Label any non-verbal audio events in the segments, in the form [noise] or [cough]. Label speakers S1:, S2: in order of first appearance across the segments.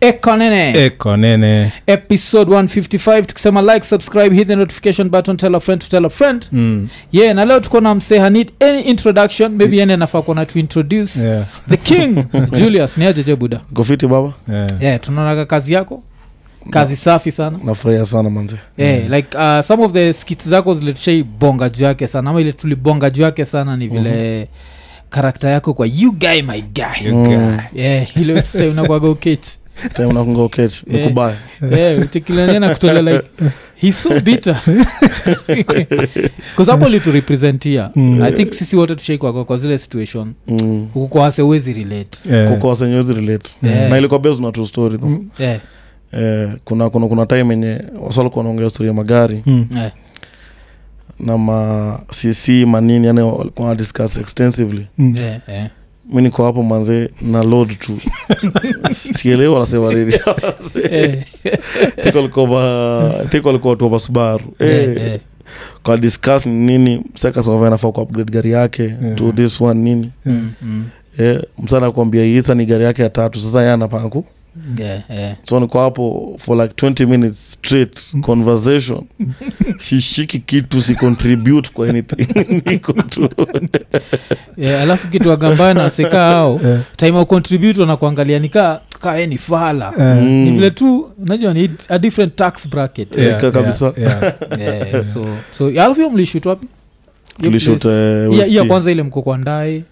S1: ekonene
S2: eko nene
S1: E episode 155 tukisema like subscribe hit the notification button tell a friend to tell a friend
S2: mm.
S1: yeah na leo tuko na msee hanid any introduction maybe ene anafaa kuona tuintroduce
S2: yeah.
S1: the king [laughs] julius ni ajeje buda
S3: kofiti baba
S2: yeah.
S1: yeah, tunaonaga kazi yako kazi safi sana
S3: nafurahia sana manze
S1: yeah, like uh, some of the skits zako zilitushaibonga juu yake sana ama ile tulibonga juu yake sana ni vile karakta yako kwa you guy my guy
S2: Okay.
S3: Mm,
S1: yeah, ile time nakwaga uketi
S3: time unakunga uketi
S1: Yeah.
S3: nikubaya
S1: yeah, utekilania Eh, na kutolea like he's so bitter [laughs] kasapo liturepresentia
S2: Mm.
S1: i think sisi wote tushaikwaka kwa zile situation
S3: Mm,
S1: huku kwa wase huwezi relate
S2: Yeah.
S3: kukosa nyezi relate Mm.
S1: Yeah.
S3: na ilikuwa based na true story though.
S2: Mm.
S1: yeah,
S3: eh, kuna, kuna, kuna time yenye wasalikuwa wanaongea story ya magari
S2: Mm.
S1: yeah,
S3: na ma cc manini yani walikuwa wana discuss extensively
S2: Mm.
S1: yeah, yeah.
S3: mi niko hapo manze na load tu sielewi wanasema nini
S1: Eh,
S3: Think walikuwa ma- think walikuwa watu wa masubaru
S1: eh,
S3: Eh,
S1: eh,
S3: kwa discuss ni nini msakasoanafaa kuupgrade gari yake
S2: Yeah.
S3: to this one nini
S1: mm, mm.
S3: eh, msana kuambia isa ni gari yake ya tatu sasa ye anapanku
S1: Yeah, yeah.
S3: so niko hapo for like 20 minutes straight conversation
S1: [laughs]
S3: sishiki kitu si contribute
S1: [laughs]
S3: kwa anything niko tu
S1: Yeah, Eh, alafu kitu agambaya na seka ao
S2: Yeah.
S1: time contribute wanakuangalia nikaa kaa ni fala
S2: Yeah.
S3: Mm.
S1: Eh, ni vile tu unajua ni a different tax bracket
S2: Eh.
S3: Yeah. Eka kabisa.
S2: yeah.
S1: yeah, so so alafu hiyo mlishoot wapi Hiyo
S3: tulishut
S1: place- Iya- iya kwanza ile mko kwa ndae
S3: eh,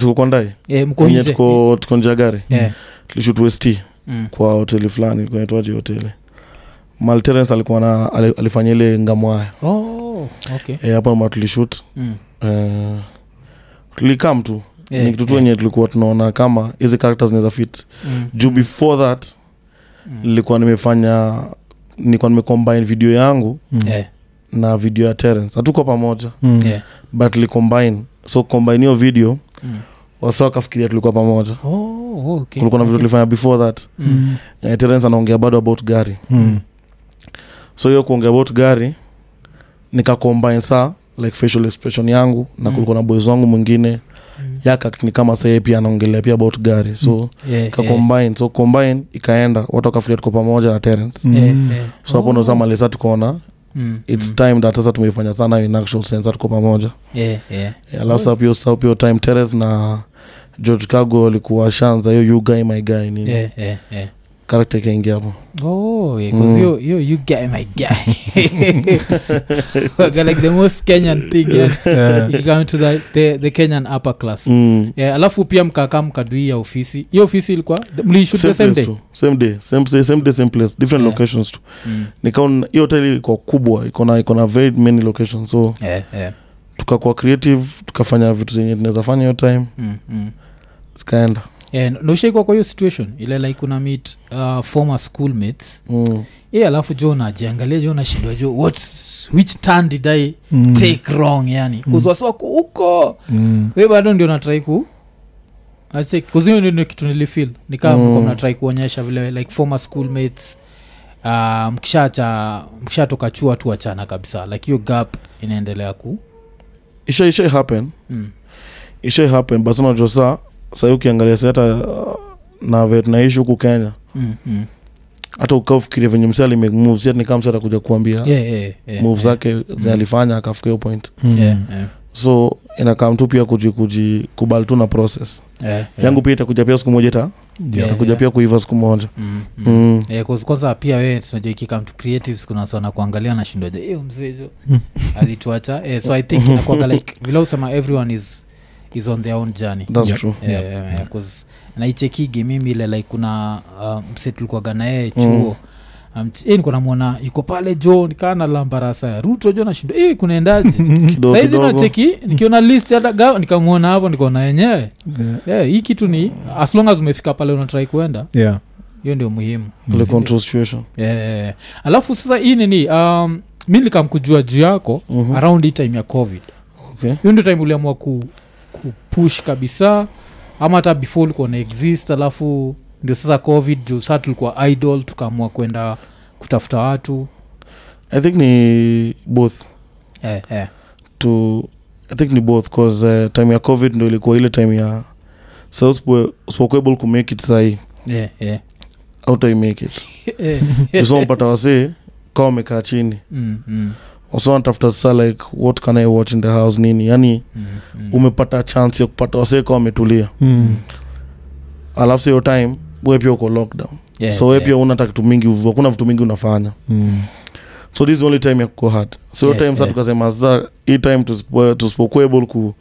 S3: tuko kwa ndai
S1: eh, mko
S3: enye
S1: nje.
S3: tuko tuko nje ya gari
S1: Eh,
S3: tulishut west
S1: mm.
S3: kwa hoteli fulani kunaitwaji hoteli malterence alikuwa na ali- alifanya ile ngamwaya
S1: Oh, okay.
S3: e, hapo ma tulishut
S1: Mm.
S3: uh, tulikam tu
S1: Eh,
S3: ni kitu tu
S1: eh,
S3: wenye tulikuwa tunaona kama hizi characters zinaweza fit
S1: mm,
S3: juu
S1: mm,
S3: before that
S1: mm.
S3: nilikuwa nimefanya nilikuwa nimecombine video yangu
S2: Mm.
S1: [laughs] Eh,
S3: na video ya Terence hatuko pamoja
S2: Mm.
S1: yeah.
S3: but nilicombine so combine hiyo video
S1: Mm.
S3: wasa wakafikiria tulikuwa pamoja
S1: Oh, okay,
S3: kulikuwa na video
S1: okay.
S3: tulifanya before that
S1: Mm.
S3: eh, Terence anaongea bado about gari
S2: Mm.
S3: so hiyo kuongea about gari nikacombine saa like facial expression yangu na
S1: Mm.
S3: kulikuwa na boys wangu mwingine
S1: Mm.
S3: yakakni kama saye pia anaongelea pia about gari so
S2: Mm.
S1: Yeah, yeah.
S3: kacombine so combine ikaenda watu wakafikiria tuko pamoja na Terence
S2: Mm.
S1: Eh, eh.
S3: so hapo
S1: Oh.
S3: ndo zamalesa tukaona
S1: Mm,
S3: its
S1: mm.
S3: time that sasa tumeifanya sana in actual sense hatuko pamoja
S1: Yeah, yeah.
S3: Eh, alafu
S1: Mm.
S3: sasa pia sasa pia time teres na george cago alikuwa shanza hiyo you guy my guy nini yeah.
S1: Yeah, yeah, yeah.
S3: karakta ikaingia hapo
S1: Eh, Oh, yeah, 'cause
S3: Mm.
S1: you- you- you guy, my guy. [laughs] Waga like the most Kenyan thing, yeah.
S2: Yeah.
S1: You come to the- the- the Kenyan upper class.
S3: Mm.
S1: Yeah, alafu pia mkakaa mkadui ya ofisi hiyo ofisi ilikuwa mlishoot the
S3: Same
S1: same
S3: place
S1: day
S3: tu. Same day, same place, same day, same place, different
S1: Yeah.
S3: locations tu
S1: Mm.
S3: nikaona hiyo hoteli iko kubwa iko na iko na very many locations so
S1: Yeah, yeah.
S3: tukakuwa creative tukafanya vitu zenye tunaweza fanya hiyo time
S1: Mm, mm.
S3: zikaenda
S1: Yeah, na ushaikuwa kwa hiyo situation ile like una meet uh, former schoolmates
S3: mm.
S1: ye alafu jo unajiangalia jo unashindwa jo what which turn did i
S2: Mm.
S1: take wrong yani
S2: Mm.
S1: kuzwaswaku huko
S2: Mm.
S1: we bado ndio natrai ku kuzio ndio kitu nilifil nikaa
S3: Mm.
S1: mko mnatrai kuonyesha vile like former schoolmates uh, mkishacha mkishatoka chua tu wachana kabisa like hiyo gap inaendelea ku
S3: isha isha happen
S1: mm.
S3: isha happen but unajua saa sahii ukiangalia sa hata uh, na vet naishi huku kenya
S1: Mm, mm.
S3: hata ukaa ufikiria venye msee alimake moves yet nikaa msee atakuja kuambia
S1: Yeah, yeah, yeah,
S3: move
S1: yeah.
S3: zake zenye alifanya akafika hiyo point
S2: Mm.
S1: Yeah, yeah,
S3: so inakam tu pia kuji kuji kubali tu na process
S1: yeah, yeah.
S3: yangu pia itakuja pia siku moja ita
S2: Yeah.
S1: Yeah.
S3: itakuja pia kuiva siku moja
S1: Mm, mm.
S3: mm.
S1: Eh, 'cause kwanza pia wee tunajua ikikam to creatives kuna sana kuangalia nashindwaja hiyo mzejo
S2: Mm.
S1: alituacha eh, so i think inakuaga like vile usema everyone is, is on their own journey
S3: thats
S2: Yep.
S3: true
S1: Yeah,
S2: Yeah.
S1: yeah, yeah, 'cause naichekigi mimi ile like kuna uh, mse tulikuaga naye chuo Um, ch- eh, nikuwa namwona yuko pale jo nikaa na lambarasa ya ruto jo nashindo eh, kunaendaje
S3: kidogo
S1: saizi
S3: kidogo
S1: nacheki nikiona list hata ga- nikamwona hapo nikaona yenyewe
S2: Yeah.
S1: yeah, hii kitu ni as long as umefika pale unatrai kuenda
S2: Yeah.
S1: hiyo ndio muhimu
S3: ile control situation
S1: yeah, yeah, yeah. alafu sasa hii nini um, mi nikamkujua juu yako
S3: Mhm.
S1: around hii time ya covid
S3: Okay.
S1: hiyo ndio time uliamua ku, kupush kabisa ama hata before ulikuwa na exist alafu ndio sasa covid juu saa tulikuwa idol tukaamua kwenda kutafuta watu
S3: i think ni both
S1: eh, eh.
S3: to i think ni both cause uh, time ya covid ndo ilikuwa ile time ya sa usipokuable kumake it sahii
S1: eh,
S3: [laughs]
S1: Yeah, yeah.
S3: how do i make it usompata wasee kawa wamekaa chini
S1: [laughs] Mm, mm,
S3: wasa wanatafuta sasa like what can i watch in the house nini yani
S1: mm, mm.
S3: umepata chance ya kupata wasee kawa wametulia
S2: mm.
S3: alafu hiyo time we pia uko lockdown
S1: Yeah,
S3: so we
S1: yeah.
S3: pia unata kitu mingi hakuna vitu mingi unafanya
S2: Mm.
S3: so this is the only time ya kuko hard so hiyo
S1: Yeah,
S3: time sasa
S1: yeah.
S3: tukasema sasa hii time tusipo- tusipokuwa able ku,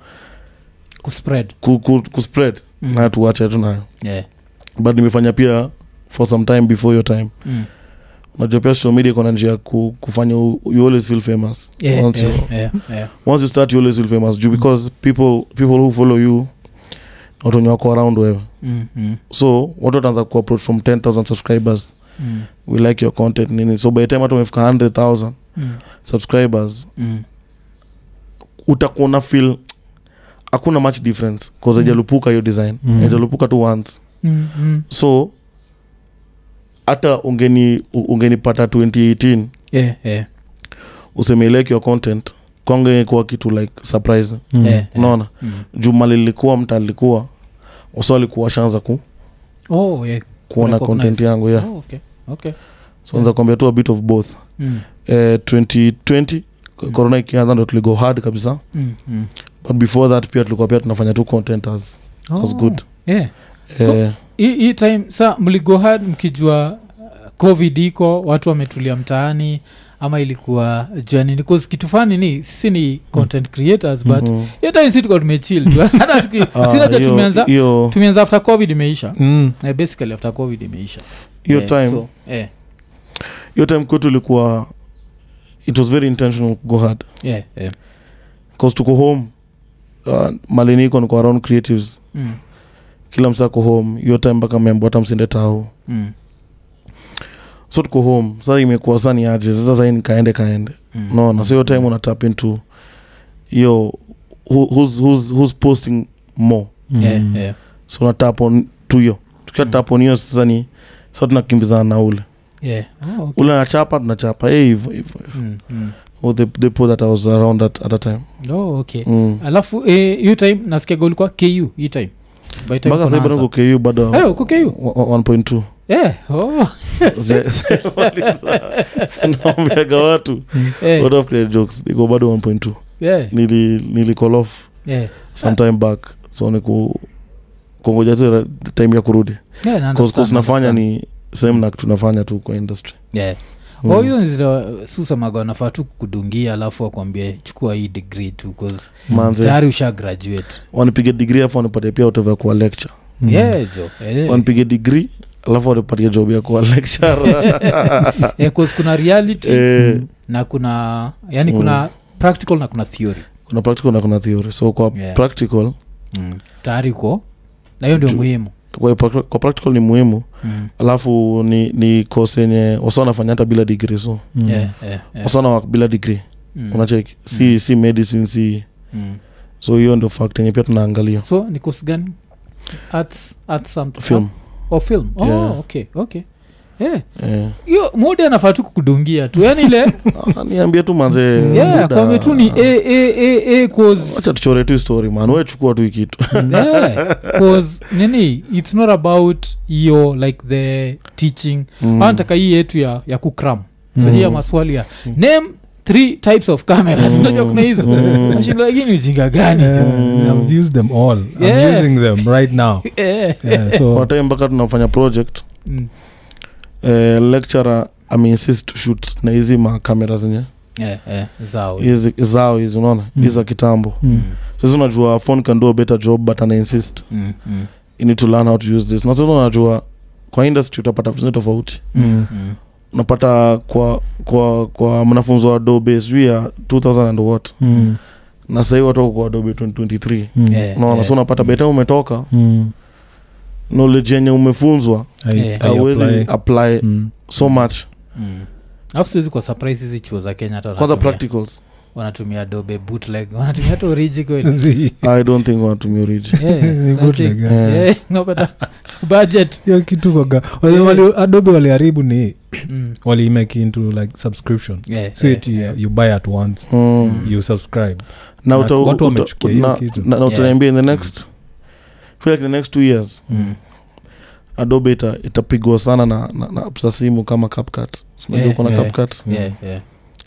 S1: kuspread
S3: ku, ku, ku spread
S1: Mm.
S3: na tuache tu nayo
S1: Yeah.
S3: but nimefanya pia for some time before your time
S1: Mm.
S3: unajua pia social media iko na njia ya ku, kufanya u, you always feel famous
S1: Yeah,
S3: once, you,
S1: yeah, yeah, yeah.
S3: once you start you always feel famous juu because people, people who follow you watu wenye wako around wewe
S1: Mm, mm,
S3: so watu wataanza kuapproach from 10000 subscribers
S1: mm,
S3: we like your content nini so by the time hata umefika 100000
S1: mm,
S3: subscribers
S1: mm.
S3: utakuwa una feel hakuna much difference bcause
S1: Mm.
S3: haijalupuka hiyo design
S2: Mm.
S3: haijalupuka tu once
S1: Mm, mm.
S3: so hata ungeni ungenipata 2018
S1: Yeah, yeah,
S3: useme I like your content kwangu ingekuwa kitu like surprise
S2: Mm.
S1: yeah, yeah.
S3: unaona
S1: Mm.
S3: juma lilikuwa mta alikuwa uso alikuwa ashaanza ku,
S1: Oh, yeah. Recognize.
S3: kuona
S1: Mm-hmm.
S3: content yangu yeah.
S1: Oh, okay. Okay.
S3: so naeza kuambia tu a bit of both
S1: Mm,
S3: eh, 2020 korona ikianza ndo tuligo hard kabisa
S1: mm, mm.
S3: but before that pia tulikuwa pia tunafanya tu content as, as
S1: Oh,
S3: good
S1: yeah.
S3: eh,
S1: So- hii hii time sa mligo hard mkijua uh, covid iko watu wametulia mtaani ama ilikuwa jua nini bcause kitu fani ni sisi ni content creators but
S3: mhm.
S1: hiyo time si tuka tumechil
S3: [laughs]
S1: [laughs] hata tuki-
S3: Ah,
S1: sina haja
S3: hiyo-
S1: tumeanza
S3: hiyo
S1: tumeanza after covid imeisha
S2: Mm.
S1: Eh, basically after covid imeisha
S3: hiyo
S1: Eh,
S3: time
S1: so, eh,
S3: hiyo time kwetu ilikuwa it was very intentional go hard
S1: eh, eh.
S3: bcause tuko home uh, maliniko niko around creatives
S1: Mm,
S3: kila msa ko home hiyo time mpaka membo hata msinde tao
S1: mm,
S3: so tuko home sasa imekuwa sasa ni aje sasa sahii nikaende kaende
S1: mm.
S3: unaona so hiyo time una tap into hiyo who- who's, who's, who's posting more
S1: Eh,
S2: Mm.
S1: eh.
S3: so una tap on to hiyo tukia
S1: Mm.
S3: tap on hiyo sasa ni sasa tunakimbizana na ule
S1: Yeah. Oh, okay.
S3: ule anachapa tunachapa hey, hivyo hivyo
S1: Mm, mm.
S3: oh, the, the poll that I was around at, at that time
S1: Oh, okay
S3: mm.
S1: alafu eh, hiyo time nasikia golikuwa ku hii time By time
S3: mpaka
S1: uko
S3: sahii
S1: na
S3: bado
S1: answer.
S3: niko ku bado
S1: Eh, uko KU?
S3: wa-
S1: [laughs]
S3: wa- 1.2
S1: Eh, oh,
S3: Sija-
S1: [laughs]
S3: sijamaliza. naambiaga watu
S1: eh,
S3: lot of creative jokes niko bado 1.2
S1: yeah,
S3: nili nili call off
S1: yeah.
S3: sometime back so niku kungoja tu ra- time ya kurudi
S1: Yeah, na
S3: Cause- cause
S1: understand,
S3: nafanya
S1: understand.
S3: ni same na tunafanya tu kwa industry
S1: Yeah.
S3: Mm.
S1: Oh, hiyo ni zile susamaga wanafaa tu kudungia alafu wakwambie chukua hii degree tu 'cause
S3: manze
S1: tayari usha graduate
S3: wanipige degree alafu wanipatie pia utavya kuwa lecture
S2: Mm.
S1: yeah, jo eh,
S3: wanipige degree alafu wanipatie job ya kuwa
S1: [laughs]
S3: lecture
S1: eh, 'cause kuna reality
S3: [laughs] eh,
S1: na kuna yani
S3: Mm.
S1: kuna practical na kuna theory
S3: kuna practical na kuna theory so kwa
S1: Yeah.
S3: practical
S1: mm. tayari uko na hiyo ndio
S3: Ju-
S1: muhimu
S3: kwa, kwa practical ni muhimu
S1: mm.
S3: alafu ni, ni course yenye wasa wanafanya hata bila degree so
S2: Mm.
S1: yeah, yeah, yeah.
S3: wasa yeah. bila degree
S1: Mm.
S3: mm. unacheki si,
S1: Mm.
S3: si medicine si
S1: Mm.
S3: so hiyo ndio fact yenye pia tunaangalia
S1: so ni course gani arts, arts something
S3: film
S1: oh, film oh,
S3: Yeah.
S1: okay okay yeah.
S3: eh.
S1: hiyo modi anafaa tu kukudungia tu yani ile
S3: [laughs] Ah, niambie tu manze
S1: Mm. yeah,
S3: Eh, muda.
S1: kwambie tu ni a, a, a, a,
S3: [laughs]
S1: cause,
S3: wacha tuchore tu story man wechukua tu ikitu
S1: yeah, cause nini its not about hiyo like the teaching mm. anataka hii yetu ya, ya kukram so
S2: Mm.
S1: hii ya maswali ya name three types of cameras
S3: Mm.
S1: unajua kuna hizo
S3: Mm.
S1: nashinda lakini ujinga gani [laughs] jo?
S3: Mm.
S2: I've used them all.
S1: Yeah.
S2: I'm using them right
S1: [laughs]
S2: now.
S1: Eh.
S2: Yeah, so
S3: watai mpaka tunafanya project
S1: Mm.
S3: eh, lecturer ameinsist to shoot na hizi makamera zenye
S1: Eh, eh, zao
S3: hizi- zao hizi unaona
S2: Mm.
S3: hizi za kitambo
S2: Mm.
S1: Mm,
S3: sasa unajua phone can do a better job but ana insist
S1: mm, mm,
S3: you need to learn how to use this na sasa unajua kwa industry utapata vitu zingine tofauti
S2: Mm.
S1: mm.
S3: unapata kwa kwa kwa mwanafunzi wa adobe sijui ya 2000 and what
S2: Mm.
S3: na sahii watu wako kwa adobe 2023
S2: Mm.
S1: Eh,
S3: unaona
S1: eh,
S3: so unapata beta umetoka
S2: Mm.
S3: knowledge yenye umefunzwa
S2: I-
S1: Yeah.
S2: I
S3: hauwezi
S2: apply.
S3: apply.
S2: Mm.
S3: so much
S1: Mm. alafu siwezi kwa surprise hizi chuo za kenya hata
S3: kwanza
S1: wanatumia-
S3: practicals
S1: wanatumia dobe bootleg [laughs] wanatumia hata oriji kweli
S2: Zii.
S3: i don't think wanatumia oriji
S2: [laughs]
S1: Yeah,
S2: Ni
S1: so I
S2: good
S1: think-
S2: uh,
S1: eh,
S2: leg,
S3: yeah.
S1: yeah, [laughs] unapata uh, budget
S2: hiyo kitu kwaga
S1: Yeah.
S2: adobe waliharibu ni
S1: Mm. Eh,
S2: waliimake into like subscription
S1: Yeah,
S2: so
S1: yeah,
S2: it,
S1: yeah.
S2: you, you buy at once
S3: mm.
S2: you subscribe
S3: na
S2: Na
S3: uta-
S2: watu
S3: uta-
S2: wamechukia hiyo
S3: na-
S2: kitu. Mm.
S3: na- na utaniambia in the next feel like in the next two years
S1: Mm.
S3: adobe ita, itapigwa sana na, na, na apps za simu kama CapCut. Unajua
S1: Yeah,
S3: kuna
S1: yeah.
S3: CapCut?
S1: yeah, yeah.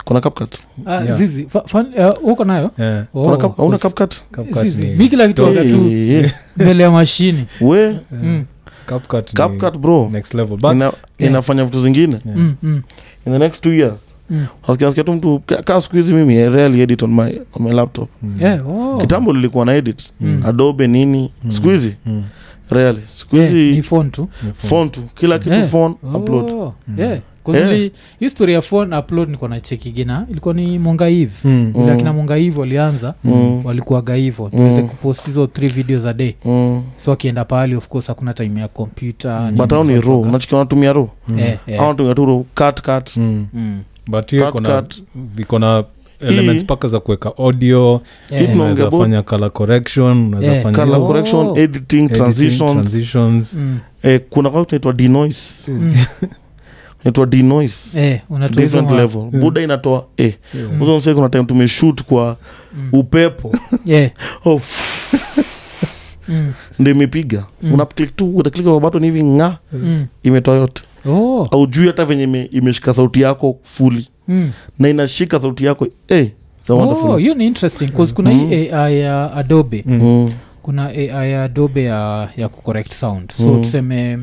S3: kuna CapCut?
S1: Ah,
S2: Yeah.
S1: zizi fa- fan- eh, uko nayo
S2: Yeah,
S1: Oh,
S3: Kuna Cap- hauna
S1: us-
S3: CapCut?
S2: CapCut
S1: zizi.
S2: ni-
S1: mi kila kitu waga tu
S3: Eh,
S2: [laughs]
S3: eh,
S1: mbele ya mashini
S3: we
S2: yeah.
S1: Mm,
S2: CapCut ni
S3: CapCut bro
S2: next level but
S3: Ina- inafanya vitu zingine
S2: Yeah.
S1: mm, mm,
S3: in the next two years
S1: mm.
S3: Wasikia- wasikia tu mtu ka- kaa siku hizi mimi I rarely edit on my, on my laptop
S2: mm,
S1: Yeah, oh.
S3: kitambo lilikuwa na edit
S1: Mm.
S3: adobe nini
S2: Mm.
S3: siku hizi
S2: mm,
S3: rarely siku
S1: Yeah,
S3: hizi
S1: Eh, ni phone tu
S2: ni
S3: phone tu kila kitu
S1: Yeah.
S3: phone
S1: Oh,
S3: upload
S2: Mm.
S1: yeah. 'Cause
S3: Yeah.
S1: nili- history ya phone upload niko na cheki gina ilikuwa ni mongaive
S2: Mm,
S1: vile
S3: Mm.
S1: akina mongaive walianza
S3: Mm.
S1: walikuwaga hivo niweze
S3: Mm.
S1: kupost hizo three videos a day
S3: Mm.
S1: so akienda pahali of course hakuna time ya kompyuta
S2: Mm.
S3: but au ni ro unachikia wanatumia ro
S2: mm,
S1: Eh, eh.
S3: au wanatumia tu ro cut cut
S2: mm.
S1: Mm.
S2: but hiyo iko na-
S3: CapCut.
S2: iko na elements
S3: Hii-
S2: mpaka za kuweka audio
S1: Yeah.
S3: It-
S2: unaweza
S3: Tunaongea
S2: fanya color correction unaweza
S1: Yeah.
S2: fanya
S3: color
S1: Oh.
S3: correction editing
S2: editing,
S3: transitions
S2: transitions.
S1: Mm.
S3: eh, kuna kwa tunaitwa denoise
S1: Mm.
S3: inaitwa denoise
S1: Eh, unatoa hizo
S3: different
S1: ma-
S3: level buda inatoa eh.
S2: Yeah.
S1: Mm.
S3: Unaweza kusikia kuna time tumeshoot kwa
S1: Mm. [laughs]
S3: upepo
S1: Yeah.
S3: oh, pff,
S1: [laughs] Mm.
S3: ndio imepiga
S1: Mm.
S3: una click tu utaklik kwa button hivi nga
S1: Mm.
S3: imetoa yote
S1: Oh.
S3: aujui hata venye ime- imeshika sauti yako fuli
S1: Mm.
S3: na inashika sauti yako eh, it's a wonderful
S1: Oh, hiyo ni interesting bcause kuna
S3: Mm.
S1: hii ai ya adobe
S2: Mm.
S3: Mm.
S1: kuna ai ya adobe ya, ya kucorrect sound so
S3: Mm.
S1: tuseme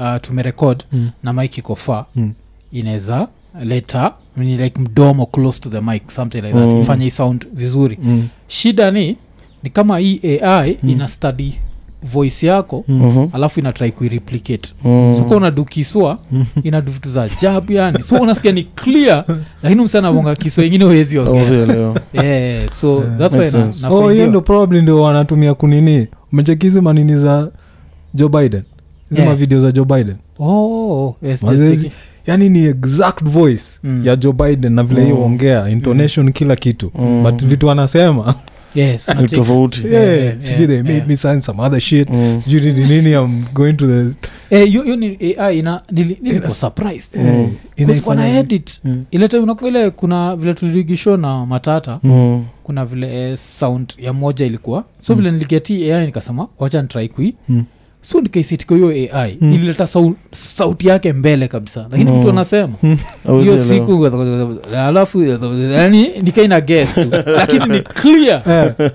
S1: uh, tumerekod
S2: Mm.
S1: na mik iko faa
S2: Mm.
S1: inaweza leta I mean, like mdomo close to the mic something like that
S3: Mm.
S1: ifanye hii sound vizuri
S2: Mm.
S1: shida ni ni kama hii ai
S2: Mm.
S1: ina study voice yako
S3: Mhm.
S1: alafu inatrai kuireplicate
S3: Mm.
S1: so ka unadukiswa
S2: Mm.
S1: ina du vitu za ajabu yani so unasikia ni clear lakini msanavonga kiswa ingine uwezi ongea
S3: Usielewa.
S1: yeah, so
S2: Oh. Yeah.
S1: that's why
S3: Makes
S1: na,
S3: sense.
S2: oh hiyo
S1: nafaindia.
S2: ndo probably ndio wanatumia kunini umechekizi manini za joe biden zima
S1: Yeah.
S2: video za joe biden
S1: Oh, oh, yes,
S2: Mazoezi.
S1: just checking.
S2: yani ni exact voice
S1: Mm.
S2: ya joe biden na vile
S3: Mm.
S2: hiyo ongea intonation kila kitu
S3: Mm.
S2: but vitu anasema
S1: Yes,
S3: Ni
S1: una check.
S2: [laughs]
S3: tofauti
S1: Yeah,
S2: Yeah,
S1: yeah,
S2: sijui they
S1: yeah,
S2: made
S1: yeah.
S2: me sign some other shit
S3: Mm.
S2: sijui ni nini i'm going to the
S1: Eh, hiyo- hiyo ni ai ina nili- nilikuwa surprised
S3: Mm.
S1: Because kwa na edit
S2: Eh, Mm.
S1: ile time unakuwa ile kuna vile tulirigishwa na matata
S3: Mm.
S1: kuna vile eh, sound ya moja ilikuwa so vile niligeti ai nikasema wacha nitrai kui
S2: Mm.
S1: so nikaisitiko hiyo ai
S2: Mm.
S1: ilileta sau- sauti yake mbele kabisa lakini
S3: Mm.
S1: vitu anasema hiyo
S3: Hauwezi elewa.
S1: siku alafu yani nikaina ges
S2: [laughs]
S1: tu lakini ni clear
S2: Eh,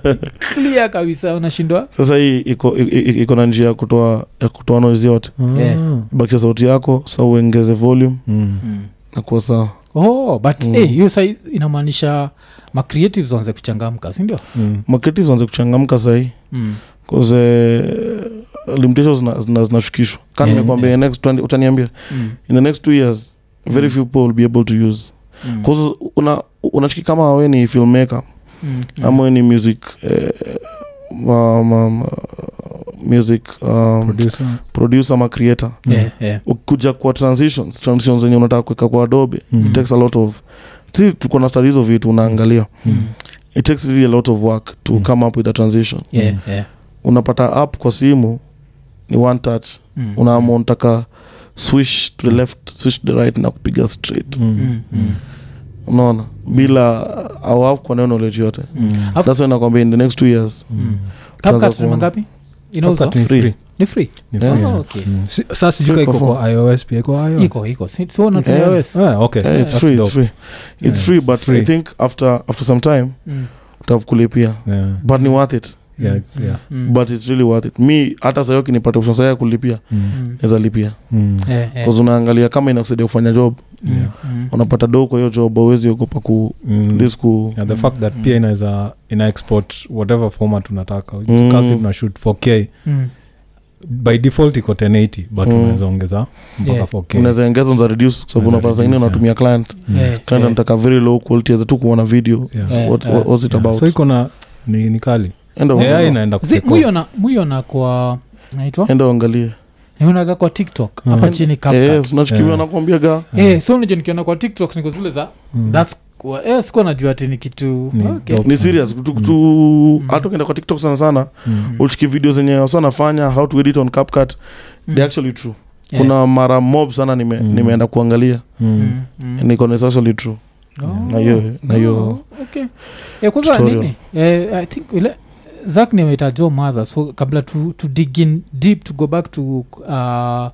S1: clear kabisa unashindwa
S3: sasa hii iko i- i- iko na njia ya kutoa ya kutoa noise yote
S1: Yeah.
S2: ah.
S3: bakisha sauti yako sa uengeze volume
S2: Mm.
S1: mm.
S3: na kuwa sawa
S1: oh but
S3: Mm.
S1: eh, hiyo sa inamaanisha macreatives wanze kuchangamka sindio
S2: Mm.
S3: makreatives anze kuchangamka sahii
S1: mm.
S3: kause limitations eh, zina- zina- zinashukishwa ka
S1: Yeah,
S3: nimekwambia
S1: yeah.
S3: next twenty- utaniambia
S1: Mm.
S3: in the next two years very few people will be able to use
S1: Mm.
S3: bcause una unashiki kama we ni filmmaker
S1: Mm.
S3: ama we ni music eh, um, um, uh, music um,
S2: Producer.
S3: producer ama creator
S1: Yeah, yeah.
S3: kuja kwa transitions transitions zenye unataka kuweka kwa adobe
S2: Mm.
S3: it takes a lot of si tuko na study hizo vitu unaangalia
S1: Mm.
S3: it takes really a lot of work to
S2: Mm.
S3: come up with a transition
S1: Yeah, yeah.
S3: unapata app kwa simu ni one touch
S1: Mm.
S3: unaamua unataka swish to the left swish to the right na kupiga straight
S2: Mm.
S1: Mm, mm,
S3: unaona bila au au kwa neno knowledge yote
S1: mm. Alafu,
S3: that's why nakwambia in the next two years
S1: mm.
S3: Utaanza
S1: CapCut ni
S3: kuona.
S1: mangapi
S2: Hapa
S1: inauzwa
S2: ni
S3: Free.
S2: free.
S1: ni free
S2: Ni
S3: Yeah.
S2: free,
S1: Oh,
S2: yeah.
S1: okay.
S2: Mm. Si- saa sijui
S3: Free
S2: ka iko
S3: for
S2: kwa ios pia iko iOS?
S1: iko iko Si- so unatumia
S3: Yeah.
S1: OS?
S2: Ah, okay.
S3: yeah, it's
S2: That's
S3: free, it's
S2: dope.
S3: free it's
S2: Yeah,
S3: free
S2: it's
S3: but
S2: free.
S3: i think after after some time
S1: Mm.
S3: utakulipia
S2: Yeah.
S3: but ni worth it
S2: Yeah, it's-
S1: Mm,
S2: yeah.
S1: mm,
S3: but it's really worth it mi hata sayo kinipata option sayo ya kulipia
S2: Mm.
S1: mm.
S3: naweza lipia
S2: Mm.
S1: Yeah, yeah.
S3: bcause unaangalia kama inakusaidia kufanya job
S1: Mm,
S2: Yeah.
S1: mm.
S3: unapata doo kwa hiyo job auwezi ogopa ku
S2: Mm.
S3: this ku
S2: Yeah, the fact that
S1: Mm.
S2: pia inaweza ina export whatever format unataka
S3: Mm.
S2: kasi tunashoot 4k
S1: Mm.
S2: by default iko 1080 but
S3: Mm.
S2: unaweza ongeza mpaka
S1: Yeah.
S2: 4k
S3: unaweza ongeza unaweza reduce kwa sababu
S2: Unaweza
S3: unapata saingine
S2: reduce,
S3: unatumia client
S2: Mm.
S1: Yeah,
S3: client
S1: yeah.
S3: anataka very low quality aweza tu kuona video
S2: Yeah.
S3: So
S1: Yeah,
S3: what,
S1: yeah.
S3: what, what's it
S2: Yeah.
S3: about
S2: so iko na ni, ni kali
S3: enda
S2: AI
S3: uangalie.
S2: inaenda
S1: Zi-
S2: kutekwa.
S1: mwiona mwiona kwa naitwa
S3: enda uangalie
S1: nionaga kwa tiktok
S2: Mm.
S1: hapa chini CapCut.
S3: unachikiviwa
S2: Yeah.
S3: nakwambia ga
S2: Yeah.
S1: Eh, so unajua nikiona kwa tiktok niko zile za
S2: Mm.
S1: thats kwa- eh, sikuwa najua ati ni kitu
S2: Ni
S1: okay.
S2: dope.
S3: ni serious tu-
S2: Mm.
S3: tu hata ukienda kwa tiktok sana sana
S2: Mm.
S3: uchiki video zenye wasa nafanya how to edit on capcut
S1: Mm.
S3: they actually true
S1: Yeah.
S3: kuna mara mob sana nime,
S2: Mm.
S3: nimeenda kuangalia
S2: Mm.
S1: Mm, mm.
S3: niko na it's actually true
S1: Oh.
S3: na hiyo na hiyo
S1: Oh, okay. Eh, kwanza
S3: tutorial.
S1: nini Eh, i think ile zak nimeta jo mother so kabla tu, tu dig in deep to go back to uh,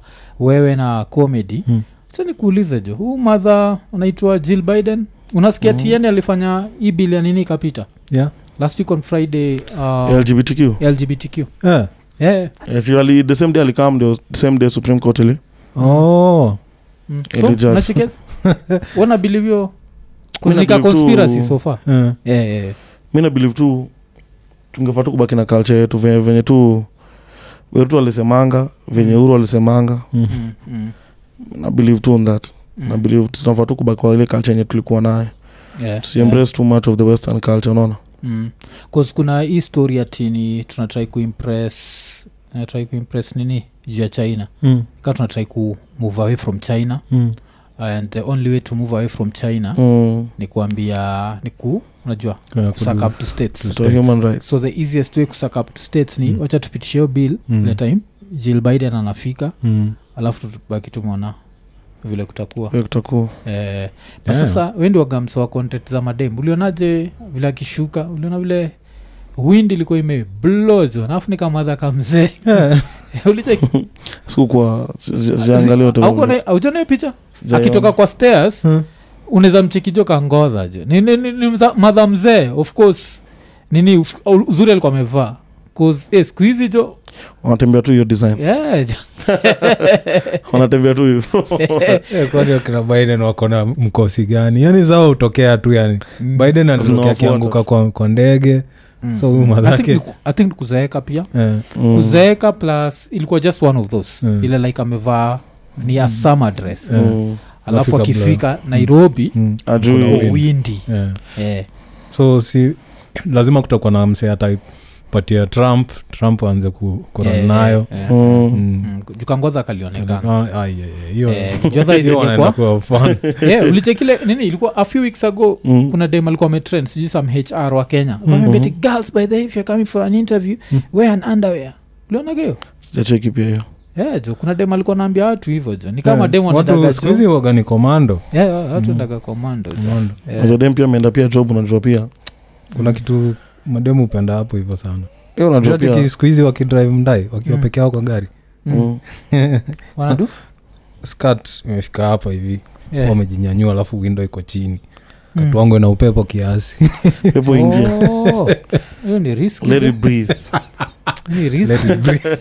S1: wewe na comedy
S2: Hmm.
S1: hmm. sa nikuulize jo huu mother unaitwa jill biden unasikia
S3: Hmm.
S2: Mm.
S1: mm. tn alifanya hii bill ya nini ikapita
S2: Yeah.
S1: last week on friday uh,
S3: lgbtq
S1: lgbtq
S2: Eh.
S1: yeah.
S3: If you ali- the same day alikam the same day supreme court ili
S2: Oh.
S1: mm.
S3: Eli
S1: so
S3: judge. [laughs]
S1: nacheke wanabilivio
S3: Mimi
S1: kunika
S3: nabelieve
S1: conspiracy
S3: tu-
S1: so far
S2: Eh.
S1: yeah, yeah, yeah.
S3: mi nabilive tu tungefaa tu kubaki na culture yetu venye, venye tu wetu alisemanga venye uru alisemanga
S2: Mm.
S1: Mm, mm,
S3: na believe tu on that
S1: mm.
S3: na believe tunafaa tu kubaki kwa ile culture yenye tulikuwa nayo
S1: Yeah,
S3: si
S1: yeah.
S3: embrace too much of the western culture unaona
S1: mm. 'Cause kuna hii story atini tunatrai kuimpress tunatrai kuimpress nini juu ya china
S2: Mm.
S1: ka tunatrai ku move away from china
S2: Mm.
S1: and the only way to move away from china mm.
S3: mm.
S1: ni kuambia ni ku unajua
S2: Kuna
S1: kusuck
S2: kudu-
S1: up to states
S3: to human rights
S1: so the easiest way kusuck up to states ni
S2: Mm.
S1: mm. wacha tupitishe hiyo bill
S2: Mm.
S1: mm. ile time jill biden anafika
S2: Mm.
S1: alafu tutubaki tumeona vile kutakuwa
S3: Vile kutakuwa
S1: eh, na
S2: Yeah.
S1: sasa wendi wagamsa wa content za madem ulionaje vile akishuka uliona vile wind ilikuwa imeblozo alafu nikamadha kamzee [laughs]
S2: Eh. [laughs]
S3: sikukuwa si- si- sijaangalia yote vile.
S1: ulichaujonayo picha
S3: Sijaona.
S1: akitoka kwa stairs
S2: Eh.
S1: unaweza mchikijo kangodha jo ni, ni, ni, ni mza- madha mzee of course nini uf- uzuri alikuwa amevaa cause eh, siku hizi jo
S3: wanatembea tu hiyo design
S1: yeah,
S2: [laughs]
S1: jo.
S3: wanatembea tu
S1: [laughs]
S3: hivyo
S2: [laughs] Eh, kwani wakina biden wakona mkosi gani yani zao utokea tu yani
S1: Mm.
S2: biden alitokea
S3: Zinawafuata.
S2: akianguka kwa, kwa ndege
S1: Mm.
S2: so huyu
S1: I think
S2: madhake-
S1: ni ku- i think ni kuzeeka pia
S2: eh.
S3: Mm.
S1: kuzeeka plus ilikuwa just one of those
S2: Mm.
S1: ile like amevaa ni ya summer dress
S2: Eh.
S3: Mm.
S1: alafu
S2: Afrika
S1: akifika nairobi oh,
S2: Mm.
S3: ajui
S2: Kuna wind.
S1: windi
S2: Eh. so si lazima kutakuwa na msee ataipatia trump trump aanze ku- kuran
S1: Eh.
S2: nayo
S3: Mm.
S2: Mm.
S1: jukangodha kalionekana
S2: Ah, ah, yeah, yeah. Hiyo-
S1: Eh, Jotha is
S2: [laughs] hiyo
S1: ingekuwa-
S2: wanaenda kuwa fun.
S1: [laughs] yeah, ulichekile nini ilikuwa a few weeks ago
S3: Mm.
S1: kuna dem alikuwa ametrend sijui some hr wa kenya amebeti girls by the way, if you're coming for an interview
S2: Mm-hmm. Mm.
S1: wear an underwear ulionaga hiyo
S3: sijacheki pia hiyo
S1: yeah, jo kuna dem alikuwa naambia watu hivyo jo [laughs] ni kama
S2: Eh,
S1: dem
S2: watu
S1: wanaendaga
S2: siku hizi Mm.
S1: jo
S2: huwaga ni komando
S1: Yeah, yeah, watu endaga komando jo
S2: Komando.
S1: Yeah.
S3: najadem pia ameenda pia job unajua pia
S2: kuna kitu mademu upenda hapo hivyo sana
S3: hiyo unajua
S2: Unajua tiki
S3: pia
S2: siku hizi wakidrive mdai wakiwa
S1: Mm.
S2: peke yao kwa gari
S1: Mm.
S3: Mm.
S1: wanadu
S2: skat imefika hapa hivi
S1: Yeah.
S2: wamejinyanyua alafu windo iko chini
S1: Mm.
S2: katwango na upepo kiasi
S3: pepo ingia [laughs]
S1: Oh, hiyo ni risk
S3: let it [laughs] breathe
S1: ni
S2: Let
S1: risk
S2: it breathe.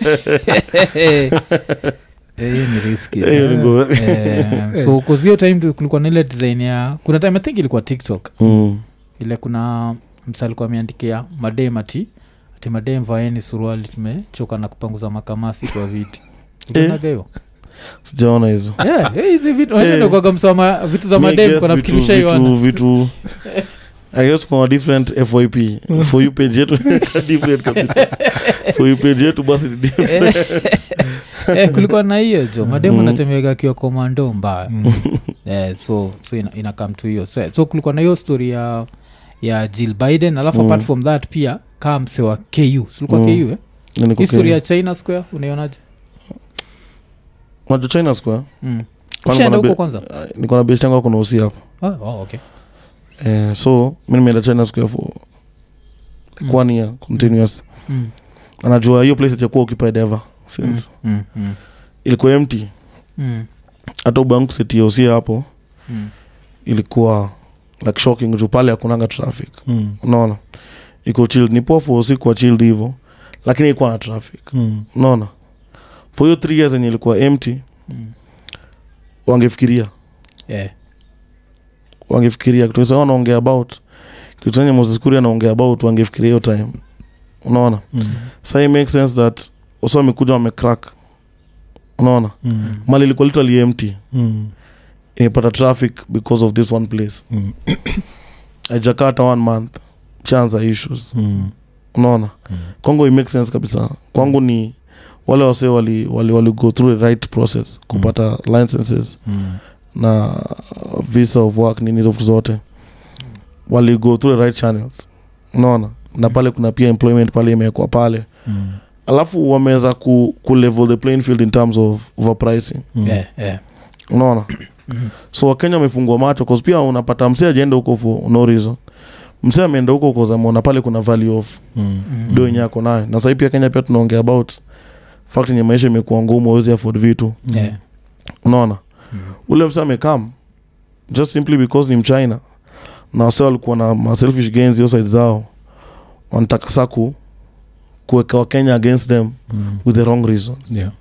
S1: [laughs] Eh, hiyo ni risk
S3: hiyo ni go
S1: Eh, so cause hiyo time tu- kulikuwa na ile design ya kuna time I think ilikuwa tiktok
S3: Mm.
S1: ile kuna msa alikuwa ameandikia madem ati ati madem vaeni suruali tumechoka na kupanguza makamasi kwa
S3: [laughs]
S1: viti Ulionaga hiyo?
S3: sijaona hizo
S1: Yeah, eh, hizi vitu wajua
S3: [laughs] Eh.
S1: ndio kwaga msa wa ma- vitu za
S3: Mi
S1: madem
S3: guess
S1: kwa nafikiri
S3: vitu- vitu-
S1: ushaiona
S3: vitu I guess kuna different fyp for you page [laughs] yetu different kabisa for you page yetu basi ni different.
S1: [laughs] Eh, kulikuwa na hiyo jo madem
S3: Mm.
S1: anatembega akiwa komando mbaya
S2: [laughs] Mm.
S1: yeah, Eh, so, so ina, ina come to hiyo so, eh, so kulikuwa na hiyo story ya ya jill biden alafu
S3: Mm.
S1: mm. apart from that pia kaa mse wa ku silikuwa
S3: Mm.
S1: mm. ku eh?
S3: Na niko
S1: history
S3: Kenya.
S1: ya china square unaionaje
S3: unajua china square
S1: mm.
S3: Kwani
S1: ushaenda
S3: kuna
S1: huko
S3: be-
S1: kwanza
S3: ah, niko na besh tangu kuna usi hapo
S1: oh, oh, okay.
S3: Eh, so mi nimeenda china square for like
S1: Mm.
S3: one year continuous
S1: mm.
S3: anajua hiyo place ijakuwa occupied ever since
S1: mm. mm.
S3: ilikuwa empty
S1: mm.
S3: hata ubanku seti ya usi hapo
S1: mm.
S3: ilikuwa like shocking juu pale hakunanga traffic
S2: Mm.
S3: unaona iko chill ni poa for usiku wa chill hivo lakini ilikuwa na traffic
S2: Mm.
S3: unaona for hiyo three years yenye ilikuwa empty
S1: mm. Eh,
S3: wangefikiria
S1: yeah.
S3: wangefikiria kitu sasa wanaongea about kitu chenye Moses Kuria anaongea about wangefikiria hiyo time unaona
S2: Mm.
S3: sasa it makes sense that usa wamekuja wamecrack unaona
S2: Mm.
S3: mali ilikuwa literally empty
S2: Mm.
S3: imepata traffic because of this one place
S2: Mm.
S3: haijakaa hata one month chanza issues
S2: Mm.
S3: unaona
S2: Mm.
S3: kwangu it makes sense kabisa kwangu ni wale wasee wali, wali, wali go through the right process kupata licenses
S2: Mm.
S3: na uh, visa of work nini hizo vitu zote wali go through the right channels unaona na pale kuna pia employment pale imewekwa pale
S2: Mm.
S3: alafu wameweza ku, ku level the playing field in terms of overpricing
S2: Mm.
S1: Yeah, yeah.
S3: unaona so wakenya wamefungwa macho 'cause pia unapata msee ajaenda huko for no reason msee ameenda huko kozamona pale kuna value of
S1: Mm.
S3: do yenye ako nayo na sahii pia kenya pia tunaongea about fact yenye maisha imekuwa ngumu awezi afford vitu
S2: Mm.
S1: Yeah.
S3: unaona
S1: eh. Mm.
S3: ule msee amekam just simply because ni mchina na wase walikuwa na maselfish gains hiyo side zao wanataka sa ku kuweka wakenya against them with the wrong reasons
S2: Mm, Yeah.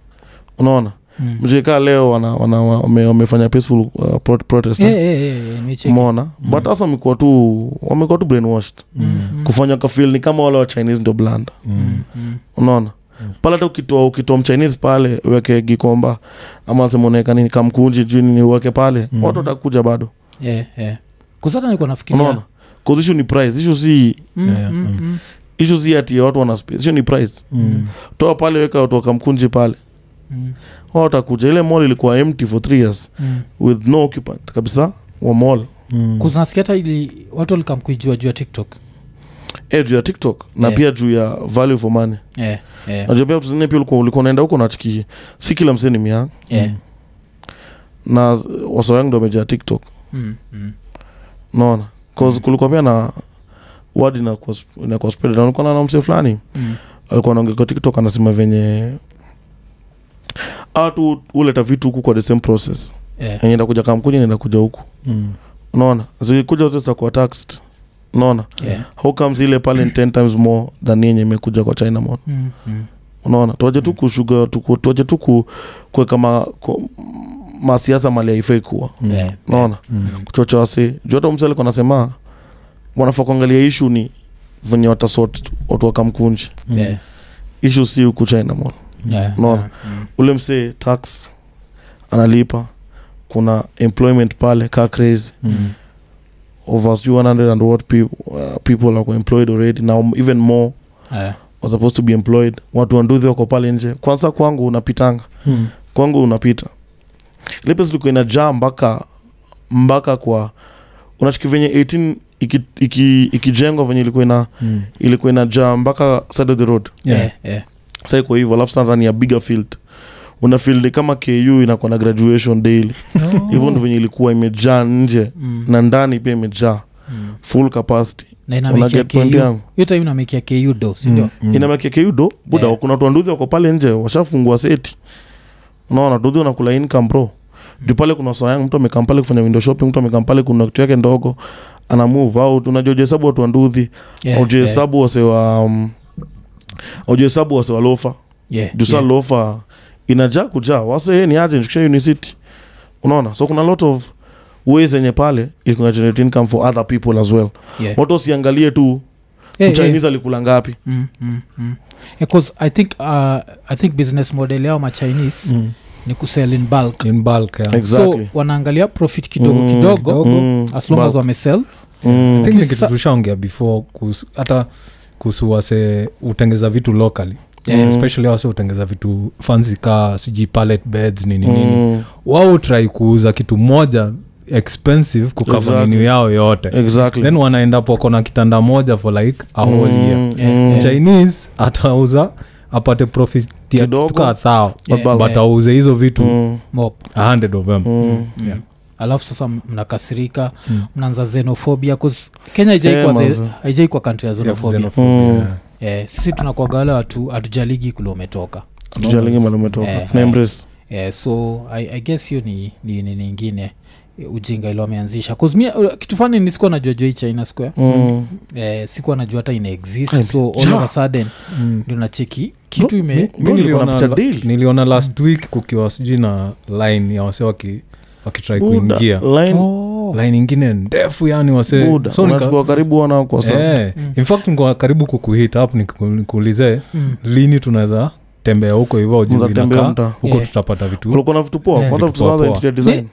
S3: unaona
S1: Mm.
S3: mjikaa leo wana, wana, wame, wamefanya peaceful uh, pro- protest
S1: Yeah, yeah, yeah, yeah, nimecheki.
S3: umeona but hasa wamekuwa tu wamekuwa tu brainwashed
S1: Mm, mm.
S3: kufanya kafil ni kama wale wa chinese ndo blanda
S1: Mm,
S2: Mm.
S1: mm.
S3: unaona
S2: Mm.
S3: pale hata ukitoa ukitoa mchinese pale weke gikomba ama semoneka nini kamkunji juu nini uweke pale
S2: Mm.
S3: watu watakuja bado
S1: Yeah, yeah. kusata niko
S3: unaona
S1: nafikiria
S3: cause issue ni price issue si
S1: Mm,
S2: Yeah,
S1: mm,
S2: mm.
S1: mm.
S3: issue si ati watu wana space issue ni price
S2: Mm.
S3: toa pale weka watu wa kamkunji pale
S1: Mm,
S3: wao watakuja ile mall ilikuwa empty for 3 years
S1: mm.
S3: with no occupant kabisa wa mall
S2: Mm.
S1: kuzinasikia hata ili watu walikamkuijua juu ya tiktok
S3: eh juu ya tiktok na
S1: Yeah.
S3: pia juu ya value for money
S1: yeah, yeah,
S3: najua pia tuzine pia ulikuwa ulikuwa unaenda huko nachiki si kila msee ni miang
S1: yeah.
S3: na wasa wangu ndo wamejaa tiktok
S1: Mm, mm.
S3: naona cause kulikuwa pia na word inakuwa sp- inakuwa spread na ulikuwa na msee fulani
S1: Mm,
S3: alikuwa anaongea kwa tiktok anasema venye watu huleta vitu huku kwa the same process
S1: yeah.
S3: yenye inakuja kamkuja inaenda kuja huku
S2: Mm.
S3: unaona zikikuja zote zitakuwa taxed unaona
S1: Yeah.
S3: how comes ile pale ni 10 times more than yenye imekuja kwa china mon
S1: Mm, mm.
S3: unaona tuaje
S2: Mm.
S3: tu kushuga tuku- tuaje tu ku- kuweka ma- ku- masiasa mali haifai kuwa
S2: Mm.
S1: Yeah.
S3: unaona
S2: Mm.
S3: kuchocha wasi juu hata msali anasema wanafaa kuangalia ishu ni venye watasort watu wakamkunji
S2: mm,
S1: Yeah.
S3: ishu si huku china mon
S1: Yeah.
S3: Unaona?
S1: Mm.
S3: ule msee tax analipa kuna employment pale ka crazy
S2: Mm.
S3: over sijui 100 and what people, uh, people wako employed already now even more
S1: Yeah.
S3: are supposed to be employed watu wanduthi wako pale nje kwanza kwangu unapitanga
S2: Mm.
S3: kwangu unapita lepes liko inajaa mpaka mpaka kwa unashiki venye 18 iki- iki- ikijengwa venye ilikuwa ina
S2: Mm.
S3: ilikuwa inajaa mpaka side of the road
S2: Yeah.
S1: Yeah,
S3: [laughs]
S1: yeah.
S3: sa iko hivyo alafu sasa ni a bigger field una field kama ku inakuwa na graduation daily hivyo ndo venye ilikuwa imejaa nje
S1: Mm,
S3: na ndani pia imejaa
S1: mm.
S3: full capacity
S1: na inamekia
S3: unaget point
S1: ku
S3: yangu
S1: hiyo time inamekia ku do sindio
S2: Mm.
S3: inamakia ku do buda
S1: Yeah.
S3: kuna watu wanduthi wako pale nje washafungua seti unaona duthi wanakula income bro
S1: Mm.
S3: juu pale kuna saa yangu mtu amekaa pale kufanya window shopping mtu amekaa pale kuna kitu yake ndogo ana move out unajua ujahesabu watu wanduthi
S1: Yeah, yeah,
S3: aujahesabu wase wa um, aujahesabu wase wa lofa
S1: yeah,
S3: juu sa
S1: yeah.
S3: lofa inajaa kujaa wase yeye ni agent kisha unicity unaona so kuna lot of ways yenye pale is gonna generate income for other people as well
S1: Yeah.
S3: watu wasiangalie tu
S1: Yeah,
S3: mchinese
S1: yeah.
S3: alikula ngapi
S1: Mm, mm, mm. because i think uh, i think business model yao machinese
S2: Mm.
S1: ni kusell in bulk
S2: In bulk, yeah.
S3: Exactly.
S1: so wanaangalia profit kidogo
S3: Mm,
S1: kidogo
S2: Dogo.
S3: Mm,
S1: as long as
S3: bulk.
S1: wamesell
S3: Mm.
S2: I think ni
S1: Sa-
S2: kitu tushaongea before kuhusu- hata kuhusu wase utengeza vitu locally
S3: Mm.
S1: Yeah.
S2: especially wase utengeza vitu fanzi ka sijui pallet beds nini nini
S3: Mm.
S2: wao try kuuza kitu moja expensive kukava
S3: Exactly.
S2: menu yao yote
S3: Exactly.
S2: then wanaenda poko na kitanda moja for like a whole
S3: Mm,
S2: year
S1: Yeah,
S3: mm.
S1: yeah.
S2: chinese atauza apate profit ya
S3: Kidogo.
S2: kitu ka thao
S1: Yeah,
S2: but
S1: yeah.
S2: auze hizo vitu
S3: Mm,
S1: mop
S2: 100 of them
S3: mm.
S2: Yeah.
S1: alafu sasa mnakasirika
S2: Mm.
S1: mnaanza xenophobia 'cause kenya
S3: Eh,
S1: haijaikwa
S3: manze.
S1: haijaikwa country ya xenophobia
S2: Yeah, xenophobia,
S3: Mm.
S2: yeah.
S1: eh, sisi tunakuaga wale watu hatujaligi kule umetoka
S3: tujalingi mali umetoka
S1: Eh,
S3: Na embrace.
S1: eh, so I, i guess hiyo ni ni ni ningine eh, ujinga ilo ameanzisha kuzmia uh, kitu fani ni sikuwa najua jua hii china square
S3: Mm.
S1: eh, sikuwa najua hata ina
S3: Ay,
S1: exist so all of a sudden
S2: Mm.
S1: ndio nacheki kitu ime
S2: mi
S3: Bro, nilikuwa
S2: niliona
S3: napita
S2: la-
S3: daily.
S2: niliona last week kukiwa sijui na line ya wase waki- wakitrai
S3: Buda,
S2: kuingia
S3: line-
S1: oh,
S2: line ingine ndefu yani wase
S3: buda.
S2: so nika-
S3: Unachukua karibu wana kwa saa.
S2: Eh,
S1: Mm.
S2: in fact nikuwa karibu kukuhit up niku- nikuulize
S1: mm,
S2: lini tunaweza tembea huko hivyo ujui
S3: Unaweza
S2: inakaa,
S3: tembea mtaa.
S2: huko
S1: Yeah.
S2: tutapata vitu
S3: Kulikuwa na vitu poa
S1: Eh.
S3: kwanza
S2: Vitu
S3: tunaanza
S2: poa,
S3: interior design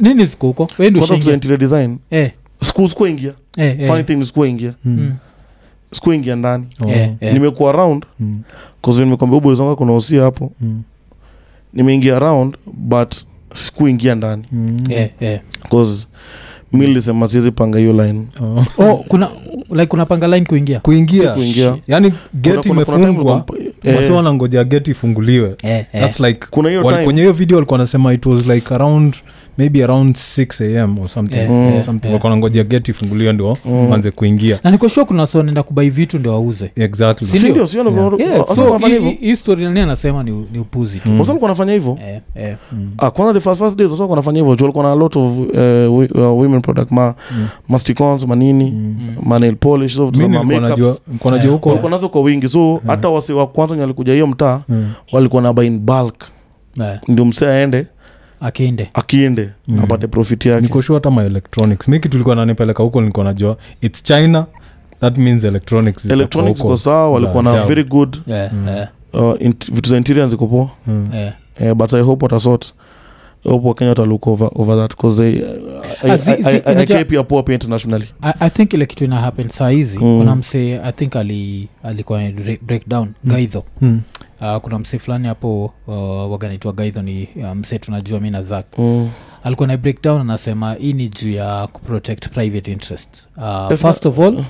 S1: nini ziko huko Wewe ndio
S3: kwanza tuza
S1: ushaingia
S3: interior design
S1: eh,
S3: siku siku ingia
S1: eh,
S3: funny
S1: eh,
S3: thing ni siku ingia
S1: mm,
S3: siku ingia ndani
S2: Hmm. Oh.
S1: eh, eh,
S3: nimekuwa round
S2: Mm.
S3: cause nimekwambia huyu boys wangu kuna usia hapo
S2: Mm.
S3: nimeingia round but sikuingia ndani
S2: Mm.
S1: eh, eh.
S3: cause mi nilisema siwezi panga hiyo line
S2: Oh.
S1: Oh, kuna like kunapanga line kuingia
S2: kuingia
S3: Sikuingia.
S2: yani
S3: Kuna-
S2: geti
S3: kuna- kuna time
S2: imefungwa
S3: ulikuwa-
S2: wasi
S3: eh,
S2: wanangoja geti ifunguliwe
S1: eh, eh.
S2: That's like
S3: kuna hiyo
S2: wali-
S3: time
S2: kwenye hiyo video walikuwa wanasema it was like around maybe around 6 am or something,
S1: Yeah,
S3: Mm.
S1: yeah,
S2: something
S1: yeah.
S2: wako nangoja get ifunguliwa ndio
S3: Mm.
S2: wanze kuingia
S1: na nikoshua kuna wasi wanaenda kubai vitu ndio wauze
S2: exactly
S1: Si-
S3: sindio sio ndio
S2: Yeah.
S3: kuna-
S1: yeah,
S3: watu
S1: so
S3: wanafanya
S1: hii-
S3: hivyo
S1: hii- hii story nani anasema ni, ni upuzi tu
S2: Mm.
S3: Wasa walikuwa wanafanya hivyo
S1: eh, eh,
S2: Hmm.
S1: mm.
S3: Ah, kwanza the first first days wasa walikuwa wanafanya hivyo juu walikuwa na a lot of uh, wi- uh, women product ma
S2: Mm.
S3: masticons manini
S2: Mm.
S3: manail polish so vitu
S2: Mi
S3: za
S2: nilikuwa
S3: ma-makeups.
S2: najua- nilikuwa najua
S1: Yeah.
S2: huko
S3: walikuwa nazo kwa wingi so hata wasi wa kwanza wenye walikuja hiyo mtaa
S2: Mm.
S3: walikuwa na buy in bulk
S1: Eh,
S3: ndio msee aende
S1: akiende
S3: akiende
S2: Mm.
S3: apate profit yake
S2: niko sure hata my electronics miki tulikuwa nanipeleka huko nilikuwa najua its china that means electronics zitatoka
S3: electronics
S2: huko.
S3: ziko sawa walikuwa na
S2: Yeah.
S3: very good
S1: Yeah,
S2: Mm.
S1: eh,
S3: uh, int- vitu za interior ziko poa
S2: Mm.
S1: eh.
S3: eh, but i hope watasort I hope wakenya watalook over, over that because they
S1: Ah, zi- zi- unajua-
S3: pia poa pia internationally
S1: I, i think ile kitu ina happen saa hizi
S3: Mm.
S1: kuna msee i think ali alikuwa ni re- breakdown
S2: Mm.
S1: gaidho
S2: Mm.
S1: uh, kuna msee fulani hapo uh, waganaitwa gaidho ni uh, msee tunajua mi na zak
S3: mm.
S1: alikuwa na breakdown anasema hii ni juu ya kuprotect private interest uh,
S3: If-
S1: first of all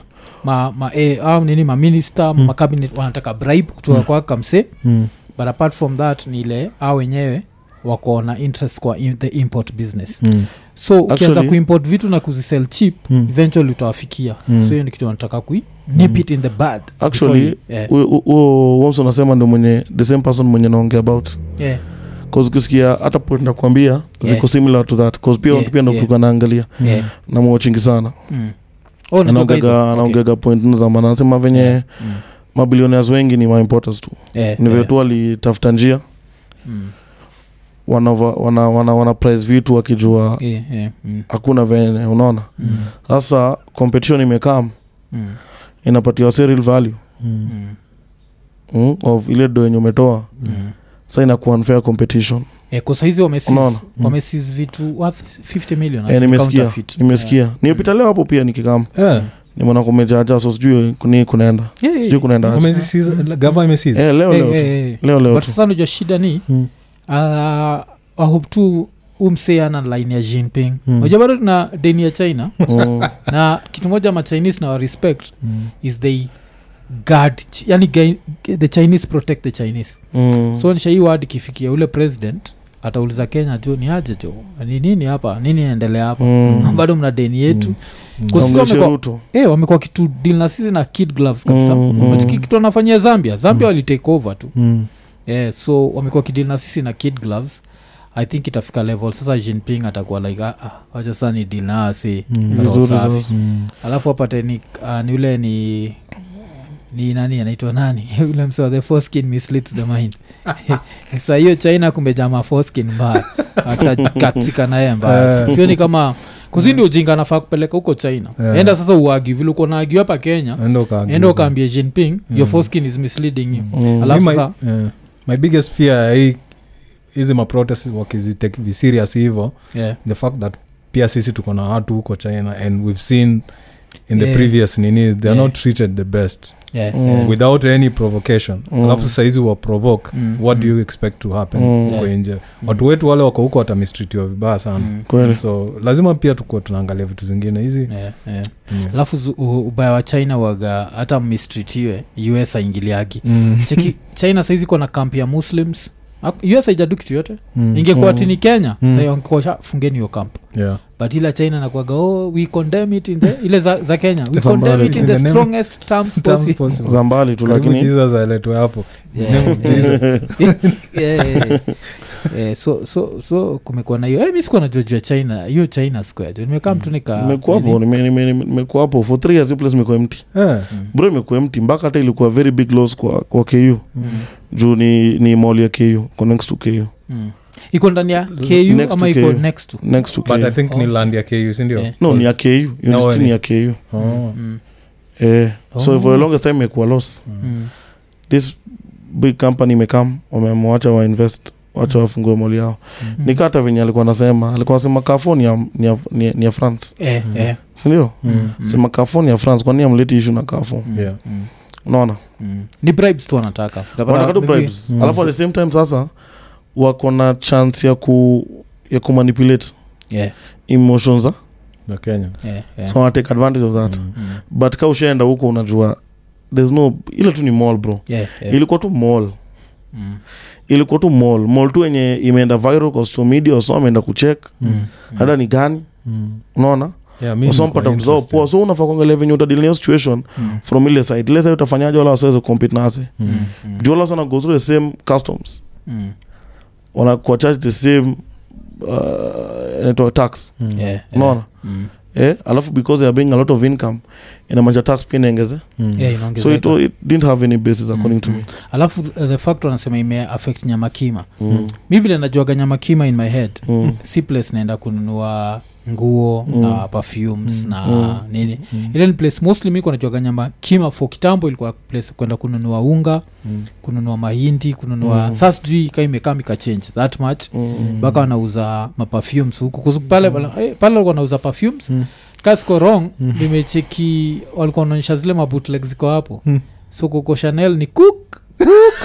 S1: ma, ma, eh, ah, nini maminista
S3: Hmm.
S2: Mm.
S1: mm. macabinet wanataka bribe kutoka
S2: Mm.
S1: mm. kwa kamse
S2: Mm.
S1: but apart from that ni ile a wenyewe wako na interest kwa im- the import business
S2: Mm.
S1: so ukianza
S3: Actually- Hmm.
S1: kuimport vitu na kuzisell cheap
S2: Mm.
S1: eventually utawafikia
S2: Mm.
S1: so hiyo ni kitu wanataka kui nip it in the bad before
S3: Actually,
S1: you- eh,
S3: Huyo- huyo- huyo Wamsi uh, unasema ndio mwenye the same person mwenye naongea about
S1: yeah,
S3: cause ukisikia hata point nakuambia ziko similar to that cause pia
S1: Yeah,
S3: watu pia ndo
S1: yeah.
S3: tulikuwa naangalia
S1: yeah,
S3: na mwachingi sana
S1: mm. Oh, ni kwa hivyo.
S3: anaongeaga
S1: Okay.
S3: anaongeaga point nne za maana anasema venye
S1: Mm.
S3: mabilioners wengi ni maimporters tu
S1: Eh,
S3: ni vile
S1: eh,
S3: tu walitafuta njia
S1: mm.
S3: wana, wana, wana, wana price vitu wakijua
S1: Yeah, yeah, mm,
S3: hakuna venye unaona
S1: mm,
S3: sasa competition imekam
S1: mm,
S3: inapatia wase real value
S2: Mm.
S1: mm,
S3: mm, of ile do yenye umetoa
S1: mm.
S3: sa inakuwa unfair competition
S1: Eh, kwa sahizi
S3: Unaona?
S1: wamesis
S2: Mm.
S1: wamesis vitu worth 50 million
S3: eh,
S1: actually,
S3: nimesikia
S1: counterfeit.
S3: nimesikia niopita leo hapo pia nikikam
S2: Eh,
S3: nimeona kumejaja so sijui kuni kunaenda
S1: Yeah, yeah,
S3: sijui
S1: yeah.
S3: kunaenda aje.
S2: wamesisiza-
S1: Mm.
S2: gava imesiza
S3: eh, leo
S1: Eh,
S3: leo tu
S1: eh, eh.
S3: leo leo
S1: but
S3: tu
S1: sasa najua shida ni
S2: Mm.
S1: wahope tu umseana laini ya jinping
S2: Mm.
S1: najua bado tuna deni ya china [laughs]
S3: Mm.
S1: na kitu moja ma chinese na wa respect
S2: Mm.
S1: is they guard Ch- yani gai- the chinese protect the chinese
S3: Mm.
S1: so nisha hii wad ikifikia ule president atauliza kenya jo ni aje jo ni nini hapa nini inaendelea hapa
S3: Mm.
S1: [laughs] bado mna deni yetu
S2: Mm. Mm.
S1: Kwa sisi
S3: Naongelesha
S1: wamekuwa-
S3: Ruto.
S1: eh, wamekuwa kitu deal na sisi na kid gloves kabisa
S3: Mm, mm.
S1: Unachiki kitu wanafanyia zambia zambia
S2: Mm.
S1: walitake over tu
S2: Mm.
S1: yeah, so wamekuwa kidil na sisi na kid gloves i think itafika level sasa jinping atakuwa like "Ah, ah, wacha sasa ni deal na si
S2: Mm.
S1: Roho
S3: Vizuri
S1: safi."
S3: sasa.
S2: Mm.
S1: alafu apate ni, uh, ni ule ni ni nani anaitwa nani [laughs] ule msewa the foreskin misleads the mind [laughs] sa hiyo china kumbejama foreskin
S2: [laughs]
S1: mbaya atakatika naye mbaya
S2: Eh.
S1: sioni kama kuzindi ujinga anafaa kupeleka huko china
S2: Eh.
S1: enda sasa uagi vile uko naagi hapa kenya
S2: Enda ukaageuka.
S1: enda ukaambia jinping
S2: Mm.
S1: your foreskin is misleading you
S3: Mm.
S1: Alafu
S2: Mi my,
S1: sasa-
S2: eh, my biggest fear ya hii hizi maprotest wakizitake vi serious hivo
S1: yeah.
S2: the fact that pia sisi tuko na watu huko china and we've seen in the
S1: Yeah.
S2: previous nini they are not
S1: Yeah.
S2: treated the best
S1: Yeah.
S3: Mm.
S1: Yeah.
S2: without any provocation
S3: Mm.
S2: alafu saizi wa provoke
S1: Mm.
S2: what do
S1: Mm.
S2: you expect to happen
S3: Mm.
S2: huko
S1: Yeah.
S2: nje
S1: Mm.
S2: watu wetu wale wako huko watamistritiwa vibaya sana
S1: Mm.
S3: Kweli.
S2: so lazima pia tukuwa tunaangalia vitu zingine hizi
S1: Yeah, yeah.
S2: yeah.
S1: alafu zu- u- ubaya wa china waga hata mmistritiwe us aingiliagi
S2: mm.
S1: cheki china saizi iko na kampi ya muslims Ak- us haijadu kitu yote
S2: Mm.
S1: ingekuwa
S3: Mm.
S1: tini kenya
S2: Mm.
S1: sai wangekuwa fungeni hiyo kamp
S2: yeah.
S1: but ila china nakuaga oh, we condemn it in the ile za, za kenya we
S3: Za
S1: condemn
S3: mbali.
S1: it in
S2: In
S1: the
S2: the name-
S1: strongest terms
S2: Terms
S1: possible
S2: possible.
S3: za mbali tu
S2: Karibu
S3: lakini
S2: Jesus aletwe hapo
S1: Yeah,
S2: Name of
S1: yeah.
S2: Jesus.
S1: [laughs] Yeah, yeah, yeah. Eh, so so so kumekuwa na hiyo eh, mi sikuwa najua juu ya china hiyo china square jo nimekaa mtu nika
S3: Mm. nimekuwa hapo
S1: nini?
S3: nime- nime- nime- nimekuwa hapo for three years hiyo place imekuwa empty
S2: Eh.
S1: Mm.
S3: bro imekuwa empty mpaka hata ilikuwa very big loss kwa, kwa ku
S1: Mm.
S3: juu ni, ni mall ya ku iko next to ku
S1: Mm. iko ndani ya
S3: Next
S1: ku
S3: to
S1: ama iko
S3: KU.
S1: next to
S3: next to ku
S2: but i think ni
S1: Oh.
S2: land ya ku sindio
S1: Yeah.
S3: no ni ya ku
S2: wewe
S3: university
S2: ni-
S3: ni ya ku
S2: Oh.
S1: Mm,
S3: eh, so
S1: Oh.
S3: for the longest time imekuwa loss
S1: mm,
S3: this big company imekam wamemwacha wainvest wacha wafungue mall yao
S1: mm.
S3: nikata venye alikuwa anasema alikuwa anasema kafo ni ya, ni ya, ni ya, ni ya france
S1: Eh,
S2: Mm.
S1: eh,
S3: sindio
S2: Mm.
S1: mm,
S3: sema kafo ni ya france kwani amleti ishu na kafo
S1: mm,
S2: Yeah.
S1: mm,
S3: unaona
S1: mm. ni bribes tu wanataka Utapata
S3: wanataka tu
S1: maybe-
S3: bribes
S2: Mm.
S3: alafu at the same time sasa wako na chance ya ku ya kumanipulate
S1: Yeah,
S3: emotions ah?
S2: na kenya
S1: yeah, yeah.
S3: so wana take advantage of that
S2: Mm.
S1: Mm.
S3: but ka ushaenda huko unajua there's no ile tu ni mall bro
S1: Yeah, yeah.
S3: ilikuwa tu mall
S1: mm,
S3: ilikuwa tu mol mol tu yenye imeenda viral kwa social media waso ameenda kuchek
S2: Mm.
S3: hata ni gani
S2: Mm.
S3: unaona
S2: Yeah, mi nilikuwa
S3: wasompata mtu zao
S2: interested.
S3: poa so unafaa kuangalia venye utadili nayo situation
S1: mm,
S3: from ile side ile side utafanyaje wala wasiweze compete nase
S2: Mm.
S1: mm,
S3: juu wala sana go through the same customs
S1: mm,
S3: wanakuwa charge the same uh, inaitwa tax
S2: Mm.
S1: yeah,
S3: unaona
S1: mm.
S3: eh alafu because they are being a lot of income inamaanisha tax pia inaengeze
S2: Mm.
S1: Yeah,
S3: so it,
S1: inaongezeka.
S3: it didn't have any basis according to me
S1: alafu th- the fact wanasema ime affect nyamakima
S2: Mm-hmm.
S3: mm.
S1: mi vile najuaga nyamakima in my head
S3: Mm.
S1: si place naenda kununua nguo
S3: Mm.
S1: na perfumes
S2: Mm.
S1: na
S3: Mm.
S1: nini
S2: Mm.
S1: ile ni place mostly mi kunajuaga nyamakima fo kitambo ilikuwa place kwenda kununua unga
S2: Mm.
S1: kununua mahindi kununua
S3: Mm.
S1: mm. saa sijui ka imekaa ikachange that much
S3: Mm.
S1: mpaka wanauza maperfumes huku Kuzu- pale pale- eh, pale walikuwa wanauza perfumes
S2: Mm.
S1: kasiko wrong nimecheki walikuwa wanaonyesha zile mabootleg ziko hapo
S2: Mm.
S1: so kuko chanel ni cook
S2: [laughs]
S1: cook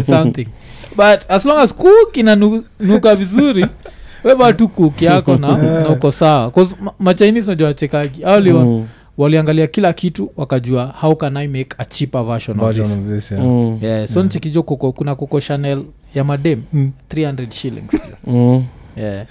S1: ah, something but as long as cook inanuka vizuri weba tu cook yako
S2: [laughs]
S1: na, na uko sawa 'Cause ma- machinis najua wachekagi au wali-
S3: Mm.
S1: waliangalia kila kitu wakajua how can i make a cheaper version of
S2: Version
S1: this
S2: of this, yeah.
S3: Mm.
S1: yeah, so nichekijo koko kuna koko chanel ya madem
S2: Mm.
S1: 300 shillings
S3: Mm.
S1: yeah.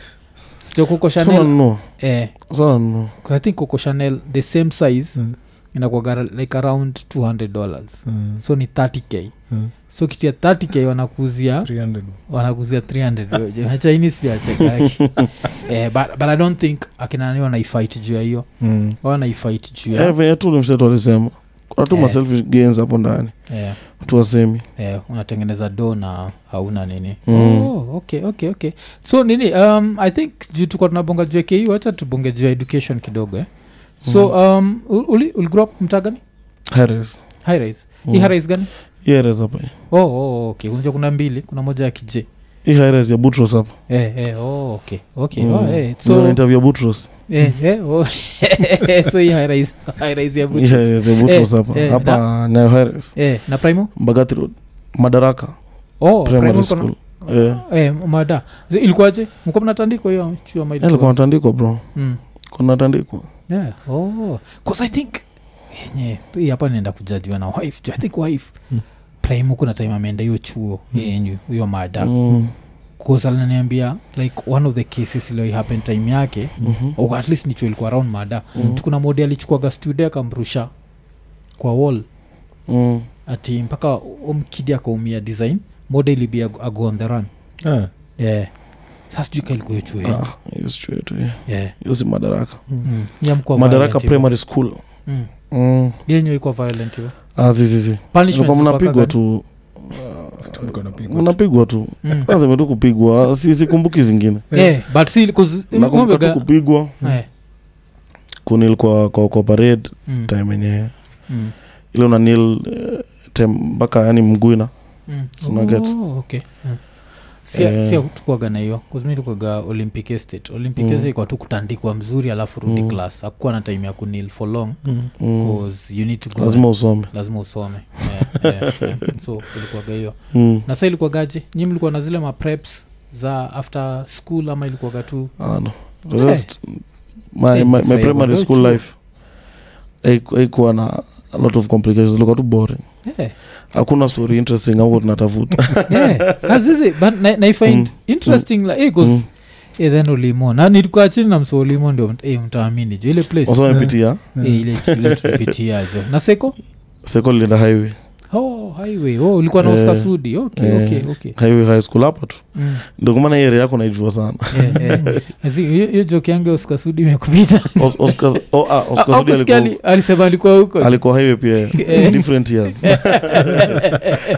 S1: Sio Coco
S3: Sasa
S1: chanel
S3: nanunua.
S1: eh,
S3: Sasa nanunua.
S1: I think Coco chanel the same size
S2: Mm.
S1: mm. inakuaga like around 200 dollars
S2: Mm.
S1: so ni 30k
S2: Mm.
S1: so kitu ya 30k wanakuzia
S2: 300.
S1: wanakuzia 300 chinese pia
S2: [laughs]
S1: chekaki eh, but, but i don't think akinani wanaifight juu ya hiyo
S2: Mm.
S1: wanaifight juu
S3: Eh,
S1: ya
S3: venye tu ule mseto alisema kuna tu
S1: Eh.
S3: maselfish gains hapo ndani
S1: eh,
S3: tu wasemi
S1: eh, unatengeneza do na hauna nini
S3: Mm.
S1: oh, okay, okay, okay. so nini um, i think juu tukwa tunabonga juu ya ku hacha tubonge juu ya education kidogo eh. so
S3: Mm.
S1: um, u- uli, uli grow up mtaa gani
S3: Harris.
S1: highrise mm.
S3: Mm.
S1: hii highrise gani
S3: Hii Harris hapa hii.
S1: oh, oh, okay unajua kuna mbili kuna moja ya kije
S3: Hii Harris ya Butros hapa.
S1: eh, eh, oh, okay, okay.
S3: Mm.
S1: Oh, eh.
S3: Ndio
S1: so,
S3: interview ya Butros.
S1: eh, eh, oh. [laughs] so hii highrise highrise ya
S3: Hii
S1: Butchers.
S3: Harris ya Butros hapa.
S1: eh,
S3: Hapa nayo Harris.
S1: eh, na primo
S3: Mbagathi Road. Madaraka
S1: oh,
S3: Primary
S1: Primo kuna-
S3: School. Eh.
S1: eh, mada So, ilikuwaje mkuwa mnatandikwa hiyo chua
S3: Eh, Ilikuwa natandikwa bro.
S1: mm.
S3: Kuna natandikwa.
S1: yeah. oh. 'Cause i think yenye hii hapa naenda kujajiwa na wife juu i think wife
S2: Mm.
S3: Hmm.
S1: prime kuna time ameenda hiyo chuo yenyu huyo mada
S3: Mm.
S1: kusalnaniambia like one of the cases ilio happen time yake
S3: Mhm.
S1: or at least nichuo ilikuwa around mada
S3: Mm.
S1: kuna mode alichukuaga studio akamrusha kwa wall
S3: Mm.
S1: ati mpaka omkidi akaumia design mode ilibia ago on the run
S2: Ah.
S1: yeah sasa sijui kailikuwa hiyo chuo yenyu.
S3: Ah, hiyo si chuo yetu, eh.
S1: yeah.
S3: Hiyo si Madaraka.
S1: mm. Yeah, mkuwa
S3: Madaraka
S1: violent hivyo.
S3: Primary School.
S1: Mm.
S3: Mm.
S1: yenyu ikuwa violent hiyo
S3: Ah, si, si, si. Ilikuwa
S1: Punishments
S3: mnapigwa
S1: zilikuwa gani?
S3: tu
S2: Tulikuwa tunapigwa.
S3: mnapigwa tu
S1: Mm.
S3: kwanza imetu kupigwa si- sikumbuki zingine
S1: Eh, but still, 'cause-
S3: nakumbuka tu
S1: umebega-
S3: kupigwa
S1: Eh,
S3: kunil kwa, kwa, kwa parade
S1: mm,
S3: time yenye
S1: mm,
S3: ile unanil time mpaka yaani yani mguina
S1: mm.
S3: So now get-
S1: Oh, okay. Mm. Sia-
S3: Eh.
S1: sia tukwaga na hiyo kuzmi tukwaga olympic estate olympic
S3: Mm.
S1: estate ilikuwa tu kutandikwa mzuri alafu rudi
S3: Mm.
S1: class akuwa na time ya kunil for long
S2: Mm.
S3: mm.
S1: 'cause you need to go
S3: lazima usome
S1: lazima usome Eh, eh, eh. so ilikuwaga hiyo
S3: mm.
S1: na saa ilikuwagaje nyi mlikuwa na zile mapreps za after school ama ilikuwaga tu
S3: Ah, no. The
S1: Eh.
S3: rest, my,
S1: Eh,
S3: my, my
S1: fry
S3: primary
S1: wako
S3: school
S1: chuo.
S3: life haiku- haikuwa na a lot of complications ilikuwa tu boring
S1: Eh,
S3: hakuna story interesting au tunatafuta
S1: yeah. Na zizi, but na- naifind
S3: Mm.
S1: interesting like, eh, 'cause
S3: Mm.
S1: Eh, then ulimo na nilikuwa chini na mso ulimo ndio mt- eh, mtaamini jo ile place
S3: wasome pitia
S1: eh, ile ile
S3: [laughs]
S1: tulipitia jo na seko
S3: second linda highway
S1: oh, highway oh, ulikuwa na
S3: Eh,
S1: Oscar Sudi okay,
S3: eh.
S1: okay, okay.
S3: highway high school hapa tu
S1: Mm,
S3: ndio kwa maana hii area yako naijua sana
S1: eh,
S3: [laughs]
S1: eh. Zi- hiyo- hiyo joke yangu ya Oscar Sudi imekupita
S3: Os- Oscar, oh, ah, [laughs] Oscar
S1: Au
S3: Sudi
S1: kusikia
S3: alikuwa-
S1: ali- alisema alikuwa huko
S3: [laughs] alikuwa highway pia
S1: Eh.
S3: different years
S1: [laughs]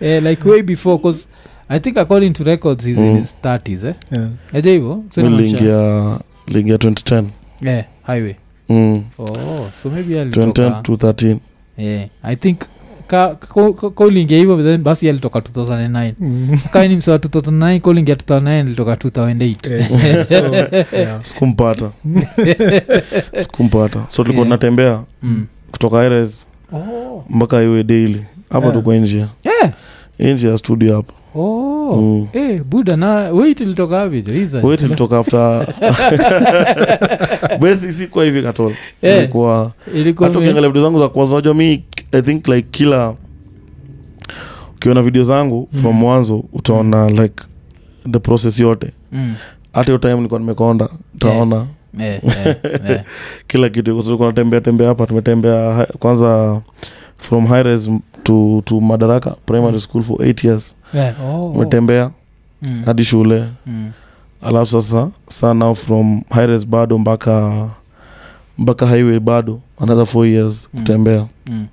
S1: eh, like way before 'cause i think according to records he's in
S3: Mm.
S1: his 30s eh
S2: Yeah.
S1: aje hivyo so inamaanisha-
S3: liingia liingia 2010
S1: eh highway
S3: mm.
S1: oh so maybe
S3: 2010
S1: alitoka
S3: to 13
S1: yeah, i think ka- ko- ko- kolingia hivyo then basi alitoka 2009 kaini msewa 2009 kolingia 2009 alitoka 2008
S2: Eh, so, yeah.
S1: [laughs]
S3: sikumpata sikumpata so tulikuwa
S1: Yeah.
S3: tunatembea
S1: Mm.
S3: kutoka Aires
S1: Oh.
S3: mpaka iwe daily hapa
S2: Yeah.
S3: tuko njia
S1: Yeah.
S3: njia studio hapa
S1: Oh.
S3: Mm.
S1: Eh, buda na wait ah, ilitoka havijo
S3: Kwa hiyo tulitoka
S1: [laughs]
S3: after basi sikuwa hivi katola
S1: Yeah.
S3: ilikuwa hata ukiangalia vitu zangu za kwanza unajua mi i think like kila ukiona video zangu
S1: Mm.
S3: from mwanzo utaona like the process yote
S1: Mm.
S3: hata hiyo time nilikuwa nimekonda utaona
S1: Eh, eh,
S3: [laughs]
S1: eh.
S3: kila kitu Kwa sababu kuna tembea tembea hapa tumetembea hi- kwanza from hires to, to madaraka primary
S1: Mm.
S3: school for eight years
S1: Eh, oh, oh.
S3: tumetembea
S1: Mm,
S3: hadi shule
S1: mm.
S3: alafu sasa saa now from hires bado mpaka mpaka highway bado another four years
S1: Mm.
S3: kutembea
S1: Mm.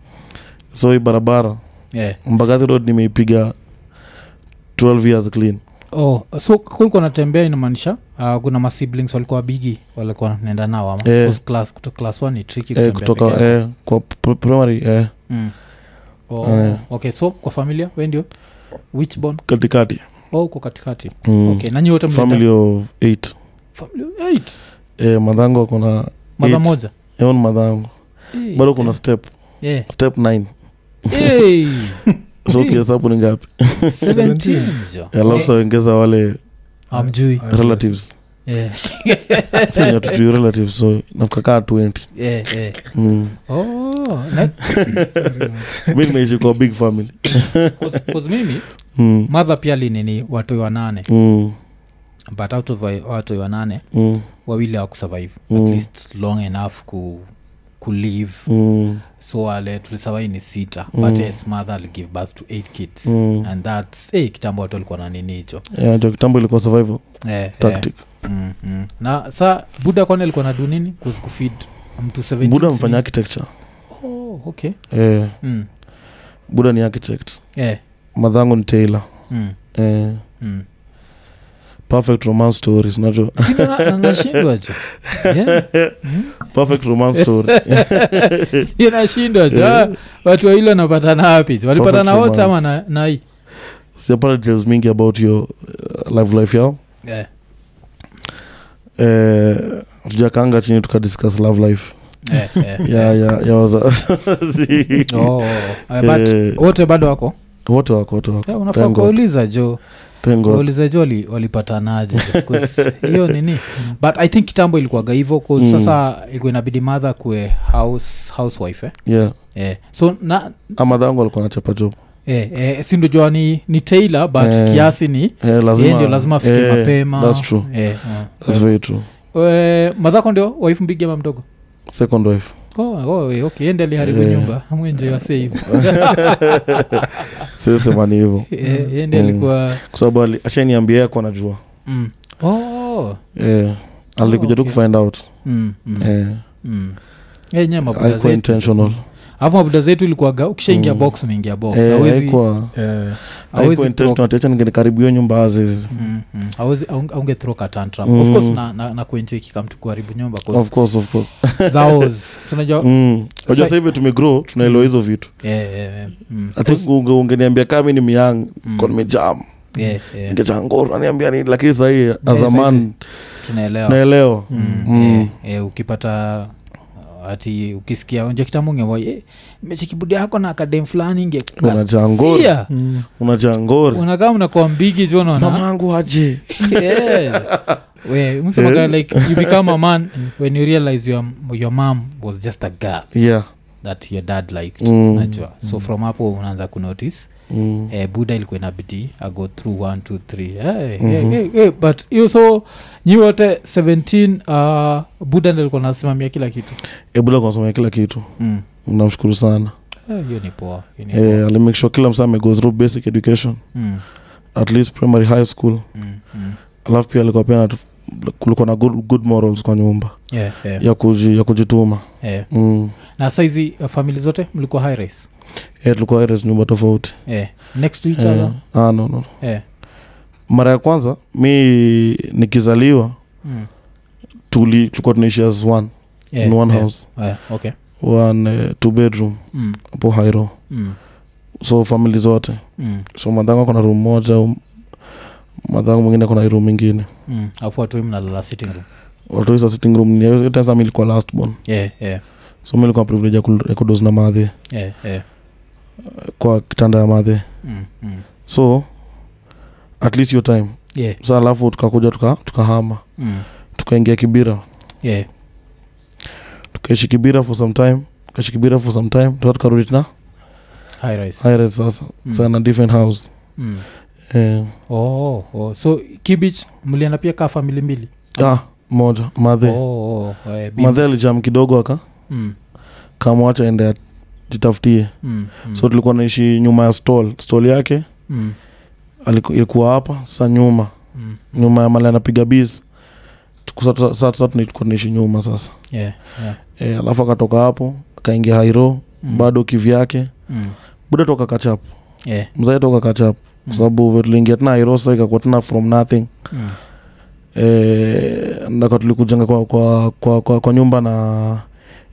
S3: so hii barabara
S1: Eh.
S3: mbagathi road nimeipiga 12 years clean
S1: Oh, so kulikuwa natembea inamaanisha uh, kuna masiblings walikuwa bigi walikuwa naenda nao ama
S3: Eh.
S1: Because class, kuto, class one ni tricky kutembea
S3: eh, kutoka
S1: peke yako.
S3: eh, kwa pr- primary eh,
S1: Mm. Oh,
S3: Eh.
S1: okay so kwa familia we ndio which born
S3: katikati
S1: oh, uko katikati
S3: mm.
S1: okay nanyi wote mnaenda-
S3: family of eight
S1: family of eight
S3: eh, madhangu akona
S1: mother
S3: Eight.
S1: moja
S3: eon madhangu
S1: Eh,
S3: bado kuna step [laughs]
S1: eh.
S3: step 9
S1: Eh,
S3: [laughs] so ukihesabu ni ngapi
S1: 17 jo.
S3: alafu
S1: Eh,
S3: saongeza wale
S1: hamjui
S2: Ah,
S3: relatives
S1: Eh,
S3: senya tutui relatives so nafikakaa 20
S1: eh, eh.
S3: mm.
S1: [laughs] Oh, na-
S3: mi nimeishi kwa big family
S1: cause- cause mimi
S3: mm.
S1: madha pia lini ni watoi wanane
S3: Mm.
S1: but out of wa- watoi wanane
S3: Mm.
S1: wawili hawakusurvive
S3: Mm.
S1: at least long enough ku kulive
S3: Mm.
S1: so wale tulisurvive ni sita
S3: Mm.
S1: but yes mother aligive birth to eight kids
S3: Mm.
S1: and thats hey, kitambo watu walikuwa na nini hicho
S3: Yeah, ndio kitambo ilikuwa survival
S1: eh, eh,
S3: tactic
S1: mm, mm. na sa buda kwani alikuwa na du nini Kuzi kufeed mtu 17
S3: buda mfanya architecture
S1: oh, okay
S3: eh,
S1: mm.
S3: buda ni architect
S1: eh,
S3: madhangu ni tailor
S1: mm.
S3: eh,
S1: Mm.
S3: perfect romance stories najua
S1: Sina na- na- nashindwa jo Yeah. Mm. [laughs]
S3: perfect romance story
S1: Hiyo nashindwa jo Ah, watu wawili wanapatana wapi jo? walipatana
S3: Perfect
S1: wote ama na- na hii
S3: sijapata details mingi about your uh, live life yao
S1: Eh,
S3: eh, tujakanga chini tukadiscuss love life
S1: eh, eh, [laughs]
S3: ya
S1: eh.
S3: ya ya wazazi
S1: [laughs] Oh, oh, oh. Eh, but
S3: Eh,
S1: wote bado wako
S3: wote wako wote wako
S1: Eh, unafaa
S3: Thank God.
S1: kuwauliza jo
S3: Thank God.
S1: waulizaji wali-
S3: [laughs]
S1: walipatanaje Because hiyo nini but i think kitambo ilikuwaga hivo
S3: Mm.
S1: mm. sasa ilikuwa inabidi madha kue house, housewife eh?
S3: yeah
S1: Eh. so na
S3: amadhangu alikuwa anachapa job
S1: eh, eh, si ndo jua ni, ni tailor but
S3: Eh,
S1: kiasi ni
S3: eh,
S1: yeye ndio lazima afike
S3: eh,
S1: mapema
S3: that's true
S1: eh,
S3: that's very true
S1: eh. madhako ndio wife mbigi ama mdogo
S3: second wife
S1: Oh, oh, eh, okay ende aliharibu
S3: Eh.
S1: nyumba mwenje
S3: [laughs]
S1: wasehivo [laughs]
S3: sisemani hivyo
S1: ende
S3: Mm.
S1: Eh, alikuwa
S3: kwa sababu ali- ashaniambia yako anajua
S1: mm. oh.
S3: eh, alikuja tu
S1: okay.
S3: kufind out
S1: mm, mm,
S3: eh,
S1: mm. Eh, nye mabuda
S3: haikuwa
S1: zetu.
S3: intentional
S1: alafu mabuda zetu ilikuwaga ukishaingia
S3: Mm.
S1: box umeingia box
S3: Eh,
S1: Oh, Hawezi-
S3: haikuwa
S2: Eh,
S1: hawezi
S3: haikuwa intentional atiacha ningekaribu hiyo nyumba azizi
S1: Mm, mm. Hawezi- aung- aunge throw ka tantrum.
S3: Mm.
S1: Of course na, na, na kuenjoy kikamtu kuharibu nyumba 'cause
S3: of course of course
S1: [laughs] that was- si unajua-
S3: mm.
S1: Sa-
S3: unajua sasa hivi tumegrow tunaelewa hizo vitu
S1: Eh, eh, eh, mm.
S3: i think unge- ungeniambia kama ni myang
S1: Mm.
S3: kwa nimejam
S1: Eh, eh,
S3: ngechangoro aniambia nini lakini sahii as a
S1: saizi.
S3: man
S1: tunaelewa
S3: naelewa
S1: Mm,
S3: Mm.
S1: eh, eh, ukipata uh, ati ukisikia onja kitambo ungewa eh, mechikibudi yako na akadem fulani
S3: Unachangura.
S1: ingekatsia
S3: unachangori
S1: unakaa mnakuwa mbigi ju unaona
S3: mamangu aje
S1: Yeah. We, msemaga like you become a man when you realize your, your mom was just a girl
S3: yeah
S1: that your dad liked
S3: Mm.
S1: najua so from hapo unaanza kunotice
S3: mm.
S1: eh, buda ilikuwa inabidi ago through 1 2 3 hey,
S3: Mhm.
S1: hey, hey, hey, eh, but hiyo so nyi wote 17 uh, buda ndo ilikuwa nasimamia kila kitu
S3: ebula kunasomea kila kitu
S1: Mm.
S3: namshukuru sana
S1: Eh, hiyo ni poa hiyo ni poa.
S3: eh, alimake sure kila msaa amego through basic education
S1: Mm,
S3: at least primary high school
S1: mm, mm.
S3: alafu pia alikuwa pia natu- kulikuwa na good, good morals kwa nyumba
S1: Yeah, yeah,
S3: ya, kuji, ya kujituma
S1: yeah.
S3: mm.
S1: na saizi uh, famili zote mlikuwa high rise
S3: eh, tulikuwa areas nyumba tofauti
S1: eh, next to each
S3: eh,
S1: other
S3: ah, no, no.
S1: eh.
S3: mara ya kwanza mi nikizaliwa
S1: Mm.
S3: tuli tulikuwa tunaishi as one
S1: Yeah,
S3: in one
S1: yeah.
S3: house
S1: Eh, okay
S3: one eh, two bedroom
S1: Mm,
S3: hapo hairo
S1: mm,
S3: so famili zote
S1: mm,
S3: so madhangu akona room moja um, madhangu mwingine akona room ingine
S1: mm. afu watoi mnalala sitting room
S3: watoisa sitting room ni hiyo time sasa ilikuwa last born
S1: yeah, yeah,
S3: so mi ilikuwa privilege ya kul- ya kudozi na madhe
S1: yeah, yeah.
S3: kwa kitanda ya madhe
S1: Mm, mm.
S3: so at least your time
S1: Yeah,
S3: sa alafu tukakuja tuka- tukahama tuka
S1: mm,
S3: tukaingia kibira
S1: yeah.
S3: tukaishi kibira for some time tukaishi kibira for some time tuka tukarudi tena
S1: high rise
S3: hires sasa
S1: Mm.
S3: mm. sana different house
S1: mm.
S3: eh,
S1: oh, oh. so kibich mlienda pia kaa famili mbili
S3: ah, moja madhe
S1: oh, oh, oh. Eh, Bim.
S3: madhe alijam kidogo aka
S1: Mm,
S3: kamwacha ende jitafutie
S1: mm, mm,
S3: so tulikuwa naishi nyuma ya stall stall yake
S1: mm,
S3: aliku- ilikuwa hapa sa nyuma
S1: mm.
S3: nyuma ya mali anapiga bis tulikuwa tunaishi nyuma sasa
S1: Yeah, yeah.
S3: e, alafu akatoka hapo akaingia hairo
S1: Mm,
S3: bado kivyake
S1: mm.
S3: buda toka kachap
S1: Yeah,
S3: mzae toka kachap
S1: Mm.
S3: kwa sababu vile tuliingia tena hairo sasa ikakuwa tena from nothing
S1: mm.
S3: e, ndaka tulikujenga kwa, kwa, kwa, kwa, kwa nyumba na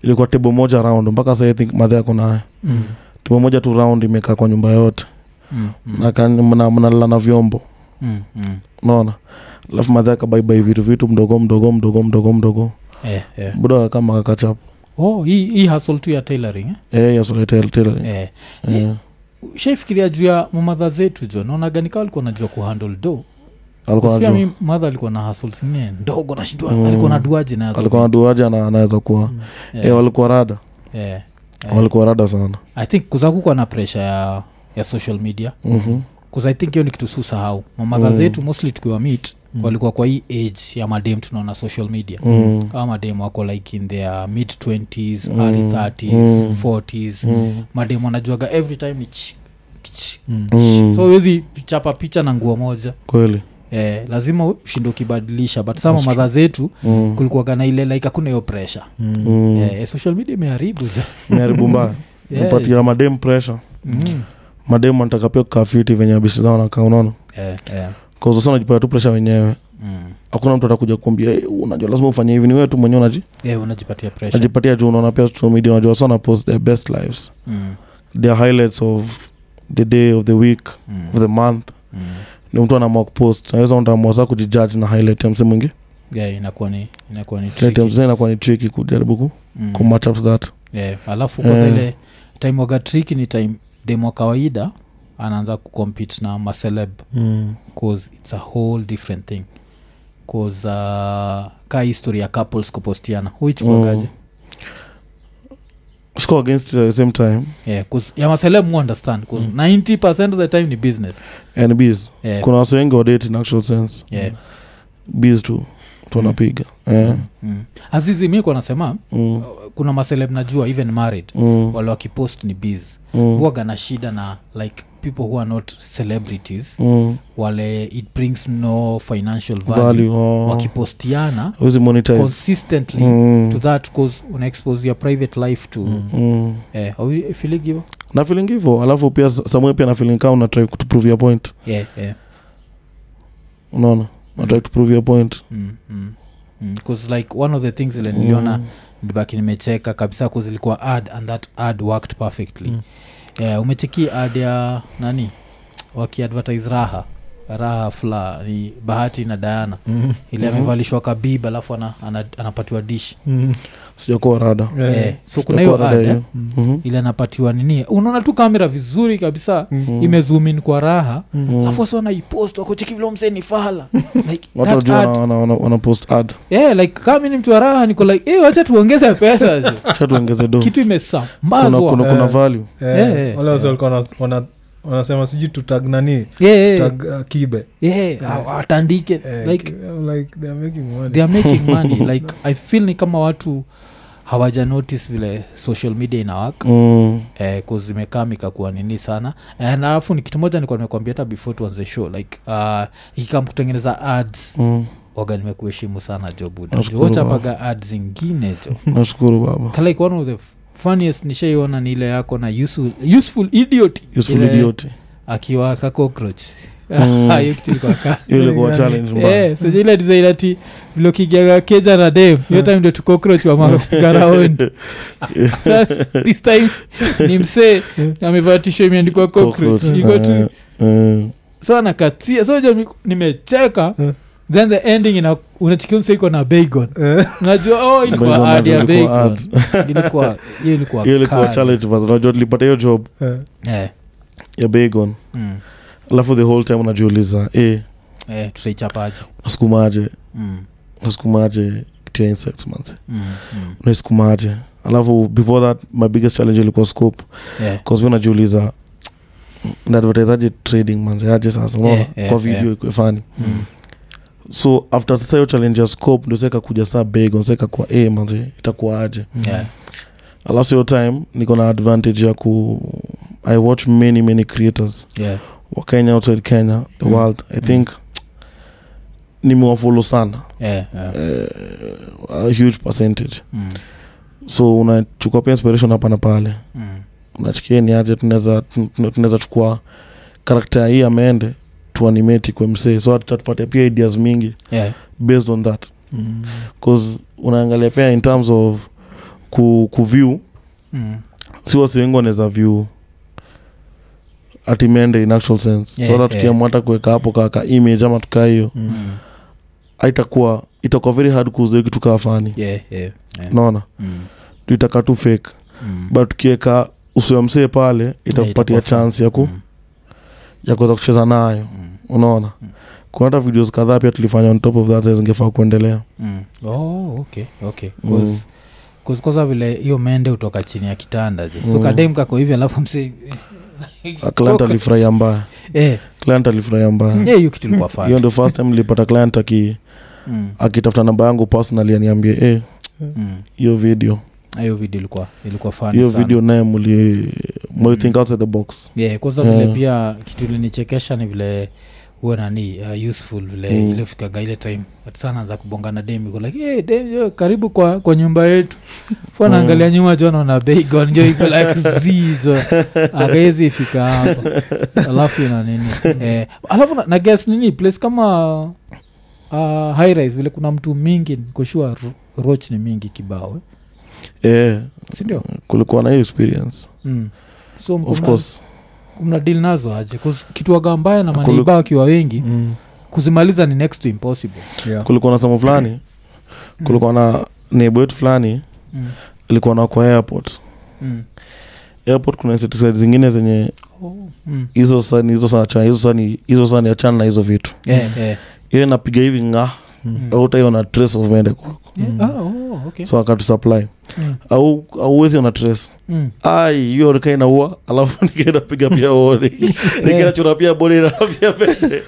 S3: ilikuwa tebo moja round mpaka sasa I think madhe ako nayo
S1: Mm,
S3: tebo moja tu round imekaa kwa nyumba yote
S1: mm, mm,
S3: Na ka- mna- mnalala na vyombo
S1: mm, mm.
S3: unaona alafu madhe akabaibai vitu vitu mdogo mdogo mdogo mdogo mdogo
S1: Yeah, yeah.
S3: buda kama kakachap
S1: Oh, hii hii hustle tu ya tailoring eh?
S3: Eh, yes, unaita L-tail, eh.
S1: Eh.
S3: Eh,
S1: shaifikiria juu ya mamadha zetu jo naonaganika alikuwa najua kuhandle do
S3: alikuwa
S1: Sipia
S3: anajua.
S1: mi madha alikuwa na hustle zingine ndogo nashindwa
S3: Mm.
S1: alikuwa na duaji nazo
S3: alikuwa naduaje ana- anaweza kuwa
S1: Yeah,
S3: Eh, walikuwa rada
S1: yeah. Eh.
S3: walikuwa rada sana
S1: i think kuzakukwa na presha ya, ya social media
S3: Mhm.
S1: bcause i think hiyo ni kitu susahau mamadha
S3: Mm.
S1: zetu mostly tukiwa meet
S2: Mm.
S1: walikuwa kwa hii age ya madem tunaona social media
S3: Mm.
S1: kama madem wako like in their mid 20s
S3: Mm.
S1: early 30s
S3: Mm.
S1: 40s
S3: Mm.
S1: madem wanajuaga every time ni ch- ch-
S2: Mm.
S3: Mm.
S1: so huwezi chapa picha na nguo moja
S3: kweli
S1: eh, lazima ushinde ukibadilisha but sama
S3: That's
S1: madha zetu
S3: Mm.
S1: kulikuwaga na ile like hakuna hiyo presha
S2: Mm.
S3: Mm.
S1: eh, social media imeharibu [laughs] Eh. ja.
S3: meharibu mbaya
S1: Yeah.
S3: napatia madem pressure
S1: Mm.
S3: madem anataka pia kukaa fiti venye abisi zao nakaa unaona
S1: Eh, eh.
S3: kazasa najipata tu pressure wenyewe
S1: Mm.
S3: hakuna mtu atakuja kukuambia "Eh, unajua lazima ufanye hivi ni wewe tu mwenyewe unaji-
S1: Eh, unajipatia pressure
S3: najipatia juu unaona pia social media unajua sana post their best lives
S1: Mm,
S3: their highlights of the day of the week
S1: mm,
S3: of the month
S1: mm.
S3: ni mtu anaamua kupost naweza mtaamua saa kujijudge na highlight ya msee mwingi
S1: Yeah, inakuwa ni inakuwa ni
S3: highlight ya
S1: tricky.
S3: msee inakuwa ni tricky kujaribu ku,
S1: Mm.
S3: ku match up that
S1: Eh, alafu kwanza
S3: Eh.
S1: ile time waga triki ni time demo wa kawaida anaanza kucompete na maceleb
S2: Mm.
S1: cause its a whole different thing cause uh, ka history ya couples kupostiana
S2: Oh.
S1: huichukuagaje
S3: Mm. score against it at the same time
S1: yeah, Eh, 'cause ya maselem mu understand bcause
S2: Mm.
S1: 90 of the time ni business Eh,
S3: and bees
S1: yeah,
S3: kuna wase wengi wadate in actual sense
S1: yeah.
S3: bees tu Eh? tunapiga yeah.
S1: Mm. azizi mi kwa nasema
S3: mm.
S1: kuna maselem najua even married
S3: mm.
S1: wale wakipost ni biz
S3: mm.
S1: huwaga na shida na like people who are not celebrities
S3: mm.
S1: wale it brings no financial value,
S3: value oh.
S1: wakipostiana
S3: Huwezi monetize
S1: consistently
S3: Mm.
S1: to that cause unaexpose your private life to
S2: Mm.
S3: Mm.
S1: eh, au feeling hivo
S3: na feeling hivyo alafu pia samue pia na feeling kama unatrai kutuprove your point
S1: yeah, yeah.
S3: unaona unatrai kutuprove your point
S1: Mm, mm. Mm. 'Cause like one of the things ile Eh, niliona
S3: Mm.
S1: ndibaki nimecheka kabisa ku zilikuwa ad and that ad worked perfectly mm.
S2: Mm.
S1: yeah, umecheki ad ya nani wakiadvertise raha raha fla ni bahati na dayana
S2: Mm.
S1: ili
S3: Mhm.
S1: amevalishwa kabib alafu ana, ana, anapatiwa dish
S2: Mm.
S3: sijakuwa rada
S1: yeah.
S2: Eh.
S1: so kuna hiyo
S3: Sijakuwa rada
S1: ad eh,
S3: hiyo. Mhm.
S1: ili anapatiwa nini unaona tu kamera vizuri kabisa
S3: Mm.
S1: imezumin kwa raha
S2: Mm.
S3: Mm.
S1: alafu wasi wanaipost wakocheki vile msee ni
S3: [laughs]
S1: fahala like,
S3: watu
S1: that
S3: wajua
S1: ad-
S3: wana- wana- wana- wana post ad
S1: yeah, like kama mi ni mtu wa raha niko like hey, wacha tuongeze pesa
S3: [laughs]
S1: zi."
S3: Acha tuongeze do
S1: kitu
S3: kuna,
S1: imesambazwa
S3: kuna, kuna
S2: Eh.
S3: value
S2: Eh,
S1: Yeah, yeah,
S2: wale wase
S1: yeah.
S2: walikuwa wana- wana- wanasema sijui tutag nani
S1: Yeah, yeah, yeah.
S2: tag uh, kibe
S1: Yeah,
S2: Yeah.
S1: aw- atandike
S2: Eh,
S1: like
S2: Kibe, I'm like, they are making money.
S1: they are making money like i feel ni kama watu hawaja notice vile social media ina work
S3: Mm.
S1: eh, cause imekaa mikakuwa nini sana and alafu ni kitu moja nikuwa nimekwambia hata before tuanze show like uh, ikikam kutengeneza ads
S3: Mm.
S1: waga nimekuheshimu sana jo buda
S3: Nashukuru
S1: jochapaga ads zingine jo
S3: nashukuru baba
S1: like one of the funniest nishaiona ni ile yako na useful, useful idiot
S3: useful
S1: Ile-
S3: idiot
S1: akiwa ka cockroach
S3: Mm.
S1: [laughs] hiyo kitu ilikuwa kali.
S3: hiyo ilikuwa
S2: Yeah.
S3: challenge mbaya
S1: Eh, so ile design ati vile ukigiaga keja na dem hiyo time ndio tukockroach wamapiga
S3: [laughs]
S1: raundi Sa- this time ni msee amevaa tisho imeandikwa cockroach
S3: Cockroach.
S1: iko tu
S3: Eh, eh.
S1: so anakatia so unajua mi- nimecheka
S2: Eh.
S1: then the ending ina unachikia msee iko na bagon
S2: Eh,
S1: unajua oh ilikuwa
S3: Bacon,
S1: ad ya
S3: ilikuwa
S1: bagon [laughs] ilikuwa hiyo ilikuwa
S3: hiyo ilikuwa
S1: kali.
S3: challenge basi unajua tulipata hiyo job
S2: eh,
S1: Eh,
S3: ya bagon
S1: mm,
S3: alafu the whole time unajiuliza eh
S1: eh, tutaichapaje
S3: nasukumaje
S1: Mm,
S3: nasukumaje kitu ya insects manze
S1: mm, mm,
S3: unaisukumaje alafu before that my biggest challenge ilikuwa scope
S1: yeah.
S3: kasmi najiuliza naadvertisaje trading manzeaje sasa unaona
S1: Yeah, yeah,
S3: kwa video
S1: yeah.
S3: ikue fani
S1: Mm.
S3: so after sasa hiyo challenge ya scope ndo sekakuja saa beg nsekakuwa e manze itakuwa aje
S1: Yeah.
S3: alafu hiyo time niko na advantage ya ku i watch many many creators
S1: Yeah.
S3: wa kenya outside kenya the
S1: Mm.
S3: world i think nimewafolo sana
S1: Yeah. Yeah.
S3: eh, a huge percentage
S1: Mm.
S3: so unachukua pia inspiration hapa na pale
S1: Mm.
S3: unachikia ni aje tunaweza tun- tun- tunaweza chukua karakta hii ameende tuanimeti kwa msee so tatupate pia ideas mingi
S1: Yeah.
S3: based on that bcause unaangalia pia in terms of ku, kuview
S1: Mm.
S3: si wasi wengi wanaweza view atimeende in actual sense
S1: Yeah,
S3: so hata
S1: yeah.
S3: tukiamua hata kuweka hapo kaka image ama tukaa hiyo
S1: Mm.
S3: aitakuwa itakuwa very hard kuzoe kitu kaa fani
S1: Yeah. Yeah. Yeah.
S3: naona
S1: Mm.
S3: tu itakaa tu fake
S1: Mm.
S3: but tukiweka uso ya msee pale
S1: itakuwa
S3: itakupatia
S1: fun.
S3: chance ya, ku,
S1: Mm.
S3: ya kuweza kucheza nayo
S1: Mm.
S3: unaona
S1: Mm.
S3: kuna hata videos kadhaa pia tulifanya on top of that zingefaa kuendelea
S1: Mm. Oh, okay, okay.
S3: Mm.
S1: 'Cause- 'cause kwanza vile hiyo mende utoka chini ya kitanda je so
S3: Mm.
S1: kadem kako hivi alafu mse
S3: A
S1: [laughs]
S3: client alifurahia mbaya
S1: Eh,
S3: client alifurahia mbaya
S1: eh, hiyo kitu ilikuwa
S3: hiyo
S1: fun.
S3: ndio first time nilipata client aki
S1: Mm,
S3: akitafuta namba yangu personally aniambie eh
S1: mm.
S3: hiyo video
S1: Ah, hiyo video ilikuwa ilikuwa fun
S3: hiyo
S1: sana. Mm.
S3: video naye muli muli think outside the box
S1: yeah, kwanza
S3: Yeah.
S1: vile pia kitu ilinichekesha ni vile huwe nani uh, useful vile
S3: Mm.
S1: mm. ilifikaga ile time ati sana anza kubongana dem iko like hey, dem yo, karibu kwa, kwa nyumba
S3: [laughs]
S1: yetu fu anaangalia
S3: Mm.
S1: nyuma jo naona bacon jo iko like z
S3: [laughs]
S1: jo akaezi ifika hapo alafu ina
S3: [laughs]
S1: nini eh, alafu na, na guess nini place kama uh, high rise vile kuna mtu mingi kushua roch ni mingi kibao eh.
S3: eh
S1: sindio
S3: kulikuwa na hiyo experience
S1: mm. so
S3: of
S1: mko-
S3: course
S1: mna deal nazo aje 'Cause kituaga mbaya na
S3: Kulu-
S1: maneiba wakiwa wengi
S3: Mm.
S1: kuzimaliza ni next to impossible
S2: Yeah.
S3: kulikuwa na sehemu fulani kulikuwa na neighbor yetu fulani
S1: Mm,
S3: ilikuwa na kwa airport
S1: mm.
S3: airport kuna insecticide zingine zenye
S1: Oh, mm.
S3: hizo sani hizo sana cha hizo sani hizo sani achana na hizo vitu
S1: Eh, eh,
S3: hiyo inapiga hivi nga
S1: mm.
S3: autaiona trace of mende kwako
S1: Yeah, ah, oh, okay.
S3: Oh, mm. so akatusupply
S1: Mm,
S3: au auwezi ona trace [laughs]
S1: mm.
S3: ai hiyo nika inaua alafu [laughs] nikaenda piga pia
S1: [laughs]
S3: bodi nikaenda chura pia bodi na pia pete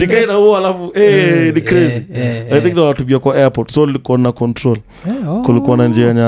S3: nika inaua alafu eh, ni crazy
S1: Eh, eh,
S3: i think
S1: eh.
S3: ndo wanatumia kwa airport so nilikuwa na control
S1: Eh, oh.
S3: kulikuwa na njia yenye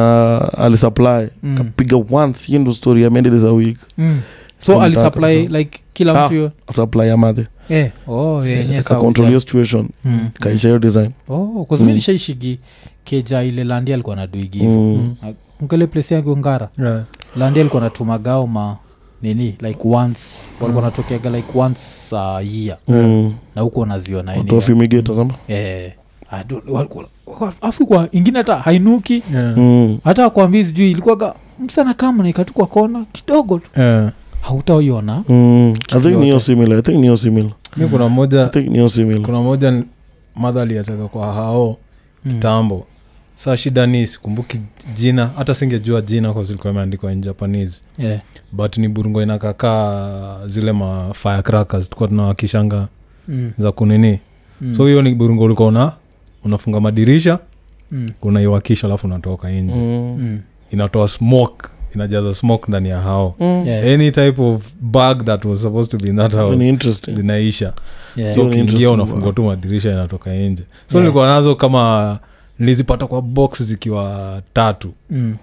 S3: alisupply
S1: Mm.
S3: kapiga once hiyo ndo story amendeliza week
S1: Mm. so
S3: Kumtaka,
S1: alisupply
S3: so.
S1: like kila
S3: Ah.
S1: mtu yo-
S3: supply ya madhe
S1: eh, oh, eh, nye sawa,
S3: akacontrol hiyo situation
S1: Mm.
S3: kaisha hiyo design
S1: Oh, 'cause mi
S3: Mm.
S1: nishaishigi keja ile landi alikuwa naduigi hivo
S3: Mm.
S1: mkele place yangu ngara
S2: Yeah.
S1: landi alikuwa natumagao ma nini like once walikuwa natokeaga like once a year
S3: Mm.
S1: na huku wanaziona
S3: watu wa
S1: anyway.
S3: fumigator sama
S1: Eh, I don't- wa- wa- wa- afu kwa ingine hata hainuki
S2: Yeah.
S3: Mm.
S1: hata kwambii sijui ilikuwaga msana kama naikatu kwa kona kidogo tu
S2: Yeah.
S1: hautaiona
S3: Mm. i think
S1: yote.
S3: niyo similar i think niyo similar
S2: mi kuna
S3: i
S2: moja
S3: think niyo similar
S2: kuna moja ni- madha aliyataka kwa hao
S1: Mm.
S2: tambo saa shida ni sikumbuki jina hata singejua jina kwa zilikuwa imeandikwa in japanese
S1: Yeah.
S2: but ni burungo inakakaa zile ma firecrackers tulikuwa tunawakishanga
S1: Mm,
S2: za kunini
S1: mm,
S2: so hiyo ni burungo ulikuwa una unafunga madirisha
S1: mm,
S2: unaiwakisha alafu unatoka nje
S3: Mm.
S1: mm.
S2: inatoa smoke inajaza smoke ndani ya hao
S3: Mm.
S1: Yeah, Mm.
S2: any type of bag that was supposed to be in that
S3: Hiyo ni
S2: house
S3: interesting
S2: zinaisha
S1: yeah.
S2: so
S3: Hiyo ni
S2: ukiingia
S3: interesting
S2: unafungua
S3: bwana.
S2: tu madirisha inatoka nje so
S1: Yeah.
S2: nilikuwa nazo kama nilizipata kwa box zikiwa tatu
S1: Mm,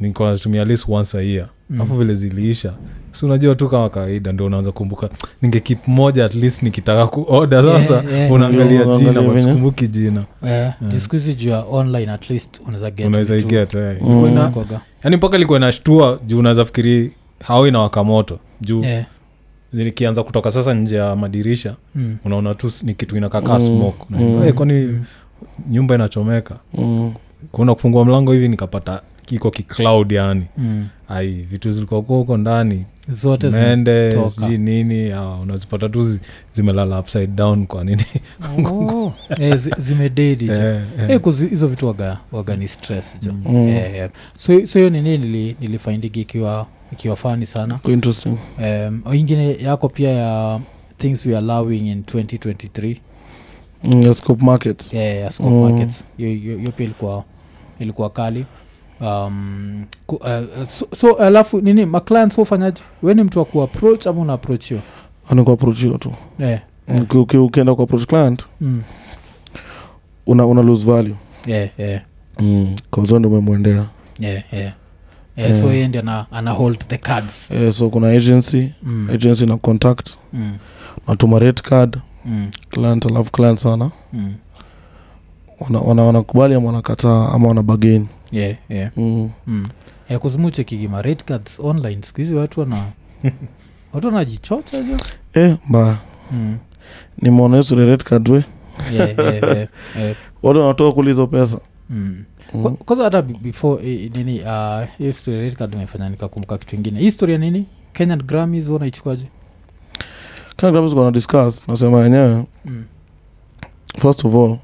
S2: nilikuwa nazitumia at least once a year
S1: Mm.
S2: afu vile ziliisha si unajua tu kama kawaida ndio unaanza kumbuka ningekip moja at least nikitaka kuoda
S1: Yeah,
S2: sasa
S1: yeah.
S2: unaangalia
S3: Ndio,
S2: jina
S3: unaangalia
S2: but
S3: venye.
S2: sikumbuki jina
S1: yeah. jiskuizi jua online at least unaweza get
S2: unaweza
S1: vitu.
S2: iget eh.
S3: Mm.
S2: Ilikuwa ina-
S1: Inakuwaga.
S2: yaani mpaka ilikuwa inashtua juu unaweza fikiri hao inawaka moto juu
S1: Yeah.
S2: zikianza kutoka sasa nje ya madirisha
S1: Mm.
S2: unaona tu s- ni kitu inakakaa
S3: Mm.
S2: smoke Unashindwa,
S3: Mm.
S2: "Eh, kwani
S1: Mm.
S2: nyumba inachomeka
S3: Mm.
S2: kuna kufungua mlango hivi nikapata kiko kicloud yani
S1: Mm.
S2: yaani. ai vitu zilikuwa kuwa huko ndani
S1: zote zime-
S2: mende
S1: zimetoka.
S2: sijui nini ah, unazipata tu zi- zimelala upside down
S1: [laughs]
S2: kwa nini
S1: Oh. Eh, zi- zimededi jo.
S2: [laughs] Eh, eh.
S1: Eh, 'cause hizo vitu waga, waga ni stress jo
S2: Mm.
S3: Mm.
S1: yeah, yeah. so so hiyo nini nili, nilifaindigi ikiwa ikiwa fani sana
S3: Kwa interesting
S1: um, ingine yako pia ya things we are allowing in 2023
S3: Mm, ya scope markets
S1: yeah, yeah, scope
S3: Mm.
S1: markets hiyo hiyo- hiyo pia ilikuwa ilikuwa kali um, ku, uh, so, so alafu nini maclients hufanyaje we ni mtu wa kuapproach ama unaapproachiwa
S3: anakuaprochio tu
S1: yeah.
S3: Uki- uki- ukienda kuaproach client
S1: mm.
S3: una, una lose value
S1: yeah, yeah. Mm.
S3: kauzondi umemwendea
S1: yeah, yeah. Yeah, so
S3: Yeah.
S1: yeye ndio ana, ana hold the cards
S3: eh, so kuna agency
S1: mm.
S3: agency na contact
S1: Mm.
S3: natuma rate card
S1: Mm.
S3: client alafu client sana
S1: Mm.
S3: wanakubali wana, wanakubali ama wanakataa ama wanabagain
S1: Yeah, yeah.
S3: mm.
S1: mm. yeah, kuzimuche kigima rate cards online siku hizi watu
S3: [laughs]
S1: wana watu wanajichocha jo
S3: eh, mbaya
S1: mm.
S3: nimeona hiyo sura rate card we
S1: yeah, yeah, yeah, yeah.
S3: watu wanatoka kulizo pesa
S1: Mm. Kwa-
S3: mm.
S1: kwanza hata be- before eh, nini ah, hiyo story rate card imefanya nikakumbuka kitu ingine hii story ya nini kenyan grammys huwa naichukuaje
S3: kana discuss nasema yenyewe
S1: mm.
S3: first of all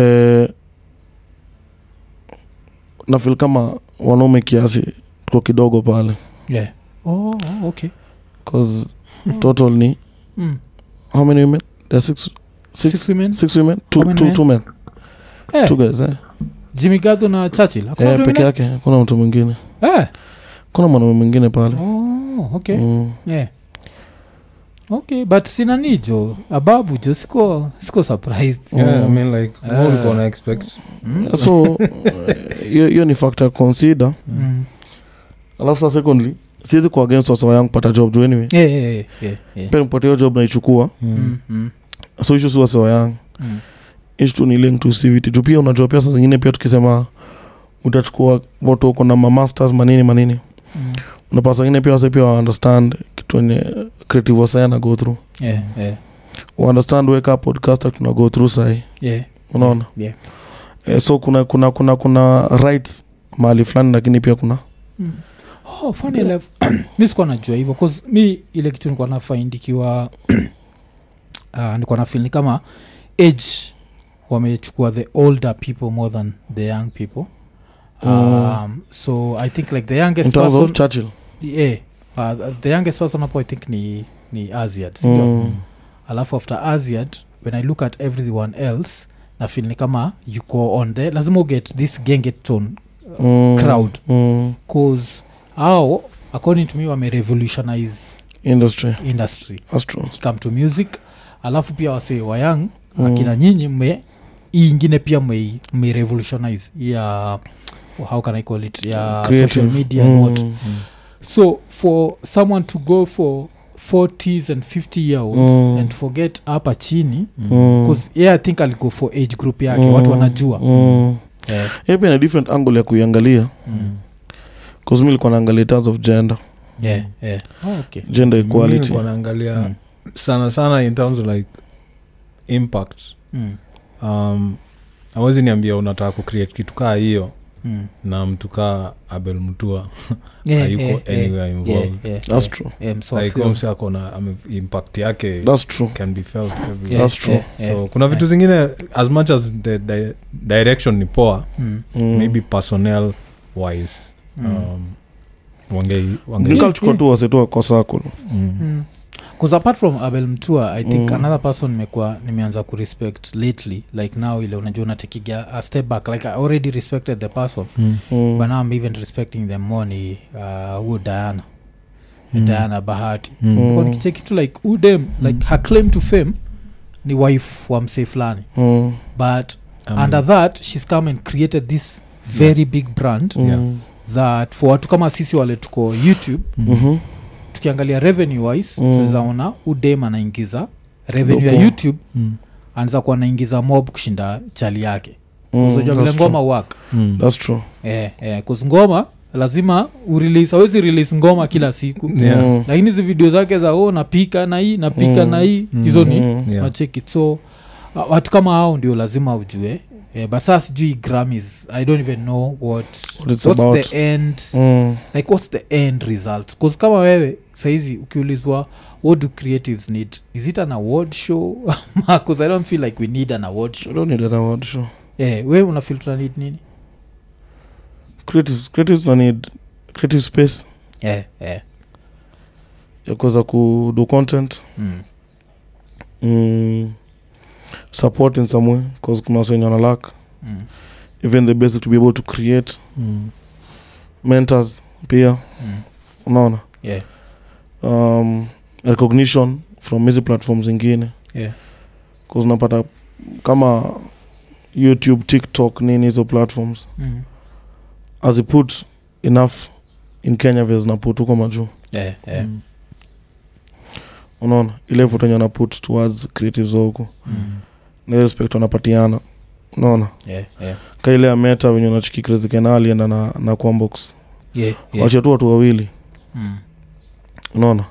S3: eh, nafil kama wanaume kiasi tuko kidogo pale
S1: yeah. oh, oh, okay
S3: cause total ni
S1: mm.
S3: how many women there are six,
S1: six,
S3: six,
S1: women
S3: six women two,
S1: How many
S3: two,
S1: men?
S3: two men
S1: Eh,
S3: two guys eh.
S1: jimmy gadho na churchill hakuna
S3: eh,
S1: mtu
S3: peke
S1: mwingine?
S3: yake hakuna mtu mwingine
S1: eh.
S3: kuna mwanaume mwingine pale
S1: oh, okay
S3: mm.
S1: yeah. okay but sina nijo ababu jo siko siko surprised
S2: yeah, I
S3: Mm.
S2: mean, like, what
S1: Oh. Ah.
S2: we gonna expect?
S1: mm. [laughs]
S3: so eh, hiyo hiyo ni factor consider
S1: Mm.
S3: alafu sasa secondly siwezi kuwa against wasawa yangu kupata job juu anyway
S1: Yeah, yeah, yeah, yeah, yeah.
S3: pia nipate hiyo job naichukua
S1: Mm,
S2: Mm.
S1: mm,
S3: so issue si wasawa yangu
S1: mm.
S3: issue tu ni link to CVT juu pia unajua pia saa zingine pia tukisema utachukua watu uko na mamasters manini manini
S1: Mm.
S3: unapata saa ingine pia wase pia waunderstand kitu enye creative wasaya na go through
S1: Yeah, yeah,
S3: waunderstand weka podcaster tuna go through sahi
S1: yeah.
S3: unaona
S1: Yeah.
S3: eh, so kuna kuna kuna kuna rights mahali fulani lakini pia kuna
S1: Mm. Oh, funny enough, [clears throat] mi sikuwa najua hivyo 'cause mi ile kitu nikuwa [clears throat] nafaindikiwa uh, nikuwa nafil ni kama age wamechukua the older people more than the young people um,
S3: Mm.
S1: so i think like the
S3: in
S1: youngest
S3: terms
S1: person
S3: of Churchill
S1: yeah, uh, the youngest person hapo i think ni ni aziad sindio
S3: mm.
S1: alafu after asiad when i look at everyone else nafil ni kama you go on the lazima uget this gengeton
S3: mm.
S1: crowd.
S3: mm.
S1: cause ao according to me wamerevolutionize
S3: industry
S1: industry
S3: that's true
S1: ikikame to music alafu pia wasee wayang
S3: Mm.
S1: mm. akina nyinyi mme hii ingine pia mmei- mmeirevolutionize hii ya how can i call it ya social
S3: Creative.
S1: media mm. and what
S3: mm.
S1: so for someone to go for 40s and 50 year olds
S3: Mm.
S1: mm. and forget hapa chini
S3: Mm.
S1: bcause mm. yeah, i think aligo for age group yake mm. watu wanajua mm.
S3: mm.
S1: eh,
S3: hiyo pia ni different angle ya kuiangalia
S1: mm.
S3: bcause mi likuwa naangalia in terms of gender
S1: yeah, yeah. Oh, okay.
S3: gender
S2: Mimi
S3: equality
S2: nilikuwa naangalia
S1: Mm.
S2: sana sana in terms of like impact
S1: Mm.
S2: um, awezi niambia unataka kucreate kitu kaa hiyo
S1: Mm.
S2: na mtu kaa abel mtua
S1: Yeah,
S2: hayuko
S1: yeah, yeah.
S2: anywhere
S1: Eh, Yeah,
S2: involved
S1: yeah,
S3: that's
S1: yeah.
S3: true
S1: Eh, mso wa
S2: like
S1: film.
S2: mse akona ame- impact yake
S3: that's true
S2: can be felt everywhere.
S1: Yeah,
S3: that's true.
S1: yeah, yeah.
S2: so kuna vitu zingine as much as the di- direction ni poa
S1: Mm,
S3: Mm.
S2: maybe personnel wise
S1: mm,
S3: uh,
S2: um, wangei
S3: Ni
S2: wangei
S3: culture tu wase tu wako circle.
S2: mm.
S1: mm. 'Cause apart from abel mtua i think
S3: Mm.
S1: mm. another person nimekuwa nimeanza kurespect lately like now ile unajua unatekiga a step back like i already respected the person
S2: Mm.
S3: Mm.
S1: but now i'm even respecting them more ni uh, huyo diana
S2: Mm.
S1: diana bahati
S2: Mm.
S1: mm.
S3: Mm.
S1: nikicheki tu like udem mm. like her claim to fame ni wife wa msee fulani
S3: Mm.
S1: but
S2: Um,
S1: under that she's come and created this very big brand
S2: Yeah.
S3: Mm.
S1: that for watu kama sisi wale tuko youtube
S2: Mm-hmm.
S3: Mhm.
S1: tukiangalia revenue wise
S3: Mm.
S1: mm. tunawezaona udem anaingiza revenue ya
S3: Dopo.
S1: youtube
S2: mm.
S1: anaweza kuwa anaingiza mob kushinda chali yake
S3: Mm.
S1: kuzojua vile
S3: That's true.
S1: ngoma work
S2: Mm.
S3: That's true.
S1: eh, eh, 'cause ngoma lazima urelease awezi release ngoma kila siku
S2: Yeah.
S3: Mm.
S1: lakini hizi video zake za o napika na hii napika
S3: Mm.
S1: na hii
S2: Mm.
S1: hizo ni
S3: Mm.
S2: Yeah.
S1: nacheki so uh, watu kama hao ndio lazima ujue eh, but saa sijui grammys i don't even know what
S3: What it's
S1: what's
S3: about.
S1: the end
S3: Mm.
S1: like what's the end result bcause kama wewe saizi ukiulizwa what do creatives need is it an award show [laughs] bcause i don't feel like we need an award show
S3: You don't need an award show.
S1: eh, we unafil tuna need nini
S3: Creatives- creatives na need creative space
S1: eh, eh.
S3: ya kuweza kudo content
S1: Mm.
S3: mm. support in some way 'cause kuna wasenye wana lack
S1: Mm.
S3: even the basic to be able to create
S2: Mm.
S3: mentors pia
S1: Mm.
S3: unaona
S1: Yeah.
S3: um, recognition from hizi platform zingine
S1: Yeah.
S3: 'Cause unapata kama youtube tiktok nini hizo platforms
S1: Mm.
S3: aziput enough in kenya vile zinaput huko majuu
S1: Yeah,
S2: Mm,
S1: yeah.
S3: unaona ile effort yenye wanaput towards creatives wa huko
S1: Mm.
S3: na ile respect wanapatiana unaona
S1: Yeah, yeah.
S3: ka ile ya meta venye unachiki Crazy Kenah alienda na, na Combox
S1: Yeah, yeah.
S3: wachia tu watu wawili
S1: Mm.
S3: unaona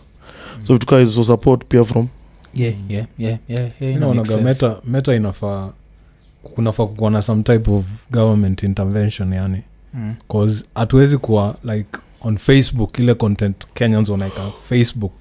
S1: Mm.
S3: so vitu kaa hizo so support pia from
S1: Yeah, yeah, yeah, yeah, yeah, ina make
S2: naonaga
S1: sense.
S2: meta, meta inafaa kunafaa kukuwa na some type of government intervention yani
S1: Mm.
S2: cause hatuwezi kuwa like on facebook ile content kenyans wanaeka facebook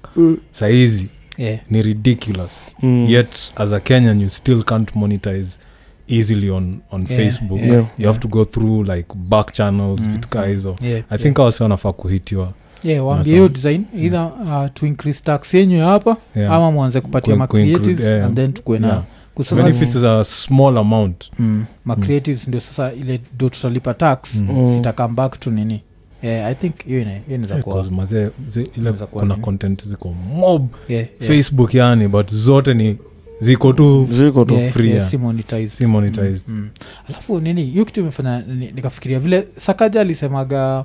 S2: sahizi
S1: Yeah,
S2: ni ridiculous
S3: mm.
S2: yet as a kenyan you still can't monetize easily on, on
S1: Yeah,
S2: facebook
S1: yeah,
S3: You
S2: you have to go through like back channels
S1: Mm,
S2: mm. vitu kaa
S1: mm.
S2: hizo
S1: yeah,
S2: i think
S1: yeah.
S2: yeah. awasi wanafaa kuhitiwa
S1: Yeah, waambie
S2: Unasema.
S1: hiyo design either uh, to increase tax yenyu ya hapa
S2: yeah.
S1: ama mwanze kupatia
S2: Ku-
S1: ma
S2: ku include,
S1: creatives
S2: yeah.
S1: and then tukue na
S2: Yeah.
S1: kusasa
S2: even if it's a small amount
S1: mm, ma
S2: Mm.
S1: creatives ndio sasa ile do tutalipa tax
S2: Mm.
S3: Mm.
S1: sita come back to nini yeah, i think hiyo ina- hiyo inaweza kuwa-
S2: Because eh, mazee zi- ile
S1: Inaweza kuwa
S2: kuna
S1: nini?
S2: content ziko mob
S1: yeah, yeah. Mm.
S2: facebook yani but zote ni ziko tu
S3: ziko tu
S2: Yeah. free,
S1: si monetized.
S2: Si monetized.
S1: Mm, mm. alafu nini hiyo kitu imefanya ni- nikafikiria vile sakaja alisemaga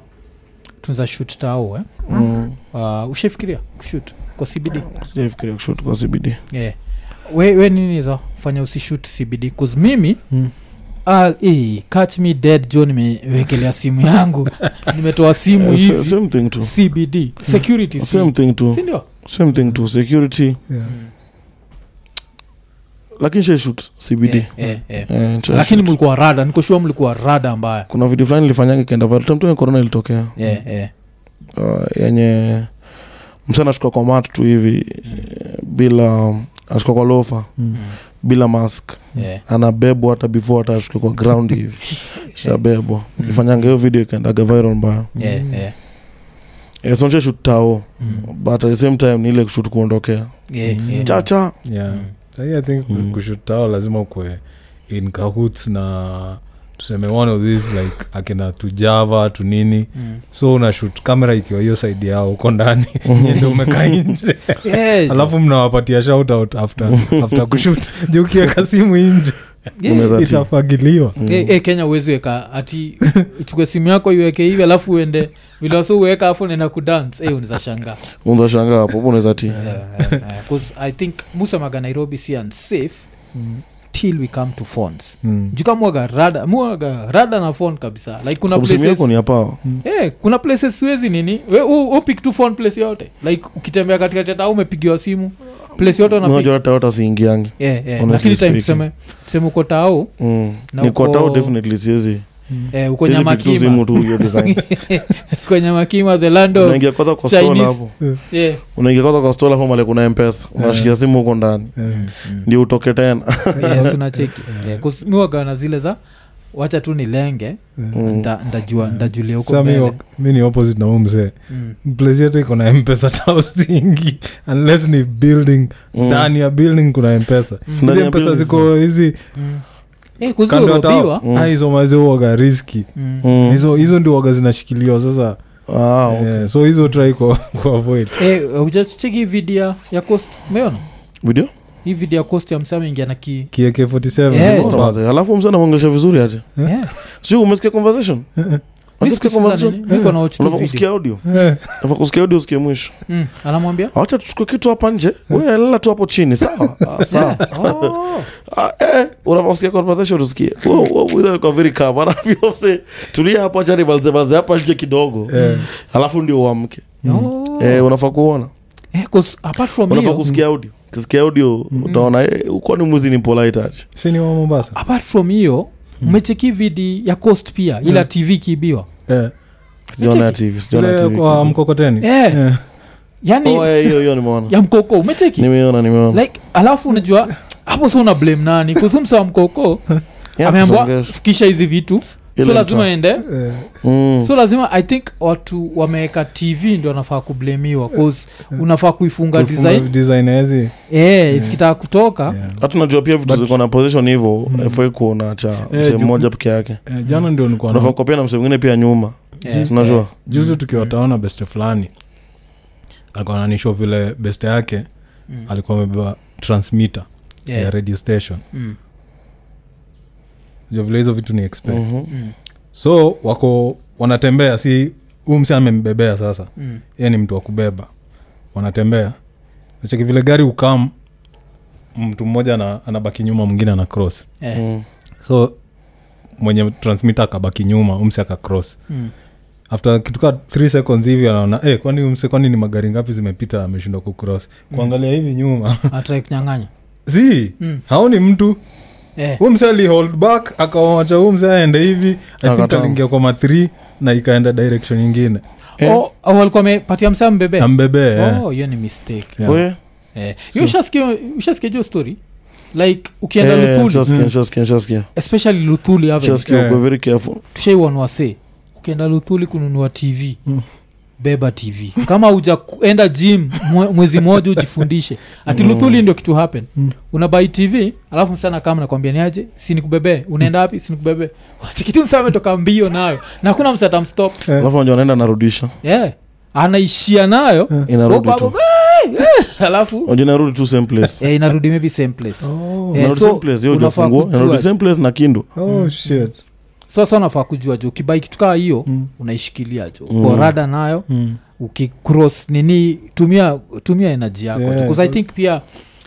S1: tunza shut tao eh?
S3: mm.
S1: uh, ushaifikiria kushut kwa cbd
S3: sijafikiria kushoot kwa cbd
S1: yeah. we, we nini za fanya usishut cbd bcause mimi
S3: Hmm.
S2: Mm.
S1: ah, eh, catch me dead jo nimewekelea simu
S3: [laughs]
S1: yangu nimetoa simu
S3: Eh, sa-
S1: hivi
S3: same thing tu
S1: cbd
S3: Hmm.
S1: security
S3: same thing tu
S1: sindio
S3: same thing tu security
S1: Mm.
S3: lakini shaishoot cbd
S1: yeah, yeah, yeah.
S3: Eh, nishaishoot.
S1: lakini mlikuwa rada nikoshua mlikuwa rada mbaya
S3: kuna video fulani ilifanyanga kenda viral time tu ya corona ilitokea
S1: yeah, yeah.
S3: uh, yenye msana anashuka kwa mat tu hivi eh, bila um, anashuka kwa lofa
S1: Mm.
S3: bila mask
S1: Yeah.
S3: anabebwa hata before hata ashuke kwa ground hivi
S1: [laughs] Mm.
S3: shabebwa ifanyanga hiyo video ikaendaga viral mbaya
S1: Yeah, yeah.
S3: sonche shut tao
S1: Mm.
S3: but at the same time ni ile kushut kuondokea
S1: Yeah, yeah.
S3: Hmm. chacha
S2: yeah.
S1: Mm.
S2: sahii i think
S3: Mm.
S2: kushutao lazima kwe in kahoots na tuseme one of these like akina tujava tunini
S3: [laughs]
S1: Mm.
S2: so unashut kamera ikiwa hiyo saidi yao uko ndani [laughs] nyende
S1: [laughs]
S2: umekaa nje
S1: Yes.
S2: alafu mnawapatia shoutout after, after kushut juu ukiweka simu nje
S1: Yeah.
S3: Unaweza- Zati.
S2: itafagiliwa
S3: Mm.
S1: Eh, eh, kenya uwezi weka
S3: [laughs]
S1: ati chukue simu yako iweke hivi alafu uende vilaso uweka afu nenda kudance eh, unaweza
S3: [laughs]
S1: shangaa
S3: unaweza shangaa hapo hapo unaweza ti
S1: Yeah, yeah, yeah. 'Cause i think musemaga nairobi si unsafe
S3: Mm.
S1: till we come to phones
S2: Mm.
S1: jukamwaga rada muaga rada na phone kabisa like kuna
S3: Sababu simu
S1: places,
S3: yako ni hapa
S1: Eh, kuna places siwezi nini we, u, upik tu phone place yote like ukitembea katikati hata umepigiwa simu place yote unapiga.
S3: unajua hata wata siingiangi
S1: yeah, yeah.
S3: Honestly
S1: lakini time
S3: speaking.
S1: tuseme tuseme uko tao
S3: Mm.
S1: Na
S3: ni
S1: uko-
S3: kwa tao definitely siwezi
S1: eh, uko
S3: Siwezi pick tu
S1: nyamakima
S3: simu tu hiyo design
S1: [laughs] uko nyamakima the land of
S3: unaingia kwanza kwa store
S1: Chinese. Eh.
S3: hapo
S1: yeah.
S3: unaingia kwanza kwa store hapo mali kuna mpesa unashikia simu huko ndani
S2: Yeah.
S3: ndio
S1: [laughs]
S3: utoke tena
S1: yes, unacheki yeah. 'cause mi huwaga na zile za wacha tu nilenge
S3: Mm.
S1: nda- ndajua ndajulia huko
S2: Sasa mi
S1: mbele
S2: wa- mi ni opposite na huu mzee
S1: Mm.
S2: place yetu iko na mpesa [laughs] tausingi unless ni building
S3: Mm.
S2: ndani ya building kuna mpesa
S3: Si ndani
S2: hizi
S3: ya
S2: mpesa
S3: building.
S2: ziko hizi
S1: Mm. Eh, 'cause
S2: kando ya
S1: urobiwa,
S2: tao
S3: Mm.
S2: Ah, hizo mazi uoga riski
S1: mm.
S3: Mm.
S2: hizo hizo ndio waga zinashikiliwa sasa
S3: Ah, okay.
S2: eh, so hizo try ku- [laughs] kuavoid
S1: Eh, hujacheki hii video ya cost umeona
S3: video
S1: hii video ya cost ya msama ingia na ki
S2: kieke
S1: Yeah.
S3: Bora
S2: 47
S3: manze. alafu msana mwongesha vizuri ati
S1: Yeah.
S3: sio umesikia conversation
S1: Eh, Mi
S3: Unasikia
S1: sikusikiza
S3: conversation
S1: nini? Mi niko na watch tu
S3: unafaa
S1: video.
S3: kusikia audio
S2: Eh,
S3: unafaa kusikia audio usikie mwisho
S1: Mm, anamwambia
S3: awacha tuchukue kitu hapa nje wewe lala tu hapo
S1: [laughs]
S3: chini sawa ah, [laughs] sawa
S1: Eh. Yeah. Oh.
S3: Ah, eh, unafaa kusikia conversation usikie kwa very calm [laughs] anavyo mse tulia hapo acha nibalze balze hapa nje kidogo
S2: eh,
S3: alafu ndio uamke
S1: Oh.
S3: eh unafaa kuona
S1: Eh, 'cause apart from
S3: unafaa
S1: hiyo-
S3: kusikia audio kusikia audio
S1: Mm-hmm.
S3: utaona eh, uko ni mwizi ni polite ati
S2: si ni wa mombasa
S1: apart from hiyo umecheki vidi ya cost pia ila
S2: Mm.
S1: tv kiibiwa
S2: Eh,
S3: sijaona ya tv sijaona ya
S2: ile
S3: tv
S2: kwa mkokoteni
S1: Eh.
S2: Eh,
S1: yani
S3: Oh, eh, hiyo hiyo nimeona
S1: ya mkoko umecheki
S3: nimeona nimeona
S1: like alafu unajua hapo so una blame nani kusumsa mkoko
S3: [laughs] Yeah,
S1: ameambwa
S3: kusongesha.
S1: fikisha hizi vitu so
S3: Ile
S1: lazima
S3: mta-
S1: ende
S2: Eh,
S3: Mm.
S1: so lazima i think watu wameweka tv ndio wanafaa kublemiwa cause
S2: Mm.
S1: unafaa kuifunga
S2: kufunga
S1: design
S2: design hawezi-
S1: eh,
S2: Yeah.
S1: ikitaka kutoka
S2: yeah.
S3: hata najua pia vitu
S2: But-
S3: ziko na position hivo
S1: Mm.
S3: mm. fa iko naacha
S2: Eh,
S3: msee
S2: ju-
S3: mmoja peke yake
S2: Eh, jana ndio nilikuwa na-
S3: unafaa kopia na msee mwingine pia nyuma
S1: Yeah.
S3: unajua
S2: juzi
S1: Mm.
S2: tukiwataona beste fulani alikuwa ananisho vile beste yake
S1: Mm.
S2: alikuwa amebeba transmitter
S1: Yeah.
S2: ya radio station
S1: Mm.
S2: Unajua vile hizo vitu ni expert
S3: Mhm.
S1: Mm.
S2: so wako wanatembea si huu msi amembebea sasa
S1: Mm.
S2: ye ni mtu wa kubeba wanatembea nacheki vile gari ukam mtu mmoja ana- anabaki nyuma mwingine ana cross
S1: Eh.
S3: Mm.
S2: so mwenye transmitter akabaki nyuma umsi akacross
S1: Mm.
S2: after kituka th seconds hivi anaona hey, kwani umsi kwani ni magari ngapi zimepita ameshindwa kucross kuangalia hivi nyuma [laughs]
S1: atrai kunyang'anya
S2: si
S1: Mm.
S2: haoni mtu
S1: Eh.
S2: huu mse alihold back akawacha huu mse aende hivi I think
S3: Akatamu.
S2: aliingia kwa mathri na ikaenda direction ingine
S3: Eh.
S1: Oh, oh, walikuwa wamepatia msaa mbebe
S2: ambebee yeah.
S1: oh hiyo ni mistake
S2: Yeah.
S3: We?
S1: eh. hiyo ushasikia- ushasikia hiyo story like ukienda
S3: Eh,
S1: luthuli
S3: nishasikia,
S2: Mm.
S3: nishasikia, nishasikia.
S1: especially luthuli Avenue.
S3: Nishasikia,
S2: Eh.
S3: ukuwe very careful.
S1: tushaiwanwase ukienda luthuli kununua tv
S2: Mm.
S1: beba tv kama ujaenda gym mwe- mwezi mmoja ujifundishe ati luthuli ndio kitu happen
S2: Mm.
S1: unabai tv alafu msana kama nakwambia niaje sinikubebee unaenda wapi [laughs] sinikubebee wachikitu msa ametoka mbio nayo na kuna msa atamstop
S2: Eh.
S3: alafu najua anaenda anarudisha
S1: yeah. anaishia nayo
S3: inarudi
S1: Ropa
S3: tu
S1: hapo, "Hey, hey," [laughs] alafu
S3: Unajua inarudi tu same place
S1: Oh, eh, inarudi maybe same place
S2: Oh,
S1: Eh,
S3: Inarudi
S1: so,
S3: same place, hiyo ndio
S1: unafaa
S3: funguo.
S1: kujua.
S3: Inarudi same place na kindu
S2: oh,
S1: Mm.
S2: shit.
S1: sasa unafaa kujua jo kibai kitu kaa hiyo
S2: Hmm.
S1: unaishikilia jo
S3: Mm.
S1: borada nayo
S2: Mm.
S1: ukicross nini tumia tumia energy yako
S2: Yeah,
S1: yeah, i
S2: but-
S1: think pia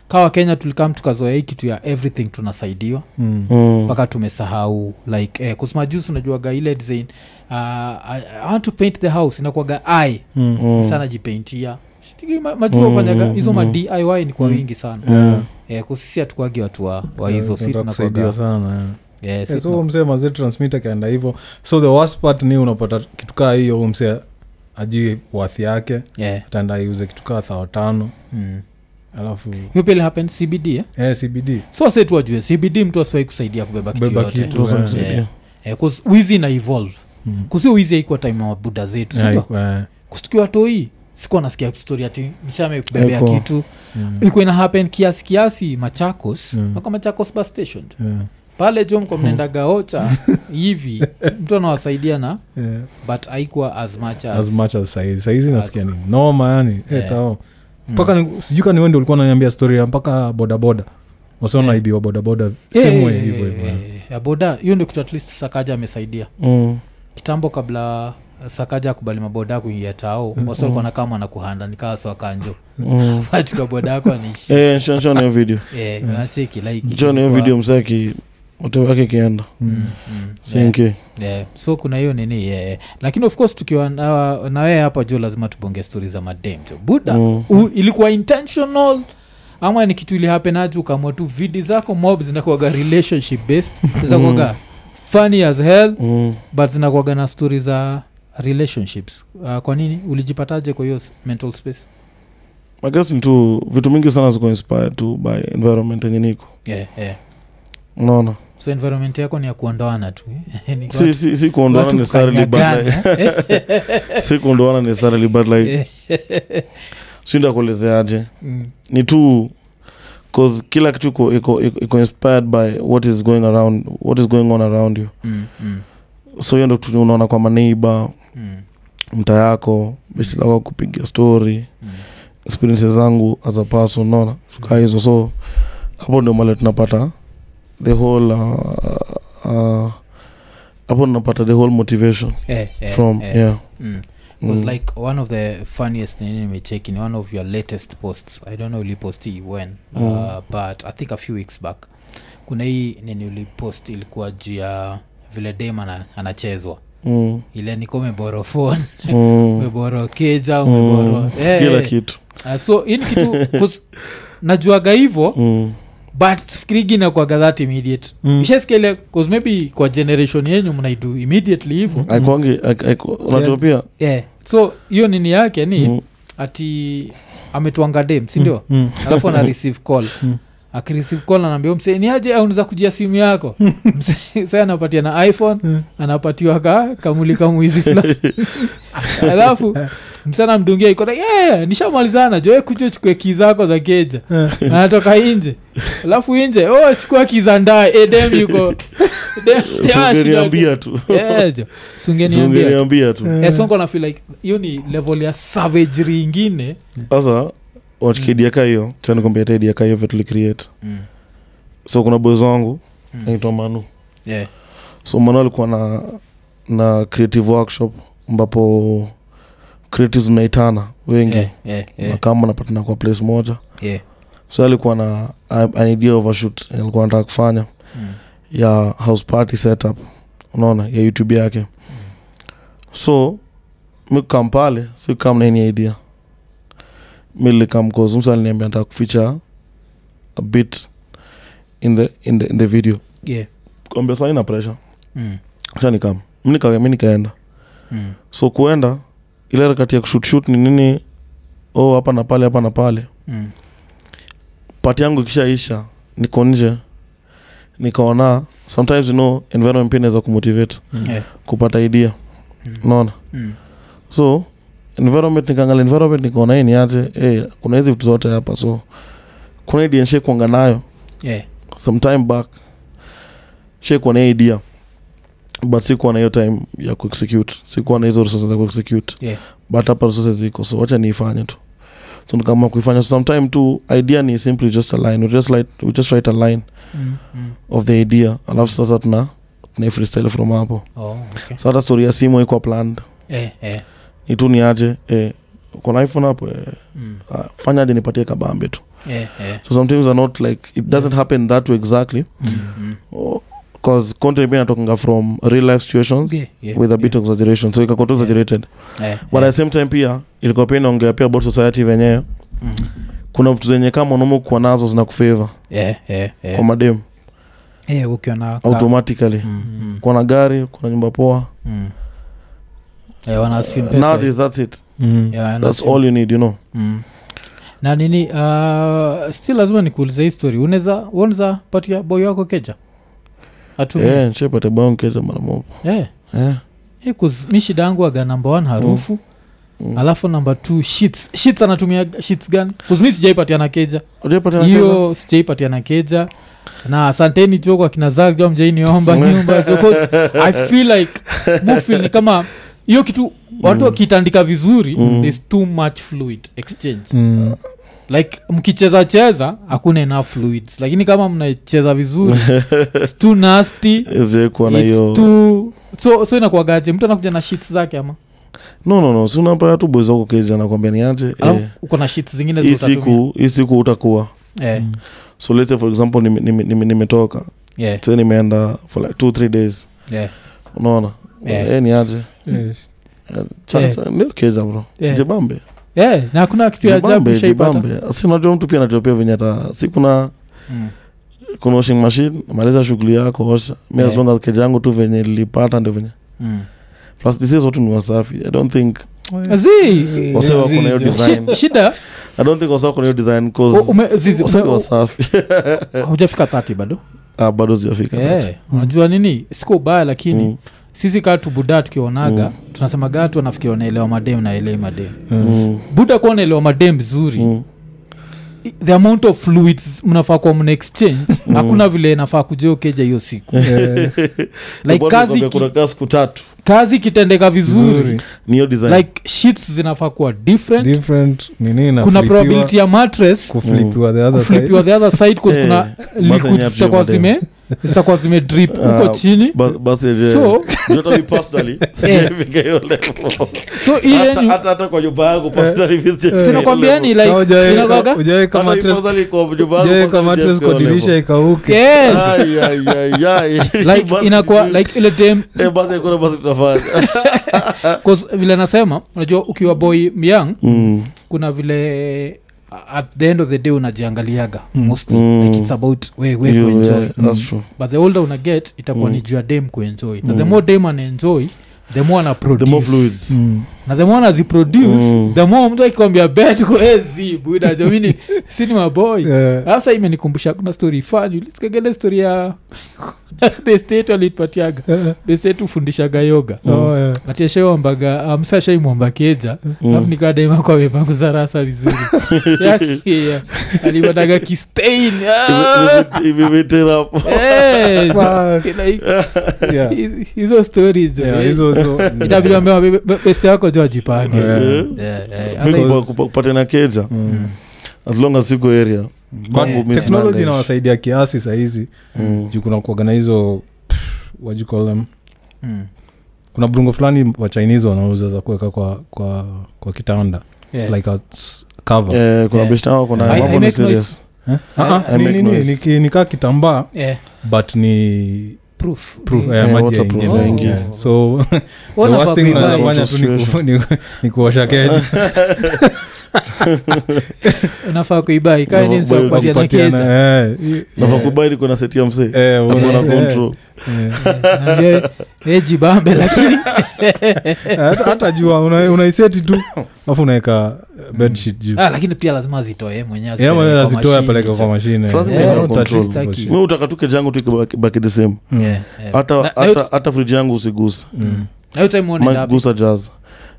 S1: kawa kenya tulikam tukazoea hii kitu ya everything tunasaidiwa
S2: Mm.
S3: Mm.
S1: mpaka tumesahau like eh, kusema jus unajuaga ile design uh, I, i want to paint the house inakuaga ai
S2: Mm.
S3: Mm.
S1: sana jipaintia Shitiki ma- majua
S3: Mm,
S1: ufanyaga
S3: mm,
S1: hizo ma
S2: mm.
S1: diy ni kwa
S2: Mm.
S1: wingi sana
S2: Yeah.
S1: eh, kusisi hatukwagi watu wa, wa
S2: Yeah,
S1: hizo si
S2: tunataka kusaidia
S1: tunakuwaga-
S2: Eh, sana yeah.
S1: eh, si
S2: Eh, so
S1: tuna-
S2: huyo msee mazee transmitter kaenda hivo so the worst part ni unapata kitu kaa hiyo huyo msee ajui wathi yake
S1: yeah,
S2: ataenda iuze kitu kaa thao tano
S1: mm.
S2: alafu
S1: hiyo pia happen cbd eh?
S2: eh, cbd
S1: so wase tu wajue cbd mtu asiwai kusaidia kubeba kitu
S2: Beba
S1: yoyote
S2: kitu.
S3: Tuzo
S2: Yeah.
S3: msaidia.
S1: Yeah. Eh, 'cause wizi ina evolve
S2: Mm.
S1: kusio wizi aikwa time ya mabuda zetu
S2: Yeah,
S1: yeah,
S2: eh,
S1: kustukiwa toi sikuwa nasikia story ati msame kubebea
S3: Haiko.
S1: kitu
S2: mm,
S1: ilikuwa ina happen kiasi kiasi machakos
S2: Mm.
S1: naka machakos bus station
S2: yeah,
S1: pale jo mko mnaendaga
S2: [laughs]
S1: ocha hivi mtu anawasaidia na
S2: yeah.
S1: but haikuwa as much as,
S2: as much as saizi saizi nasikia
S1: As-
S2: ni noma yani eh,
S1: Yeah.
S2: tao
S1: Mm.
S2: mpaka mm. sijui kani wende ulikuwa naniambia story ya mpaka bodaboda wasiona ibiwa bodaboda
S1: Eh,
S2: same
S1: eh,
S2: way hivyo hivyo,
S1: eh,
S2: eh.
S1: eh, ya boda hiyo ndio kitu at least sakaja amesaidia
S3: Mm.
S1: kitambo kabla sakaja akubali maboda kuingia tao
S2: Mm.
S1: wasi walikuwa na kama nakuhanda nikaa [laughs] sawakanjo
S3: Mm.
S1: achukua boda yako anaishi
S3: Eh, nishoni- nishoni hiyo video
S1: Eh, nacheki like
S3: nishoni hiyo
S1: ilikuwa-
S3: video msaki moto wake ikienda
S1: Mm,
S2: Mm.
S1: mm, yeah,
S3: cnk
S1: yeah. so kuna hiyo nini yeah, yeah. lakini of course tukiwa na, na wewe hapa juu lazima tubonge stori za madem jo buda
S3: Mm.
S1: u, ilikuwa intentional ama ni kitu ilihapenaji ukamua tu vidi zako mob zinakuaga relationship based zinakuaga funny as hell
S3: Mm.
S1: but zinakuaga na stori za relationships uh, kwa nini ulijipataje kwa hiyo s- mental space
S3: I guess ni tu vitu mingi sana ziko inspired tu by environment yenye niko
S1: yeah, yeah.
S3: unaona
S1: so environment yako ni ya kuondoana tu [laughs] Ni kwa
S3: si, si, si
S1: watu
S3: kuondoana necessarily but like, [laughs]
S1: kukanyagana, eh?
S3: si kuondoana necessarily but
S1: [laughs]
S3: like shinda kuelezeaje
S1: Mm,
S3: ni tu cause kila kitu iko- iko iko- iko inspired by what is going around what is going on around you
S1: mm, mm,
S3: so hiyo ndo kitu unaona kwa maneiba
S1: mm,
S3: mta yako besti lako kupiga story
S1: mm.
S3: experiences zangu as a person unaona tukaa hizo so hapo ndio male tunapata the whole uh, uh, hapo tunapata the whole motivation
S1: Eh, eh,
S3: from
S1: eh,
S3: yeah
S1: mm. 'Cause
S3: Mm.
S1: like one of the funniest nini nimecheki ni one of your latest posts i don't know uliposti when
S3: Mm.
S1: uh, but i think a few weeks back kuna hii nini ulipost ilikuwa juu ya vile dem ana, anachezwa
S3: Mm,
S1: ile niko umeboro phone
S3: mm,
S1: umeboro keja umeboro
S3: mm,
S1: eh,
S3: kila
S1: eh.
S3: kitu
S1: Ah, so hii ni kitu 'cause najuaga hivo
S3: Mm,
S1: but sifikirigi nakwaga that immediate
S2: Mm.
S1: ishasikia ile 'cause maybe kwa generation yenyu mnaidu immediately hivo
S3: haikuangi- haiku- haiku- unajua pia
S1: yeah. so hiyo nini yake ni
S3: Mm,
S1: ati ametuanga dem sindio
S2: Mm.
S1: alafu ana receive call
S2: Mm.
S1: akireceive call anaambia msee ni aje au unaweza kujia simu yako Msee- msee anapatia na iphone anapatiwa ka kamulika mwizi fulani alafu msee anamdungia ikona yeah, nishamalizana joe kuja uchukue kii zako za keja anatoka inje alafu inje oh, chukua kii za ndaa edem yuko dem- ah, shida tu.
S3: sungeniambia tu
S1: Yeah, jo.
S3: [laughs]
S1: Sungeniambia.
S3: sungeniambia tu
S1: Eh, so niko na feel like hiyo ni level ya savagery ingine
S3: sasa wachikidiaka hiyo chanikwambia taidiaka hiyo vetulicreate so kuna boys wangu
S1: Mm.
S3: naitwa manu
S1: Yeah.
S3: so manu alikuwa na na creative workshop ambapo creatives mnaitana wengi
S1: Yeah, yeah,
S3: na
S1: yeah,
S3: kama napatana kwa place moja
S1: yeah.
S3: so alikuwa na a- an idea overshoot alikuwa anataka kufanya
S1: Mm.
S3: ya house party setup unaona ya youtube yake so mikukam pale sikukam na ini idea milikam kozumsa aliniambia nataka kuficha a bit in the, in the, in the video
S1: Yeah.
S3: kambia sa ina pressure
S1: Mm,
S3: sa nikam mi nikaenda
S1: mm,
S3: so kuenda ile harakati ya kushutshut ni nini oh hapa na pale hapa na pale
S1: mm,
S3: pati yangu ikishaisha niko nje nikaona sometimes you know environment pia inaweza kumotivate
S1: yeah,
S3: kupata idea
S1: mm,
S3: unaona
S1: mm,
S3: so environment nikaangalia environment nikaona hii ni aje eh, kuna hizi vitu zote hapa so kuna idea nshai kuanga nayo
S1: yeah,
S3: sometime back shai kuwa na hiyo idea but sikuwa na hiyo time ya kuexecute sikuwa na hizo resources za kuexecute
S1: Yeah.
S3: but hapa resources ziko so wacha niifanye tu so nikaamua kuifanya so sometime tu idea ni simply just a line we just, like, we just write a line
S1: mm, mm.
S3: of the idea alafu sasa tuna tuna freestyle from hapo
S1: Oh, okay.
S3: sasa hata story ya simu haikuwa planned
S1: Eh, eh,
S3: ni tu ni aje eh, kuna iphone hapo eh,
S1: mm,
S3: ah, fanya aje nipatie kabambe tu
S1: eh, eh,
S3: so sometimes are not like it doesn't happen that way exactly
S1: mm, mm.
S3: because content pia inatokanga from real life situations
S1: Yeah, yeah,
S3: with a bit
S1: yeah.
S3: of exaggeration so ikakuwa tu
S1: Yeah.
S3: exaggerated
S1: Eh,
S3: but at
S1: eh,
S3: the same time pia ilikuwa pia inaongea pia about society venyewe
S1: mm.
S3: kuna vitu zenye kama unaume kuwa nazo zina kufeva
S1: Eh, eh, eh.
S3: kwa mademu
S1: Eh, ukiwa na ka-
S3: automatically
S1: Mm, mm,
S3: kuwa na gari kuna nyumba poa
S1: mm. Eh, wana assume pesa.
S3: nowadays that's it
S2: Mm.
S1: Yeah, wana
S3: that's
S1: assume-
S3: all you need you know
S1: Mm. na nini uh, still lazima nikuuliza hii story unaweza unaweza patia boy wako keja atumie
S3: eh nshapata bongo kesho mara moja
S1: Eh.
S3: eh
S1: Eh, 'cause mi shida yangu aga namba one harufu
S3: Mm.
S1: alafu namba t shits shits anatumia shits gani kuzmi sijaipatiana keja
S3: Hujapata na kesho?
S1: hiyo sijaipatiana keja na asanteni chuo kwa kina zak jua
S3: [laughs]
S1: mjainiomba nyumba jo, 'cause i feel like mufil ni kama hiyo kitu watu
S3: Mm.
S1: wakitandika vizuri
S3: Mm.
S1: there's too much fluid exchange
S2: Mm.
S1: like mkicheza cheza hakuna enough fluids lakini kama mnacheza
S3: [laughs]
S1: vizuri it's too nasty
S3: Sijawahi kuwa na hiyo
S1: it's too so, so inakuagaje mtu anakuja na shits zake ama
S3: no no no si unapata tu boys wako kesho anakuambia ni aje eh,
S1: alafu uko na shits zingine
S3: hii
S1: utatumia.
S3: siku Mm. hii siku utakuwa
S1: Eh,
S3: so let's say for example nimetoka nime, nime, nimetoka.
S1: yeah,
S3: Say nimeenda for like two three days
S1: yeah,
S3: unaona
S1: Yeah.
S3: Eh, ni aje
S2: Yes.
S1: Yeah.
S3: niokeza bro
S1: yeah.
S3: jebambe
S1: Eh, na hakuna kitu ya ajabu
S3: jebambe
S1: shaipata
S3: jebambe si unajua mtu pia anajua pia venye hata si kuna
S1: Mm,
S3: kuna washing machine maliza shughuli yako osha mi
S1: Yeah.
S3: as long as keja yangu tu venye nilipata ndio venye
S1: mm.
S3: plus this is watu ni wasafi i don't think
S1: zi
S3: wase wako na hiyo
S2: Zizi,
S3: design
S1: shi- shida
S3: i don't think wase wako na hiyo design
S1: u-
S3: cause
S1: Oh, ume- zizi,
S3: wase ni
S1: ume-
S3: wasafi [laughs]
S1: u- hujafika tati bado
S3: Ah, bado sijafika
S1: Eh, unajua nini siko ubaya lakini
S3: Mm,
S1: sisi kaa tubuda tukionaga tunasema gaa tu anafikiri wanaelewa madem na elewi madem
S3: mm,
S1: buda kuwa naelewa madem vizuri
S3: mm.
S1: the amount of fluids mnafaa kuwa mna exchange
S3: Mm.
S1: hakuna vile inafaa kujeo keja hiyo siku
S2: Eh,
S1: like
S3: Bwana
S1: kazi,
S3: nikwambia
S1: ki,
S3: kuna kaa siku tatu
S1: kazi ikitendeka vizuri
S2: Zuri.
S3: ni hiyo design
S1: like sheets zinafaa kuwa different
S2: different nini
S1: kuna
S2: inaflipiwa,
S1: probability ya mattress
S2: kuflipiwa the other side.
S1: kuflipiwa the other side cause
S3: Eh,
S1: kuna
S3: basi ni
S1: liquid
S3: up
S1: zitakuwa
S3: to you,
S1: zime zitakuwa zime drip huko
S3: [laughs] Ah,
S1: chini
S3: Ba- basi yenyewe.
S1: so
S3: Ndio hata mi personally, [laughs] sijaifika hiyo level.
S1: so hii
S3: Hata-
S1: yenyu
S3: hata- hata kwa nyumba yangu personally, mi sijaifika hiyo
S1: sinakwambiani
S3: level.
S1: like
S2: Kama hujaweka-
S1: inakuwaga-
S2: hujaweka
S3: Hata mi
S2: mattress-
S3: personally kwa nyumba yangu
S2: hujaweka
S3: personally
S2: mattress
S3: sijaifika
S2: kwa
S3: hiyo
S2: dirisha
S3: level.
S2: ikauke
S1: yes
S3: Ai, ai, ai, ai. [laughs]
S1: like
S3: Basi
S1: inakuwa
S3: sijui.
S1: like ile dem
S3: Eh, basi kuna basi tutafanya.
S1: cause vile nasema unajua ukiwa boy young
S3: Mm,
S1: kuna vile uh, at the end of the day unajiangaliaga
S2: Mm.
S1: mostly
S3: Mm.
S1: like it's about we we
S3: you,
S1: kuenjoy
S3: yeah, eh, that's true.
S1: but the older una get itakuwa
S3: Mm.
S1: ni juu ya dem kuenjoy na
S3: Mm.
S1: the more dem anaenjoy the more ana
S3: the more
S1: produce
S3: fluids
S2: Mm.
S1: na the more anaziproduce
S3: Mm.
S1: the more mtu akikwambia bed eh, kwezi [laughs] budajomini sini maboy
S2: Yeah.
S1: sasa imenikumbusha kuna story fani ulisikagele story ya [laughs] destet alitupatiaga
S2: Eh,
S1: destet ufundishaga yoga
S2: oh, yeah.
S1: atiashaombaga amsashaimwomba keja
S3: Mm.
S1: alafu nikadaima kwa wepangu zarasa
S2: [laughs]
S1: vizuri Yake, yeah. alipataga kistain Ah!
S3: If it- if it- if it tear up.
S1: Eh, jo-
S2: Fuck.
S1: like,
S2: eh, [laughs] Yeah.
S1: hizi- hizo eh. stori
S2: Yeah, hizo- hizo- [laughs]
S1: itabidi wambewa beste wako jo ajipange
S2: Yeah.
S3: eh.
S1: Yeah, yeah.
S3: Mi
S1: Otherwise-
S3: kupa- kupa- kupatana keja
S2: Mm.
S3: as long as siko area Kwangu
S1: Yeah.
S3: mi sina
S2: technology
S3: knowledge.
S2: inawasaidia kiasi sahizi
S3: Mm.
S2: juu kuna kuaga na hizo pff, what do you call them
S1: Mm.
S2: kuna brungo fulani wa chinese wanauza za kuweka kwa, kwa, kwa kitanda
S1: Yeah.
S2: It's like a s- cover
S3: Eh, kuna
S1: Yeah.
S3: beshna wako
S2: I-
S3: nayo
S2: I
S3: mambo ni
S1: make noise.
S3: serious
S2: Eh? Ah, ah,
S3: I
S2: ni-
S3: make
S2: ni- ni-
S3: noise.
S2: niki- nikaa kitambaa
S1: Yeah.
S2: but ni
S1: Proof.
S2: proof, eh,
S1: Yeah.
S2: maji
S3: waterproof
S2: yaingie.
S1: yaingie.
S2: Yeah. so [laughs] the
S1: Ona
S2: worst
S1: kwa
S2: thing
S1: kuivai.
S2: unaweza fanya
S3: kuivai.
S2: tu ni ku- ni ku- ni
S1: [laughs]
S2: kuosha keji
S1: unafaa kuibai kaa ni
S3: Unafaa
S1: msa kupatia na
S2: Kupatiana,
S1: keja
S2: eh, i-
S3: nafaa
S1: Yeah.
S3: kubaidi kuna seti ya msee
S2: eh,
S3: Kama
S2: una-
S3: una
S2: eh,
S3: control.
S2: eh.
S1: Yeah, naambia, eh, jibambe
S2: [laughs]
S1: lakini
S2: Eh, hata- hata jua una- unaiseti
S3: [laughs]
S2: tu alafu unaweka eh, bedsheet juu
S1: Ah, lakini pia lazima azitoe eh, mwenyewe
S2: Yeah,
S1: azipeleke
S2: mwenye
S1: kwa Eh,
S2: azitoe
S1: mashini,
S2: apeleke kwa
S1: cha-
S2: mashine
S3: So lazima
S2: Yeah,
S1: ina
S2: not
S3: control.
S2: at least
S1: Staki.
S3: mi utakatuke jangu tu ikibaki the same
S1: Yeah, yeah.
S3: hata
S1: Eh, Na- na hiyo-
S3: hata- hata friji yangu usigusa
S2: Mm.
S1: na hiyo time uone ngapi?
S3: magusa jazz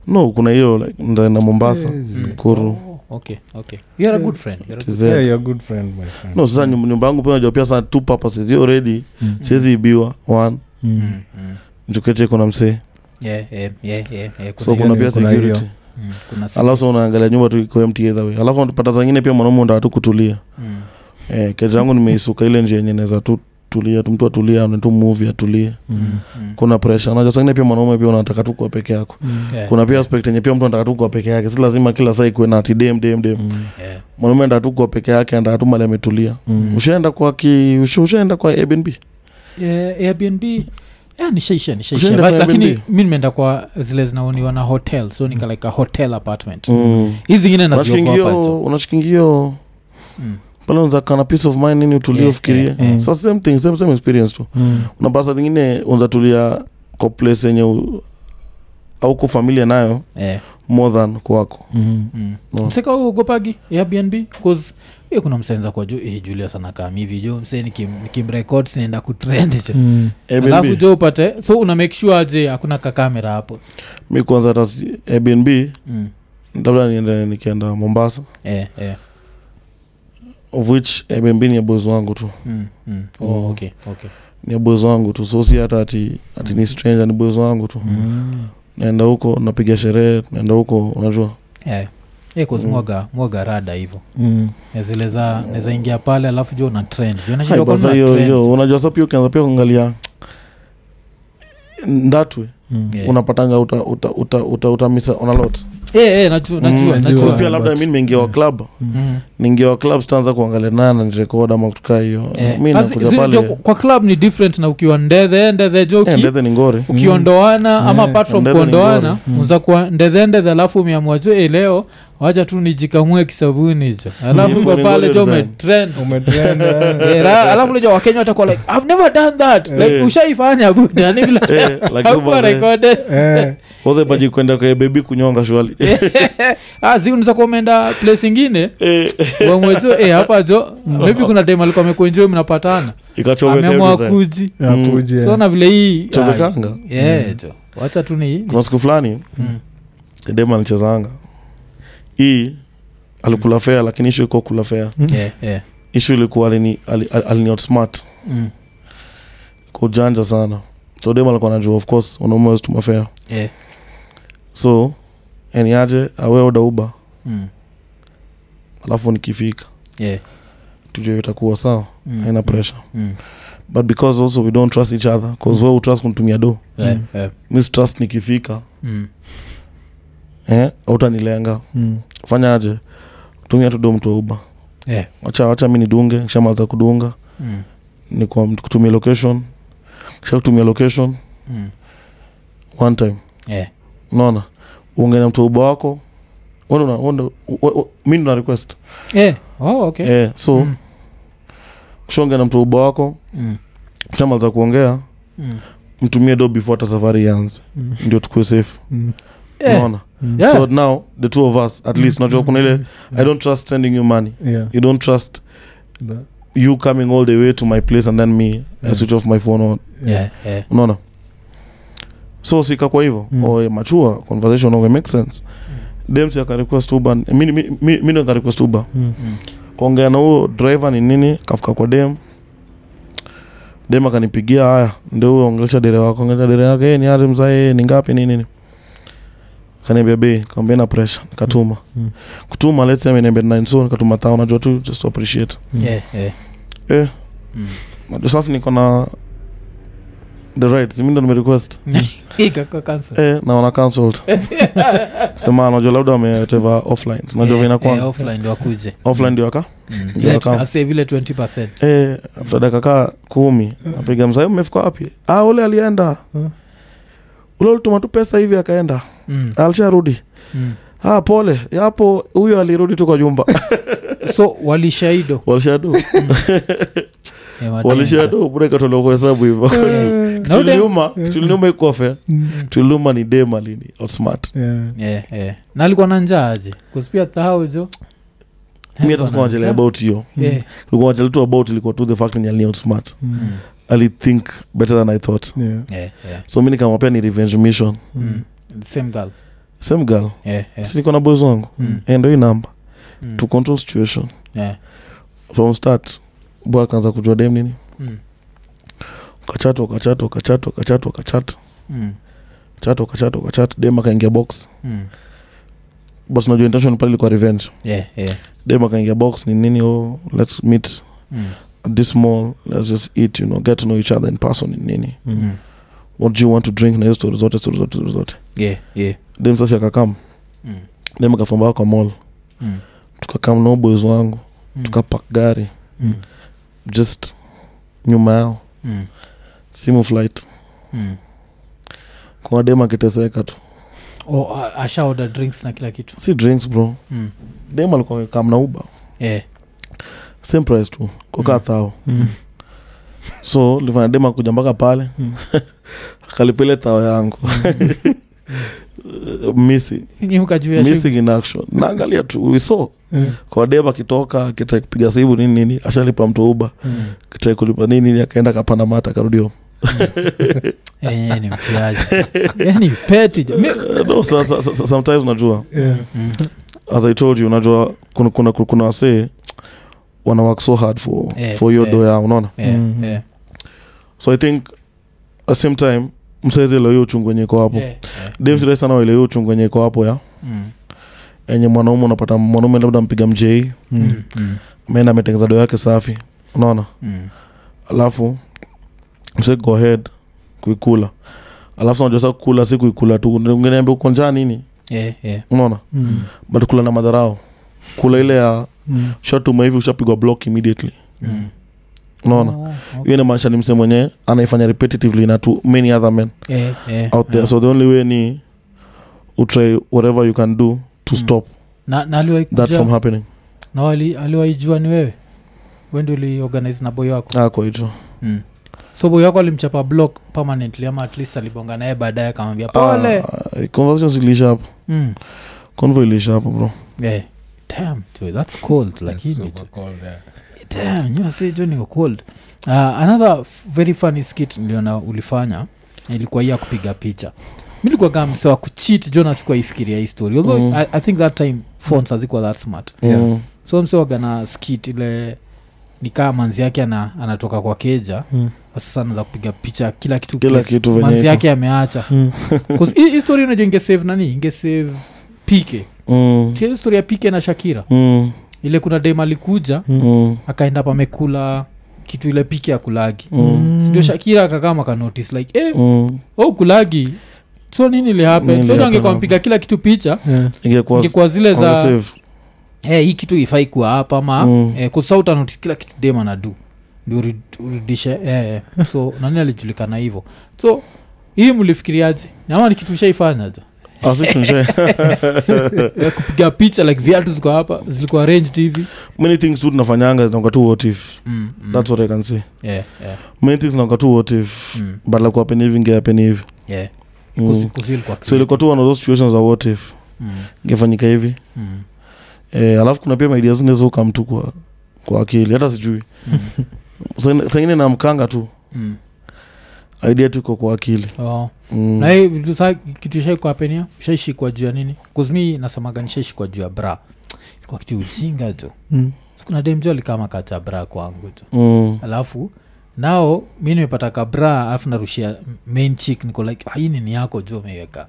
S3: no kuna hiyo like ndani na mombasa
S2: Mm.
S3: kuru
S1: Oh, okay, okay. You are a good friend, you are a good-
S3: TZ.
S2: Eh, Yeah, you're a good friend, my friend.
S3: no sasa nyum- nyumba yangu pia najua pia sana two purposes hiyo redi
S2: Mm.
S3: siwezi ibiwa one
S2: Mm.
S1: Mm, mm.
S3: jukeche kuna msee
S1: Yeah, yeah, yeah, yeah, yeah, kuna
S3: so
S1: hiyo-
S3: kuna pia
S2: kuna
S3: security
S1: mm, kuna si-
S3: alafu unaangalia nyumba tu iko empty either way alafu unapata saa ingine pia mwanaume ndo hatu kutulia
S1: mm.
S3: eh, keja yangu nimeisuka ile njia yenye naweza tu tulia tu mtu atulia ni tu movie atulie
S2: Mm.
S1: Mm.
S3: kuna pressure najua saa ingine pia mwanaume pia unataka tu kuwa peke yako
S1: Yeah,
S3: Mm. kuna pia aspect yenye pia mtu anataka tu kuwa peke yake si lazima kila saa ikuwe na ati dem dem dem
S2: Mm.
S1: yeah.
S3: mwanaume anataka tu kuwa peke yake anataka tu mali ametulia
S2: Mm.
S3: ushaenda kwa ki usha- ushaenda kwa Airbnb
S1: Yeah, Airbnb yeah, nishaisha nishaisha
S3: Ushaenda
S1: Ba-
S3: kwa
S1: lakini
S3: Airbnb?
S1: mi nimeenda kwa zile zinaoniwa na hotel so nika like a hotel apartment
S3: Mm.
S1: hizi zingine naziogopa
S3: unashikingio unashikingio
S1: Mm.
S3: pale unaweza kaa na peace of mind nini utulie
S1: Yeah,
S3: ufikirie
S1: yeah,
S2: yeah.
S3: Sasa same thing same, same experience tu
S2: Mm.
S3: unapata saa zingine unaweza tulia kwa place yenye u- auko familia nayo
S1: eh.
S3: more than kwako
S2: Mm.
S1: mm.
S3: No.
S1: mseka ugopagi airbnb bcause hiyo kuna msenza kwa juu eh, julius anakam hivi jo msee nikim- nikimrekod sinaenda kutrend cho
S2: Mm.
S1: alafu
S3: Airbnb
S1: jo upate so una make sure je hakuna kakamera hapo
S3: mi kwanza hata si- Airbnb
S1: mm.
S3: labda niende nikienda Mombasa
S1: eh, eh.
S3: of which Airbnb ni ya boys wangu tu
S1: Mm. Mm.
S3: Mm.
S1: Oh, okay, okay.
S3: ni ya boys wangu tu so si hata ati, ati ni stranger ni boys wangu tu
S2: Mm.
S3: naenda huko napiga sherehe naenda huko unajua
S1: Eh. Eh, 'cause
S3: Mm.
S1: mwaga mwaga rada hivo Eh,
S2: Mm.
S1: zile za naweza ingia pale alafu jo una trend jo
S3: Hai,
S1: nashindwa kwa
S3: baza
S1: nini
S3: hiyo
S1: una trend?
S3: hiyo unajua sa pia ukianza pia kuangalia ndatwe
S2: Mm.
S1: Yeah.
S3: unapatanga uta, uta, uta, uta, utamisa on a lot
S1: Eh, eh, najua- najua-
S2: Mm,
S1: najua.
S2: najua.
S3: pia labda
S2: but-
S3: mi nimeingia wa club
S1: Mm.
S3: niingia wa club sitaanza kuangalia nana nirekod ama kutukaa hiyo
S1: Eh,
S3: mi
S1: as-
S3: nakuja
S1: zi- jo,
S3: pale
S1: kwa club ni different na ukiwa ndethe ndethe jo
S3: eh,
S1: uki-
S3: ndethe ni ngori
S1: ukiondoana
S2: Mm.
S1: ama
S2: Yeah.
S1: apart from
S3: Ndethe ni
S1: kuondoana
S3: ngori.
S2: Mm.
S1: uza kuwa ndethendethe alafu umeamua jo "Eh, leo wacha tu nijikamue kisabuni jo alafu
S3: Mm.
S1: uko pale jo
S3: Ngori
S1: umetrend jo. [laughs]
S2: Umetrend, eh.
S1: Eh, ra- alafu lejo wakenya watakuwa like i've never done that like
S3: Eh.
S1: ushaifanya buda ni vile
S3: Eh, lakini
S1: hakuwa
S3: baze-
S1: recorded
S2: Eh.
S3: Othe baji kwenda kwa bebi kunyonga shwali
S1: Ah, zi unaweza kuwa umeenda place ingine
S3: Eh,
S1: wamwejo e, hapa jo maybe kuna time alikuwa amekunjoi mnapatana
S3: ikachomeka hivi
S1: ameamua
S3: sasa.
S1: kuji
S2: Yeah,
S3: Mm.
S2: kuji, eh.
S1: so na vile hii
S3: Chomekanga.
S1: ah, yeah, jo wacha tu ni
S3: kuna siku fulani
S1: Mm.
S3: dema alichezanga hii alikula fea lakini ishu ikuwa kula fea
S2: Mm,
S1: Yeah, yeah.
S3: ishu ilikuwa alini, alini, alini outsmart
S1: Mm.
S3: kwa ujanja sana so dem alikuwa najua of course wanaume hawezi tuma fare
S1: Yeah.
S3: so yani aje awe oda uba
S1: Mm.
S3: alafu nikifika
S1: Yeah.
S3: tujue itakuwa sawa
S1: Mm.
S3: haina pressure
S1: Mm.
S3: but because also we don't trust each other cause we utrust kunitumia do
S1: Yeah,
S2: Mm.
S1: yeah.
S3: mi trust nikifika
S1: Mm.
S3: eh autanilenga
S2: Mm.
S3: fanya aje tumia tu do mtu wa uba
S1: Yeah.
S3: wacha wacha mi nidunge kishamaliza kudunga
S1: Mm.
S3: ni kwa mtu kutumia location kisha kutumia location
S1: Mm.
S3: one time
S1: Yeah.
S3: unaona uongee na mtu wa uba wako Wewe ndo una- wewe ndo- we- we- mi ndo na request
S1: Yeah. Oh, okay.
S3: eh, so
S1: Mm.
S3: kushonge na mtu uba wako
S1: Mm.
S3: chamaliza kuongea
S1: Mm.
S3: mtumie do before hata safari ianze
S2: Mm.
S3: ndio tukue safe
S2: Mm.
S1: Yeah.
S3: unaona
S2: Mm.
S1: Eh. Yeah. Mm.
S3: so now the two of us at least unajua kuna ile i don't trust sending you money
S2: Yeah.
S3: you don't trust Mm.
S2: That-
S3: you coming all the way to my place and then me i
S2: Mm.
S3: switch off my phone on
S1: Yeah, yeah.
S3: unaona so sika kwa hivyo
S2: Mm.
S3: mm. or mature conversation or make sense dems akarequest uber mi mi- mi- mi ndo nikarequest uber
S2: Mm.
S1: Mm.
S3: kuongea na huyo driver ni nini kafuka kwa dem dem akanipigia haya ndio huyo ongelesha dere wako ongelesha dere yako hey, ni ari mzae ni ngapi ni nini kaniambia bei kaambia na pressure nikatuma
S2: Mm.
S3: kutuma let's say ameniambia nine so nikatuma tao najua tu just to appreciate
S2: Mm.
S1: Yeah, yeah.
S3: Eh.
S1: Mm.
S3: najua sasa niko na the rights mi ndo nimerequest
S1: Ikakuwa cancelled.
S3: eh, na wana cancelled
S1: [laughs]
S3: sema najua labda wameteva offline So, najua
S1: Eh,
S3: vina
S1: eh,
S3: kwanza
S1: offline ndio wakuje
S3: offline ndio aka
S1: Mm.
S3: Ndio
S1: Ile
S3: kama-
S1: ase vile 20
S3: eh, after dakika kaa kumi napiga msai mmefika wapi ah, ule alienda
S1: Eh.
S2: Mm.
S3: ule ulituma tu pesa hivi akaenda
S1: Mm,
S3: alisharudi
S1: mm.
S3: ah, pole hapo huyo alirudi tu
S1: [laughs]
S3: kwa nyumba
S1: so walishaido
S3: walishadu
S1: Eh, madem.
S3: walishadu bure ikatolewa kwa hesabu hivyo [laughs]
S1: Na udem-
S3: tuliuma
S1: Eh.
S3: tuliuma ikofe
S2: Eh, Mm.
S3: tuliuma ni dem alini outsmart
S2: Yeah.
S1: Yeah, yeah. na alikuwa na njaa aje kuspia tahau jo
S3: mi
S1: Eh,
S3: hata sikuanjelea about hiyo
S1: Yeah.
S3: likuanjelea tu about ilikuwa tu the fact ni alini outsmart
S2: Mm.
S1: Mm.
S3: alithink better than i thought
S2: Yeah.
S1: Yeah, yeah.
S3: so mi nikamwapia ni revenge mission
S1: Mm. same girl
S3: same girl
S1: Yeah, yeah.
S3: si niko na boys wangu
S1: Mm.
S3: Eh, ndo hii namba
S1: Mm.
S3: to control situation
S1: Yeah.
S3: from start boy akaanza kujua dem nini
S1: Mm.
S3: kachatu kachatu kachatu kachatu kachatu
S1: Mm.
S3: chatu kachatu kachatu dem akaingia box
S1: Mm.
S3: but unajua intention pale ilikuwa revenge
S1: Yeah, yeah.
S3: dem akaingia box ni nini oh, let's meet
S1: Mm.
S3: at this mall let's just eat you know get to know each other in person ni nini
S1: Mm.
S3: what do you want to drink na hiyo story zote story zote story zote
S1: Yeah, yeah.
S3: dem sasa akakam
S1: Mm.
S3: dem akafamba kwa mall
S1: Mm.
S3: tukakam na boys wangu
S1: Mm.
S3: tukapak gari
S1: Mm.
S3: just nyuma yao
S1: Mm.
S3: simu flight
S1: Mm.
S3: kuna dem akiteseka tu
S1: Oh, a- ashaorder drinks na kila kitu
S3: si drinks bro
S1: mm.
S3: dem alikuwa kam na uba
S1: yeah.
S3: same price tu kokaa
S1: Mm.
S3: thao
S2: Mm.
S3: so lifanya dem akuja mpaka pale [laughs]
S2: Mm.
S3: akalipa ile thao yangu
S1: Mm.
S3: [laughs] misi
S1: nyimka juu ya shughuli.
S3: missing in action naangalia tu we saw
S2: Yeah.
S3: kwa dem akitoka akitaka kupiga simu nini nini ashalipa mtu uba
S1: Mm.
S3: akitaka kulipa nini nini akaenda akapanda mata akarudi home
S1: Eh, yeye ni mtiaji [laughs] Yaani, Yeye ni
S3: [laughs]
S1: peti jo. Mi-
S3: Eh, no sa, sa, sa, sometimes unajua
S2: Yeah.
S1: Mm.
S3: as i told you unajua kuna kuna kuna wasee wana work so hard for
S1: Eh,
S3: for hiyo
S1: eh.
S3: do yao unaona
S1: Yeah,
S2: Mhm.
S1: yeah.
S3: so i think at same time msaezielewa hiyo uchungu wenye iko hapo
S1: Yeah, yeah.
S3: demsirai sana waelewa hiyo uchungu wenye iko hapo ya
S1: Mm.
S3: enye mwanaume unapata mwanaume labda mpiga mjei
S2: Mm.
S1: Mm. Mm.
S3: ameenda ametengeza doo yake safi unaona
S1: Mm.
S3: alafu mse go ahead kuikula alafu unajua sasa kukula si kuikula tu ngeniambia uko njaa nini
S1: Yeah, yeah.
S3: unaona
S2: Mm.
S3: but kula na madharau kula ile ya
S2: Mm.
S3: shatuma hivi ushapigwa block immediately
S1: Mm.
S3: unaona
S1: Oh, okay.
S3: hiyo inamaanisha ni mse mwenyewe anaifanya repetitively na to many other men
S1: Yeah, yeah.
S3: out there
S1: Yeah.
S3: so the only way ni utry whatever you can do to
S1: Mm.
S3: stop
S1: na, na
S3: that from
S1: aliwaikujana
S3: happening
S1: aliwaijua ni wewe wendi uliorganize na boy wako
S3: ako hicho
S1: mm. so boy wako alimchapa block permanently ama at least alibonga naye baadaye akamwambia pole
S3: Ah, conversation ziliisha hapo
S1: mm.
S3: convo iliisha hapo bro
S1: yeah. Eh, Damn, dude, that's cold lakini
S2: Super
S1: dude.
S2: cold, yeah.
S1: Damn, you are saying Johnny, you're cold uh, another f- very funny skit niliona ulifanya ilikuwa hii ya kupiga picha milikuwa kaa msewa kuchit jona sikuwa ifikiria hii story although
S3: Mm.
S1: I, i think that time phones hazikuwa that smart
S2: Yeah.
S3: Mm.
S1: so msewaga na skit ile nikaa manzi yake ana, anatoka kwa keja
S2: Mm.
S1: sasa anaza kupiga picha kila kitu
S3: Hmm. Kila
S1: place
S3: kitu venye
S1: manzi
S3: iko. Hmm.
S1: yake ameacha
S2: Mm.
S3: [laughs]
S1: 'Cause hii hii story unajua ingesave nani ingesave pike
S3: Mm.
S1: Hii story ya pike na shakira
S3: Mm.
S1: ile kuna dem alikuja
S3: Mm.
S1: akaenda pamekula kitu ile pike ya kulagi
S3: Mm.
S1: sindio shakira akakama kanotice like eh,
S3: Mm.
S1: oh kulagi so nini lihapen
S3: Nini
S1: so
S3: happen
S1: angekuwa
S3: hapo?
S1: mpiga kila kitu picha
S2: Yeah.
S3: Ingekuwa-
S1: ingekuwa zile za
S3: wangesave.
S1: eh, hii kitu ifai kuwa hapa ama
S3: Mm.
S1: eh, kusauta notice kila kitu dem anadu ndio uri- urudishe eh, eh. so nani alijulikana hivyo so hii mlifikiriaje ama ni kitu ushaifanya jo
S3: Ah, asitunje
S1: Ya kupiga picha like viatu ziko hapa zilikuwa arranged hivi
S3: [laughs] many things tu tunafanyanga zinakuwa tu what if
S1: Mm, mm.
S3: that's what i can say
S1: Yeah, yeah,
S3: many things zinakuwa tu what if
S1: mm,
S3: but like happen hivi ingehappen hivi
S1: yeah.
S3: Mm.
S1: Kuzi- kuzi ilikuwa
S3: so ilikuwa tu one of those situations za what if
S1: Mm,
S3: ingefanyika hivi
S1: mm,
S3: eh, alafu kuna pia maidia zingine zokam tu kwa, kwa akili hata sijui
S1: mm,
S3: So, sengine namkanga tu
S1: mm. [laughs]
S3: idea tu iko kwa akili
S1: Oh.
S3: mm.
S1: na hii vitu saa kitu ishaikuapenia shaishikwa juu ya nini kuzmi nasemaga nishaishikwa juu ya bra kwa kitu ujinga jo
S2: Mm.
S1: sikuna demjo alikama kacha bra kwangu jo
S3: mm.
S1: alafu nao mi nimepata kabra alafu narushia main chick niko like "Ah, hii nini yako jo umeiweka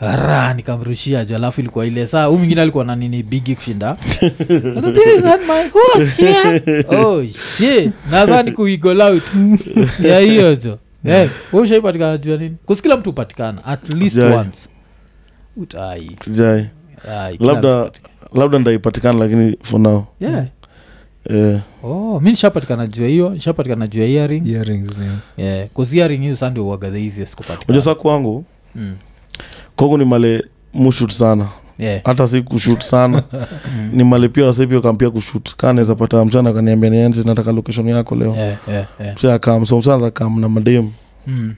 S1: ra nikamrushia jo alafu ilikuwa ile saa huu mwingine alikuwa na nini bigi kushinda [laughs] This is not my horse here. Oh, shit. na saa ni kuigol out ya hiyo jo Eh, wewe ushaipatikana juu ya nini kusikila mtu upatikana at least
S3: Sijai.
S1: once utai
S3: sijai
S1: ai, kila
S3: labda
S1: mtu upatikana.
S3: labda ndaipatikana lakini for now
S1: yeah.
S3: eh,
S1: oh, mi nishapatikana juu ya hiyo nishapatikana juu ya earring
S2: Earrings ni-
S1: yeah. kuziaring hiyo sandi uwaga the easiest
S3: unajua
S1: kupatikana
S3: saa kwangu
S1: Mm.
S3: kwangu ni male mushut sana
S1: Yeah.
S3: hata si kushut sana
S1: Mm.
S3: ni male pia wasepia kampia kushut kaa naweza pata mchana kaniambia niende nataka location yako leo yeah.
S1: Yeah, yeah, yeah.
S3: kam so msana za kam na madem
S1: Mm.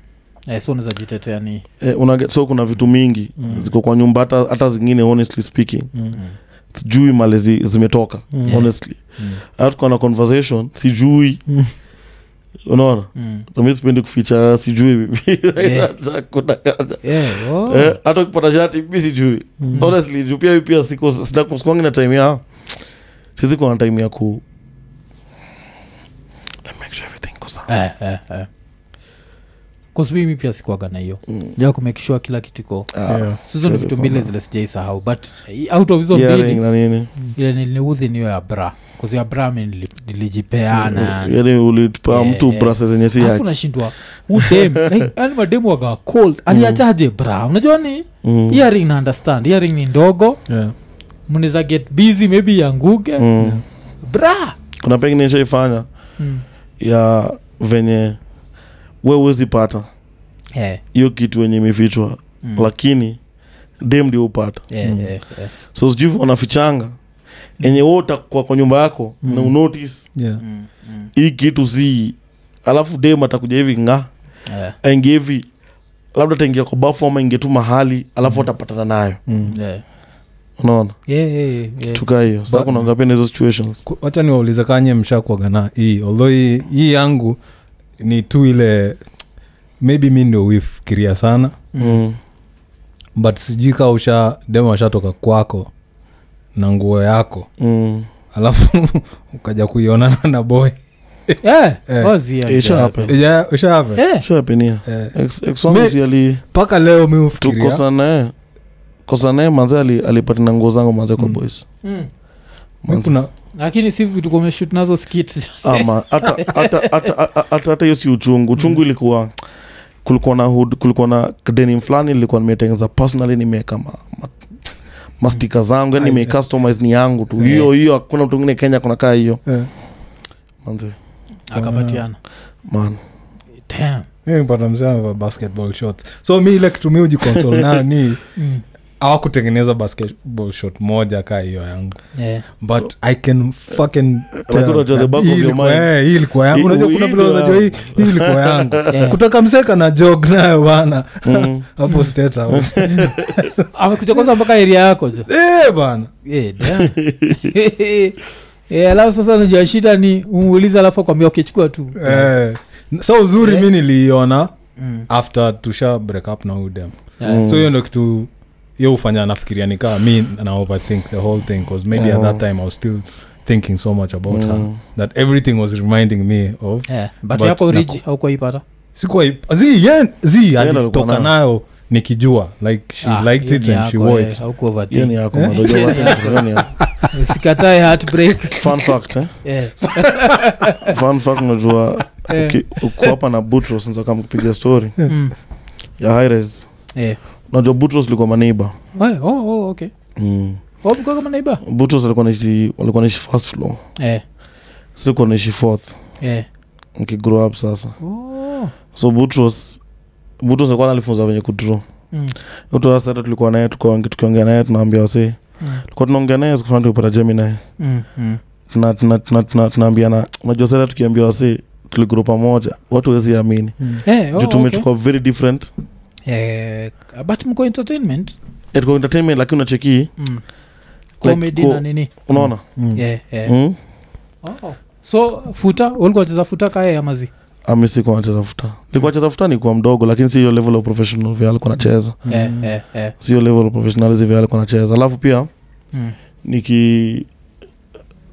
S1: Eh, so unaweza jitetea ni
S3: eh, unage, so kuna vitu mingi
S2: Mm.
S3: ziko kwa nyumba hata, hata zingine honestly speaking
S2: Mm.
S1: Mm.
S3: sijui male zi, zimetoka
S2: Mm.
S3: honestly
S1: Mm. Mm-hmm.
S3: hata tuko na conversation sijui
S2: Mm.
S3: unaona
S1: Mm.
S3: mi sipendi kuficha sijui [laughs]
S1: Yeah.
S3: Kuna kadha.
S1: Yeah, oh.
S3: Eh, hata ukipata shati mi sijui
S2: Mm.
S3: honestly juu pia mi pia siko sina- sikuwangi na time ya sizi kuna time ya ku Let me make sure everything goes out.
S1: Eh, eh, eh. 'Cause mimi pia sikuaga na hiyo
S3: Mm.
S1: ja kumekishua kila kitu iko
S3: Ah,
S2: Yeah.
S1: sizo ni
S3: siwezi
S1: vitu
S3: kuona.
S1: mbili zile sijaisahau but eh, out of hizo
S3: Earring
S1: mbili
S3: na nini
S1: ile niliudhi niyo ya bra kuzi ya bra mi nili- nilijipeana
S3: yani ulitupa
S1: Ah, Yeah,
S3: mtu
S1: yeah.
S3: brase zenye si
S1: alafu
S3: yake
S1: nashindwa udem
S3: [laughs]
S1: like, yani mademu waga cold aliachaje bra unajua ni
S3: Mm.
S1: earring na understand earring ni ndogo
S2: Yeah.
S1: mnaweza get busy maybe ianguke
S3: Mm.
S1: bra
S3: kuna pengine ishaifanya
S1: mm.
S3: ya venye we uwezi pata
S1: yeah.
S3: hiyo kitu wenye imefichwa
S1: mm.
S3: lakini dem ndio upata
S1: yeah,
S2: Mm.
S1: yeah, yeah.
S3: so sijui vile wanafichanga enye we utakua kwa nyumba yako
S2: Mm.
S3: na unotice
S2: Yeah.
S1: Mm, mm.
S3: hii kitu si alafu dem atakuja hivi nga
S1: Yeah,
S3: aingie hivi labda ataingia kwa bafu ama ingie tu mahali alafu atapatana nayo
S2: Mm.
S1: yeah.
S3: unaona
S1: Yeah, yeah, yeah, yeah.
S3: tuka hiyo sasa
S2: Eh. But-
S3: kuna ngapi na hizo situations
S2: Ku- wacha niwaulize kanye mshakwaganaa hii although hii, hii yangu ni tu ile maybe mi ndio wifikiria sana
S3: mm.
S2: but sijui kaa usha dema washatoka kwako na nguo yako
S3: mm.
S2: alafu [laughs] ukaja kuionana na boy
S1: Yeah,
S2: Eh.
S1: was yeah,
S3: It
S1: yeah.
S3: happen.
S2: yeah, ushaapa
S1: Eh,
S3: shapenia
S2: Me-
S3: ali
S2: mpaka leo mi hufikiria
S3: tukosa naye kosa naye manze ali, alipatina nguo zangu manze kwa
S2: Mm.
S3: boys
S1: mm.
S2: mi
S3: manze.
S2: kuna
S1: lakini si vitu kumeshut nazo skit
S3: ama hata hata hata hata- hata hata hiyo si uchungu uchungu ilikuwa kulikuwa na hood, kulikuwa na denim fulani nilikuwa nimetengeneza personally nimeweka ma, ma, mastika zangu yani
S2: Ah,
S3: nime customize ni yangu tu hiyo hiyo hakuna mtu mwingine kenya kuna kaa hiyo
S2: eh,
S3: manze
S1: [laughs] akapatiana
S3: man
S1: Damn.
S2: mi nilipata msee amevaa basketball shorts so mi ile kitu mi hujikonsol nayo ni
S1: Mm.
S2: awakutengeneza basketball shot moja kaa hiyo yangu
S1: Yeah.
S2: but i can fucking tell
S3: Lakini unajua the
S2: that
S3: back of
S2: hii
S3: your
S2: ilikuwa-
S3: mind.
S2: eh, hii ilikuwa yangu
S3: Hii-
S2: unajua
S3: hii
S2: kuna vile
S3: ndio Eh.
S2: unajua hii hii ilikuwa
S3: [laughs]
S2: yangu
S1: Yeah.
S2: kutoka mseka na jog nayo bana
S3: mm.
S2: hapo state house
S3: [laughs]
S1: amekuja kwanza mpaka eria yako jo
S2: eh bana
S1: Eh,
S2: [laughs]
S1: damn. Eh, alafu sasa najua shida ni umuulize alafu akwambia ukichukua tu
S2: eh so uzuri
S1: Eh.
S2: mi niliiona
S1: Mm.
S2: after tusha break up na udem
S1: Yeah.
S3: mm.
S2: so hiyo ndo kitu hiyo hufanya nafikiria nikaa mi na overthink the whole thing bcause maybe at
S3: Oh.
S2: that time i was still thinking so much about her
S3: Mm.
S2: that everything was reminding me of
S1: Eh, but
S2: But
S1: yako
S2: na-
S1: riji aukuaipata
S2: sikuwa ip- zi ye- zi
S3: Yeye ndo alikuwa
S2: alitoka
S3: nayo.
S2: nayo nikijua like she
S1: Ah,
S2: liked it and she wore
S1: eh,
S2: it
S3: hiyo ni yako man. Unajua
S1: Yeah.
S3: watu- hiyo ni yako.
S1: sikatae heartbreak
S3: [laughs] fun fact eh?
S1: Eh,
S3: fun fact unajua
S1: eh,
S3: uki- uko hapa na butros unaweza kama kupiga story
S1: mm,
S3: ya hires
S1: eh.
S3: unajua butros ilikuwa maneiba
S1: Eh, oh, oh, okay.
S3: mm.
S1: Oh, mko kama neighbor?
S3: butros alikuwa naishi walikuwa naishi first floor
S1: Eh,
S3: silikuwa naishi fourth
S1: eh.
S3: nkigrow up sasa
S1: Oh,
S3: so butros butros alikuwa analifunza venye kudraw
S1: Mm.
S3: utoasa hata tulikuwa naye tuko- tukiongea naye tunaambia wasee
S1: Mm.
S3: tulikuwa tunaongea naye siku fulani tukipata jemi naye
S1: Mm. Mm.
S3: Tuna- tuna- tuna- tuna- tunaambiana unajua sasa tukiambia wasee tuliguru pamoja watu wezi amini
S1: Eh, oh,
S3: juu
S1: okay.
S3: tumechukua very different
S1: Eh, but mko entertainment
S3: Eh, tuko entertainment lakini unacheki
S1: mm. comedy
S3: ko-
S1: na nini
S3: unaona
S1: yeah, yeah.
S3: Mm?
S1: Oh. so futa ulikuwa wacheza futa kaya amazi
S3: ami Ah, sikuwa nacheza futa nilikuwa nacheza futa nikuwa mdogo lakini si hiyo level of professional vile alikuwa nacheza
S1: Eh, eh, eh.
S3: si hiyo level of professionalism vile alikuwa nacheza alafu pia
S1: Mm.
S3: niki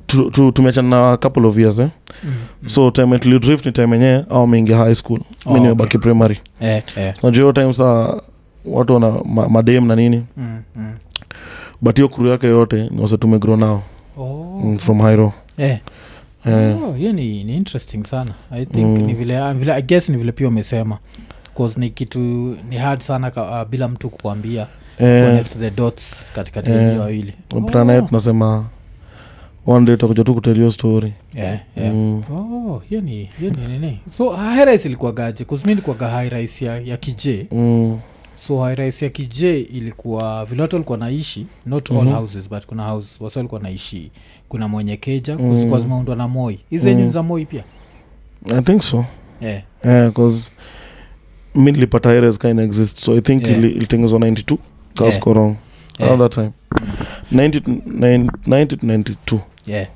S3: tu- tu- tumeachana na a couple of years eh?
S1: Mm. Mm.
S3: so time tulidrift ni time yenyewe au ameingia high school
S1: Oh,
S3: mi
S1: okay.
S3: nimebaki primary
S1: Eh, eh.
S3: najua hiyo time saa watu wana ma, madem na nini
S1: Mm, mm.
S3: but hiyo kuru yake yote ni wase tumegrow nao
S1: Oh.
S3: mm, from hiro
S1: Eh.
S3: eh,
S1: Oh, hiyo ni, ni interesting sana i think
S3: Mm.
S1: ni vile, ah, vile i guess ni vile pia umesema bcause ni kitu ni hard sana ka, ah, bila mtu kukwambia
S3: eh,
S1: connect the dots katikati
S3: Eh.
S1: ya Oh. hiyo wawili
S3: mtana yetu tunasema one day utakuja tu kutell hiyo story
S1: Eh, eh.
S3: mm.
S1: Oh, hiyo ni hiyo ni nini so highrise ilikuwagaje kuzmi ilikuwaga highrise ya, ya kije
S3: Mm.
S1: so highrise ya kije ilikuwa vile watu walikuwa naishi not all
S3: Mhm.
S1: houses but kuna house wasi walikuwa naishi kuna mwenye keja
S3: Mm.
S1: kuzikuwa zimeundwa na moi hizi
S3: Mm.
S1: mm. za moi pia
S3: i think so
S1: eh,
S3: eh, cause mi nilipata hires kind exist so i think
S1: Yeah.
S3: ili- ilitengenezwa 92
S1: Yeah.
S3: kaskorong
S1: Yeah.
S3: around that time 90 to 9 90 to 92
S1: yeah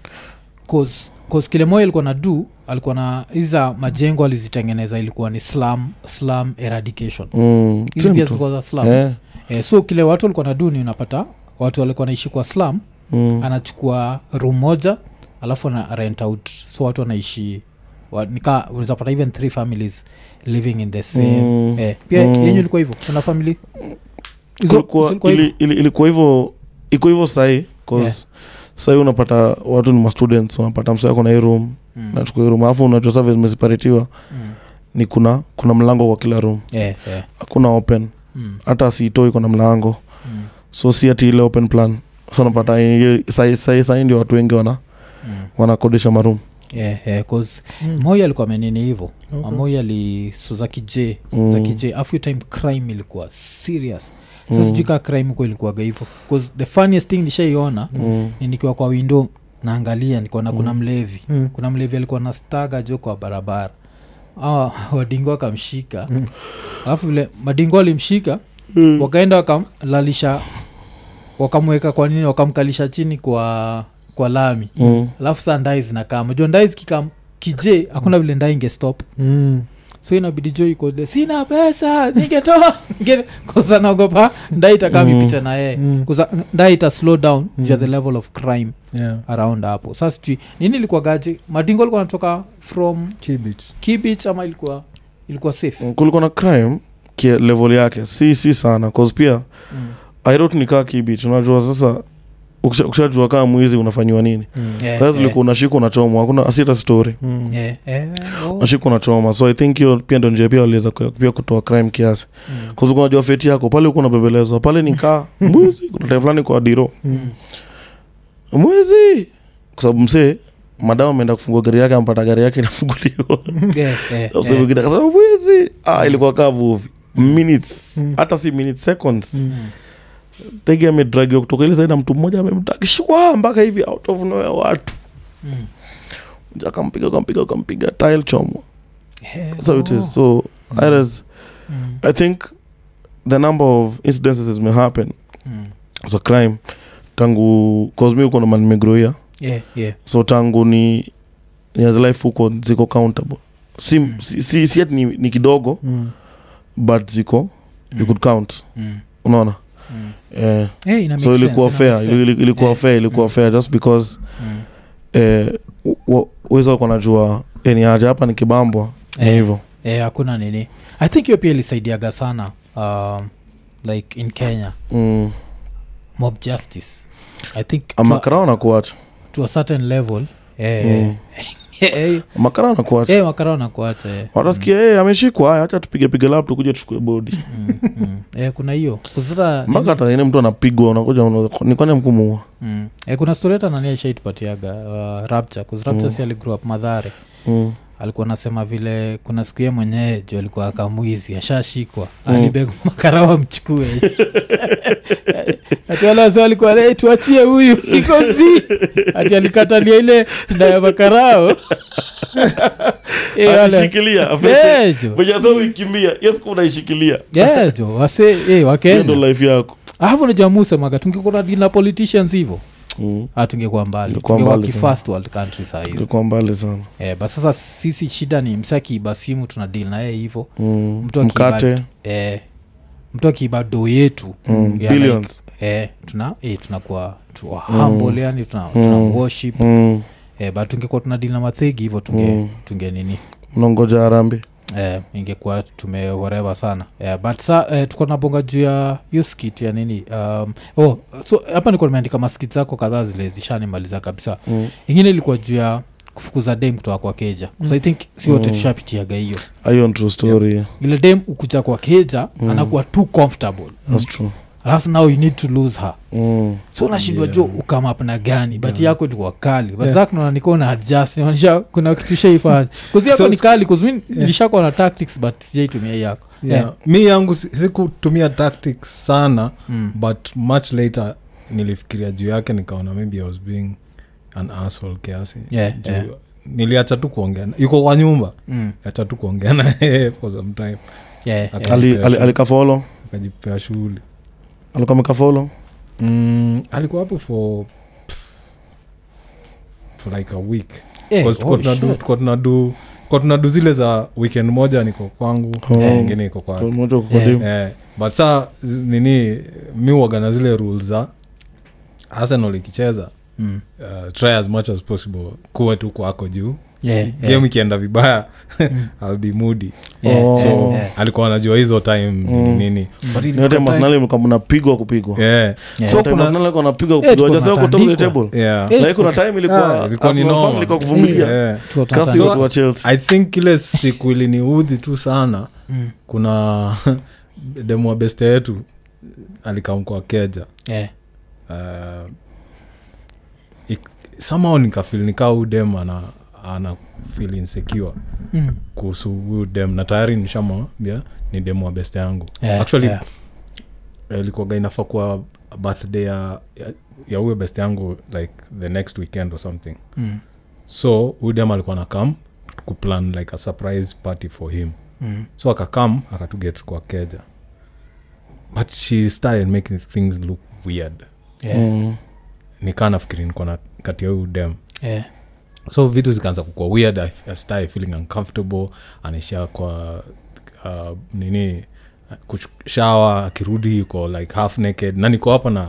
S1: cause cause kile moyo alikuwa na du alikuwa na iza majengo alizitengeneza ilikuwa ni slum slum eradication
S3: Mm,
S1: hizi
S3: same
S1: pia
S3: tu.
S1: zilikuwa za slum
S3: Eh,
S1: eh, so kile watu walikuwa na du ni unapata watu walikuwa naishi kwa slum
S3: mm,
S1: anachukua room moja alafu ana rent out so watu wanaishi wa- nika unawezapata even three families living in the same
S3: mm.
S1: eh, pia
S3: Mm.
S1: yenyu ilikuwa hivyo kuna famili Hizo-
S3: Kulikuwa-
S1: zilikuwa hivyo?
S3: ili- ili- ilikuwa hivyo iko hivyo sahii cause
S1: Yeah.
S3: sahi unapata watu ni mastudents unapata msa yako na hii room
S1: Mm,
S3: nachukua hii room alafu unajua save zimeseparatiwa
S1: mm.
S3: ni kuna kuna mlango kwa kila room
S1: Eh, eh,
S3: hakuna open
S1: mm,
S3: hata siitoo iko na mlango
S1: mm,
S3: so si ati ile open plan so unapata hiyo- sahi sahi sahi ndio watu wengi wana
S1: mm.
S3: wanakodisha marum
S1: Yeah, yeah, 'cause moi alikuwa amenini hivo amoi alisuza kije
S3: Mm.
S1: za kije afu hiyo time crime ilikuwa serious
S3: Mm.
S1: sa sijui kaa crime ko ilikuwaga hivo bcause the funniest thing nishaiona
S3: mm.
S1: ni nikiwa kwa window naangalia nikaona kuna mlevi
S2: Mm.
S1: kuna mlevi alikuwa na staga jo kwa barabara [laughs] awa wadingo akamshika
S3: Mm.
S1: alafu vile madingo walimshika wakaenda wakamlalisha wakamweka kwa nini wakamkalisha chini kwa kwa lami
S3: Mm.
S1: alafu saa ndai zinakaa majua ndai zikikam kije hakuna vile ndai ingestop so inabidi jo ikole sina pesa ningetoa [laughs] Ninge- kusa naogopa ndai itakaa
S3: Mm.
S1: mipita na yeye kusa ndai ita slow down mm. the level of crime
S2: Yeah.
S1: around hapo saa sijui nini ilikuwa gaje madingo alikuwa anatoka from
S2: Mm. Kibich.
S1: kibich ama ilikuwa ilikuwa safe
S3: kulikuwa na crime kie level yake si si sana cause pia
S1: mm.
S3: airot ni kaa kibich unajua sasa ukisha- ukishajua kaa mwizi unafanyiwa nini
S1: Eh,
S3: Mm. sasa zilikuwa unashikwa unachomwa hakuna asita story
S2: Mm.
S1: eh, eh, oh.
S3: unashikwa unachoma so i think hiyo pia ndo njia pia waliweza ku- pia kutoa crime kiasi
S1: Mm.
S3: kause unajua feti yako pale uko unabebelezwa pale ni
S1: [laughs]
S3: kaa mwizi kuna time fulani kwa diro
S1: Mm.
S3: mwizi kwa sababu msee madamu ameenda kufungua gari yake ampata gari
S1: [laughs]
S3: yake inafunguliwa
S1: Eh, eh,
S3: Sasa
S1: eh.
S3: mwingine akasema mwizi
S1: Mm.
S3: ah, ilikuwa kaa vuvi minutes hata si minutes seconds
S1: Mm.
S3: tegi amedragiwa kutoka ile saidi na mtu mmoja amemtakishwa mpaka hivi out of nowhere watu
S1: Mm.
S3: Mja akampiga akampiga akampiga tile chomwa
S1: Eh,
S3: so it
S1: oh.
S3: is so whereas
S1: Mm.
S3: i think the number of incidences may happen
S1: Mm.
S3: as a crime tangu cause mi uko na mali nimegroia
S1: Eh, eh.
S3: so tangu ni ni as life huko ziko countable si,
S1: Mm.
S3: si, si, si ati ni, ni kidogo
S2: Mm.
S3: but ziko you could count
S1: Mm.
S3: unaona
S1: Mm.
S3: eh,
S1: Eh, ina make
S3: so
S1: sense,
S3: ilikuwa
S1: ina
S3: fair
S1: make
S3: ili- ili- ilikuwa
S1: Eh.
S3: fair ilikuwa
S1: Mm.
S3: fair just because
S1: sense. Mm.
S3: eh, uweza kuwa najua eh, ni aja hapa nikibambwa ni
S1: Eh.
S3: hivyo
S1: Eh, hakuna nini i think hiyo pia ilisaidiaga sana um, like in kenya
S3: mm.
S1: mob justice i think to a,
S3: makarao nakuacha
S1: to a certain level eh,
S3: Mm.
S1: [laughs] eh,
S3: makarao nakuacha
S1: eh, makara wanakuacha eh.
S3: watasikia mm. hey, ameshikwa haya hacha tupige pige lap tukuje tuchukue bodi
S1: [laughs] Mm, mm. Eh, kuna hiyo kusata
S3: mpaka hata ine mtu anapigwa unakuja una- ni kwani mkumuua
S1: mm. eh, kuna story hata nani ashaitupatiaga uh, rapture kuzrapture
S3: Mm.
S1: si ali grow up madhare
S3: mm.
S1: alikuwa nasema vile kuna siku ye mwenyewe ju alikuwa akamwizi ashashikwa
S3: Mm.
S1: alibeg makarawa mchukue [laughs] ati wale wase walikuwa "Hey, tuachie huyu ikosi ati alikatalia ile shida ya
S3: [laughs]
S1: makarao Eh, wale-
S3: alishikilia afese
S1: Eh, jo.
S3: venye sa uikimbia yesku unaishikilia
S1: Eh, jo, wase eh,
S3: hiyo ndo
S1: wakenya
S3: life yako
S1: hapo najua musemaga tungekuwa dina politicians hivo
S3: Mm.
S1: tungekuwa mbali
S3: Tungekuwa
S1: tungekuwa
S3: mbali
S1: ki
S3: sana.
S1: first world country sahizi
S3: ilikuwa mbali sana
S1: eh, but sasa sisi shida ni msa akiiba simu tuna deal na yeye hivo
S3: Mm.
S1: Mtu akiiba-
S3: mkate
S1: eh, mtu akiiba do yetu
S3: Mm,
S1: yeah,
S3: billions.
S1: like, eh, tuna eh, tunakuwa tu humble yani tuna, tuna worship
S3: Mm.
S1: eh, but tungekuwa tuna deal na mathegi hivo tunge,
S3: Mm.
S1: tunge nini
S3: mnangoja harambe
S1: eh, ingekuwa tumeoreva sana eh, but sa eh, tuko nabonga juu ya hiyo skit ya nini um, oh, so hapa niko nimeandika maskit zako kadhaa zile zishanimaliza kabisa
S3: Mm.
S1: ingine ilikuwa juu ya kufukuza dem kutoka kwa keja so i think si wote
S3: Mm.
S1: tushapitiaga hiyo
S3: hiyo ni true story yeah.
S1: ile dem ukuja kwa keja
S3: Mm.
S1: anakuwa too comfortable
S3: That's true
S1: alafu now you need to lose her
S3: mm.
S1: so unashindwa
S2: Yeah.
S1: jo ukamapna gani but
S2: Yeah.
S1: yako ilikuwa kali but
S2: Yeah.
S1: yeah. zakunanika una adjust inaonyesha kuna kitu shaifanya kuzi yako
S2: So-
S1: ni kali kuzi mi
S2: Yeah.
S1: nilishakuwa na tactics but sijaitumia hii yako
S2: yeah.
S1: Yeah.
S2: mi yangu si- sikutumia tactics sana
S1: Mm.
S2: but much later nilifikiria juu yake nikaona maybe i was being an asshole kiasi
S1: Yeah,
S2: Juu-
S1: yeah.
S2: niliacha tu kuongea na- yuko kwa nyumba
S1: Mm.
S2: acha tu kuongea na yeye for some time
S1: Yeah,
S2: Aka-
S1: yeah.
S3: ali,
S2: Yeah.
S3: ali, alikafolo
S2: akajipea shughuli
S3: alikuwa amekafolo
S2: Eh, mm, alikuwa hapo for pff, for like a week
S1: Eh,
S2: 'Cause tulikuwa
S1: oh,
S2: tunadu-
S1: shit.
S2: tulikuwa tunadu tulikuwa tunadu zile za weekend moja niko kwangu
S3: Oh.
S2: yeah. ingine iko kwake
S3: moja
S1: Yeah.
S3: kukodemu
S2: eh, but saa zi- nini mi uaga na zile rules za arsenal ikicheza
S1: Mm.
S2: uh, try as much as possible kuwe tu kwako juu
S1: Yeah, yeah.
S3: Eh.
S2: game ikienda vibaya
S1: Mm.
S2: [laughs] I'll be moody
S1: Yeah,
S3: Oh.
S1: yeah,
S2: so
S1: yeah.
S2: alikuwa anajua hizo time nini
S3: Mm.
S2: nini But ilifika
S3: niyote
S2: time-
S3: masnali mlikuwa mnapigwa kupigwa
S2: yeah,
S1: Yeah.
S2: so
S3: Yote
S2: kuna-
S3: Arsenal alikuwa anapigwa
S1: Eh,
S3: kupigwa
S1: tulikuwa
S3: Just wako top of the
S1: tunatandikwa.
S3: table.
S2: yeah.
S1: Eh,
S3: Like kuna time
S2: Ah,
S3: ilikuwa
S2: ilikuwa ni Eh,
S3: Arsenal fan
S2: noma.
S3: ilikuwa kuvumilia
S2: Yeah.
S1: Tuwa
S3: kasi
S1: tunataka-
S3: watu wa Chelsea
S2: i think ile siku iliniudhi tu sana
S1: Mm.
S2: kuna [laughs] demua beste yetu alikamkwa keja
S1: Yeah.
S2: uh, ik- somehow nikafil nikaa udem ana, ana feel insecure
S1: Mm.
S2: kuhusu huyu dem na tayari nishamwambia ni dem wa best yangu
S1: Yeah,
S2: actually eh,
S1: yeah.
S2: ilikuwaga inafaa kuwa birthday ya, ya- ya huyo best yangu like the next weekend or something
S1: Mm.
S2: so huyu dem alikuwa na kam kuplan like a surprise party for him
S1: Mm.
S2: so akakam akatuget kwa keja but she started making things look weird
S1: Yeah.
S2: Eh.
S3: Mm.
S2: nikaa nafikiri niko na kati ya huyu dem
S1: Yeah.
S2: so vitu zikaanza kukua weird I, I started feeling uncomfortable anaishia kwa uh, nini kuchu- shower akirudi yuko like half naked na niko hapa na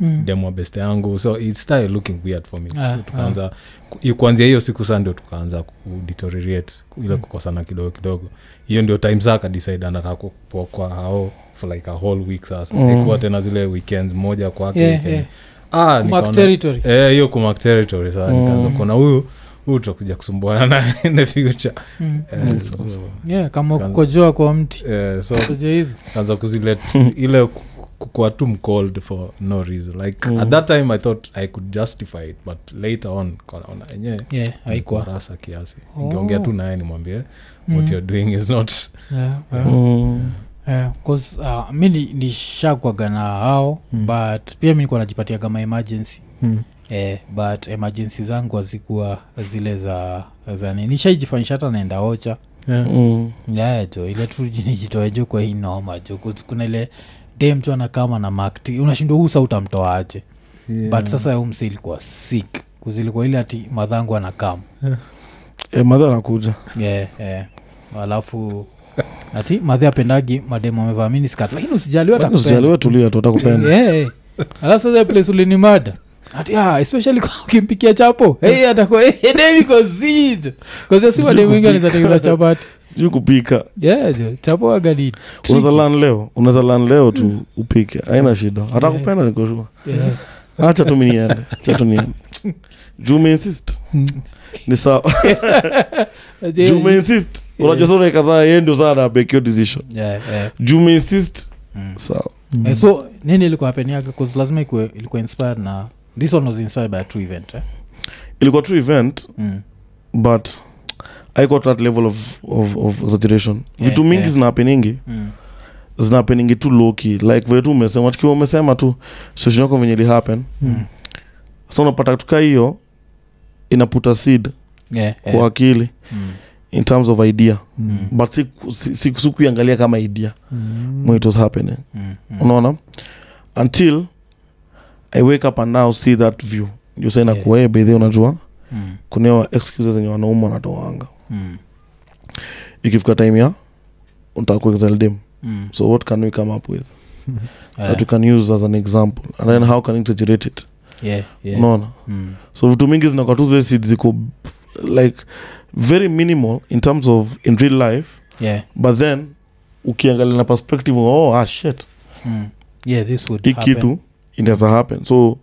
S1: Mm.
S2: demwa beste yangu so it started looking weird for me
S1: Ah,
S2: so tukaanza ku- kuanzia hiyo siku saa ndio tukaanza kudeteriorate ile
S1: Mm.
S2: kukosana kidogo kidogo hiyo ndio time saa akadecide anataka kupokwa kwa hao for like a whole week sasa
S3: Mm.
S2: ikuwa tena zile weekends moja kwake
S1: Yeah,
S2: weekend.
S1: yeah.
S2: ah,
S1: Kumark
S2: nikaona-
S1: territory.
S2: Eh, hiyo kumark territory saa
S3: Mm.
S2: nikaanza kuona huyu huyu tutakuja kusumbuana naye [laughs] in the future
S1: Mm.
S2: Eh,
S3: Mm.
S2: so- so-
S1: Yeah, kama
S2: Kaanza-
S1: kukojoa kwa mti
S2: eh, so
S1: sojo hizi
S2: kaanza kuzile
S3: [laughs]
S2: ile ku- kukuwa tu mcold for no reason like
S3: Mm.
S2: at that time i thought i could justify it but later on kanaona enyewe
S1: Yeah, haikuwa
S2: rasa kiasi
S1: Oh.
S2: ingeongea tu naye nimwambie
S1: Mm.
S2: what you're doing is not
S1: Yeah,
S2: Eh.
S1: yeah.
S3: Mm.
S1: Yeah, 'cause, uh, mi ni- nishakwaga na hao
S2: Mm.
S1: but pia mi nikuwa najipatia kama emergency
S2: mm.
S1: eh, but emergency zangu hazikuwa zile za za nini nishaijifanyisha hata naenda ocha
S2: yeah.
S3: Mm.
S1: Aya jo ile tu nijitoe jo kwa hii noma jo 'Cause kuna ile de mtu anakama na makti unashindwa huu sa utamtoaje
S2: yeah.
S1: but sasa huu msi ilikuwa sick kuzilikuwa ile ati madhangu anakama
S3: Eh, madha anakuja
S1: yeah, yeah. alafu ati madhi apendagi mademu amevaa miniskat lakini usijaliwa
S3: Lakini usijaliwe tulia tu
S2: Eh.
S3: atakupenda
S1: yeah, yeah. alafu sasa place ulinimada ati ah, especially kwa ukimpikia chapo hey, atakuwa eh, hey, demiko zijo kazasi mademu wengi anazatengeza chapati
S3: sijui kupika
S1: yeah, jo chapo wagadidi
S3: unaweza lan leo unaweza lan leo
S2: Hmm.
S3: tu upike haina shida atakupenda
S2: Eh.
S3: nikoshua
S1: yeah.
S3: acha tu miniende acha tu
S2: [laughs]
S3: niende juu umeinsist
S2: Hmm.
S3: ni sawa
S1: Ati,
S3: juu umeinsist unajua sa unaeka saa yeye ndio saa anabake hiyo decision
S1: yeah, yeah.
S3: juu umeinsist
S1: Mm.
S3: sawa
S2: Mm.
S1: Eh, so nini ilikuwa apeniaga bcause lazima ikuwe- ilikuwa inspired na this one was inspired by a true event eh?
S3: ilikuwa true event
S1: mm.
S3: but haiko to that level of, of, of saturation
S1: Yeah,
S3: vitu mingi
S1: yeah.
S3: zinapeningi
S1: mm.
S3: zinapeningi tu loki like vile tu umesema tukiwa umesema tu situation yako venye ilihappen
S1: Mm.
S3: sa unapata tuka hiyo inaputa seed
S1: Yeah,
S3: kwa
S1: yeah.
S3: akili
S1: Mm.
S3: in terms of idea
S1: Mm.
S3: but si, si, si, si kuiangalia kama idea
S1: Mm.
S3: when it was happening
S1: Mm. Mm.
S3: unaona until i wake up and now see that view jusaina
S1: Yeah.
S3: yeah. kuwe bedhi unajua
S1: Mm.
S3: kunewa excuses zenye wanaume wanatoanga
S1: Mm.
S3: ikifika time ya unataka kuexaldem
S1: Mm.
S3: so what can we come up with
S1: Yeah.
S3: that we can use as an example and then how can we exaggerate it
S1: Yeah, yeah.
S3: unaona
S1: Mm.
S3: so vitu mingi zinakuwa tu zile seeds ziko like very minimal in terms of in real life
S1: Yeah.
S3: but then ukiangalia na perspective oh ah shit
S1: Mm. Yeah, this would
S3: hii
S1: happen.
S3: kitu inaweza happen so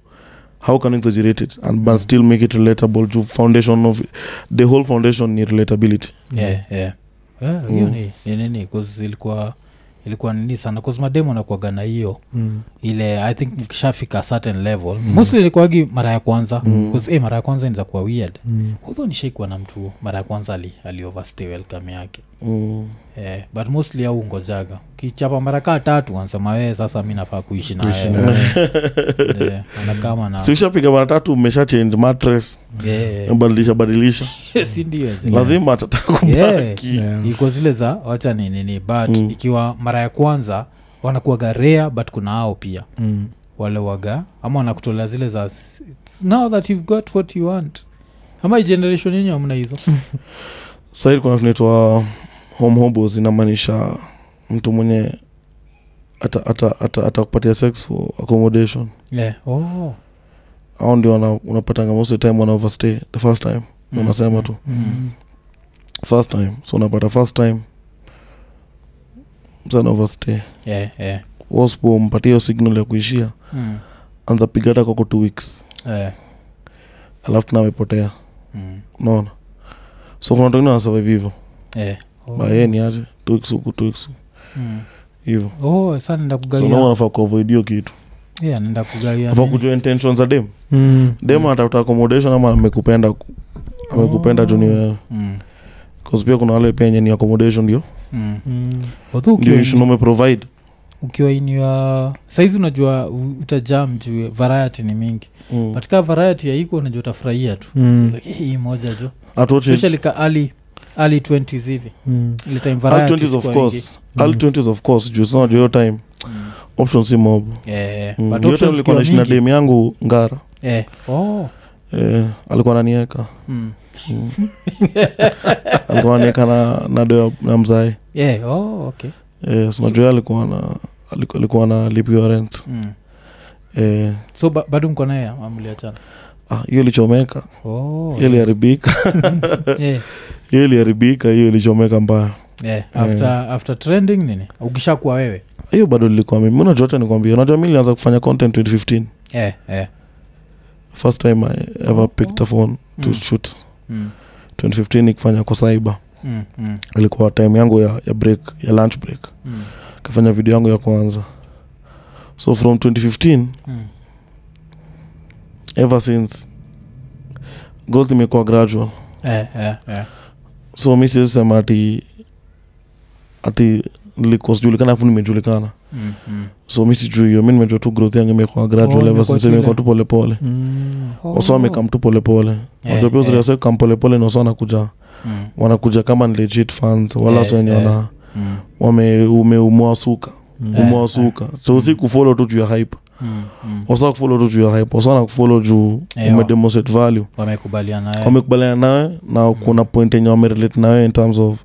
S3: how can we exaggerate it and but
S1: Mm.
S3: still make it relatable to foundation of the whole foundation ni relatability
S1: yeah, yeah. Yeah, hiyo
S3: Mm.
S1: ni ni nini 'cause ilikuwa ilikuwa nini sana 'Cause mademu anakuaga na hiyo
S3: Hmm.
S2: Mm.
S1: ile i think mkishafika certain level mostly ilikuwagi mara ya kwanza
S3: Mm.
S1: 'Cause, eh, mara ya kwanza inaeza kuwa weird
S3: Hmm.
S2: Mm.
S1: hudho nishaikuwa na mtu mara ya kwanza ali, ali overstay welcome yake
S3: mm.
S1: eh, but mostly au ungojaga kichapa mara kaa tatu ansema wee sasa mi nafaa kuishi na
S2: Kuishi
S1: wewe." Eh, anakama na
S3: si ushapiga mara tatu umesha change matres
S1: Yeah, yeah.
S3: badilisha badilisha
S1: si ndio je?
S3: lazima atatakubaki
S2: Yeah.
S1: iko Mm. zile za wacha ni nini but
S3: Mm.
S1: ikiwa mara ya kwanza wanakuwaga rea but kuna ao pia
S2: Mm.
S1: wale waga ama wanakutolea zile za "S- it's now that you've got what you want ama hii generation yenyu hamna hizo
S3: sahii kuna tunaitwa home hobos inamaanisha mtu mwenye atakupatia ata, ata, atakupatia sex for accommodation
S1: yeah. oh.
S3: au ndio wana- unapatanga most of the time wana overstay the first time
S1: Mm.
S3: unasema tu
S1: Mm.
S3: first time so unapata first time msana overstay
S1: yeah, yeah.
S3: waspo mpatia hiyo signal ya kuishia
S1: Mm.
S3: anza piga hata kwako two weeks
S1: Eh.
S3: alafu tena amepotea
S1: Mm.
S3: unaona so kuna tengine wanasurvive hivo
S1: Eh. Oh.
S3: baye ni aje two weeks huku two weeks huku,
S1: Mm.
S3: hivo
S1: oh sana nenda
S3: so nao
S1: kugawia
S3: wanafaa kuavoid hiyo kitu
S1: yeah, nenda kugawia
S3: Nafaa
S1: nini?
S3: kujua intentions za dem
S2: Mm.
S3: dem anatafuta accommodation ama amekupenda ku- amekupenda tu ni wewe
S1: Mm.
S3: 'Cause pia kuna wale pia yenye ni accommodation ndio
S1: Mm.
S2: Mm.
S1: Although
S3: ndio
S1: ukiwa
S3: issue na umeprovide
S1: ukiwa iniwa saizi unajua u- utajam juu variety ni mingi
S3: Mm.
S1: katika variety ya iko unajua utafurahia tu
S2: Mm.
S1: Like, hii moja jo
S3: At what age?
S1: especially ka early early 20s hivi
S2: Mm.
S1: ile time
S3: Early
S1: variety
S3: 20s of
S1: sikuwa
S3: course. Early
S2: Mm.
S3: 20s of course juu sana hiyo time
S1: wengi. Mm.
S3: options si mob
S1: Yeah, yeah.
S3: Mm,
S1: But
S3: hiyo time
S1: options
S3: nilikuwa naishi
S1: zikiwa
S3: na
S1: mingi.
S3: dem yangu ngara
S1: Eh. Oh.
S3: eh, alikuwa ananieka
S1: Mm. [laughs]
S3: Mm. alikuwa ananieka na, na deo na mzae
S1: Yeah. Oh, okay.
S3: eh, sinajua alikuwa na alikuwa- alikuwa analipiwa rent
S1: Mm.
S3: eh,
S1: so ba- bado mko naye ama mliachana
S3: ah, hiyo ilichomeka
S1: Oh.
S3: hiyo iliharibika eh.
S1: Yeah.
S3: hiyo iliharibika hiyo ilichomeka mbaya
S1: Yeah. After,
S3: Eh.
S1: after trending nini ukishakuwa wewe
S3: hiyo bado lilikuwa mimi unajua hata nikwambia unajua mi nilianza kufanya content 2015
S1: yeah, yeah.
S3: first time i ever picked a phone to
S1: Mm.
S3: shoot
S1: Mm.
S3: 2015 nikifanya kwa cyber
S1: Mm. Mm.
S3: ilikuwa time yangu ya, ya break ya lunch break
S1: Mm.
S3: kafanya video yangu ya kwanza so from 2015
S1: Mm.
S3: ever since growth imekuwa gradual
S1: Yeah, yeah, yeah.
S3: so mi siwezi sema ati ati nilikuwa sijulikana afu nimejulikana
S1: Mm. Mm.
S3: so mi sijui hiyo mi nimejua tu growth yangu imekuwa gradual
S1: Oh,
S3: ever
S1: imekuwa
S3: since
S1: tu
S3: imekuwa
S1: ile-
S3: tu polepole
S2: Mm.
S1: Oh.
S3: wasa wamekam tu polepole
S1: Eh,
S3: najua pia
S1: eh.
S3: uzuri wasa kam polepole nasa wanakuja
S1: Mm.
S3: wanakuja kama ni legit fans wala
S1: Eh,
S3: wasa wenye
S1: eh.
S3: wana
S1: Mm.
S3: wame umeumwa suka
S2: Mm.
S1: Eh.
S3: umwa suka so si kufollow tu juu ya hype
S1: Mm. Mm.
S3: wasa kufollow tu juu ya hype wasa wanakufollow juu
S1: Eh, wa-
S3: umedemonstrate value
S1: wamekubaliana naye.
S3: wamekubaliana nawe na kuna point yenye wamerelate nawe in terms of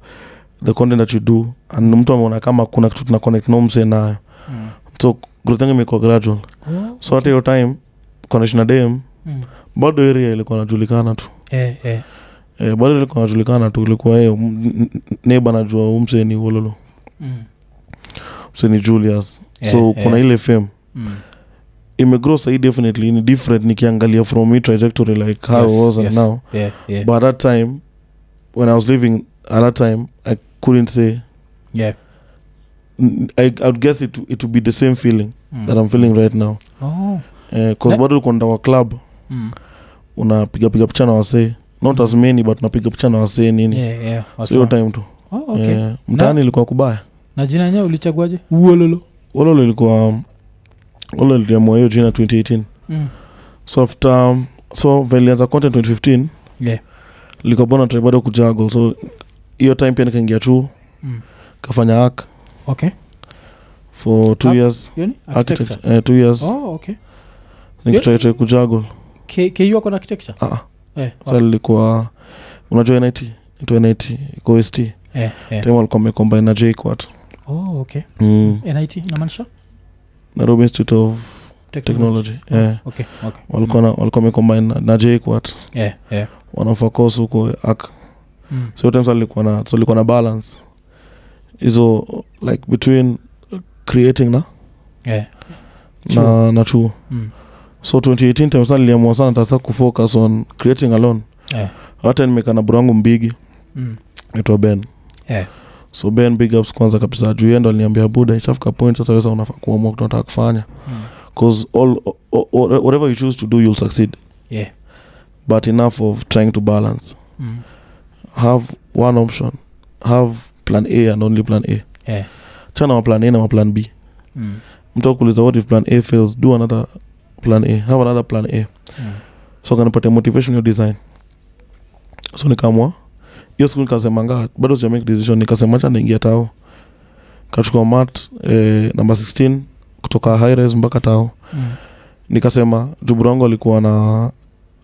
S3: the content that you do and mtu ameona kama kuna kitu tuna connect nomse nayo
S1: Mm.
S3: so growth yangu imekuwa gradual
S1: Oh,
S3: so hata hiyo time connection dem
S1: Mm.
S3: bado area ilikuwa najulikana tu
S1: Eh, eh.
S3: e, bado ilikuwa najulikana tu ilikuwa e, neiba najua umseni wololo
S1: Mm.
S3: mseni julius
S1: Eh,
S3: so
S1: eh.
S3: kuna ile fame
S1: Mm.
S3: imegrow sahii definitely ni different nikiangalia from hii trajectory like how
S1: Yes,
S3: it was
S1: yes.
S3: and now
S1: Yeah, yeah.
S3: but at that time when i was living at that time i couldn't say
S1: Yeah.
S3: n- I, I would guess it, it would be the same feeling
S1: Mm.
S3: that i'm feeling right now Eh,
S1: Oh.
S3: because
S1: Na-
S3: bado uko ndani wa club
S1: Mm.
S3: unapigapiga picha na wasee not as many but napiga picha na wasee nini yeah,
S1: Yeah, yeah,
S3: so hiyo
S1: wasa.
S3: time tu
S1: Oh, okay.
S3: yeah. mtaani ilikuwa kubaya
S1: na jina yenyewe ulichaguaje uololo
S3: ololo ilikuwa um, ololo liliamua hiyo jina 2018
S1: mm.
S3: so after um, so velianza content 2015
S1: yeah.
S3: ilikuwa bona try bado kujuggle so hiyo time pia nikaingia chuo
S1: mm.
S3: kafanya ak
S1: okay
S3: for two
S1: Arch-
S3: years
S1: Hiyo ni
S3: architect
S1: architecture
S3: eh, two years
S1: oh, okay
S3: nikitry try kujuggle
S1: K- ku ako na architecture
S3: ah,
S1: eh,
S3: sa lilikuwa unajua nit itwa nit iko west
S1: eh, eh.
S3: time alikuwa amecombine na jquat
S1: oh, okay
S3: mm.
S1: nit namaanisha
S3: nairobi institute of
S1: technology
S3: technology yeah.
S1: okay okay
S3: walikuwa na- walikuwa amecombine na- na jquat
S1: Mm. yeah, yeah.
S3: wanaofa course huko ak
S1: Mm.
S3: so time salikuwa na so ilikuwa na balance hizo like between creating na
S1: yeah.
S3: na, na chuo
S1: Mm.
S3: so 2018 time sana niliamua sana tasa kufocus on creating alone
S1: Yeah.
S3: hata nimekaa na bro wangu mbigi
S1: Mm.
S3: naitwa ben
S1: Yeah.
S3: so ben big ups kwanza kabisa juu yendo aliniambia buda ishafika point sasa weza unafaa kuamua tunataka kufanya
S1: Mm.
S3: cause all, o- o- whatever you choose to do you'll succeed
S1: Yeah.
S3: but enough of trying to balance
S1: Mm.
S3: have one option have plan a and only plan a
S1: Yeah.
S3: chana wa plan a na wa plan b
S1: Mm.
S3: mtu akuuliza what if plan a fails do another plan a have another plan a
S1: Mm.
S3: so kanipatia motivation hiyo design so nikamwa hiyo siku nikasemanga bado sija make decision nikasema cha naingia tao kachukua mat eh, namba 16 kutoka high res mpaka tao
S1: Mm.
S3: nikasema jubrangu alikuwa na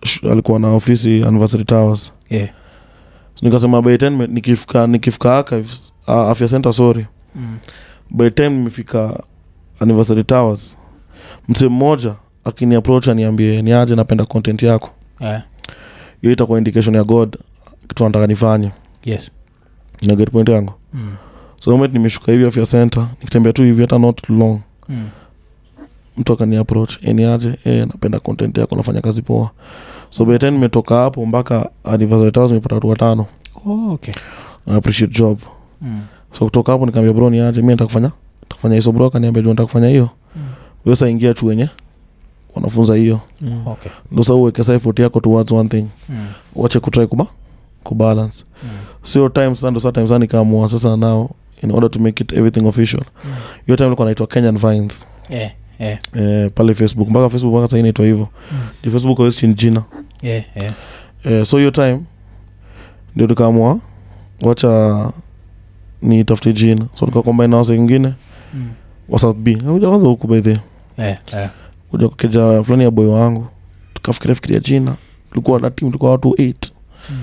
S3: sh- alikuwa na ofisi anniversary towers
S1: Yeah.
S3: so nikasema by 10 mi- nikifika nikifika archives uh, afya center sorry
S1: Mm.
S3: by 10 nimefika anniversary towers msee mmoja akiniapproach aniambie niaje napenda content yako
S1: Yeah.
S3: hiyo itakuwa indication ya god kitu anataka nifanye
S1: Yes.
S3: na get point yangu
S1: Mm.
S3: so the moment nimeshuka hivi afya center nikitembea tu hivi hata not long
S1: Mm.
S3: mtu akani approach "Eh, ni aje eh, napenda content yako nafanya kazi poa so by the time nimetoka hapo mpaka anniversary towers nimepata watu watano
S1: Oh, okay.
S3: I appreciate job
S1: Mm.
S3: so kutoka hapo nikaambia bro ni aje mi nataka kufanya nataka kufanya hiyo." so bro akaniambia jua nataka kufanya hiyo
S1: Mm.
S3: wewe sasa ingia tu wenye wanafunza hiyo
S1: Okay.
S3: ndio sasa uweke sasa effort yako towards one thing
S1: Mm.
S3: wache kutry kuba kubalance
S1: Mm.
S3: sio time sasa ndo saa time sasa nikaamua sasa nao in order to make it everything official
S1: Mm.
S3: hiyo time ilikuwa naitwa kenyan vines
S1: Yeah. Yeah.
S3: eh, pale facebook mpaka facebook mpaka sahii naitwa hivyo
S1: Mm.
S3: Ni facebook hawezi chini jina
S1: Yeah. Yeah.
S3: eh, so hiyo time ndio tukaamua wacha ni tafute jina so tukakombaini na wase wengine
S1: Mm.
S3: wa south b kuja kwanza huku baidhi
S1: Yeah. Yeah.
S3: kuja kukeja fulani ya boy wangu tukafikiria fikiria jina tulikuwa na timu tulikuwa watu 8
S1: Mm.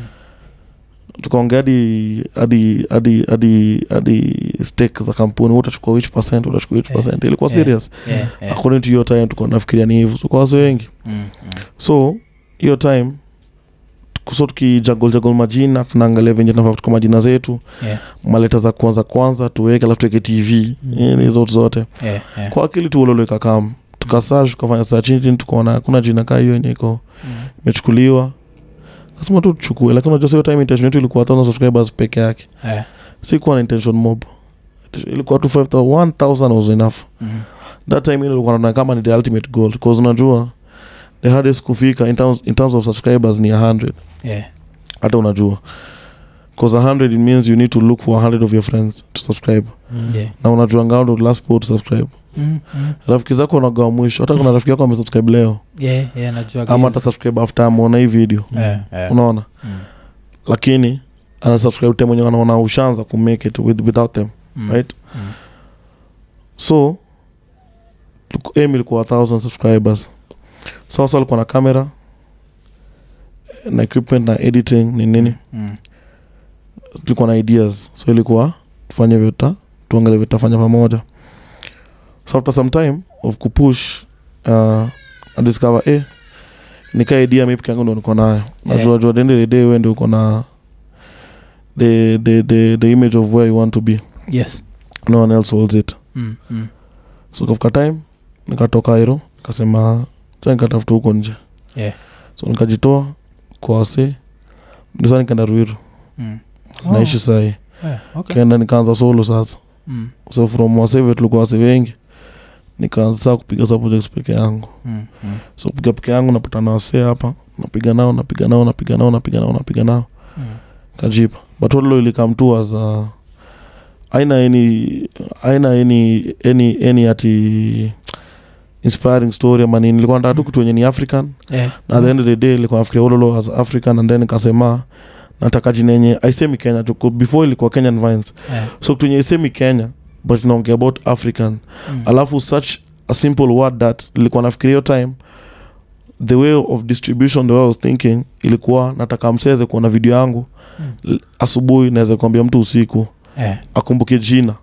S3: tukaongea hadi hadi hadi hadi hadi stake za kampuni utachukua which percent utachukua which
S1: Eh,
S3: percent ilikuwa
S1: eh.
S3: serious
S1: Yeah. Yeah.
S3: according to hiyo time tuko nafikiria ni hivyo tuko wase wengi
S1: Mm. Mm.
S3: so hiyo time tuko- so tukijagoljago majina tunaangalia venye tunafaa kutuka majina zetu
S1: Yeah.
S3: maleta za kwanza kwanza tuweke alafu tuweke tv
S2: Mm.
S3: mm. hizo zote
S1: Yeah. Yeah.
S3: kwa akili tuololeka kam tukasash tukafanya saa chini chini tukaona hakuna jina kaa hiyo yenye iko
S1: Mm.
S3: imechukuliwa kasema tu tuchukue lakini unajua sio time intention yetu ilikuwa 1000 subscribers peke yake
S1: Yeah.
S3: sikuwa na intention mob ilikuwa tu 5000 1000 was enough
S1: Mm.
S3: that time ile ulikuwa naona kama ni the ultimate goal because unajua the hardest kufika in terms, in terms of subscribers ni 100
S1: Eh, Yeah.
S3: hata unajua because 100 it means you need to look for 100 of your friends to subscribe
S1: Yeah.
S3: na unajua ngao ndo last poor to subscribe
S1: Mm. Mm.
S3: rafiki zako unagawa mwisho hata kuna rafiki yako amesubscribe leo
S1: Yeah. Yeah. Najua
S3: ama
S1: guys.
S3: hata subscribe after ameona hii video
S1: Yeah. Yeah.
S3: unaona
S1: Mm.
S3: lakini anasubscribe time mwenyewe anaona ushaanza kumake it with, without them
S1: Mm.
S3: right
S1: Mm.
S3: so tuko- aim ilikuwa 1000 subscribers so sasa alikuwa na kamera na equipment na editing ni nini
S1: Mm.
S3: tulikuwa na ideas so ilikuwa tufanye vyota tuangalie vitafanya pamoja so after some time of kupush uh, discover eh, nika idea mi peke yangu ndo niko nayo najua jua dende the day we ndio uko na the, the, the, the image of where you want to be
S1: Yes.
S3: no one else holds it
S1: Mm. Mm.
S3: so kafika time nikatoka Cairo nikasema cha nikatafuta huko nje
S1: Yeah.
S3: so nikajitoa kwa wase ndio sasa nikaenda Ruiru
S1: Mm.
S3: naishi sahi
S1: Oh. Yeah. Okay.
S3: kaenda nikaanza solo sasa
S1: Mm.
S3: so from waseve tulikuwa wase wengi nikaanza saa kupiga sa projects peke yangu
S1: Mm, mm,
S3: so kupiga peke yangu napatana wasee hapa napiga nao napiga nao napiga nao napiga nao napiga nao
S1: mm,
S3: kajipa but what really come to us uh, aina any aina any any any ati inspiring story ama nini nilikuwa nataka tu kitu wenye ni african
S1: eh,
S3: na at the end of the day nilikuwa nafikiria ololo as african and then nikasema nataka jina yenye aisemi kenya tuko before ilikuwa kenyan vines
S1: eh,
S3: so kitu yenye isemi kenya but inaongea about african
S1: mm,
S3: alafu such a simple word that nilikuwa nafikiria hiyo time the way of distribution the way I was thinking ilikuwa nataka mseze kuona video yangu
S1: Mm.
S3: l- asubuhi naweza kuambia mtu usiku
S1: eh,
S3: akumbuke jina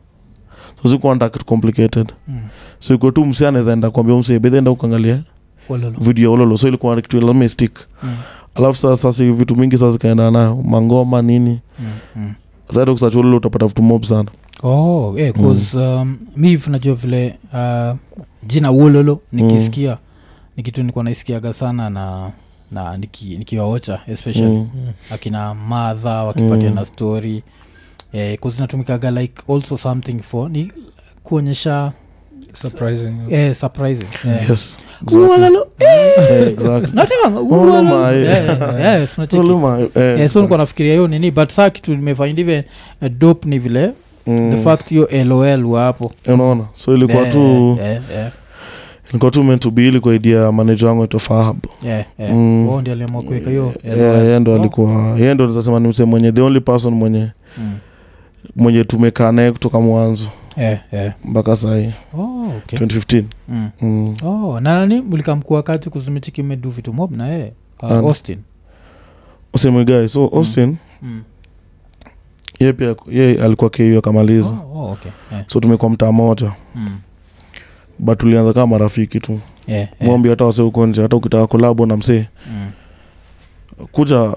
S3: sikuwa nataka kitu complicated
S1: mm.
S3: so ikuwe tu mse anaweza enda kuambia mse "By the way, enda ukangalia
S1: Ololo.
S3: video ya ololo so ilikuwa kitu lazima istik
S1: Mm,
S3: alafu sasa sasa vitu mingi sasa zikaenda nayo mangoma nini
S1: mm, mm.
S3: sasa hata ukisearch ololo utapata vitu mob sana
S1: Oh, eh, 'cause,
S3: Mm.
S1: um, mi if najua vile uh, jina wololo nikisikia
S3: Mm.
S1: ni kitu nikuwa naisikiaga sana na na niki- nikiwaocha especially
S3: Mm.
S1: akina madha wakipatia
S3: Mm.
S1: na story eh, 'cause inatumikaga like also something for ni kuonyesha
S2: surprising
S1: eh,
S3: [laughs]
S1: surprises eh.
S3: yes exactly.
S1: Uwalalo, eh.
S3: Eh, exactly.
S1: Natemanga,
S3: Uluma,
S1: uwalalo.
S3: eh.
S1: Eh, eh, yes, unacheki.
S3: Oluma, eh,
S1: Eh, so nikuwa nafikiria hiyo nini but saa kitu nimefind hive eh, dope ni vile
S3: mm.
S1: the fact hiyo lol wapo
S3: unaona so ilikuwa
S1: Eh,
S3: tu
S1: eh, eh,
S3: ilikuwa tu meant to be ili kwa idea ya manager wangu aitwa Fahab
S1: eh, eh.
S3: Mm.
S1: Wao ndio aliamua kuweka hiyo
S3: Eh,
S1: LOL.
S3: yeye ndo
S1: Oh.
S3: alikuwa yeye ndo nizasema ni msee mwenye the only person mwenye
S1: Mm.
S3: mwenye tumekaa naye kutoka mwanzo
S1: Eh, eh.
S3: mpaka sahii
S1: Oh, okay.
S3: 2015
S1: Mm.
S3: mm.
S1: Oh, na nani mlikamkua wakati kuzumichiki medu vitu mob na yeye uh,
S3: Nani?
S1: austin
S3: useme guy so austin
S1: mm.
S3: yeye pia yeye alikuwa ku
S1: oh,
S3: akamaliza
S1: oh, okay. eh.
S3: so tumekuwa mtaa moja
S1: mm.
S3: but tulianza kama marafiki tu
S1: eh, eh.
S3: mwambi hata wase uko nje hata ukitaka kolabo na msee
S1: Mm.
S3: kuja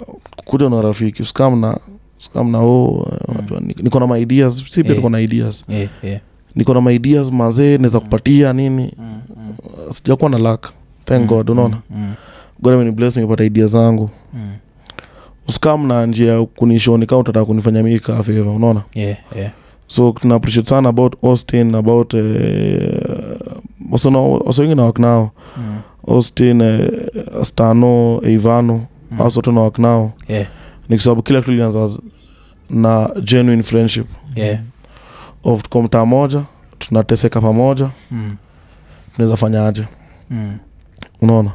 S3: kuja na rafiki usikam na usikam na o
S1: Mm.
S3: najua ni- niko na maideas si pia
S1: Eh.
S3: tuko na ideas
S1: Eh, eh.
S3: niko na maideas mazee naweza kupatia nini
S1: Mm, mm.
S3: sijakuwa na lak thank
S1: Mm,
S3: god unaona
S1: mm,
S3: god amenibless nimepata idea zangu
S1: mm.
S3: usikam na njia ya kunishoni kama utataka kunifanya mi kaa favor unaona
S1: Eh, eh.
S3: so tuna appreciate sana about austin about eh, wasona- wase wengi na waknao
S1: Mm,
S3: austin eh, stano ivano
S1: mm.
S3: asoto na waknao
S1: Eh,
S3: ni kwa sababu kila kitu ilianza z- na genuine friendship
S1: eh.
S3: of tuko mtaa moja tunateseka pamoja
S1: Mm,
S3: tunaweza fanya aje
S1: mm.
S3: unaona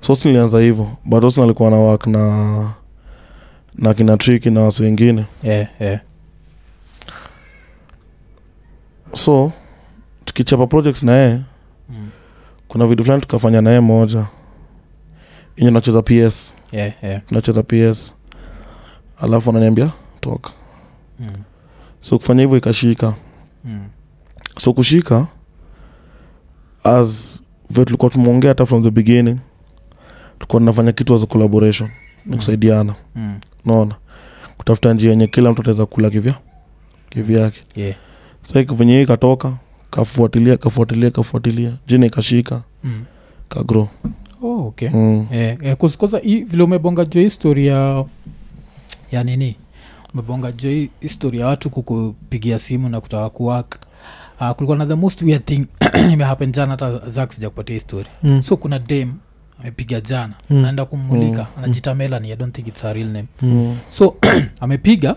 S3: so Austin ilianza hivyo but Austin alikuwa na work na na kina triki na watu wengine
S1: Eh, eh.
S3: so tukichapa projects na yeye
S1: Mm.
S3: kuna video fulani tukafanya na yeye moja yenye tunacheza ps
S1: Eh, eh.
S3: tunacheza ps alafu ananiambia toka
S1: Mm,
S3: so kufanya hivyo ikashika
S1: mm.
S3: so kushika as vile tulikuwa tumeongea hata from the beginning tulikuwa tunafanya kitu as a collaboration ni
S1: Mm.
S3: kusaidiana
S1: Mm.
S3: unaona kutafuta njia yenye kila mtu ataweza kula kivya kivyake
S1: Eh.
S3: sa venye hii ikatoka kafuatilia kafuatilia kafuatilia jina ikashika
S1: Mm.
S3: kagro
S1: Oh, okay.
S3: mm.
S1: Eh, eh, cause- cause hii- vile umebonga jo histori ya ya nini umebonga jo hii histori ya watu kukupigia simu na kutaka kuwak uh, kulikuwa na the most weird thing [clears throat] imehappen jana hata zak sija kupatia histori
S4: Mm.
S1: so kuna dem amepiga jana
S4: Mm.
S1: anaenda kummulika anajita melani i don't think its her real name so [clears throat] amepiga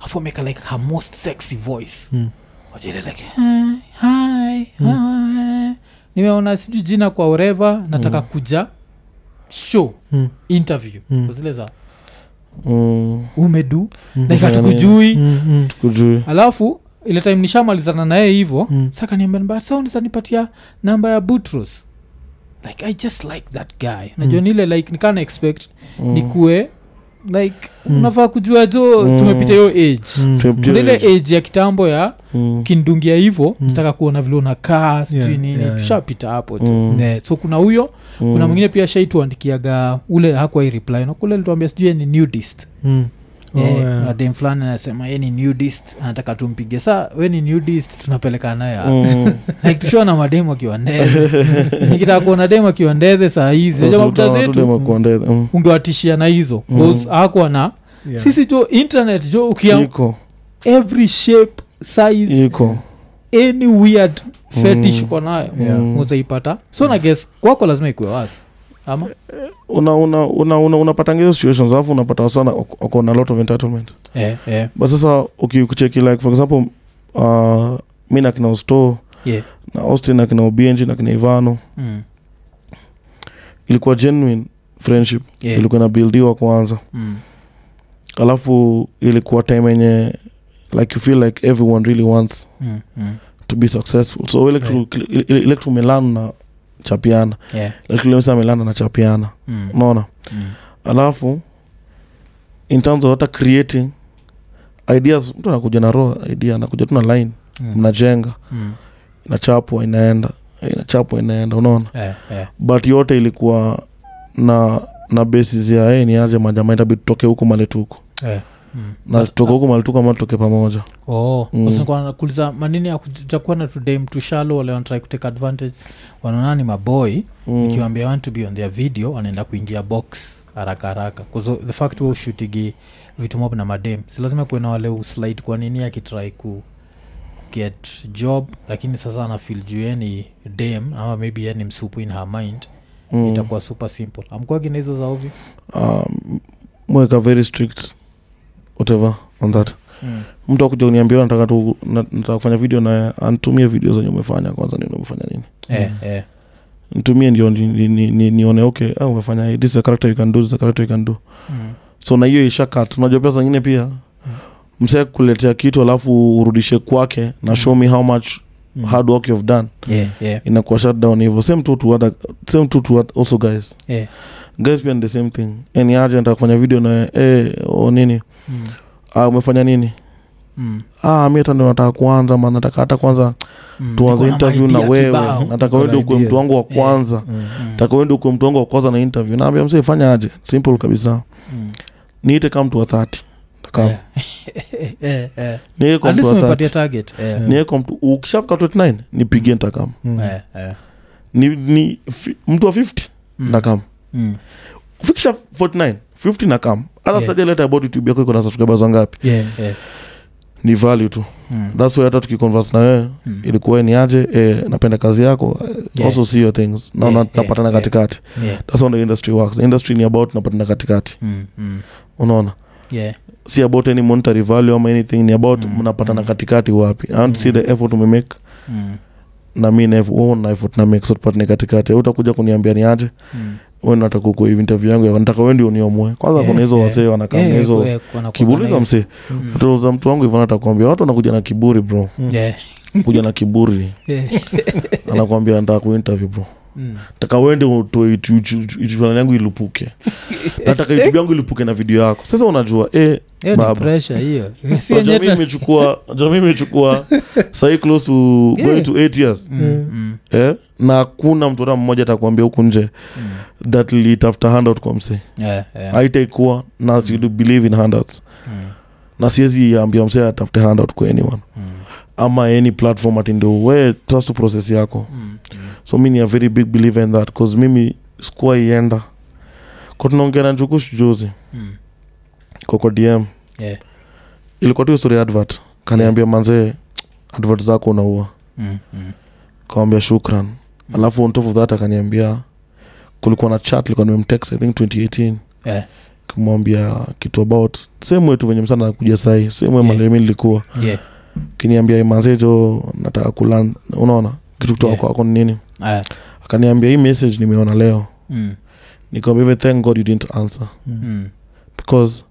S1: afu ameka like her most sexy voice
S4: Mm.
S1: wajile like hi, hi, hi. nimeona sijui jina kwa oreva nataka kuja show
S4: Mm.
S1: interview
S4: Mm.
S1: Kwa zile za
S3: Mm.
S1: umedu
S4: Mm.
S1: like hatukujui
S4: Mm, mm,
S3: kujui
S1: alafu ile time nishamalizana naye hivo
S4: Mm.
S1: sakaniambasanipatia namba ya butros like i just like that guy najua nile like nikana expect
S3: Mm.
S1: nikue like
S4: Mm.
S1: unafaa kujua jo
S3: Mm.
S1: tumepita hiyo age
S4: mm,
S3: Tuepti-
S1: Kuna ile
S3: Age.
S1: age ya kitambo ya
S3: Mm.
S1: ukindungia hivo
S4: Mm.
S1: nataka kuona vile unakaa sijui
S4: Yeah,
S1: nini
S4: yeah, Mm. yeah.
S1: tushapita hapo tu
S3: Mm.
S1: Eh, so kuna huyo kuna mwingine pia shaituandikiaga ule hakuwai reply nakule lituambia sijui ni nudist
S4: mm. Oh,
S1: Eh,
S4: yeah.
S1: kuna dem fulani anasema ye ni nudist anataka tumpige saa we ni nudist tunapeleka naye hapa."
S3: Mm.
S1: like tushaona mademu akiwa
S4: [laughs]
S1: ndethe nikitaka kuona demu akiwa ndethe saa [laughs] hizi
S3: Sasa
S1: Unajua
S3: utaona
S1: mabuda
S3: tu
S1: zetu
S3: demo kuondeza. Mm.
S1: ungewatishia na hizo
S3: Mm.
S1: mm. akwa na
S4: Yeah.
S1: sisi jo internet jo ukia
S3: iko
S1: every shape size
S3: iko
S1: any weird fetish
S3: Mm.
S1: uko nayo
S2: Yeah.
S3: Mm.
S1: muzaipata so na guess kwako lazima ikue wasi ama
S3: una una una una unapatanga hiyo situations alafu unapata wasana wako na lot of entitlement
S1: eh, eh,
S3: but sasa ukikucheki like for example uh, mi na kina usto
S1: yeah.
S3: na austin na kina obng na kina ivano
S1: mm.
S3: ilikuwa genuine friendship
S1: yeah.
S3: ilikuwa inabildiwa kwanza
S1: mm.
S3: alafu ilikuwa time yenye like you feel like everyone really wants
S1: mm. mm.
S3: to be successful so ile kitu-
S1: Right.
S3: ile- ile- ile kitu melana na chapiana
S1: yeah.
S3: Ile kitu lemsa melana na chapiana
S1: mm.
S3: unaona
S1: mm.
S3: alafu in terms of hata creating ideas mtu anakuja na raw idea anakuja tu na line
S1: mm.
S3: mnajenga
S1: mm.
S3: inachapwa inaenda inachapwa inaenda unaona
S1: eh, eh.
S3: but yote ilikuwa na na basis ya hey, ni aje majamaa itabidi tutoke huko mali tuko
S1: eh. mm.
S3: na tutoke huko mali tuko ama tutoke pamoja
S1: Oh,
S3: Mm.
S1: mm. kuliza manini akujakuwa na today mtu shalo wale wanatrai kutake advantage wanaonaa ni maboy
S3: mm.
S1: ikiwambia want to be on their video wanaenda kuingia box haraka haraka bcause the fact wa ushutigi vitu mob na madem si lazima kuwe na wale uslid kwa nini akitrai ku get job lakini sasa ana feel juu yeye ni dem ama maybe yeye ni msupu in her mind mm.
S3: mm.
S1: itakuwa super simple amkuagina hizo za ovyo
S3: um, mweka very strict whatever on that
S1: mm.
S3: mtu akuja uniambia nataka tu na- nataka kufanya video na antumie video zenye umefanya kwanza nini umefanya nini
S1: eh,
S3: Hmm.
S2: Mm.
S1: eh,
S3: nitumie ndio ni- ni- ni- ni- nione okay ah, umefanya hii, this is a character you can do this is a character you can do
S1: mm.
S3: so na hiyo ishakat unajua pesa zingine pia msee kuletea kitu alafu urudishe kwake na show me how much
S1: Mm.
S3: hard work you've done
S1: Yeah, yeah,
S3: inakuwa shut down hivyo same tu to other, same tu to other- also guys
S1: yeah.
S3: guys pia ni the same thing yani aje nataka kufanya video na eh, o nini
S1: Mm.
S3: ah, umefanya nini
S1: Mm.
S3: ah, mi hata ndio nataka kuanza ma nataka hata kwanza
S1: Mm.
S3: tuanze
S1: Niko na
S3: interview na
S1: idea
S3: wewe
S1: kibao.
S3: nataka
S2: Niko
S3: wewe
S2: na
S3: ndio ukuwe
S2: ideas.
S3: mtu wangu wa
S1: Yeah.
S3: kwanza
S2: Mm.
S1: Mm.
S3: taka wewe ndio ukuwe mtu wangu wa kwanza na interview naambia msee fanya aje simple kabisa
S1: Mm.
S3: niite kama mtu wa 30 Nataka-
S1: Yeah. [laughs] Eh, eh.
S3: niite kama
S1: At least
S3: mtu wa
S1: umepatia
S3: 30
S1: target eh.
S2: Yeah.
S3: niweko mtu ukishafika 29 nipigie ntakam
S2: Mm.
S1: Eh, eh.
S3: ni, ni fi, mtu wa 50
S1: Mm.
S3: ntakam
S1: Mm.
S3: fikisha 49 50 nakam hata
S1: Yeah.
S3: yeah. sajaleta about youtube yako iko na subscribers wangapi
S1: Yeah, yeah.
S3: ni value tu
S1: Mm.
S3: that's why hata tukiconverse na wewe
S1: Mm.
S3: ilikuwa ni aje eh, napenda kazi yako eh,
S1: Yeah.
S3: also see your things na
S1: Yeah,
S3: yeah.
S1: yeah,
S3: napatana
S1: yeah.
S3: katikati
S1: Yeah.
S3: that's how the industry works the industry ni about napatana katikati
S1: Mm, mm.
S3: unaona
S1: Yeah.
S3: si about any monetary value ama anything ni about
S1: Mm.
S3: mnapatana
S1: Mm.
S3: katikati wapi i want to see
S1: Mm.
S3: the effort umemake
S1: Mm,
S3: na mi na eff- wewe na effort na make so tupatane katikati utakuja kuniambia ni aje
S1: mm.
S3: wewe ndio nataka uko hivi interview yangu ya- nataka wewe ndio uniamue kwanza
S1: Yeah,
S3: kuna hizo
S1: yeah.
S3: wasee wanakaa na
S1: Yeah,
S3: hizo
S1: yeah, kuna- kuna
S3: kiburi za
S1: hizo-
S3: msee
S1: Mm.
S3: utauza mtu wangu hivyo natakwambia watu wanakuja na kiburi bro
S1: Yeah,
S3: kuja na
S1: [laughs]
S3: kiburi
S1: yeah.
S3: anakwambia nataka kuinterview bro
S1: Mm.
S3: taka wende utoe itu- itu- itu- ituchalani yangu ilipuke
S1: [laughs]
S3: nataka youtube yangu ilipuke na video yako sasa unajua eh,
S1: Hiyo ni
S3: Baba.
S1: pressure
S3: [laughs]
S1: hiyo si yenyewe
S3: jamii
S1: hata-
S3: imechukua
S1: [laughs]
S3: jamii imechukua sahi close to
S1: Yeah.
S3: going to 8 years
S1: Mm, mm,
S3: eh? na hakuna mtu hata mmoja atakwambia huku nje
S1: mm.
S3: that litafuta handout kwa msee
S1: Yeah, yeah.
S3: haitaikuwa na si do believe in handouts
S1: Mm,
S3: na siwezi ambia msee atafute handout kwa anyone
S1: mm,
S3: ama any platform ati ndo we trust process yako
S1: mm, mm.
S3: so mi ni a very big believer in that cause mimi sikuwa ienda ko tunaongea na njukush juzi
S1: Mm.
S3: kwa kwa dm
S1: Yeah,
S3: ilikuwa tu historia advert kaniambia manzee advert zako unaua
S1: mm, mm.
S3: kawambia shukran alafu on top of that akaniambia kulikuwa na chat ilikuwa nimemtext i think 2018
S1: Yeah,
S3: kumwambia kitu about sehemu yetu venye msana nakuja sahii sehemu
S1: Yeah.
S3: yeah. malemi nilikuwa
S1: yeah.
S3: kiniambia manzejo nataka kulan unaona kitu kutoka
S1: Yeah.
S3: kwako ni nini
S1: Ah,
S3: akaniambia hii message nimeona leo
S1: mm,
S3: nikamwambia "Even thank god you didn't answer
S1: mm.
S3: because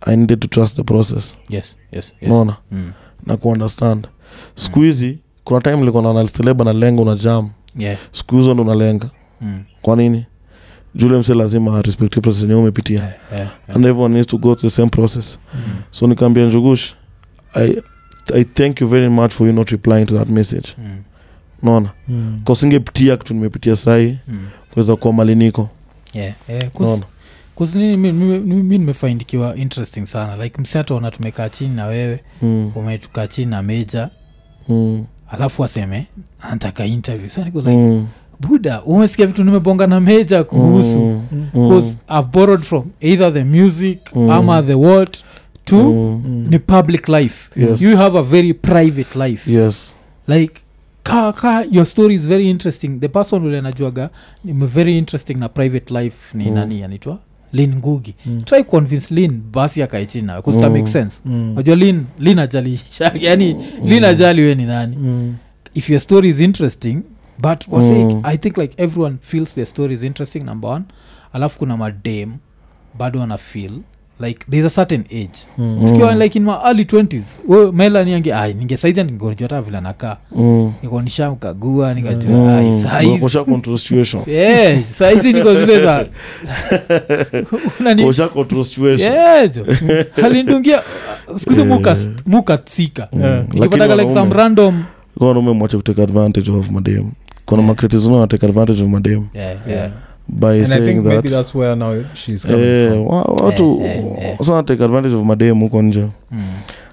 S3: i needed to trust the process
S1: Yes, yes, yes.
S3: unaona
S1: Mm.
S3: na kuunderstand siku hizi kuna time nilikuwa naona seleba na lenga una jam
S1: Yeah,
S3: siku hizo ndo unalenga
S1: mm.
S3: kwa nini jule mse lazima respect process yenyewe umepitia
S1: Yeah, yeah, yeah.
S3: and everyone needs to go through the same process
S1: Mm,
S3: so nikaambia njugush I, i thank you very much for you not replying to that message
S1: mm,
S3: unaona
S2: Mm.
S3: kasingepitia kitu nimepitia sahi
S1: mm.
S3: kuweza kuwa maliniko
S1: Yeah, yeah. 'Cause-
S3: unaona
S1: kuzinini mi mi- mi- mi nimefaindikiwa interesting sana like msiatoona tumekaa chini na wewe
S3: mm.
S1: umetukaa chini na meja
S3: mm.
S1: alafu aseme anataka interview so niko like
S3: mm.
S1: buda umesikia vitu nimebonga na meja kuhusu
S3: mm.
S1: bcause i've borrowed from either the music
S3: Mm.
S1: ama the what to
S3: mm.
S1: ni public life
S3: Yes.
S1: you have a very private life
S3: yes
S1: like ka ka your story is very interesting the person ule najuaga ni very interesting na private life ni
S3: Mm.
S1: mm. nani anaitwa lin ngugi
S2: Mm.
S1: try convince lin basi akae chini nawe
S3: Mm.
S1: mm. Mm. make sense najua lin lin ajali [laughs] yani lin ajali we ni nani if your story is interesting but wase
S3: Mm.
S1: i think like everyone feels their story is interesting number one alafu kuna madem bado wana feel like there's a certain age tukiwa like in my early 20s we melani ange ai ningesaidia ningonjua hata vile nakaa niko nishamkagua nikajua
S3: Mm.
S1: ai saizi
S3: Osha
S2: [laughs]
S3: control situation.
S1: Eh, saizi niko zile za
S3: [laughs]
S1: unani
S3: Osha control situation.
S1: Yeah, jo. alindungia skuzi
S3: Yeah.
S1: mukatsika
S3: Mm.
S2: Yeah.
S3: Lakini
S1: nikipataga like some
S3: wanaume-
S1: random
S3: wanaume mwache kutake advantage of madem kuna
S1: Yeah.
S3: makritizina wanatake advantage of madem
S1: yeah, yeah.
S2: Yeah.
S3: by
S2: And I think
S3: saying
S2: maybe
S3: that
S2: that's where now she's coming
S3: Eh,
S2: from.
S3: wa- watu
S1: Eh, eh, eh.
S3: sana take advantage of madem huko nje
S1: Mm.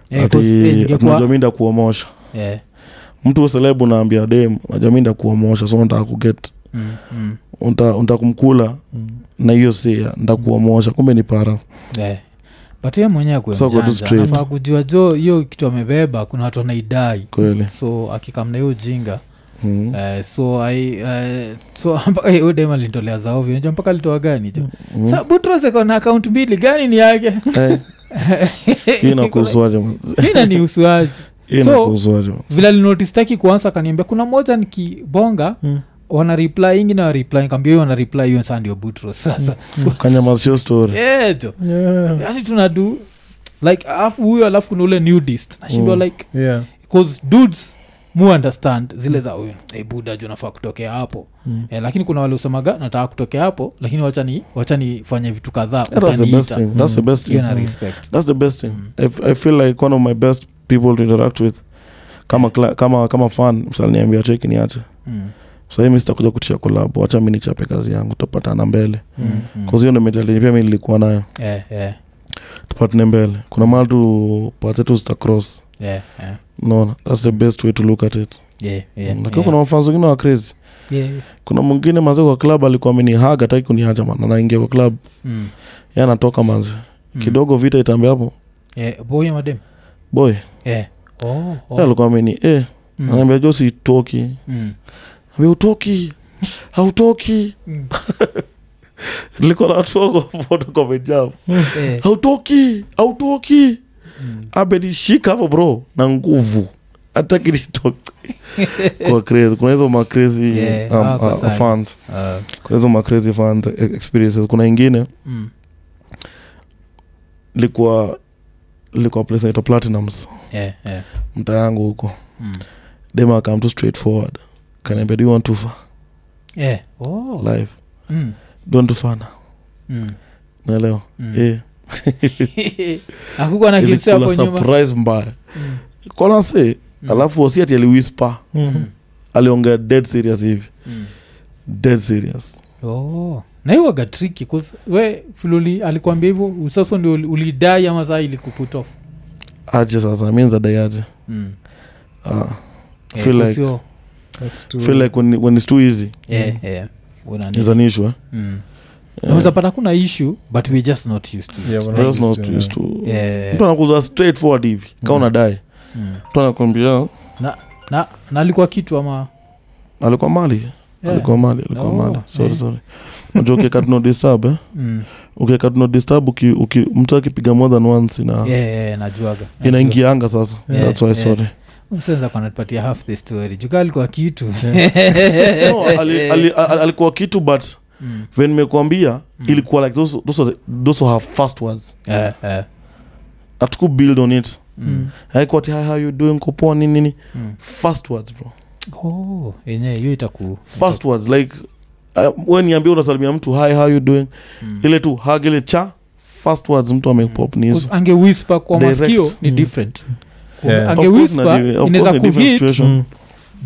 S1: Eh,
S3: ati
S1: cause, eh, ningekuwa-
S3: najua mi ndakuomosha
S1: eh,
S3: mtu selebu unaambia dem najua mi ndakuomosha so nataka kuget
S1: mm, mm,
S3: unta kumkula
S2: Mm.
S3: na hiyo sia ndakuomosha kumbe ni para
S1: eh. but ye mwenyewe
S3: So go to straight.
S1: kuanafaa kujua jo hiyo kitu amebeba kuna watu anaidai
S3: kweli
S1: so akikam na hiyo ujinga
S3: mm.
S1: eh, so I, eh, so [laughs] mpaka hiyo dem alinitolea za ovyo najua mpaka alitoa gani jo
S3: Mm.
S1: sa butros ako na akaunt mbili gani ni yake
S3: Eh,
S1: [laughs]
S3: hii inakuhusuaje man?
S1: Hii inanihusuaje?
S3: Hii
S1: So-
S3: inakuhusuaje man?
S1: vile alinotistaki kuansa kaniambia kuna moja nikibonga
S2: Mm.
S1: wana reply ingine wa reply kambia hiyo wana reply hiyo saa ndio butros sasa
S3: Hmm. kanyamazisio story
S1: Eh, jo
S2: Yeah.
S1: yani tunadu like alafu huyo alafu kuna ule nudist nashindwa
S3: Mm.
S1: mm. like
S2: Yeah.
S1: cause dudes mu understand zile za huyu Eh, hey, buda ju nafaa kutokea hapo
S2: Mm.
S1: eh, lakini kuna wale usemaga nataka kutokea hapo lakini wachani wachanifanye vitu kadhaa
S3: Yeah, that's the best
S1: utaniita."
S3: thing that's the
S2: Mm.
S3: best
S1: hiyo
S3: thing Hmm.
S1: na
S2: Mm.
S1: respect
S3: that's the best thing
S1: Mm.
S3: I, f- i feel like one of my best people to interact with kama cla- kama kama fan msaliniambia cheki niache
S1: Mm,
S3: sahii mi sitakuja kutisha kolabo wacha mi nichape kazi yangu tupatana mbele
S1: mm, mm.
S3: kazi hiyo ndo mentality pia mi nilikuwa nayo
S1: Eh, eh,
S3: tupatane mbele kuna mahali tu pate tu zita cross
S1: eh, eh.
S3: naona thats the best way to look at it
S1: Yeah, yeah,
S3: Mm, lakini
S1: yeah.
S3: kuna mafans wengine wa crazy
S1: Yeah.
S3: kuna mwingine manze kwa club alikuwa amenihaga hataki kuniacha man anaingia kwa club
S1: Mm,
S3: ye anatoka manze
S1: mm.
S3: kidogo vita itambe hapo
S1: Eh, boy ama dem?
S3: boy
S1: Eh. Oh, oh.
S3: Yeye alikuwa ameni eh,
S1: Mm,
S3: anaambia jo sitoki
S1: mm,
S3: ambia
S1: [laughs]
S3: utoki hautoki
S1: mm.
S3: [laughs] nilikuwa na watu wangu wapoto kwa mejabu
S1: Eh,
S3: hautoki hautoki
S1: mm.
S3: abenishika hapo bro na nguvu
S1: [laughs]
S3: hata kinitoke kwa crazy kuna hizo macrazy
S1: Yeah,
S3: um,
S1: hawako
S3: uh,
S1: sawa.
S3: fans
S1: Ah,
S3: kuna hizo macrazy fans e- experiences kuna ingine
S1: mm.
S3: likuwa likuwa place naitwa platinums
S1: Eh, eh.
S3: mtaa yangu huko
S1: Mm.
S3: dema akam tu straight forward kaniambia do you want to fa
S1: Eh, oh.
S3: live
S1: Mm,
S3: don't fana
S1: mm,
S3: naelewa
S1: mm. [laughs]
S3: eh
S1: hakukuwa na kimse hapo
S3: ilikula
S1: nyuma
S3: surprise mbaya
S1: Mm,
S3: kolase
S1: mm,
S3: alafu osi ati aliwispa
S1: mm,
S3: aliongea dead serious hivi
S1: mm.
S3: dead serious
S1: Oh. na hiyo waga triki we filuli alikuambia hivyo usaso ndio uli- ulidai ama saa ilikuput off
S3: aje sasa mi nzadaiaje
S1: Mm.
S3: ah.
S1: Eh,
S3: Feel like-
S1: kusio-
S2: That's too.
S3: feel like when, when it's too easy
S1: eh, eh. Unani-
S3: is an issue eh?
S1: Mm.
S3: yeah.
S1: naweza pata kuna issue but we just not used to it.
S2: Yeah, we're
S3: We're just not
S2: yeah.
S3: used to
S1: Eh,
S3: mtu anakuza straight forward hivi ka
S2: Mm.
S3: unadai
S1: mm.
S3: mtu anakwambia
S1: na na alikuwa kitu ama
S3: alikuwa mali
S1: Yeah.
S3: alikuwa mali alikuwa
S1: Oh,
S3: mali sorry
S1: eh.
S3: sorry unajua ukiweka tuno disturb eh?
S1: Mm.
S3: ukiweka tuno disturb uki, uki, mtu akipiga more than once ina
S1: Yeah, yeah, yeah, najuaga
S3: inaingianga sasa
S1: Yeah.
S3: that's why
S1: Yeah. [laughs]
S3: sorry
S1: msenza kanatupatia half the story juka alikuwa kitu [laughs] Hmm.
S3: no, ali, ali, ali, alikuwa kitu but
S1: Mm,
S3: When nimekuambia
S1: Mm.
S3: ilikuwa like those, those, are, the- those are her first words
S1: eh, eh,
S3: atuku build on it
S1: mm,
S3: haikuwa ti how you doing kopoa nini nini
S1: mm.
S3: first words bro
S1: Oh, yenyewe hiyo itaku
S3: first words like uh, we niambia unasalimia mtu hi how you doing
S1: Mm.
S3: ile tu hug ile cha first words mtu amepop ni hizo
S1: Hmm. Cause ange whisper kwa
S3: Direct. Hmm.
S1: masikio ni
S2: Mm.
S1: different
S2: Yeah.
S1: ange
S3: Of course
S1: whisper
S3: na di- of
S1: inaweza
S3: course na different
S1: kuhit
S3: situation.
S2: Mm.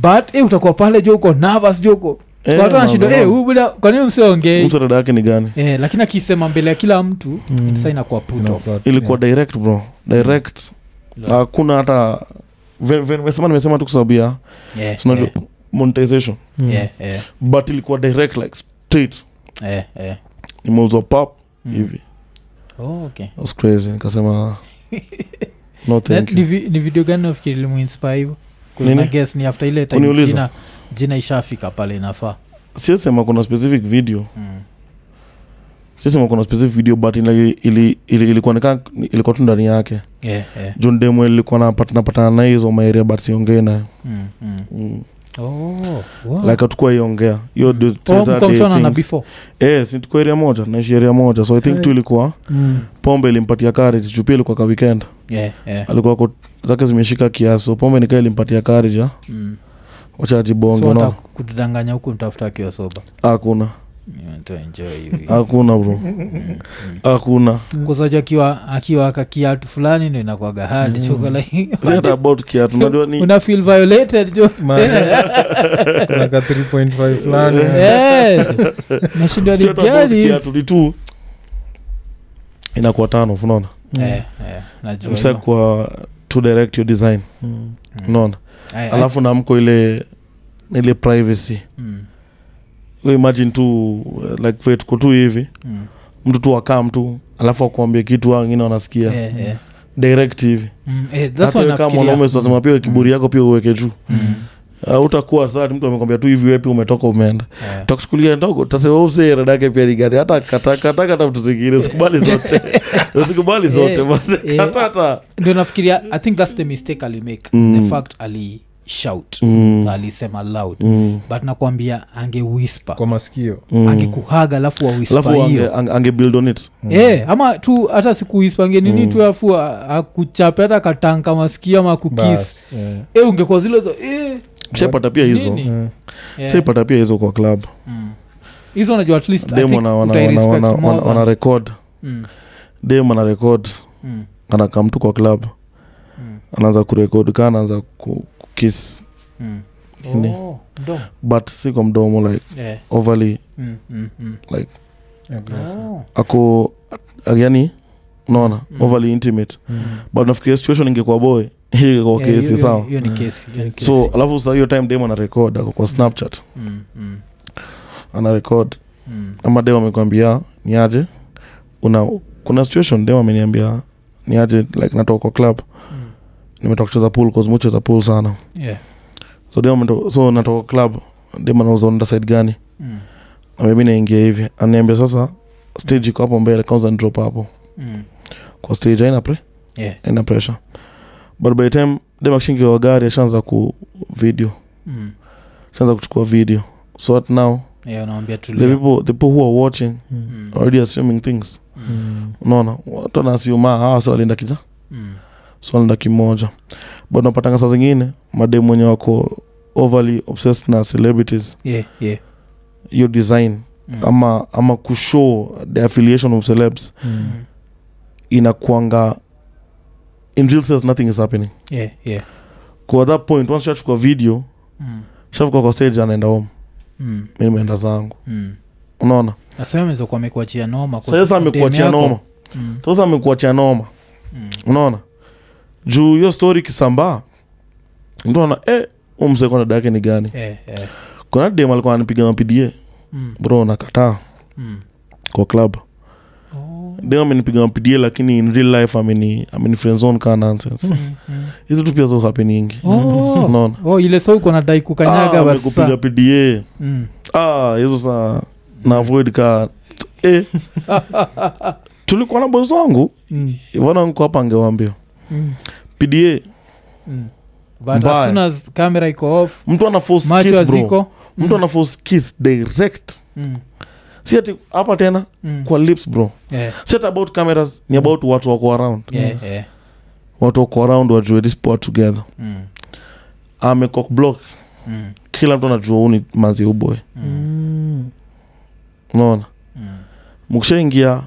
S1: but eh, utakuwa pale jo uko nervous jo uko
S3: Eh,
S1: watu wanashinda
S3: mazao.
S1: eh, huyu buda kwanini msiongei
S3: Msa dada yake ni gani
S1: eh, lakini akisema mbele ya kila mtu
S2: Mm.
S1: sa inakuwa
S2: You
S1: put
S2: know,
S1: off
S2: but-
S3: ilikuwa direct bro direct Na
S1: Yeah.
S3: hakuna hata ve- ve- nimesema nimesema tu kwa sababu ya
S1: Yeah,
S3: sina-
S1: yeah,
S3: monetization
S2: Mm.
S1: yeah, yeah,
S3: but ilikuwa direct like straight
S1: yeah, yeah.
S3: nimeuzwa pap
S1: Mm.
S3: hivi
S1: Oh, okay. [laughs]
S3: was crazy nikasema no
S1: That
S3: thank
S1: ni,
S3: you
S1: vi- ni video gani nafikiri limuinspire hivo
S3: Nini?
S1: nages ni after ile time
S3: Uniuliza.
S1: jina, jina ishafika pale inafaa
S3: siesema kuna specific video
S1: mm.
S3: siesema kuna specific video but ili, ili, ili, ilikuonekana ilikuwa tu ndani yake
S1: yeah, yeah.
S3: juu demo ilikuwa napatanapatana na hizo maeria but siongei nayo
S1: Mm, mm.
S3: mm.
S1: Oh, wow.
S3: like hatukuwa iongea hiyo ndio
S1: Oh,
S3: that
S1: mko
S3: day
S1: mshona na
S3: thing.
S1: before
S3: Eh, si tuko area moja naishi area moja so i think
S1: Eh.
S3: tu ilikuwa pombe ilimpatia courage juu pia ilikuwa ka weekend
S1: yeah, yeah.
S3: alikuwa ako- zake zimeshika kiasi so pombe nikaa ilimpatia courage ah.
S1: Mm.
S3: wacha ajibonge
S1: so hata
S3: unaona?
S1: kutudanganya huku ntafuta akiwa soba
S3: hakuna
S1: tuenjoy hivi
S3: hakuna bro
S1: Mm,
S3: hakuna
S1: kusaja akiwa akiwa aka kiatu fulani ndo inakwaga
S3: Mm.
S1: hadi chuko like
S3: Si hata about kiatu najua ni
S1: una feel violated jo [laughs]
S2: kunaka 3.5 fulani
S1: Eh, nashindwa
S3: si
S1: ni
S3: hata about
S1: gani hizi?
S3: kiatu ni tu inakuwa tano unaona
S1: Eh, eh, najua
S3: msa
S1: hiyo.
S3: kwa to direct your design
S2: Mm.
S1: Mm.
S3: unaona
S1: Ai, ai,
S3: alafu namko ile ile privacy
S1: mm,
S3: We imagine tu uh, like vile tuko tu hivi
S1: mm.
S3: mtu tu akam tu alafu akuambia kitu hao wengine wanasikia
S1: Eh, eh.
S3: direct hivi
S1: Mm, eh, that's
S3: hata
S1: what
S3: wewe kama
S1: nafikiria.
S3: mwanaume si lazima pia kiburi yako pia uweke juu
S1: Mm,
S3: Uh, utakuwa saa ati mtu amekwambia tu hivi wepi umetoka umeenda
S1: eh.
S3: takusikulia ndogo tasema usee rada yake pia ni gani hata katakataka hata vitu zingine sikubali
S1: [laughs]
S3: zote sikubali zote
S1: Eh,
S3: basi
S1: eh.
S3: katata
S1: ndio nafikiria i think thats the mistake alimake
S3: Mm.
S1: the fact ali shout
S3: Mm.
S1: alisema loud
S3: Mm,
S1: but nakwambia ange whisper
S2: kwa masikio
S3: mm.
S1: angekuhaga alafu
S3: alafu
S1: wawispa hiyo
S3: ange- ange- ange build on it
S1: Eh, ama tu hata sikuispange nini
S3: Mm.
S1: tu afu akuchape hata katanka masikio ama kukis
S2: Bas, eh.
S1: e, ungekuwa zile za eh,
S3: shaipata pia hizo
S1: nini?
S2: Eh.
S1: Eh,
S3: shaipata pia hizo kwa club
S1: mm. hizo unajua at least I
S3: dem
S1: think
S3: wana- wana-
S1: utai
S3: wana-
S1: respect
S3: wana-
S1: more
S3: wana-
S1: than-
S3: wana record
S1: Mm,
S3: dem ana record
S1: mm,
S3: anakam tu kwa club
S1: mm,
S3: anaanza kurekod kaa anaanza ku- kukis
S1: mm.
S3: Nini?
S1: Oh, ndo.
S3: but si kwa mdomo like
S1: Eh,
S3: overly
S1: mm, mm, mm.
S2: Aggressive.
S1: Oh.
S3: ako a- yani unaona
S1: Mm.
S3: overly intimate
S2: Mm.
S3: but nafikiria situation ingekuwa boy [laughs] hiyo ingekuwa
S1: Eh, hiyo-
S3: kesi sawa
S1: hiyo ni
S2: Mm.
S1: kesi, hiyo ni kesi.
S3: so alafu sa hiyo time dem anarekod ako kwa snapchat
S1: Mm, mm,
S3: anarekod
S1: mm,
S3: ama dem amekwambia ni aje una kuna situation dem ameniambia ni aje like natoka kwa club
S1: mm.
S3: nimetoka kucheza pool cause mucheza pool sana
S1: Yeah.
S3: so dem ameto- so natoka club dem anauza onda side gani
S1: Mm,
S3: Na mimi naingia hivi aniambia sasa stage iko hapo mbele kwanza drop hapo
S1: mm.
S3: kwa stage aina pre
S1: Yeah.
S3: aina pressure but by the time dem akishingiwa gari ashaanza ku video
S1: Mm.
S3: ashaanza kuchukua video so at now
S1: Yeah, unawambia tulia.
S3: the people the people who are watching
S2: Mm.
S1: Mm,
S3: already assuming things
S1: mm,
S2: Mm.
S3: unaona watu wanasiumaa hawa si walienda kija
S1: mm.
S3: si walienda kimoja but napatanga saa zingine mademu wenye wako overly obsessed na celebrities
S1: Yeah, yeah.
S3: hiyo design
S1: Mm,
S3: ama ama kushow the affiliation of celebs
S2: Mm.
S1: mm.
S3: inakuanga in real sense nothing is happening
S1: Yeah, yeah.
S3: kwa that point once shachukua video
S1: Mm,
S3: shafuka kwa stage anaenda home
S1: mm,
S3: mi nimeenda zangu
S1: mm.
S3: unaona
S1: Na sasa ameweza kuwa amekuachia noma kwa
S3: sasa
S1: sababu
S3: amekuachia
S1: demu yako-
S3: noma
S1: Mm,
S3: sasa amekuachia noma
S1: mm.
S3: unaona juu hiyo story kisambaa mtu ana eh, huyu mzee kwa dada yake ni gani
S1: Eh, eh.
S3: kuna dem alikuwa ananipiga mapidia
S1: Mm,
S3: bro nakataa [laughs]
S1: mm.
S3: kwa club
S1: Oh,
S3: dem amenipiga mapidia lakini in real life ameni ameni friendzone kaa nonsense
S1: mm, mm.
S3: hizo tu pia zo happeningi
S1: Oh.
S3: unaona
S1: Oh, ile so uko nadai kukanyaga
S3: Ah,
S1: but sasa-
S3: amekupiga pda
S1: Mm.
S3: ah hizo saa na avoid ka
S1: [laughs]
S3: eh. tulikuwa na bozi wangu
S1: Mm,
S3: ivana nko hapa angewambia
S1: mm,
S3: pda
S1: mm. But
S3: Mbaya.
S1: as soon as kamera iko off
S3: mtu ana force
S1: macho
S3: kiss, bro.
S1: aziko
S3: mtu ana force kiss direct
S1: Mm,
S3: si ati hapa tena
S1: mm. Eh,
S3: kwa lips bro
S1: Yeah,
S3: si ati about cameras ni about watu wako around
S1: yeah, yeah.
S3: watu wako around wajue this part together
S1: Mm,
S3: amecock block
S1: mm,
S3: kila mtu anajua huu ni mazi uboy
S1: mm,
S3: unaona
S1: mm.
S3: mkishaingia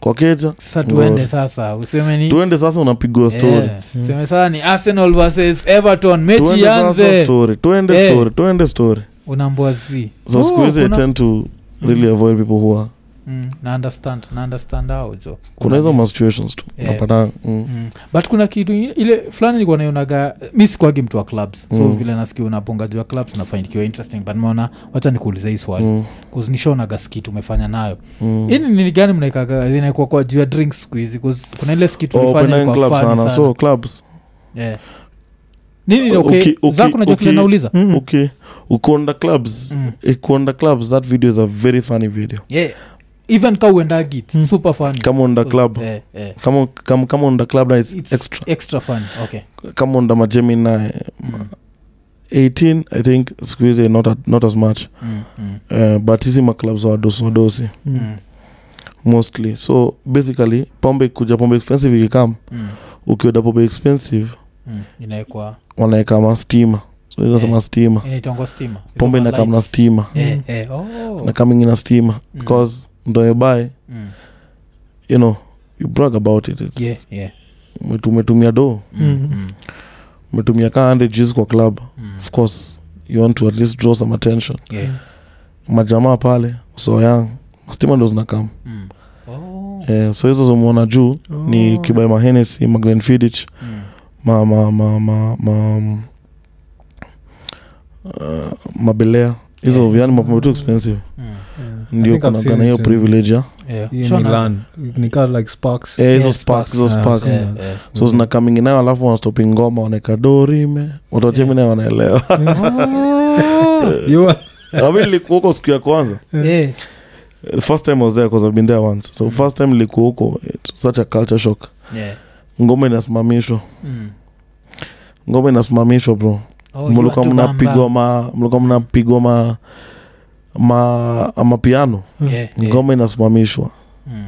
S3: kwa keja
S1: sasa
S3: Bro.
S1: tuende sasa useme ni
S3: tuende sasa unapigwa story
S1: Yeah. Useme sasa ni arsenal versus everton mechi
S3: tuende sasa
S1: yanze
S3: story tuende
S1: Eh.
S3: story tuende story
S1: unambua z
S3: so siku
S1: Oh,
S3: hizi i tend to really avoid people who are
S1: Mm, na understand na understand hao jo
S3: kuna hizo masituations tu
S1: Yeah.
S3: napata mm.
S1: Mm. but kuna kitu ingine- ile fulani nilikuwa naionaga mi sikuagi mtu wa clubs so
S3: Mm.
S1: vile nasikia unapongaji wa clubs nafind ikiwa interesting but maona wacha nikuulize hii swali
S3: Mm.
S1: mm. Yaani nishaonaga skit umefanya nayo
S3: Mm.
S1: ini nini gani mnaikaga inaekwa kwa juu ya drinks siku hizi 'Cause kuna ile skit
S3: Oh,
S1: ulifanya
S3: open
S1: ilikuwa
S3: club
S1: funny
S3: sana so clubs
S1: yeah. nini okay,
S3: Uki- uki-
S1: zako najua kile
S3: uki-
S1: nauliza
S2: Mm.
S3: okay ukienda clubs
S1: Mm.
S3: ikienda clubs that video is a very funny video
S1: Yeah. even ka uendagi it's
S3: Mm.
S1: super funny
S3: kama unaenda club
S1: Eh, eh.
S3: kama kama kama unaenda club na it's
S1: It's
S3: extra
S1: extra funny okay
S3: kama unaenda majemini na eh,
S1: Mm,
S3: 18 i think siku hizi not, a- not as much
S1: mm, mm,
S3: uh, but hizi maclubs wadosi wadosi
S1: mm,
S3: mostly so basically pombe kuja pombe expensive ikikam
S1: mm,
S3: ukienda pombe expensive
S1: mm. inaekwa
S3: wanaeka mastima so inasema
S1: Eh.
S3: stima
S1: inaitwangwa stima It's
S3: pombe
S1: over
S3: inakam na
S1: lights.
S3: stima
S1: Eh, eh, oh.
S3: na coming ina stima
S1: Mm,
S3: because ndoebae
S1: mm.
S3: you know you brag about it It's-
S1: Yeah, yeah.
S3: umetu- umetumia do
S1: Mm,
S2: Mm.
S1: mm,
S3: umetumia ka 100 gs kwa club
S1: mm.
S3: of course you want to at least draw some attention
S1: Yeah.
S3: majamaa pale usoyang mastima ndo zinakam
S1: Mm. Oh.
S3: eh, so hizo zomwona juu ni
S2: Oh.
S3: kibai mahenesi maglenfidich
S1: Mm,
S3: ma ma ma ma ma mm, uh, mabelea hizo
S1: Yeah.
S3: yeah. yani mapombe tu expensive
S1: mm.
S2: Yeah. I
S3: ndio
S2: think I've
S3: kunagana
S2: seen
S3: hiyo
S2: it in-
S3: privilege ya
S1: Yeah.
S2: hii
S1: Sure na-
S2: Milan. Ni kaa like sparks
S3: eh, hizo
S1: Yeah,
S3: sparks hizo
S2: sparks.
S3: sparks
S1: Eh,
S2: Mm.
S1: eh.
S3: so zina coming nayo alafu wanastopi ngoma wanaeka dorime watajemi nayo wanaelewa
S1: Oh.
S2: Mm.
S3: [laughs]
S2: You are-
S3: Abi nilikuwa huko siku ya kwanza
S1: Eh,
S3: Eh, first time I was there because I've been there once so
S1: Hmm.
S3: first time nilikuwa huko it's such a culture shock
S1: yeah.
S3: ngoma inasimamishwa
S1: Mm.
S3: ngoma inasimamishwa bro
S1: Oh, you
S3: mlikuwa
S1: want to
S3: mnapigwa
S1: bamba.
S3: ma mlikuwa mnapigwa ma ma mapiano
S1: Yeah, yeah.
S3: ngoma inasimamishwa
S1: Mm.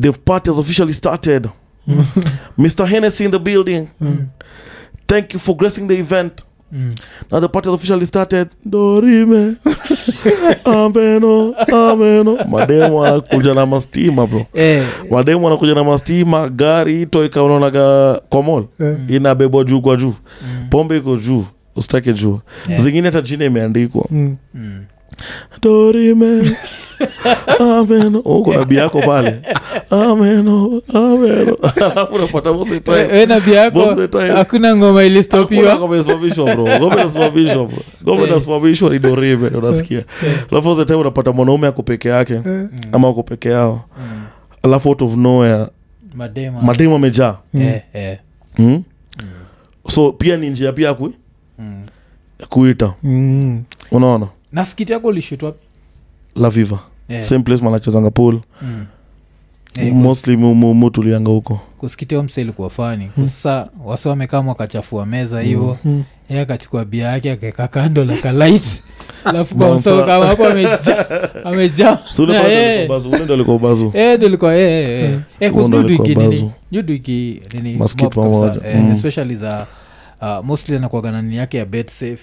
S3: the party has officially started mr hennessy in the building
S1: Mm.
S3: thank you for gracing the event
S1: Mm.
S3: now the party has officially started dorime [laughs] ameno ameno mademu wanakuja na mastima bro
S1: Eh,
S3: wademu wanakuja na mastima gari toika unaonaga komol
S2: eh,
S1: Mm.
S3: inabebwa juu kwa juu
S1: Mm.
S3: pombe iko juu usitake juu
S1: Yeah.
S3: zingine hata chini imeandikwa
S2: Mm.
S1: Mm.
S3: dorime [laughs] ameno uko nabi yako pale ameno ameno [laughs] alafu unapata mose
S1: We-
S3: time
S1: we Eh, na bia yako
S3: Most of the time.
S1: hakuna ngoma
S3: Hakuna
S1: ilistopiwa
S3: kama inasimamishwa bro ngome inasimamishwa bro ngome inasimamishwa ni dorime ndio unasikia alafu mose time unapata mwanaume ako peke yake
S2: mm.
S3: ama ako peke yao
S1: Mm.
S3: alafu out of nowhere
S1: madema
S3: mademu amejaa
S1: Eh, eh.
S3: mm?
S1: Mm.
S3: so pia ni njia pia ya kui-
S1: Mm.
S3: kuita
S2: Mm.
S3: unaona
S1: na skiti yako ulishutwa
S3: laviva
S1: Eh,
S3: same place manachezanga pool
S1: mm. Eh,
S3: mostly Hmm. mu- mu- mu tulianga huko
S1: kuskitia mse ilikuwa fani sasa wasi wamekama wakachafua meza
S3: Hmm.
S1: hivo
S2: Mm.
S1: ye akachukua bia yake akaeka kando la
S3: [laughs]
S1: kalait alafu
S3: Bouncer.
S1: bamsa kama hapo
S3: [laughs] Si ule pale
S1: amejaa
S3: ndo alikuwa bazu, ule ndo alikuwa
S1: [laughs]
S3: bazu
S1: Eh,
S3: Ule ndo alikuwa bazu.
S1: ndolikoaeduiki nini
S3: Maskit
S1: mob kabisa,
S3: pamoja.
S1: eh,
S3: Mm.
S1: especially za uh, mostly anakuwaga na nini yake ya bet safe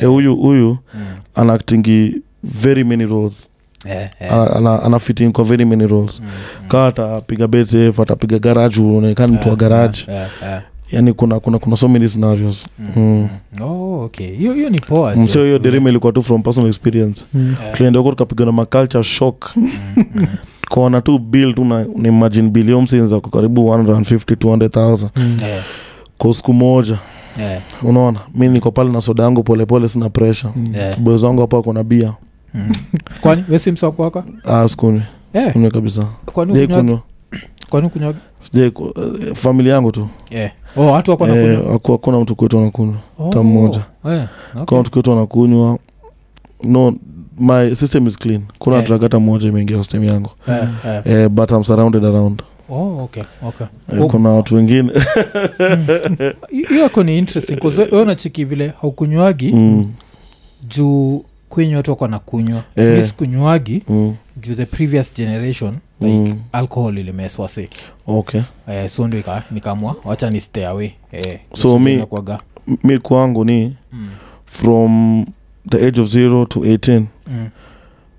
S3: Eh, huyu huyu
S1: Mm.
S3: ana actingi very many roles
S1: Eh, eh.
S3: ana, ana, ana fitting kwa very many roles
S1: Mm, mm.
S3: kaa atapiga bsf atapiga garage unaonekana mtu wa
S1: Eh,
S3: garage
S1: eh, eh,
S3: yani kuna kuna kuna so many scenarios
S1: mm,
S3: Mm.
S1: mm. Oh, okay hiyo hiyo ni poa sio?
S3: msio hiyo derima ilikuwa tu from personal experience
S2: Mm.
S1: Eh,
S3: tulienda huko tukapiga na maculture shock
S1: mm, mm.
S3: kona tu bill tu na na imagine bill yomsinza kwa karibu 150 200000
S2: Mm.
S1: Eh,
S3: kwa siku moja
S1: eh,
S3: unaona mi niko pale na soda yangu polepole sina pressure
S2: Mm.
S1: eh.
S3: boys wangu hapo ako na bia
S1: Mm. kwani wesimsakwaka
S3: ah, sikunywi
S1: Eh,
S3: kunywa kabisa
S1: kwani
S3: Sijai
S1: ukunywa-
S3: kunywa
S1: kwani kunywa
S3: sijai ku- eh, familia yangu tu
S1: Eh. Oh, watu wako
S3: Eh,
S1: wanakunywa?
S3: haku- hakuna mtu kwetu anakunywa
S1: Oh,
S3: hata mmoja.
S1: eh,
S3: hakuna
S1: okay.
S3: mtu kwetu anakunywa no my system is clean kuna
S1: Eh.
S3: drug hata moja imeingia system yangu
S1: Eh, eh.
S3: eh, but I'm surrounded around
S1: Oh, okay, okay.
S3: eh,
S1: Oh.
S3: kuna
S1: [laughs]
S3: watu wengine
S1: Hi- hiyo yako ni interesting 'cause we- we unacheki vile haukunywagi
S3: mm,
S1: juu kwenye watu wako wanakunywa
S3: Eh.
S1: mi sikunyuagi
S3: mm,
S1: juu the previous generation like
S3: Mm.
S1: alcohol ilimeswa si
S3: okay
S1: eh, so ndio ika- nikamwa wacha ni stay away eh,
S3: So
S1: juu
S3: mi-
S1: inakuwaga-
S3: M- mi kwangu ni
S1: Mm,
S3: from the age of 0 to 18
S1: mm.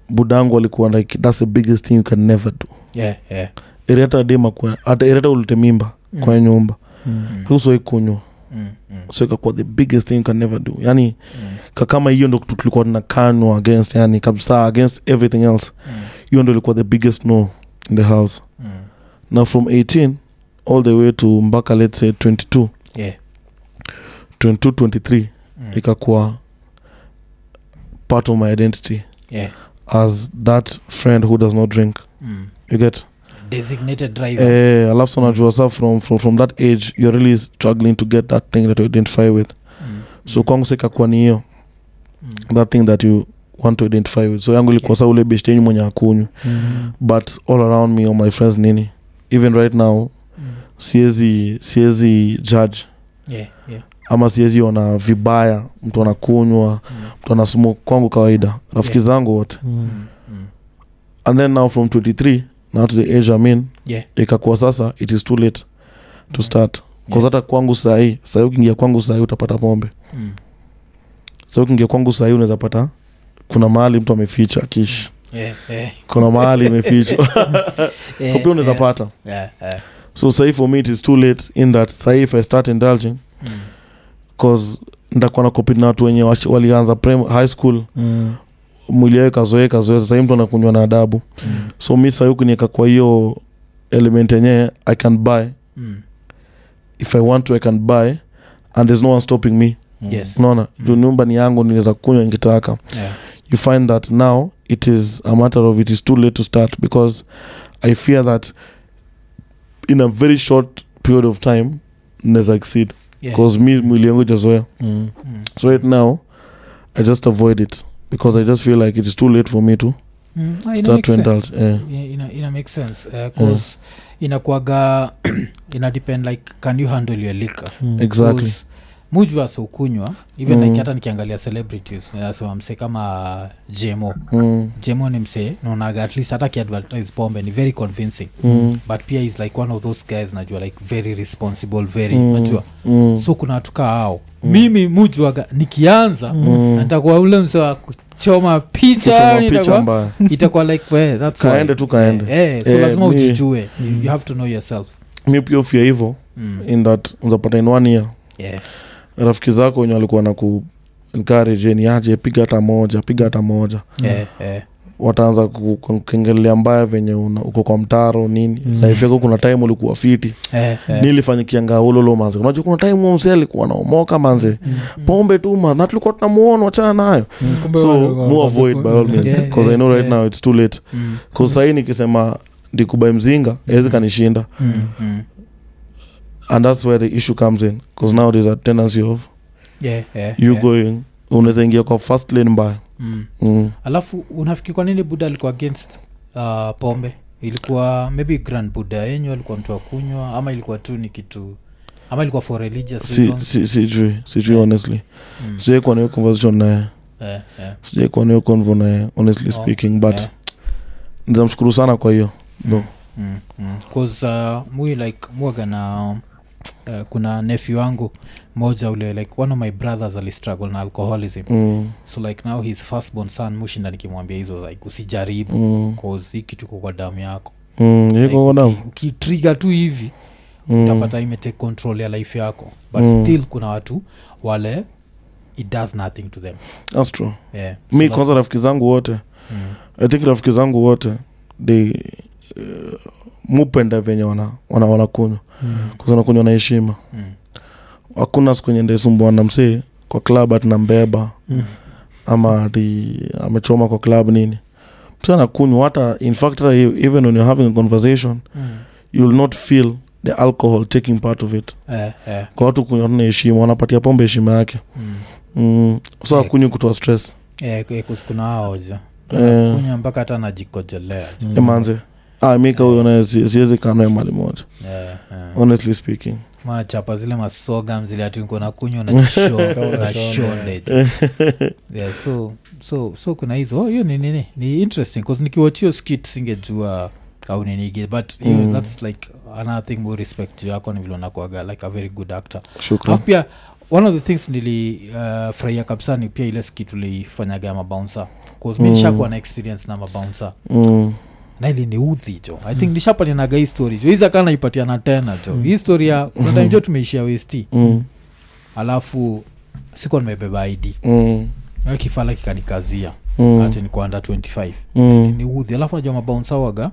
S3: budangu alikuwa like that's the biggest thing you can never do
S1: Yeah, yeah.
S3: ereta dema kwa- hata ereta ulete mimba
S1: Mm,
S3: kwa nyumba
S2: Mm.
S1: mm,
S3: usoi kunywa
S1: mm, mm,
S3: so ikakuwa the biggest thing you can never do yani
S1: mm,
S3: ka- kama hiyo ndo tulikuwa tunakanwa against yani kabisa against everything else
S1: mm,
S3: hiyo ndo ilikuwa the biggest no in the house
S1: mm.
S3: na from 18 all the way to mpaka let's say 22
S1: Yeah,
S3: 22 23
S1: mm,
S3: ikakuwa part of my identity
S1: yeah,
S3: as that friend who does not drink
S1: mm.
S3: you get
S1: designated driver
S3: eh, alafu sa unajua sa from, from, from that age you're really struggling to get that thing that you identify with
S1: mm.
S3: so kwangu sa ikakuwa ni hiyo
S1: mm.
S3: that thing that you want to identify with so yangu ilikuwa
S1: Okay.
S3: sa ule beshtenyi mwenye akunywi
S1: Mm.
S3: but all around me all my friends nini even right now
S1: Mm.
S3: siezi siezi judge
S1: Yeah, yeah.
S3: ama siezi ona vibaya mtu anakunywa
S1: Mm.
S3: mtu anasmoke kwangu kawaida rafiki
S1: Yeah.
S3: zangu wote
S1: Mm. Mm.
S3: and then now from 23 now to the age imin
S1: Yeah. Mm.
S3: ikakuwa sasa it is too late to start
S1: Yeah.
S3: bcause hata kwangu sahii sahii ukiingia kwangu sahii utapata pombe
S1: Mm.
S3: sahii ukiingia kwangu sahii unaweza pata kuna mahali mtu ameficha kish
S1: Yeah, yeah,
S3: kuna mahali imefichwa
S1: [laughs]
S3: [laughs]
S1: yeah,
S3: pia unaweza
S1: yeah.
S3: pata
S1: Yeah, yeah.
S3: so sahii for me it is too late in that sahii if i start indulging
S1: Mm.
S3: bcause ntakuwa na compete na watu wenye wash- walianza prim, high school
S2: Mm.
S3: mwili yao ikazoea kazoea sahii mtu anakunywa na adabu
S1: Mm.
S3: so mi sahii ukinieka kwa hiyo element yenyewe i can buy
S1: Mm.
S3: if i want to i can buy and there's no one stopping me
S1: Yes.
S3: unaona
S1: Mm.
S3: juu nyumba ni yangu ninaweza kunywa nikitaka
S1: Yeah.
S3: you find that now it is a matter of it is too late to start because i fear that in a very short period of time naweza exceed
S1: Yeah.
S3: because mi mwili yangu ijazoea
S2: Mm.
S1: Mm.
S3: so right now i just avoid it because i just feel like it is too late for me to
S1: Mm. Ah, ina
S3: start
S1: make
S3: to
S1: sense.
S3: indulge eh. yeah.
S1: Yeah, ina, ina make sense because uh, inakuaga [clears throat] ina depend like can you handle your liquor
S2: Mm.
S3: exactly
S1: Because mujua saukunywa even
S3: Mm.
S1: like hata nikiangalia celebrities nasema msee kama jemo
S3: mm.
S1: jemo ni msee naonaga at least hata akiadvertise pombe ni very convincing
S3: Mm.
S1: but pia is like one of those guys najua like very responsible very
S3: Mm.
S1: najua
S3: Mm.
S1: so kuna watu kaa hao mimi mujuaga nikianza
S3: Mm.
S1: natakuwa ule msee wa kuchoma picha
S3: Kuchoma
S1: yani
S3: picha
S1: itakuwa-
S3: mbaya
S1: itakuwa like well, that's why.
S3: Kaende tu kaende.
S1: Eh, eh, so
S3: Eh, Mm.
S1: lazima
S3: mi-
S1: ujijue You- you have to know yourself
S3: mi pia ufia hivo
S1: Mm,
S3: in that unzapata in one year
S1: yeah.
S3: rafiki zako wenye walikuwa na ku encourage ni aje piga hata moja piga hata moja
S1: Eh, eh,
S3: wataanza ku- ku- kukengelea mbaya venye una, uko kwa mtaro nini
S2: Mm.
S3: mm. life yako kuna time ulikuwa fiti
S1: eh, eh.
S3: nilifanyikianga ulolo manze unajua kuna time huyo mzee alikuwa naomoka manze
S1: Mm.
S3: pombe tu ma na tulikuwa tunamuona wachana nayo
S2: Kumbe
S3: so
S2: wale wa-
S3: mu avoid by all means
S1: oh, Yeah,
S3: 'cause i know right
S1: yeah.
S3: now it's too late
S1: Mm,
S3: 'Cause sahii nikisema ndikubai mzinga awezi kanishinda
S1: mm, mm.
S3: and that's where the issue comes in bcause now there's a tendency of
S1: Yeah, yeah,
S3: you
S1: yeah.
S3: going unaweza ingia kwa first lane mbaya
S1: Mm.
S3: mm.
S1: alafu unafikiri kwa nini buda alikuwa against uh, pombe ilikuwa maybe grand buda yenyu alikuwa mtu wa kunywa ama ilikuwa tu ni kitu ama ilikuwa for religious
S3: Si-
S1: reasons
S3: si- sijui sijui
S1: Yeah.
S3: honestly
S1: Mm,
S3: sijai kuwa na hiyo conversation naye
S1: eh, eh,
S3: sijai kuwa na hiyo convo naye honestly
S1: Oh,
S3: speaking but
S1: eh.
S3: nizamshukuru sana kwa hiyo no.
S1: Mm, mm. 'Cause, uh, mui like mwaga na uh, kuna nefi wangu moja ule like one of my brothers alistruggle na alcoholism
S3: mm.
S1: so like now his firstborn son mushinda nikimwambia hizo like usijaribu
S3: mm.
S1: cause hii kitu iko kwa damu yako
S3: mm.
S1: Like,
S3: iko
S1: uki- ukitriga tu hivi
S3: mm.
S1: utapata imetake control ya life yako but
S3: Mm.
S1: still kuna watu wale it does nothing to them
S3: Mm, That's true.
S1: yeah. So
S3: mi
S1: that's-
S3: kwanza rafiki zangu wote
S1: mm,
S3: i think rafiki zangu wote they uh, mupenda venye wana wana wanakunywa
S2: Mm.
S3: kwanza wanakunywa na heshima
S1: mm,
S3: hakuna siku enye ndaisumbua na msee kwa club ati nambeba
S2: Mm.
S3: ama ati amechoma kwa club nini msee anakunywa hata in fact hata you- even when you're having a conversation
S1: mm.
S3: you'll not feel the alcohol taking part of it
S1: Eh, eh,
S3: kwa watu kunywa tuna heshima wanapatia pombe heshima yake
S1: mm.
S3: mm. so
S1: Yeah.
S3: akunywi kutoa stress
S1: Eh, eh, kus- kuna aoja
S3: Eh.
S1: kunya mpaka hata najikojolea jo.
S3: mm. emanze ah, mika huyo naye si- siwezi kanoe mali moja
S1: Eh, eh.
S3: honestly speaking
S1: Maana chapa zile masogam zile atikona kunywa
S3: [laughs]
S1: nachondeje yeah, so, so, so kuna hizo oh, hiyo ni nini ni interesting bcause nikiwachio skit singejua au ninige but hiyo
S3: Mm.
S1: thats like another thing more respect juu yako ni vile unakuaga like a very good actor
S3: shukran
S1: alafu pia one of the things nilifurahia uh, kabisa ni pia ile skit ulifanyaga ya mabounsa bcause mi
S3: Mm.
S1: nishakuwa na experience na mabounsa
S3: mm.
S1: na ili ni udhi jo i think nishapatanaga hii story jo hiza kaa naipatiana tena jo hii story ya kuna time jo tumeishia westi
S3: Mm.
S1: alafu sikuwa nimebeba id
S3: Mm.
S1: Na kifala kikanikazia
S3: Mm.
S1: ati niko under 25
S3: Mm.
S1: ni udhi alafu najua mabaunsawaga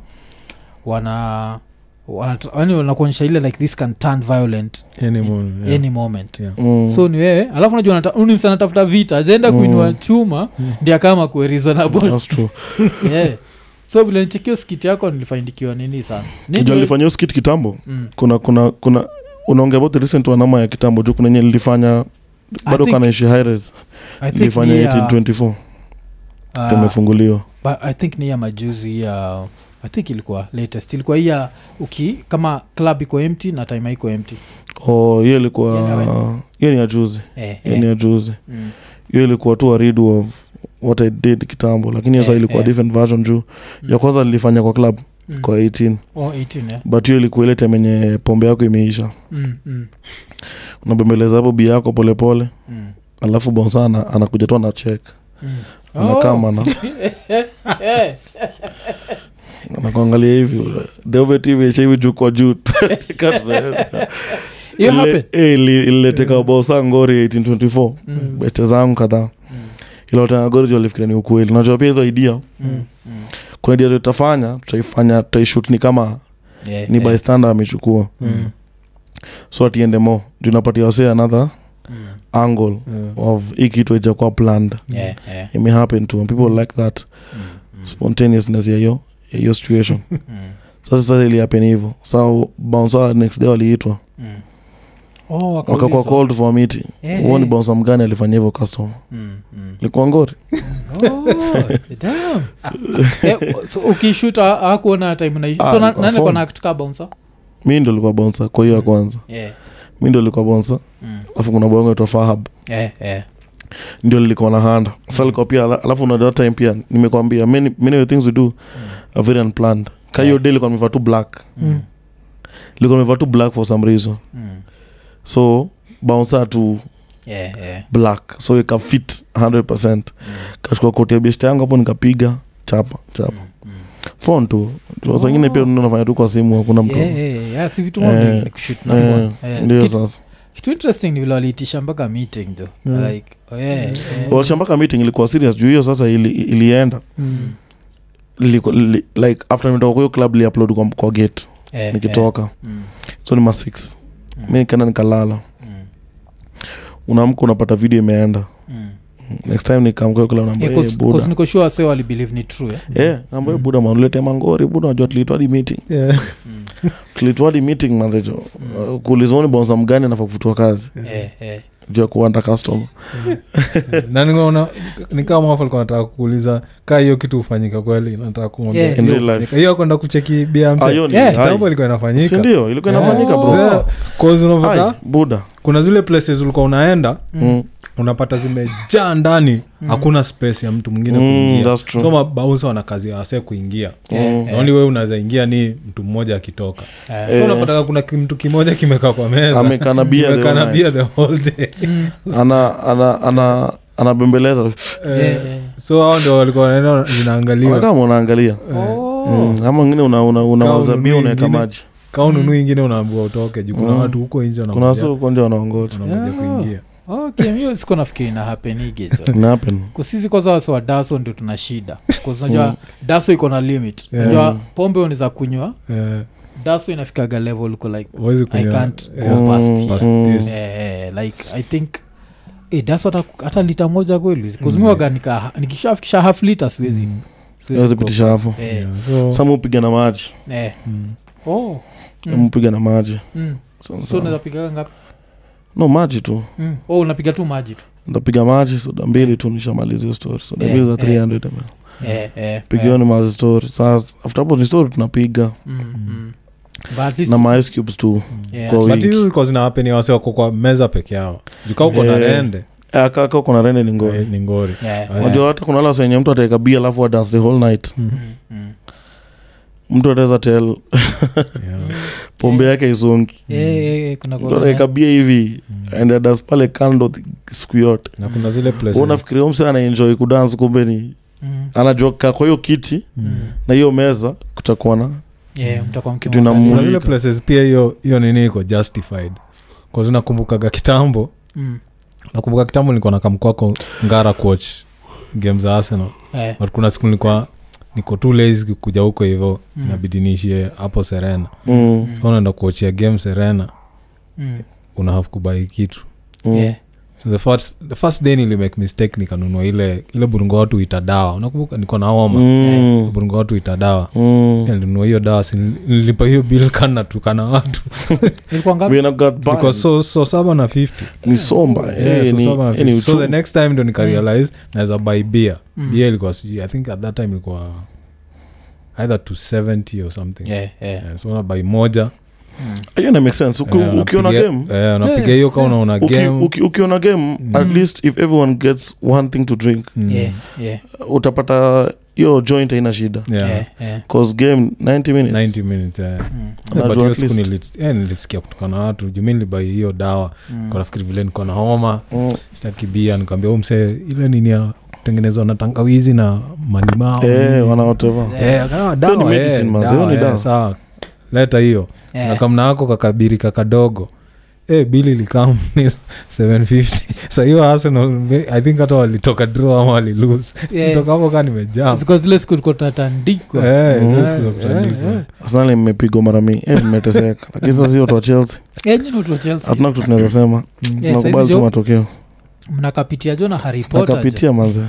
S1: wana wanat- yaani wanakuonyesha ile like this can turn violent
S2: Any moment, yeah.
S1: any moment
S2: Yeah.
S3: Mm.
S1: so ni wewe alafu najua nata- huyu ni msana tafuta vita azienda
S3: Mm.
S1: kuinua chuma
S2: Mm.
S3: [laughs]
S1: ndia kama kuerizwa na bol
S3: That's true.
S1: yeah. so vile nichekio skiti yako nilifaindikiwa nini sana [laughs] Nini
S3: Unajua
S1: we-
S3: nilifanya hiyo skit kitambo
S1: Mm.
S3: kuna kuna kuna unaongea about the recent one ama ya kitambo juu kuna enye nilifanya bado
S1: think-
S3: kanaishi hires
S1: I think
S3: nilifanya
S1: ni ya-
S3: 1824
S1: ah,
S3: kamefunguliwa
S1: but i think ni ya majuzi ya i think ilikuwa latest ilikuwa hii ya uki kama club iko empty na time haiko empty
S3: oh, hiyo ilikuwa
S1: Hiyo ni ya
S3: hiyo ni ya juzi
S1: eh,
S3: hiyo ni
S1: eh.
S3: ya juzi
S1: Mm.
S3: hiyo ilikuwa tu a redo of what i did kitambo lakini hiyo
S1: Eh,
S3: saa ilikuwa
S1: eh.
S3: different version juu ya kwanza nilifanya kwa club
S1: Mm.
S3: kwa 18
S1: Oh, 18, eh.
S3: but hiyo ilikuwa ile time yenye pombe yako imeisha
S1: Mm, mm,
S3: unabembeleza hapo bi yako polepole
S1: mm,
S3: alafu bonsana anakuja tu anachek
S1: mm.
S3: anakama na
S1: [laughs] Eh,
S3: anakuangalia hivi devetv shahivi juu kwa juu [laughs]
S1: hiyo happened?
S3: eh, ilileteka bosa ngori 1824
S1: Mm,
S3: beste zangu kadhaa
S1: mm,
S3: ilotangagori juu alifikiria ni ukweli najua pia hizo idea
S1: mm, mm.
S3: kuna idea tutafanya tutaifanya tutaishut ni kama
S1: Eh,
S3: ni
S1: eh.
S3: bystander amechukua
S1: Mm,
S3: so atiende mo juu napatia wasee another
S1: mm.
S3: angle of hii kitu ijakuwa planned
S1: Eh, eh.
S3: it may happen to and people like that
S1: Mm, mm,
S3: spontaneousness ya hiyo ya hiyo situation
S1: mm,
S3: sasa sasa ilihapen hivyo sa bounsa next day waliitwa
S1: mm. Oh,
S3: wakakuwa
S1: wakaulizwa.
S3: called for a meeting
S1: Eh,
S3: huo ni
S1: eh.
S3: bounsa mgani alifanya hivyo custom
S1: Mm, mm.
S3: likuwa ngori
S1: Oh,
S3: [laughs]
S1: damn. Eh, so ukishoot ha- hakuona time na
S3: Ah,
S1: so na-
S3: nilikuwa
S1: nani alikuwa
S3: phone.
S1: na kitu kaa bouncer?
S3: mi ndo likuwa bonsa kwa hiyo ya kwanza
S1: Eh,
S3: mi ndo likuwa bonsa
S1: mm.
S3: alafu kuna bwangu naitwa fahab
S1: Eh, eh.
S3: ndio lilikuwa na handa sa likuwa pia ala- alafu unajua time pia nimekwambia many, many of the things we do are very unplanned ka
S1: Hmm.
S3: hiyo
S1: Yeah.
S3: day likuwa nimevaa tu black
S1: Mm,
S3: likuwa nimevaa tu black for some reason
S1: mm.
S3: so bounsa tu
S1: Eh, eh.
S3: black so ikafit 100 kachukua koti ya beshta yangu hapo nikapiga chapa chapa
S1: Mm, mm.
S3: phone tu
S1: Oh.
S3: wasangine pia nafanya tu kwa simu hakuna mtu
S1: Yeah, yeah, yeah, si vitu
S3: Eh,
S1: moja ni kushoot na
S3: Eh,
S1: phone. Eh,
S3: ndio
S1: kitu-
S3: sasa
S1: kitu interesting ni vile waliitisha mpaka meeting though.
S4: Mm.
S1: Like, oh, yeah, yeah.
S3: walishambaka meeting ilikuwa serious juu hiyo sasa ili, ilienda
S1: Mm.
S3: Liko- li, like after nimetoka kwa hiyo club liupload kwa, kwa gate
S1: Eh,
S3: nikitoka
S1: eh. Mm,
S3: so ni ma 6
S1: mm,
S3: mi nikaenda nikalala
S1: mm,
S3: unaamka unapata video imeenda
S1: mm.
S3: next time nikaamka hiyo club naambia
S1: Eh,
S3: hey,
S1: cause- cause
S3: buda
S1: niko sure wase walibelieve ni true eh?
S3: Eh, naambia hey,
S1: Mm.
S3: buda manulete mangori buda najua tuliitwa hadi meeting
S2: [laughs]
S1: Mm,
S3: tuliitwa hadi meeting manzecho
S1: Mm.
S3: Uh, kuulizwa ni bonsa mgani anafaa kufutwa kazi
S1: eh, eh.
S3: juu ya kuanda customer
S4: na nikaona nikaa mwafu alikuwa nataka kuuliza kaa hiyo kitu hufanyika kweli nataka kumwambia
S1: Yeah.
S4: hiyo
S3: In real
S4: hufanyika.
S3: life.
S4: hiyo kwenda kucheki bia
S3: Ah, hiyo ni-
S1: Eh,
S3: hai.
S4: mtambo ilikuwa inafanyika
S3: sindio ilikuwa
S1: Yeah.
S3: inafanyika bro
S1: Oh.
S4: Zee, 'cause unapata-
S3: Hai, buda
S4: kuna zile places ulikuwa unaenda
S1: Mm,
S3: Mm.
S4: unapata zimejaa ndani hakuna space ya mtu mwingine
S3: Mm,
S4: kuingia
S3: that's true.
S4: so mabausa wana kazi ya wasee kuingia
S3: Mm.
S1: eh,
S4: naoni we unaweza ingia ni mtu mmoja akitoka
S1: eh.
S3: Eh.
S4: so unapata kuna ki- mtu kimoja kimekaa kwa meza
S3: amekana bia the
S4: Amekaa na
S3: whole
S4: beer
S3: night.
S4: the whole day
S1: Mm,
S3: ana ana ana anabembeleza
S4: Eh,
S1: yeah, yeah.
S4: so hao ndio walikuwa wanaenda zinaangaliwa
S3: kama unaangalia
S1: Oh.
S3: Mm, ama wengine una una una
S4: Kama
S3: waza bia
S4: ununui
S3: unaweka
S4: ingine.
S3: maji
S4: kaa ununui ingine unaambua utoke juu kuna
S3: Mm.
S4: watu huko nje
S3: kuna
S4: wanakuja-
S3: wasiuko ndio wanaongoja
S4: wanakuja
S1: Yeah.
S4: kuingia
S1: okay mio siko nafikiri na hapenigezo
S3: Ina happen.
S1: kusisi kwanza wase wa daso ndio tuna shida kuzinajua
S3: Mm.
S1: daso iko na limit
S4: Yeah.
S1: najua pombe uniza kunywa
S4: Eh,
S1: daso inafikaga level uko like
S4: huwezi
S1: i
S4: kunywa-
S1: can't
S4: eh,
S1: go past
S3: Mm,
S1: here
S4: past
S3: Mm.
S4: this.
S1: Eh, eh, like i think eh, daso hata, hata lita moja kweli
S3: Mm.
S1: kuzumiwaga nika nikishafikisha half lita siwezi
S4: Mm.
S1: siwezi
S3: Hawezi
S1: go-
S3: pitisha hapo
S1: eh,
S4: Yeah, so-
S3: sama upiga na maji
S1: eh.
S4: mm.
S1: Oh, Mm.
S3: mpiga na maji
S1: mm.
S3: Sana
S1: so
S3: sana.
S1: unaweza pigaga ngapi
S3: no maji tu
S1: mm. oh, unapiga tu maji tu
S3: ndapiga maji soda mbili tu nishamaliza hiyo story soda
S1: Eh,
S3: mbili za
S1: eh.
S3: 300 man.
S1: eh, eh, eh.
S3: pigioni mazi story saa after hapo ni story tunapiga
S1: Mm, mm. But at least-
S3: na ma ice cubes tu
S1: yeah.
S3: kwa
S4: But
S3: wingi.
S4: hizo zilikuwa zinawapeni wase wako kwa meza peke yao jukaa uko na
S3: Eh,
S4: rende
S3: Eh, ka- ka kuna rende ni
S4: eh,
S3: ngori
S4: ni ngori
S1: Yeah.
S4: Eh.
S3: unajua hata kuna lasa yenye mtu ataeka bia alafu adance the whole night
S1: Mm, mm.
S3: mtu ataweza tel
S4: Yeah.
S3: pombe yake isongi
S1: Mm. Eh, eh, eh, kuna
S3: mtu
S1: kuwaga
S3: ataeka
S1: na-
S3: bia hivi
S2: Mm.
S3: ende adas pale kando th- siku yote
S4: na kuna zile places-
S3: unafikiria umse anaenjoy kudance kumbe ni
S1: Mm,
S3: anajua kukaa kwa hiyo kiti
S4: Mm.
S1: mm.
S3: na hiyo meza kutakuwa na
S2: Mm.
S1: Yeah, mtakuwa
S3: Kitu
S2: Oh,
S1: mkimuangalia.
S4: kuna
S3: inamuli-
S4: zile
S3: Mulika.
S4: places pia hiyo hiyo nini iko justified kaz nakumbukaga kitambo
S1: Mm,
S4: nakumbuka kitambo nilikuwa na kamkwako ngara coach game za arsenal
S1: eh,
S4: But kuna siku nilikuwa niko too lazy kuja huko hivyo
S1: Mm.
S4: inabidi niishie hapo serena
S3: mm,
S1: Mm.
S4: so unaenda kuochia game serena
S1: mm,
S4: una have kubai kitu
S3: mm.
S1: yeah.
S2: so the first, the first day nilimake mistake nikanunua ile ile burungo watu ita dawa unakumbuka niko na homa
S3: Mm.
S2: burungo watu ita dawa
S3: Mm.
S2: nilinunua hiyo dawa si nil- nilipa hiyo bill kanatukana watu
S1: ilikuwa ngapi
S3: We na got banned.
S2: because so, so saba na 50
S3: ni somba
S2: Yeah,
S3: eh,
S2: so
S3: ni-
S2: saba na
S3: eh, ni
S2: 50. so the
S3: uchungu.
S2: next time ndo nikarealize naweza buy beer
S1: Mm.
S2: beer ilikuwa sijui i think at that time ilikuwa either to 70 or something
S1: Yeah, yeah.
S2: Yeah, so unabai moja
S3: hiyo ina make sense Uki-
S2: eh,
S3: ukiona
S2: unapiga-
S3: game
S2: eh, unapiga
S1: Yeah,
S2: hiyo kama
S1: yeah.
S2: unaona
S3: uki-
S2: game
S3: uki- ukiona game
S2: Mm.
S3: at least if everyone gets one thing to drink
S2: Mm.
S1: Yeah, yeah,
S3: utapata hiyo joint haina shida
S2: Yeah.
S1: yeah, yeah.
S3: cause game 90 minutes
S2: 90 minutes eh.
S1: Mm,
S2: Eh,
S3: Unajua
S2: but hiyo
S3: at
S2: siku
S3: least.
S2: nilis- eh, nilisikia kutoka na watu jumi nilibai hiyo dawa
S1: mm.
S2: kanafikiri vile niko na homa
S3: Mm.
S2: sitaki bia nikaambia u msee ile nini ya kutengenezwa na tangawizi na malimao [laughs]
S1: Oh, mm.
S3: eh, wana whatever
S2: Eh, akawa, dawa,
S3: Hiyo ni medicine,
S2: eh,
S3: manze,
S2: dawa,
S3: hiyo ni
S2: eh,
S3: dawa.
S2: sawa leta hiyo
S1: Yeah.
S2: na kamna ako kakabiri kakadogo Eh, bili likam [laughs] ni 750 sa hiyo arsenal i think hata walitoka draw ama walilose
S1: Yeah.
S2: toka hapo kaa nimejaa
S1: Because zile siku tulikuwa tunatandikwa.
S3: Mm.
S2: Eh,
S1: Eh,
S2: zile siku za kutandikwa.
S1: eh, eh.
S3: arsenali mmepigwa mara mi eh,
S1: [laughs]
S3: mmeteseka lakini sasa sio watu wa chelsea
S1: Eh, nyinyi watu wa Chelsea.
S3: hatuna kitu tunaweza sema
S1: Eh, saizi
S3: tunakubali tu
S1: jo-
S3: matokeo
S1: mnakapitia jo na Harry Potter jo.
S3: nakapitia manze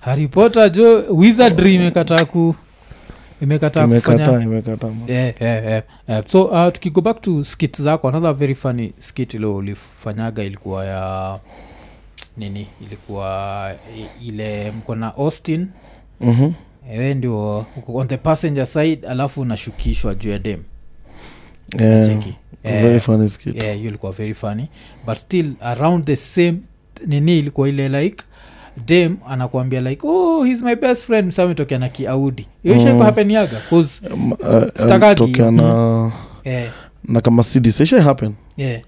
S1: Harry Potter jo wizardry imekataa ku imekataa kufanya
S3: imekataa imekataa manze.
S1: yeah, yeah, yeah. Yeah. eh, so uh, tukigo back to skit zako another very funny skit ilo ulifanyaga ilikuwa ya nini ilikuwa i- ile mko na austin
S3: Mhm.
S1: ewe ndio uko on the passenger side alafu unashukishwa juu ya dem
S3: Yeah.
S1: cheki
S3: Eh, Very funny skit.
S1: yeah, hiyo ilikuwa very funny but still around the same nini ilikuwa ile like dem anakuambia like oh he's my best friend msametokea na kiaudi yoishaiko
S3: Mm.
S1: hapeniaga bcause
S3: Um, uh, um,
S1: Stakaki.
S3: tokea na
S1: eh,
S3: na kama cds isha happen
S1: yeah.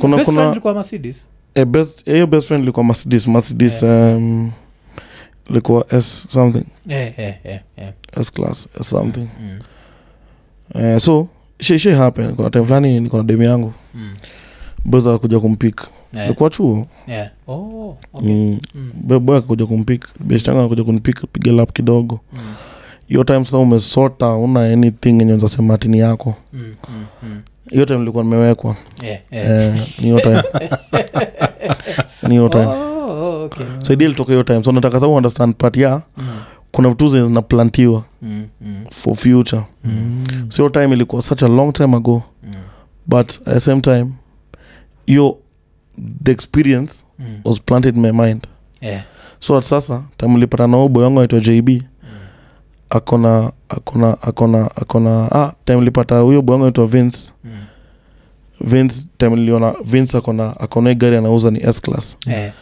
S3: Kuna-
S1: best
S3: kuna-
S1: friend ilikuwa Mercedes?
S3: Eh, best- eh, hiyo best friend ilikuwa mercedes mercedes um, ilikuwa s something
S1: Eh, eh, eh, eh.
S3: s class s something
S1: Mm,
S3: Eh, so she, she happen kuna time fulani niko na demu yangu
S1: mm.
S3: boza akuja kumpik
S1: Eh,
S3: ilikuwa chuo
S1: eh. Oh, okay.
S3: mm.
S1: Mm,
S3: Boy- boy akakuja kumpik beshtangu anakuja kunipik piga lap kidogo
S1: mm,
S3: hiyo time sasa umesota una anything enye nzasema atini yako
S1: mm, mm, mm.
S3: hiyo time nilikuwa nimewekwa
S1: Eh, eh.
S3: Eh, ni
S1: [laughs]
S3: hiyo time ni hiyo time
S1: Oh, oh, okay.
S3: so idea ilitoka hiyo time so nataka sa understand part ya
S1: Mm,
S3: kuna vitu zenye zinaplantiwa
S1: mm, mm,
S3: for future
S1: mm,
S3: so hiyo time ilikuwa such a long time ago
S1: mm,
S3: but at the same time hiyo the experience
S1: mm.
S3: was planted in my mind
S1: Eh,
S3: so at sasa time nilipata na huyo boy wangu anaitwa jb
S1: Mm,
S3: akona akona akona akona ah, time nilipata huyo boy wangu anaitwa vince
S1: mm.
S3: vince time niliona vince akona akona hii gari anauza ni s class
S1: Eh,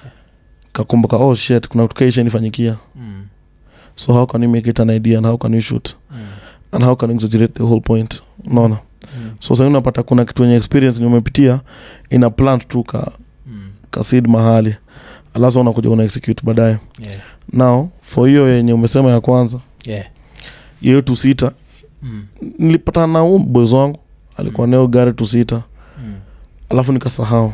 S3: kakumbuka oh shit kuna kitu kaisha nifanyikia
S1: mm,
S3: so how can you make it an idea and how can you shoot
S1: mm,
S3: and how can you exaggerate the whole point unaona
S1: mm,
S3: so sai unapata kuna kitu yenye experience ni umepitia ina plant tu ka,
S1: mm.
S3: ka seed mahali alafu sasa unakuja una execute baadaye
S1: Yeah,
S3: now for hiyo yenye umesema ya kwanza
S1: yeah.
S3: hiyo tu sita
S1: Mm,
S3: nilipatana na huyo boys wangu alikuwa nao gari tu sita
S1: mm,
S3: alafu nikasahau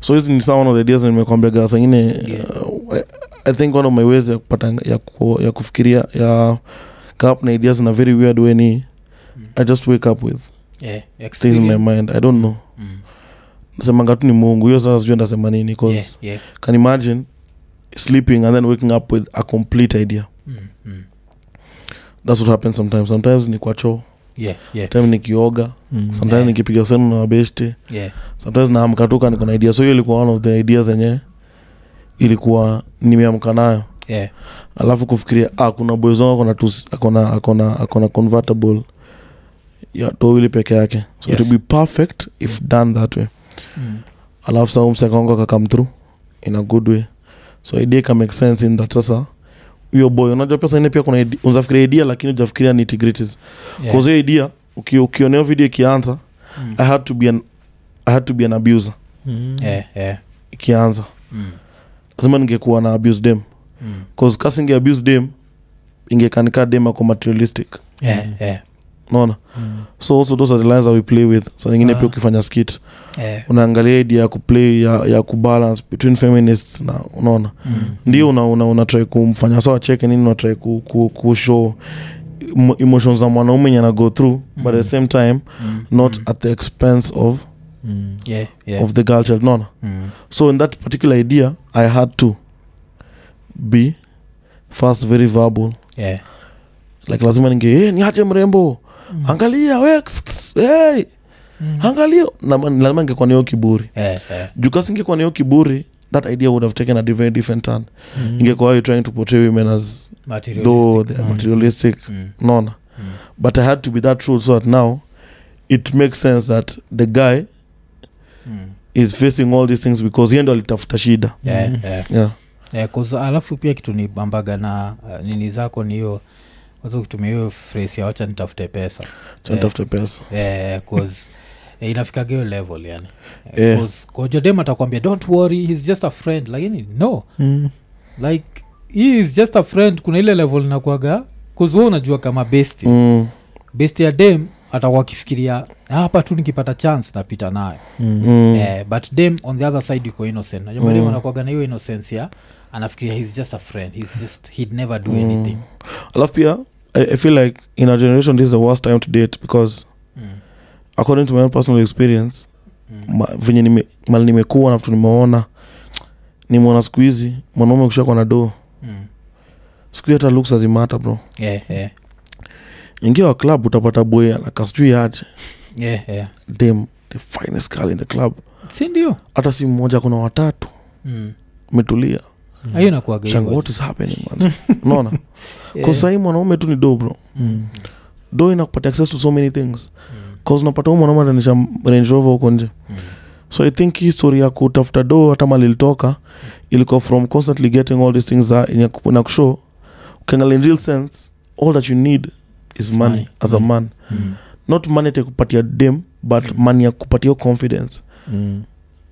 S3: so hizi ni sawa one of the ideas nimekwambia gaa sangine
S1: Yeah.
S3: uh, I- i think one of my ways ya kupata ya, ku, ya kufikiria ya kaup na ideas in a very weird way ni
S1: mm.
S3: i just wake up with
S1: Yeah,
S3: things in my
S1: experience.
S3: mind i don't know
S1: Mm,
S3: nasemanga tu ni mungu hiyo sasa sijui ndasema nini cause
S1: yeah, yeah.
S3: can imagine sleeping and then waking up with a complete idea
S1: Mm, mm.
S3: that's what happens sometimes sometimes ni kwa choo
S1: Yeah, yeah,
S3: time nikioga sometimes
S1: Yeah.
S3: nikipiga simu na wabeshte
S1: yeah.
S3: sometimes naamkatuka niko na idea so hiyo ilikuwa one of the ideas yenye ilikuwa nimeamka nayo
S1: Yeah,
S3: alafu kufikiria ah, kuna boys wangu akona tu- akona akona akona convertible ya towili peke yake so
S1: Yes.
S3: it would be perfect if done that way
S1: mm,
S3: alafu sa umsekongo kakam through in a good way so idea ka make sense in that sasa hiyo boy unajua pesa ine pia kuna ide- unafikiria idea lakini ujafikiria nitgritis
S1: yeah.
S3: yeah. hiyo idea uki- ukionea video ikianza
S1: Mm.
S3: i had to be an, i had to be an abuser
S2: Mm.
S1: Yeah, yeah.
S3: ikianza
S1: Mm,
S3: lazima ningekuwa na abuse dem
S1: mm.
S3: cause kasi inge abuse dem ingekanika dem ako materialistic
S1: Yeah, yeah,
S3: unaona so also those are the lines that we play with sa nyingine
S1: Mm. Ah.
S3: pia ukifanya skit
S1: yeah.
S3: unaangalia idea ya kuplay ya, ya kubalance between feminists na unaona
S1: Mm,
S3: ndio una, una, una try kumfanya sawa cheke nini una try ku, ku, kushow emo- emotions za mwanaume enye ana go through but at the same time
S1: mm,
S3: not
S1: mm.
S3: at the expense of
S1: Mm. Yeah, yeah.
S3: yeah. of the girl child naona
S1: Mm.
S3: so in that particular idea i had to be first very verbal
S1: Yeah.
S3: like lazima ninge hey, niache mrembo
S1: Mm.
S3: angalia we, ks- ks- hey,
S1: Mm.
S3: angalia Na- lazima ningekuwa nayo kiburi
S1: Yeah, yeah.
S3: juu kasi ningekuwa nayo kiburi that idea would have taken a very different turn
S1: Mm.
S3: ingekuwa you trying to portray women as though
S1: Materialistic.
S3: they are
S1: Mm.
S3: materialistic
S1: Mm.
S3: naona
S1: Mm.
S3: but i had to be that true so that now it makes sense that the guy
S1: Mm.
S3: is facing all these things because yeye ndo alitafuta shida
S1: Yeah,
S2: Mm.
S1: yeah.
S3: yeah.
S1: Yeah, 'cause alafu pia kitu ni bambaga na uh, nini zako ni hiyo waza kutumia hiyo fresi ya wacha nitafute pesa
S3: So anatafuta pesa
S1: yeah, cause [laughs] eh, inafikaga hiyo level yani
S3: Yeah.
S1: kojodem atakwambia don't worry he's just a friend lakini no like he is just a friend kuna ile level inakuaga kuzua unajua kama best
S3: Mm,
S1: best ya dem atakuwa akifikiria "Ah, hapa tu nikipata chance napita nayo
S3: mm,
S1: eh, but dem on the other side yuko innocent najua
S3: Mm.
S1: madem anakuaga na hiyo innocence ya anafikiria he's just a friend he's just he'd never do
S3: mm.
S1: anything
S3: alafu pia I, i feel like in our generation this is the worst time to date because
S1: mm.
S3: according to my own personal experience
S1: Mm.
S3: ma, venye nime, mali nimekuwa na vitu nimeona nimeona siku hizi mwanaume kushakwa na doo
S1: Mm.
S3: siku hizi hata looks azimata bro
S1: Yeah, yeah.
S3: ingia wa club utapata boy anakaa sijui aje
S1: Yeah, yeah.
S3: dem the finest girl in the club
S1: si ndio
S3: hata si mmoja kuna watatu
S1: Mm.
S3: umetulia
S1: hiyo inakuaga
S3: shanga
S1: hivyo.
S3: what is happening man?
S1: [laughs]
S3: unaona
S1: Yeah.
S3: yeah. sahii mwanaume tu ni do bro
S1: Mm.
S3: do inakupatia access to so many things
S1: Mm.
S3: cause unapata huyu mwanaume atanisha range rover huko nje
S1: Mm.
S3: so i think hii story ya kutafuta do hata mali ilitoka ilikuwa from constantly getting all these things za- yenye ku- na kushow ukiangalia in real sense all that you need is
S1: It's
S3: money,
S1: money.
S3: as a
S2: Mm.
S3: man
S1: Mm.
S3: not money ya kupatia dem but
S1: Mm.
S3: money ya kupatia confidence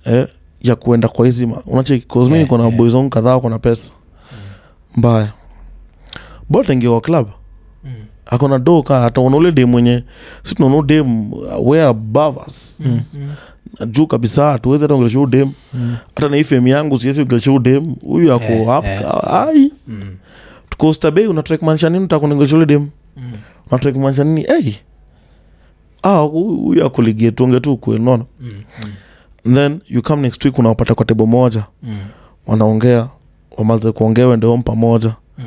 S3: eh, ya kuenda kwa hizi ma- unacheki cause mi
S1: Yeah,
S3: niko na
S1: yeah.
S3: boys wangu kadhaa wako na pesa mbaya bora tengewa club
S1: Mm.
S3: akona do ka ataona ule dem mwenye si tunaona dem we above us
S1: Mm. Mm.
S3: juu kabisa hatuwezi hata ongelesha huu dem hata na hii femu yangu siwezi ongelesha huu dem huyu ako
S1: Eh,
S3: up-
S1: eh.
S3: a- ai
S1: Mm.
S3: kostabei unatrek maanisha nini utaka kuongelesha ule dem
S1: Mm.
S3: unatrek maanisha nini hey ah huyu huyu ako ligie tuonge tu ukweli unaona
S1: Mm.
S3: And then you come next week unawapata kwa tebo moja
S1: Mm.
S3: wanaongea wamaze kuongea wende home pamoja
S1: Mm.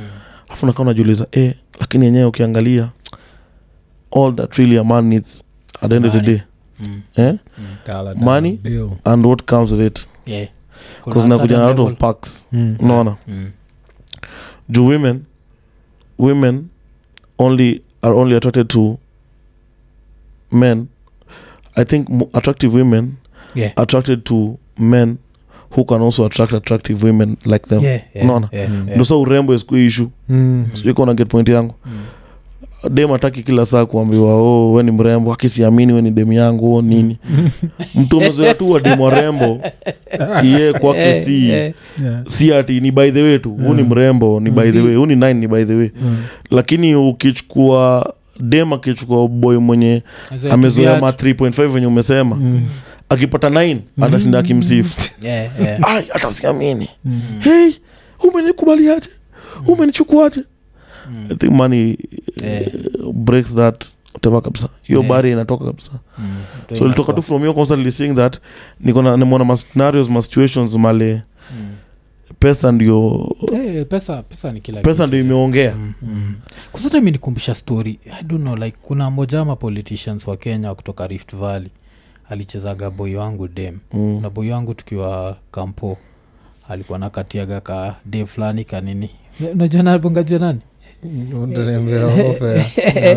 S3: alafu nakaa unajiuliza eh lakini yenyewe ukiangalia all that really a man needs at the end of the
S1: Money.
S3: day
S1: Mm.
S3: eh? Money?
S2: bill
S3: and what comes with it
S1: Yeah. Kuna
S3: because nakuja
S1: certain
S3: na lot of
S1: level-
S3: packs
S2: Mm.
S3: unaona
S1: Mm.
S3: juu women women only are only attracted to men i think mo- attractive women
S1: Yeah.
S3: attracted to men who can also attract attractive women like them yeah.
S1: Yeah, yeah,
S3: Unaona?
S1: yeah,
S2: Mm.
S1: yeah.
S3: ndosa urembo isku ishu
S2: Mm.
S1: Mm.
S3: sikuona get point yangu
S1: Mm.
S3: dem ataki kila saa kuambiwa oh, we ni mrembo akisiamini we ni demu yangu o nini mtu umezoea tu wademu warembo ye kwake
S1: Eh,
S3: si
S1: eh.
S2: Yeah.
S3: si ati ni by the way tu huu ni
S2: Mm.
S3: mrembo ni by the
S1: Si-
S3: way huu ni nine ni by the way
S2: Mm.
S3: lakini ukichukua dem akichukua boy mwenye
S1: Azoea
S3: amezoea
S1: kiviatu.
S3: ma 3.5 venye umesema
S2: Mm.
S3: akipata 9
S2: Mm.
S3: atashinda akimsifu
S1: Yeah, yeah.
S3: ai hata siamini
S2: Mm.
S3: hei umenikubaliaje umenichukuaje
S1: Mm.
S3: i think money
S1: Eh.
S3: uh, breaks that whatever kabisa hiyo
S1: Eh.
S3: bari inatoka kabisa
S1: Mm.
S3: [laughs] so ilitoka tu from hiyo constantly seeing that nikona nimona ma scenarios ma situations male
S1: Mm.
S3: pesa ndio
S1: Eh, pesa pesa ni kila
S3: pesa
S1: kitu.
S3: ndio imeongea
S1: Mm, mm. kusata imenikumbusha story i don't know like kuna moja ama politicians wa kenya kutoka rift valley alichezaga boy wangu dem
S3: Mm.
S1: na boy wangu tukiwa kampo alikuwa nakatiaga ka dem fulani kanini unajua nabongajua nani
S2: Eh. Unatembea [laughs] ofa. Unaka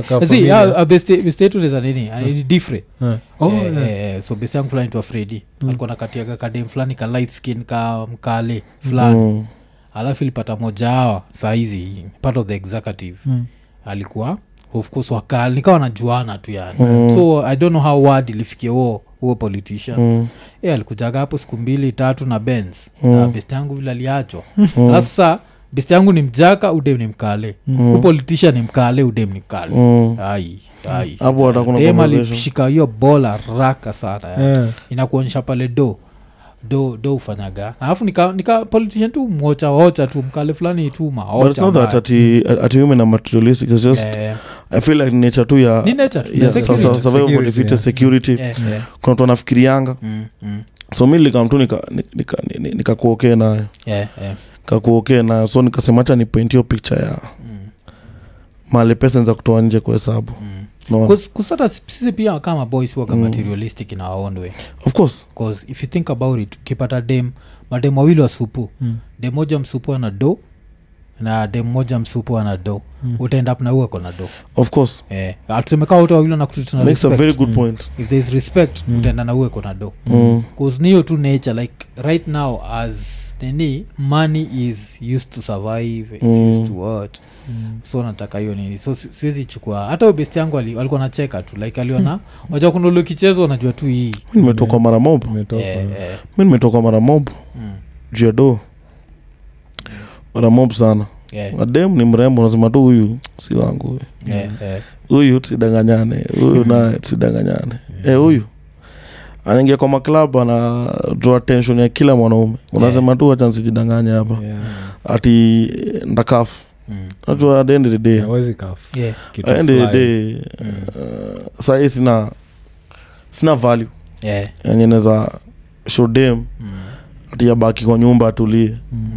S1: See,
S2: familia.
S1: ah, ah, beste beste yetu leza nini Ah, ni different.
S2: Eh. Oh,
S1: Eh,
S2: yeah.
S1: eh, eh, so beste yangu fulani twa fredi
S2: Mm.
S1: alikuwa nakatiaga kadem fulani ka light skin ka mkale fulani
S3: Mm.
S1: alafu ilipata moja hawa sahizi part of the executive
S2: Mm.
S1: alikuwa of course wakali nikawa najuana tu yani
S3: Mm.
S1: so i don't know how word ilifikia huo huo politician mm. [laughs]
S3: Mm.
S1: alikujaga hapo siku mbili tatu na bens
S3: Mm.
S1: na best yangu vile aliachwa
S3: Mm.
S1: sasa best yangu ni mjaka udem ni mkale mm. politician ni mkale udem ni mkale
S3: Mm.
S1: ai ai
S3: Hapo hata kuna
S1: dem
S3: conversation.
S1: alishika hiyo bola raka sana yani
S3: Eh.
S2: Yeah.
S1: inakuonyesha pale do do do ufanyaga alafu nika, nika politician tu mwocha wocha tu mkale fulani tu
S3: but it's
S1: maocha
S3: not that ati, ati women are materialistic it's just
S1: Eh,
S3: i feel like ni nature tu ya
S1: ni nature tu,
S3: ya
S1: security.
S3: sa- sa- survival
S2: Security,
S3: for the fittest,
S2: yeah.
S3: security
S1: Yeah, yeah.
S3: kuna mtu anafikirianga
S1: Mm, mm.
S3: so mi likam tu nikakuokee nika, nika, ni- nikakuokee nayo
S1: Yeah, yeah.
S3: nikakuokee nayo so nikasemacha ni paint hiyo picture ya
S1: Mm,
S3: mali pesa za kutoa nje kwa hesabu
S1: mm.
S3: no,
S1: 'Cause- 'cause hata sisi pia kama boys waka
S3: Mm.
S1: materialistic in our own way
S3: of course
S1: bcause if you think about it ukipata dem madem wawili wa supu
S2: Mm.
S1: dem moja msupu ana do na dem moja msupu ana do
S2: Mm.
S1: utaenda pnauwe kona do
S3: of course
S1: eh, atusemekaa wote wawili wanakutana
S3: makes a
S1: respect.
S3: very good
S2: Mm.
S3: point
S1: if there is respect
S2: Mm.
S1: utaenda na uwe kona do
S3: mm.
S1: bcause niyo tu nature like right now as nini money is used to survive it's
S3: Mm.
S1: used to what
S2: hmm.
S1: so nataka hiyo nini so si- siwezi chukua hata huyo best yangu ali- alikuwa nacheka tu like
S3: [laughs]
S1: aliona wajua kuna ule ukichezwa unajua tu hii
S3: mi nimetoka mara mob
S2: Umetoka.
S1: Eh, eh,
S3: mi nimetoka mara mob
S1: mm,
S3: juu ya do mara mob sana
S1: eh,
S3: adem ni mrembo nasema tu huyu si wangu huyu
S1: eh, eh,
S3: huyu tusidanganyane huyu naye tusidanganyane Eh, huyu anaingia kwa maklabu ana draw attention ya kila mwanaume unasema tu wacha nsijidanganye hapa
S2: Yeah.
S3: ati eh, ndakafu
S1: mm,
S3: najua at the end of the day
S2: Hawezi kaf-
S1: yeah.
S2: kitu
S3: at the end of the
S2: fulani.
S3: day
S1: Mm.
S3: uh, sahii sina sina value Yaani
S1: Yeah.
S3: yenye naeza shodem
S1: Mm.
S3: ati abaki kwa nyumba atulie
S2: Mm.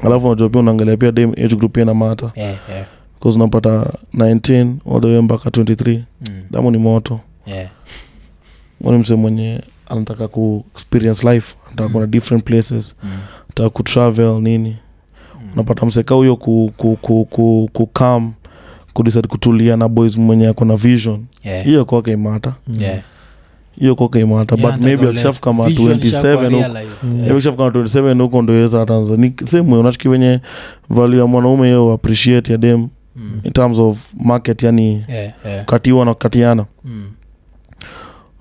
S3: alafu unajua pia unaangalia pia dem age group pia namata
S1: Yeah, yeah.
S3: bcause unapata 19 all the way mpaka 23
S1: Mm.
S3: damu ni moto
S1: Yeah.
S3: ni mse mwenye anataka ku experience life anataka kuona different places
S1: Mm.
S3: anataka ku travel nini
S1: Mm.
S3: unapata mseka huyo ku, ku, ku, ku, ku calm kudecide kutulia na boys mwenye ako na vision
S1: Yeah.
S3: hiyo kwake imata
S2: Mm.
S1: Yeah.
S3: hiyo kwake imata
S1: Yeah,
S3: but maybe
S1: nataka
S3: akishafika kama
S1: ule vision
S3: 27
S1: ishakuwa
S3: huko
S1: realized.
S2: Mm.
S1: Yeah.
S3: maybe akishafika kama 27 huko ndio weza tanzania sehemu unachiki wenye value ya mwanaume hiyo appreciate ya dem
S1: Mm.
S3: in terms of market yani
S1: Yeah, yeah.
S3: katiwa na katiana
S1: Mm.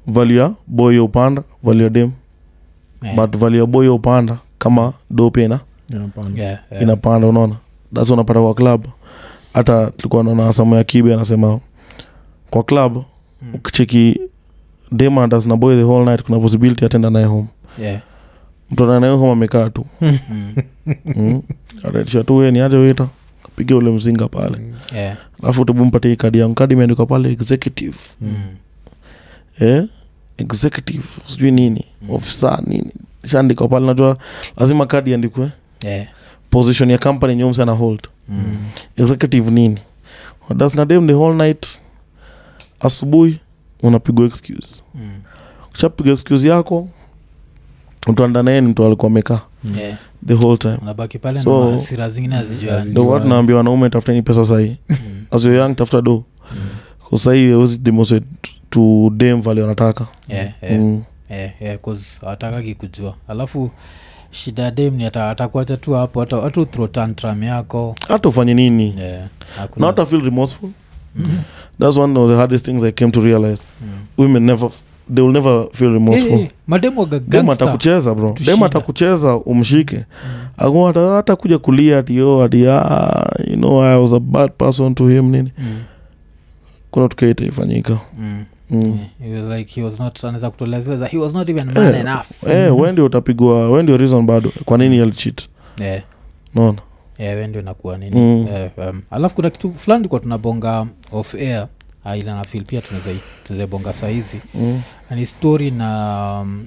S3: value ya boy ya upanda value ya dem
S1: Yeah.
S3: but value ya boy upanda kama dope ina
S2: Inapanda.
S1: Yeah, yeah.
S3: inapanda unaona thats unapata kwa club hata tulikuwa naona samu ya kibe anasema kwa club
S1: Mm.
S3: ukicheki dem andas na boy the whole night kuna possibility atenda naye home
S1: Yeah.
S3: mtu anaenda naye home amekaa tu
S1: Mm.
S3: mm. ataitisha tu we ni aje wita kapiga ule mzinga pale
S2: Mm.
S1: Yeah.
S3: alafu tubumpatie kadi yangu kadi imeandikwa pale executive
S1: Mm.
S3: eh? executive sijui nini
S1: Mm.
S3: ofisa nini ishaandikwa pale najua lazima kadi iandikwe
S1: Yeah.
S3: position ya company nyeusi ana hold
S1: Mm.
S3: executive nini das na dem the whole night asubuhi unapigwa excuse
S1: Mm.
S3: ukishapigwa excuse yako utaenda naye ni mtu alikuwa amekaa
S2: Mm.
S1: Yeah.
S3: the whole time
S1: unabaki pale
S3: Hmm. So-
S1: na hasira zingine hazijuani.
S3: ndo watu
S2: Jiwani.
S3: naambia wanaume tafuteni pesa sahii
S1: Mm.
S3: as you're young tafuta do
S1: Mm.
S3: Kwa sahii awezi demonstrate to dem vale wanataka
S1: Yeah, yeah.
S3: mm.
S1: yeah, yeah, 'cause hawatakagi kujua alafu shida ya dem ni ata- atakuacha tu hapo ata- hata uthrow tantrum yako
S3: hata ufanye nini
S1: yeah. hakuna-
S3: not I feel remorseful.
S1: Mm.
S3: That's one of the hardest things I came to realize.
S1: Mm.
S3: Women never, they will never feel remorseful.
S1: Eh, eh, mademu waga
S3: Dem
S1: gangster.
S3: atakucheza bro, dem
S1: Tushinda. Mm.
S3: atakucheza umshike, Ako hata hata kuja kulia ati yo ati ah, you know I was a bad person to him nini.
S1: Mm.
S3: Kuna tukio itaifanyika.
S1: Mm.
S3: Mm.
S1: Yeah, he was like he was not anaweza kutolezeleza he was not even man
S3: Eh,
S1: enough
S3: Eh, wewe ndio utapigwa, wewe ndio reason bado kwa
S1: Mm.
S3: nini alicheat.
S1: yeah.
S3: Unaona?
S1: yeah, we Eh, ndio nakuwa nini
S3: Mm.
S1: Eh, um, alafu kuna kitu fulani tulikuwa tunabonga off air ah, ila na feel pia tunaweza bonga sahizi
S3: Mm.
S1: na ni story na um,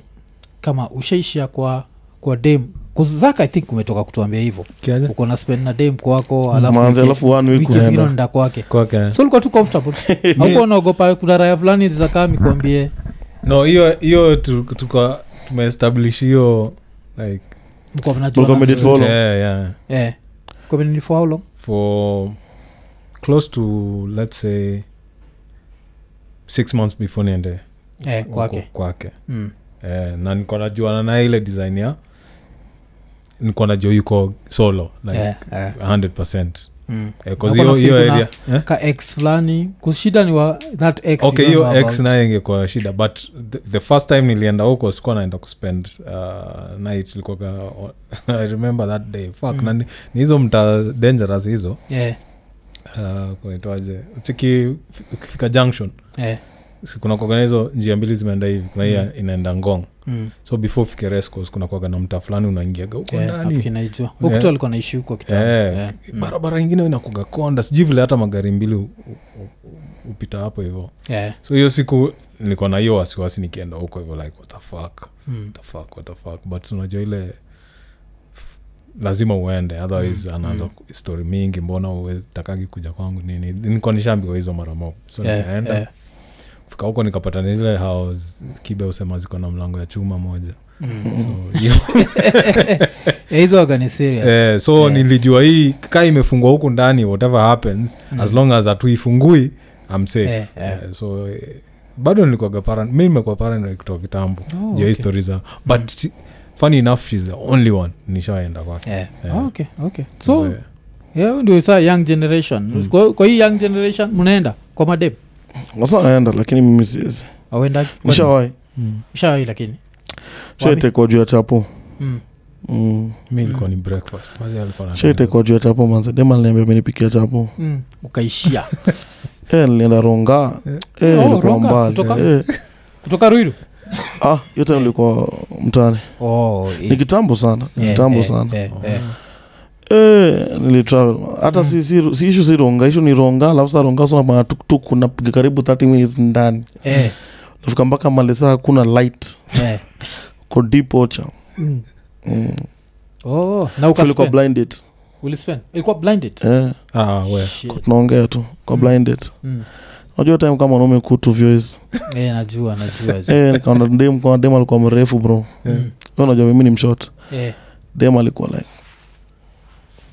S1: kama ushaishia kwa kwa dem 'Cause zaka i think umetoka kutuambia hivyo
S2: Kiaje?
S1: uko na spend na dem kwako
S3: Eh. Manze
S1: alafu
S3: alafu one week
S1: wiki zingine
S3: unaenda. Eh.
S1: unaenda kwake
S2: Kwake.
S1: so ulikuwa tu
S3: [laughs]
S1: comfortable auko unaogopa kuna raya fulani zakaa mikwambie
S2: no hiyo hiyo tu- tuko tumeestablish hiyo like
S1: mko mnajua
S3: Mko medi- Did follow?
S2: Yeah, yeah.
S1: eh community for how long
S2: for close to let's say six months before niende
S1: eh
S2: huko
S1: kwake
S2: kwake
S1: mm.
S2: eh, na nikuwa najuana na ile design ya nikuwa najua yuko solo like
S1: Eh, eh.
S2: 100
S1: Mm.
S2: eh,
S1: Nakuwa
S2: 'cause hiyo
S1: nafikiri
S2: hiyo
S1: kuna-
S2: area eh?
S1: ka x fulani kushida ni wa that x
S2: okay
S1: you
S2: hiyo
S1: know
S2: x
S1: about.
S2: naye ingekuwa shida but the, the first time nilienda huko sikuwa naenda kuspend uh, night ilikuwaga [laughs] i remember that day fuck
S1: Mm.
S2: na ni ni hizo mta dangerous hizo
S1: eh
S2: uh, kunaitwaje chiki ukifika junction
S1: eh
S2: si kuna kuagana hizo njia mbili zimeenda hivi kuna hii ya- inaenda ngong
S1: Mm.
S2: so before ufike rescos kuna kuagana mta fulani unaingiaga huko
S1: Eh,
S2: ndani
S1: afu kinaijua hukutu alikuwa naishi huko kitambo.
S2: Eh,
S1: Eh, mm.
S2: barabara ingine inakuga konda sijui vile hata magari mbili u- u- u- hupita hapo hivyo
S1: Eh,
S2: so hiyo siku nilikuwa na hiyo wasiwasi nikienda huko hivyo like what the fuck
S1: mm.
S2: what the fuck what the fuck but unajua ile f- lazima uende otherwise
S1: Mm,
S2: anaanza
S1: mm.
S2: ku- story mingi mbona uwezi- takagi kuja kwangu nini nilikuwa nishaambiwa hizo mara mob so
S1: Eh,
S2: nikaenda
S1: eh,
S2: fika huko nikapata na zile house kibe usema ziko na mlango ya chuma moja
S1: mm. [laughs]
S2: [laughs] so, hiyo-
S1: Eh, hizo waga ni serious.
S2: eh, so
S1: Yeah.
S2: nilijua hii kaa imefungwa huku ndani whatever happens
S1: Mm.
S2: Eh, as long as hatuifungui am safe
S1: Eh, eh.
S2: Eh, so eh, bado nilikuwaga paran mi nimekuwa paran kutoka kitambo
S1: Oh,
S2: juu ya
S1: okay.
S2: hii story zao but she- funny enough she's the only one nishaenda kwake
S1: Eh.
S2: Yeah.
S1: Ah, okay, okay. so
S2: Mzee. Mm.
S1: yeah, ndio saa young generation kwa, kwa hii young generation mnaenda kwa madem
S3: wasa naenda lakini mimi siwezi nishawai
S1: auendashawai lakini Wapi?
S3: shaitekwa juu ya chapo
S1: mm.
S3: mm.
S2: mi ilikuwa ni breakfast Mazi alikuwa anatengeneza-
S3: shaitekwa juu ya chapo manze dem aliniambia amenipikia chapo
S1: Mm. ukaishia
S3: Eh, nilienda ronga Eh,
S1: Oh,
S3: ilikuwa
S1: Ronga,
S3: mbali.
S1: kutoka-
S3: Eh,
S1: kutoka ruiru
S3: ah, hiyo time ilikuwa mtani
S1: oh, eh,
S3: ni kitambo sana ni
S1: eh,
S3: kitambo
S1: eh,
S3: sana
S1: eh, eh. Mm.
S3: Eh, nilitravel hata si, si, si ishu si ronga ishu ni ronga alafu sa ronga suna matuktuk unapiga karibu 30 minutes ndani
S1: Eh,
S3: nafika mpaka malesa hakuna light
S1: eh.
S3: ko deep ocha
S1: Mm.
S3: mm.
S1: Oh, na
S3: So ilikuwa
S1: ukaspend?
S3: blinded
S1: Ulispend? ilikuwa blinded
S3: eh,
S2: ah, we
S1: Shit.
S3: naongea tu kwa
S1: Mm.
S3: blinded
S1: Mm.
S3: najua time kama wanaume kutu vyois
S1: Eh, najua najua
S3: eh, nikaona dem kwa dem alikuwa mrefu bro
S1: Mm.
S3: Wewe unajua mimi ni mshot
S1: Eh,
S3: dem alikuwa like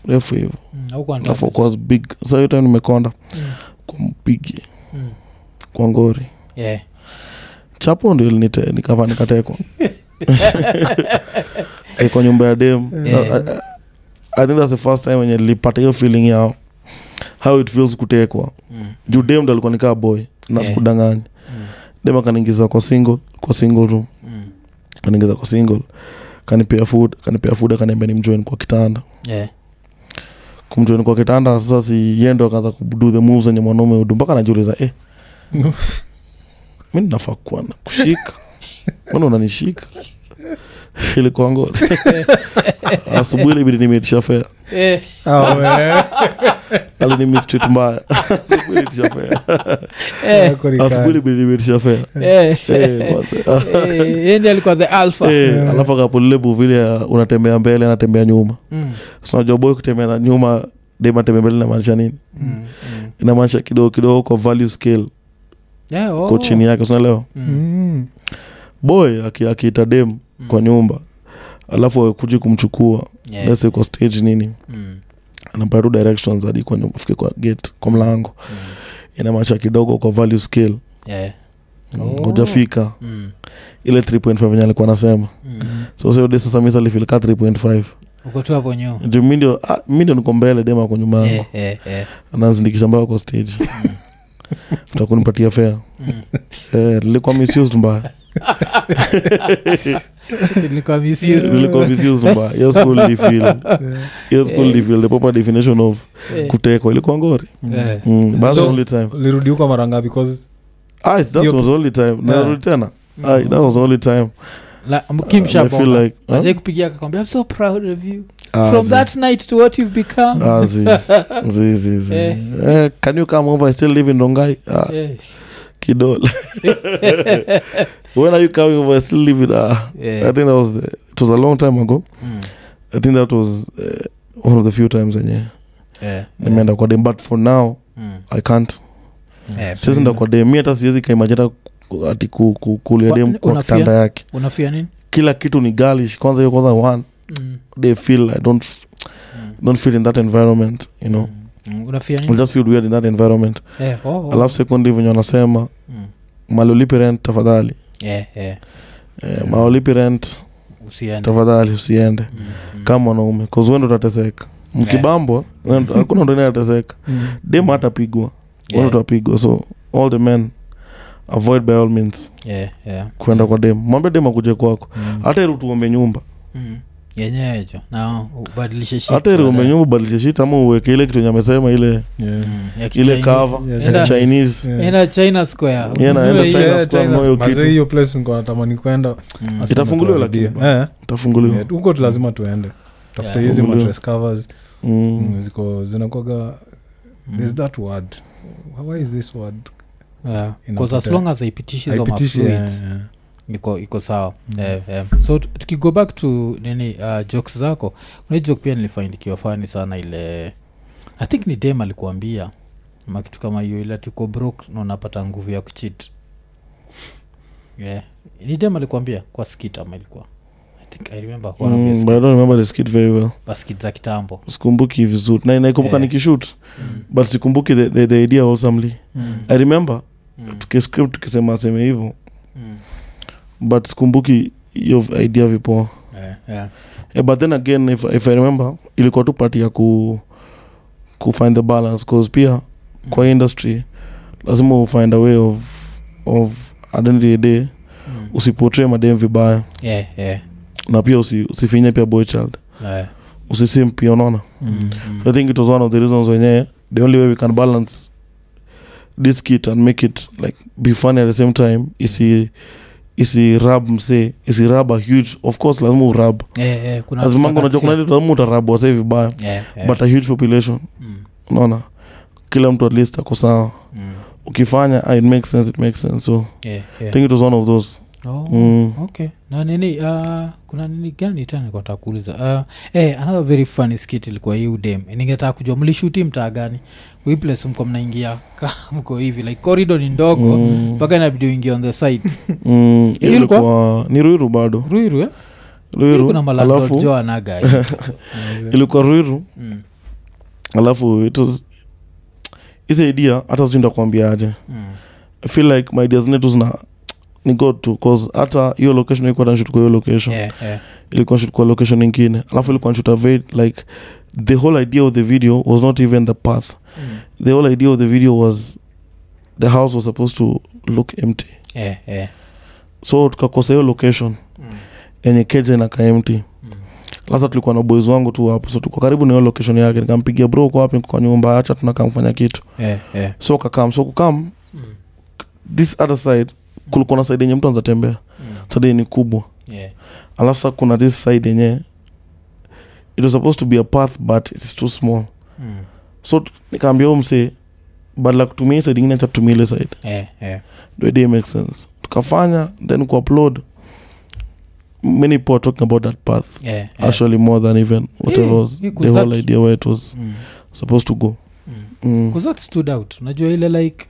S3: refu hivyo
S1: mm, haukuwa
S3: alafu
S1: ndani.
S3: alikuwa big sa hiyo time nimekonda
S1: Mm,
S3: kwa mpigi
S1: mm.
S3: kwa ngori
S1: Eh.
S3: chapo ndio ilinite-
S1: [laughs]
S3: nikava nikatekwa iko nyumba ya dem
S1: Yeah.
S3: I- I- i think that's the first time wenye nilipata hiyo feeling yao how it feels kutekwa
S1: Mm,
S3: juu dem ndo alikuwa nikaa boy na
S1: Yeah.
S3: sikudanganya
S1: mm,
S3: dem akaniingiza kwa single kwa single room
S1: mm.
S3: akaniingiza kwa single kanipea food kanipea food akaniambia nimjoin kwa kitanda
S1: Eh,
S3: kumjoin kwa kitanda sasa si yendo akaanza kudu the moves enye mwanaume udu mpaka najiuliza eh mi ninafaa kuwa na kushika mbona unanishika [laughs]
S1: [laughs]
S3: ilikuwa ngori asubuhi ilibidi nimeitisha fea
S1: eh.
S2: ah, [laughs] we
S3: alinimistrit
S1: [laughs]
S3: mbaya asubuhi ilitisha fea
S1: Eh,
S3: asubuhi ilibidi nimeitisha fea
S1: [laughs]
S3: [laughs]
S1: eh.
S3: Eh, basi.
S1: Eh, yeye ndiye alikuwa the alpha
S3: Eh, alafu akapolile buvile ya unatembea mbele anatembea nyuma
S1: Mm,
S3: sinajua boy kutembea na nyuma dem atembea mbele inamaanisha nini
S1: mm, mm.
S3: inamaanisha kidogo kidogo kwa value scale
S1: Eh, oh.
S3: ko chini yake sinaelewa
S1: Mm,
S2: Hmm. [laughs]
S3: boy aki- akiita dem
S1: mm. Eh.
S3: kwa nyumba alafu wakuji kumchukua
S1: Yeah,
S3: yeah. kwa stage nini
S1: mm,
S3: anapea tu directions hadi kwa nyumba fike kwa gate kwa mlango
S1: mm.
S3: inamaanisha kidogo kwa value scale
S1: Yeah, Oh.
S3: ngojafika
S1: mm,
S3: ile 3.5 yenye alikuwa anasema
S1: mm.
S3: so sode sasa misa alifilika 3.5
S1: uko tu hapo nyuma
S3: juu mi ndio ah, mi ndio niko mbele dema kwa nyuma yangu
S1: Eh, eh, eh.
S3: anazindikisha mpaka
S1: [laughs]
S3: kwa stage takunipatia fea
S1: Mm. [laughs]
S3: eh, lilikuwa misused mbaya
S1: Nilikuwa misused.
S3: [laughs] lilikuwa misused mbaya hiyo school ilifeel hiyo school ilifeel the proper definition of
S1: Eh,
S3: kutekwa ilikuwa ngori
S1: eh.
S3: mm. that's the
S2: So-
S3: only time
S2: lirudi huko mara ngapi cause
S3: ah, that
S2: Yo-
S3: was the only time narudi tena ah, that was the only time
S1: La- Mm. Kim
S3: uh, I
S1: Sharp
S3: feel
S1: ona.
S3: like huh?
S1: Ajai kupigia akakwambia, "I'm so proud of you.
S3: Ah,
S1: From
S3: zi-
S1: that night to what you've become."
S3: ah, zi- zi- zi- zi.
S1: Eh.
S3: Eh, can you come over I still live in Rongai ah,
S1: Eh, [laughs]
S3: kidole when are you coming over I still live in ah.
S1: eh.
S3: I think that was it was a long time ago
S1: Mm,
S3: I think that was uh, one of the few times enye
S1: eh,
S3: nimeenda kwa dem but for now
S1: mm,
S3: I can't
S1: eh.
S3: siwezi enda kwa dem mi hata siwezi kaimajina ati ku- ku- kulia
S1: Kwa-
S3: dem kwa
S1: unafia?
S3: kitanda yake
S1: unafia nini
S3: kila kitu ni galish kwanza hiyo kwanza one
S2: Hmm,
S1: Mm,
S3: they feel I don't
S1: mm,
S3: don't feel in that environment you know
S1: mm, unafia
S3: will
S1: nini
S3: just feel weird in that environment
S1: Eh, oh, oh.
S3: alafu sekundi venye wanasema
S1: Mm,
S3: maliulipi rent tafadhali
S1: eh, eh.
S3: eh, maulipi rent
S1: Usiende.
S3: tafadhali usiende
S1: Mm, mm.
S3: kama mwanaume kazwendo utateseka mkibambwa wewe ndo- hakuna ndo ateseka
S2: Hmm.
S3: dem atapigwa
S1: Yeah,
S3: yeah. utapigwa so all the men avoid by all means
S1: yeah, yeah.
S3: kwenda kwa dem mwambie dem akuje kwako
S2: Mm.
S3: hata ili tuombe nyumba
S1: Mm. yenyewe cho na ubadilishe sheets
S3: hata
S1: baadaye.
S3: ireomenyumba ubadilishe shit ama uweke ile kitu enye amesema ile
S1: Mm, ya
S3: ile
S1: Chinese.
S3: cover
S2: Yeah,
S3: ya
S1: yeah.
S3: chinese
S2: Yeah.
S1: enda china square
S3: Yeah, na
S1: Ununue
S3: enda
S1: hiyo.
S3: China
S2: Yeah,
S3: Square
S2: China.
S3: moyo
S2: Mazee,
S3: kitu.
S2: hiyo place niko natamani kwenda
S1: Mm.
S2: Lazima
S3: Itafunguliwa
S2: tuwaambie.
S3: lakini,
S2: Eh,
S3: itafunguliwa
S2: yeah, huko tu lazima tuende tafuta
S1: Yeah.
S2: hizi
S3: Funguliwa.
S2: mattress covers
S3: mm.
S2: ziko zinakwaga
S1: Mm.
S2: is that word why is this word
S1: Yeah, 'cause
S2: Inapotea.
S1: as long as haipitishi hizo
S2: Haipitishi,
S1: mafluids,
S2: yeah, yeah.
S1: iko iko sawa
S2: Mm.
S1: Eh, eh. so t- tukigo back to nini uh, jokes zako kuna hii joke pia nilifind ikiwa fani sana ile i think ni dem alikuambia ama kitu kama hiyo ile tuko broke na unapata nguvu ya kuchit yeah. ni dem alikuambia kwa skit ama ilikuwa i think i remember one of your
S3: Mm,
S1: skit-
S3: but I don't remember the skit very well
S1: ba skit za kitambo
S3: sikumbuki vizuri na naikumbuka
S1: Yeah.
S3: nikishoot but sikumbuki the, the, the idea wholesomely i remember
S1: Mm,
S3: tukiscript tukisema aseme hivyo
S1: mm.
S3: but sikumbuki hiyo idea vipoa
S1: Yeah, yeah.
S3: yeah, Eh, but then again if, if i remember ilikuwa tu pati ya ku, ku find the balance cause pia
S1: Mm.
S3: kwa hii industry lazima ufind a way of, of at the end of the day
S1: Mm.
S3: usipotray madem vibaya
S1: Yeah, yeah.
S3: na pia usi, usifinye pia boy child
S1: Yeah.
S3: usisim pia unaona
S1: Mm,
S3: i think it was one of the reasons wenyewe the only way we can balance this kit and make it like be funny at the same time isi isi rab msee isi rab a huge of course lazima urab
S1: Yeah, yeah, kuna
S3: azimangu unajua
S1: kutakasia.
S3: kuna kitu lazima utarab wasee vibaya
S1: Yeah, yeah.
S3: but a huge population
S1: Mm,
S3: unaona kila mtu at least ako sawa
S1: mm.
S3: ukifanya ah, it makes sense it makes sense so
S1: Yeah,
S3: i
S1: yeah.
S3: think it was one of those
S1: Oh,
S3: mm.
S1: okay na nini uh, kuna nini gani tena nilikuwa nataka kuuliza uh, eh, another very funny skit ilikuwa hii udem ningetaka kujua mlishuti mtaa gani Kwa hii place mko mnaingia [laughs] ka mko hivi like corridor ni ndogo
S3: Mm.
S1: mpaka inabidi uingie on the
S3: [laughs]
S1: side
S3: Mm, hiyo
S1: Hiyo ilikuwa-
S3: ilikuwa ni ruiru bado
S1: ruiru eh?
S3: ruiru
S1: kuna
S3: alafu
S1: malado
S3: [laughs]
S1: anaga
S3: ilikuwa ruiru
S1: mm,
S3: alafu it was- hizi idea hata sijui nitakuambia aje
S1: mm,
S3: i feel like my ideas netu zina ni god tu cause hata hiyo location ilikuwa tanshut kwa hiyo location
S1: yeah, yeah.
S3: ilikuwa shut kwa location ingine alafu ilikuwa nshut ave like the whole idea of the video was not even the path
S1: Mm,
S3: the whole idea of the video was the house was supposed to look empty
S1: yeah, yeah.
S3: so tukakosa hiyo location
S1: Mm,
S3: yenye keja inakaa empty
S1: mm,
S3: sasa tulikuwa na boys wangu tu hapo so tuko karibu na hiyo location yake nikampigia bro uko wapi Niko kwa nyumba acha tunakaa kufanya kitu
S1: yeah, yeah.
S3: so kakam so kukam
S1: Mm,
S3: this other side kulikuwa na side yenye mtu anzatembea
S1: mm,
S3: side ni kubwa
S1: yeah.
S3: alafu sasa kuna this side yenye it was supposed to be a path but it's too small
S1: Mm,
S3: so t- nikaambia huyu msee badala ya kutumia hii side ingine acha tutumia ile side
S1: yeah, yeah.
S3: the idea makes sense tukafanya then kuupload many people are talking about that path
S1: Yeah, yeah. Eh,
S3: actually more than even whatever
S1: Yeah,
S3: was
S1: yeah, 'cause
S3: the whole
S1: that-
S3: idea where it was
S1: Mm,
S3: supposed to go
S1: mm.
S3: mm.
S1: Because that stood out unajua ile like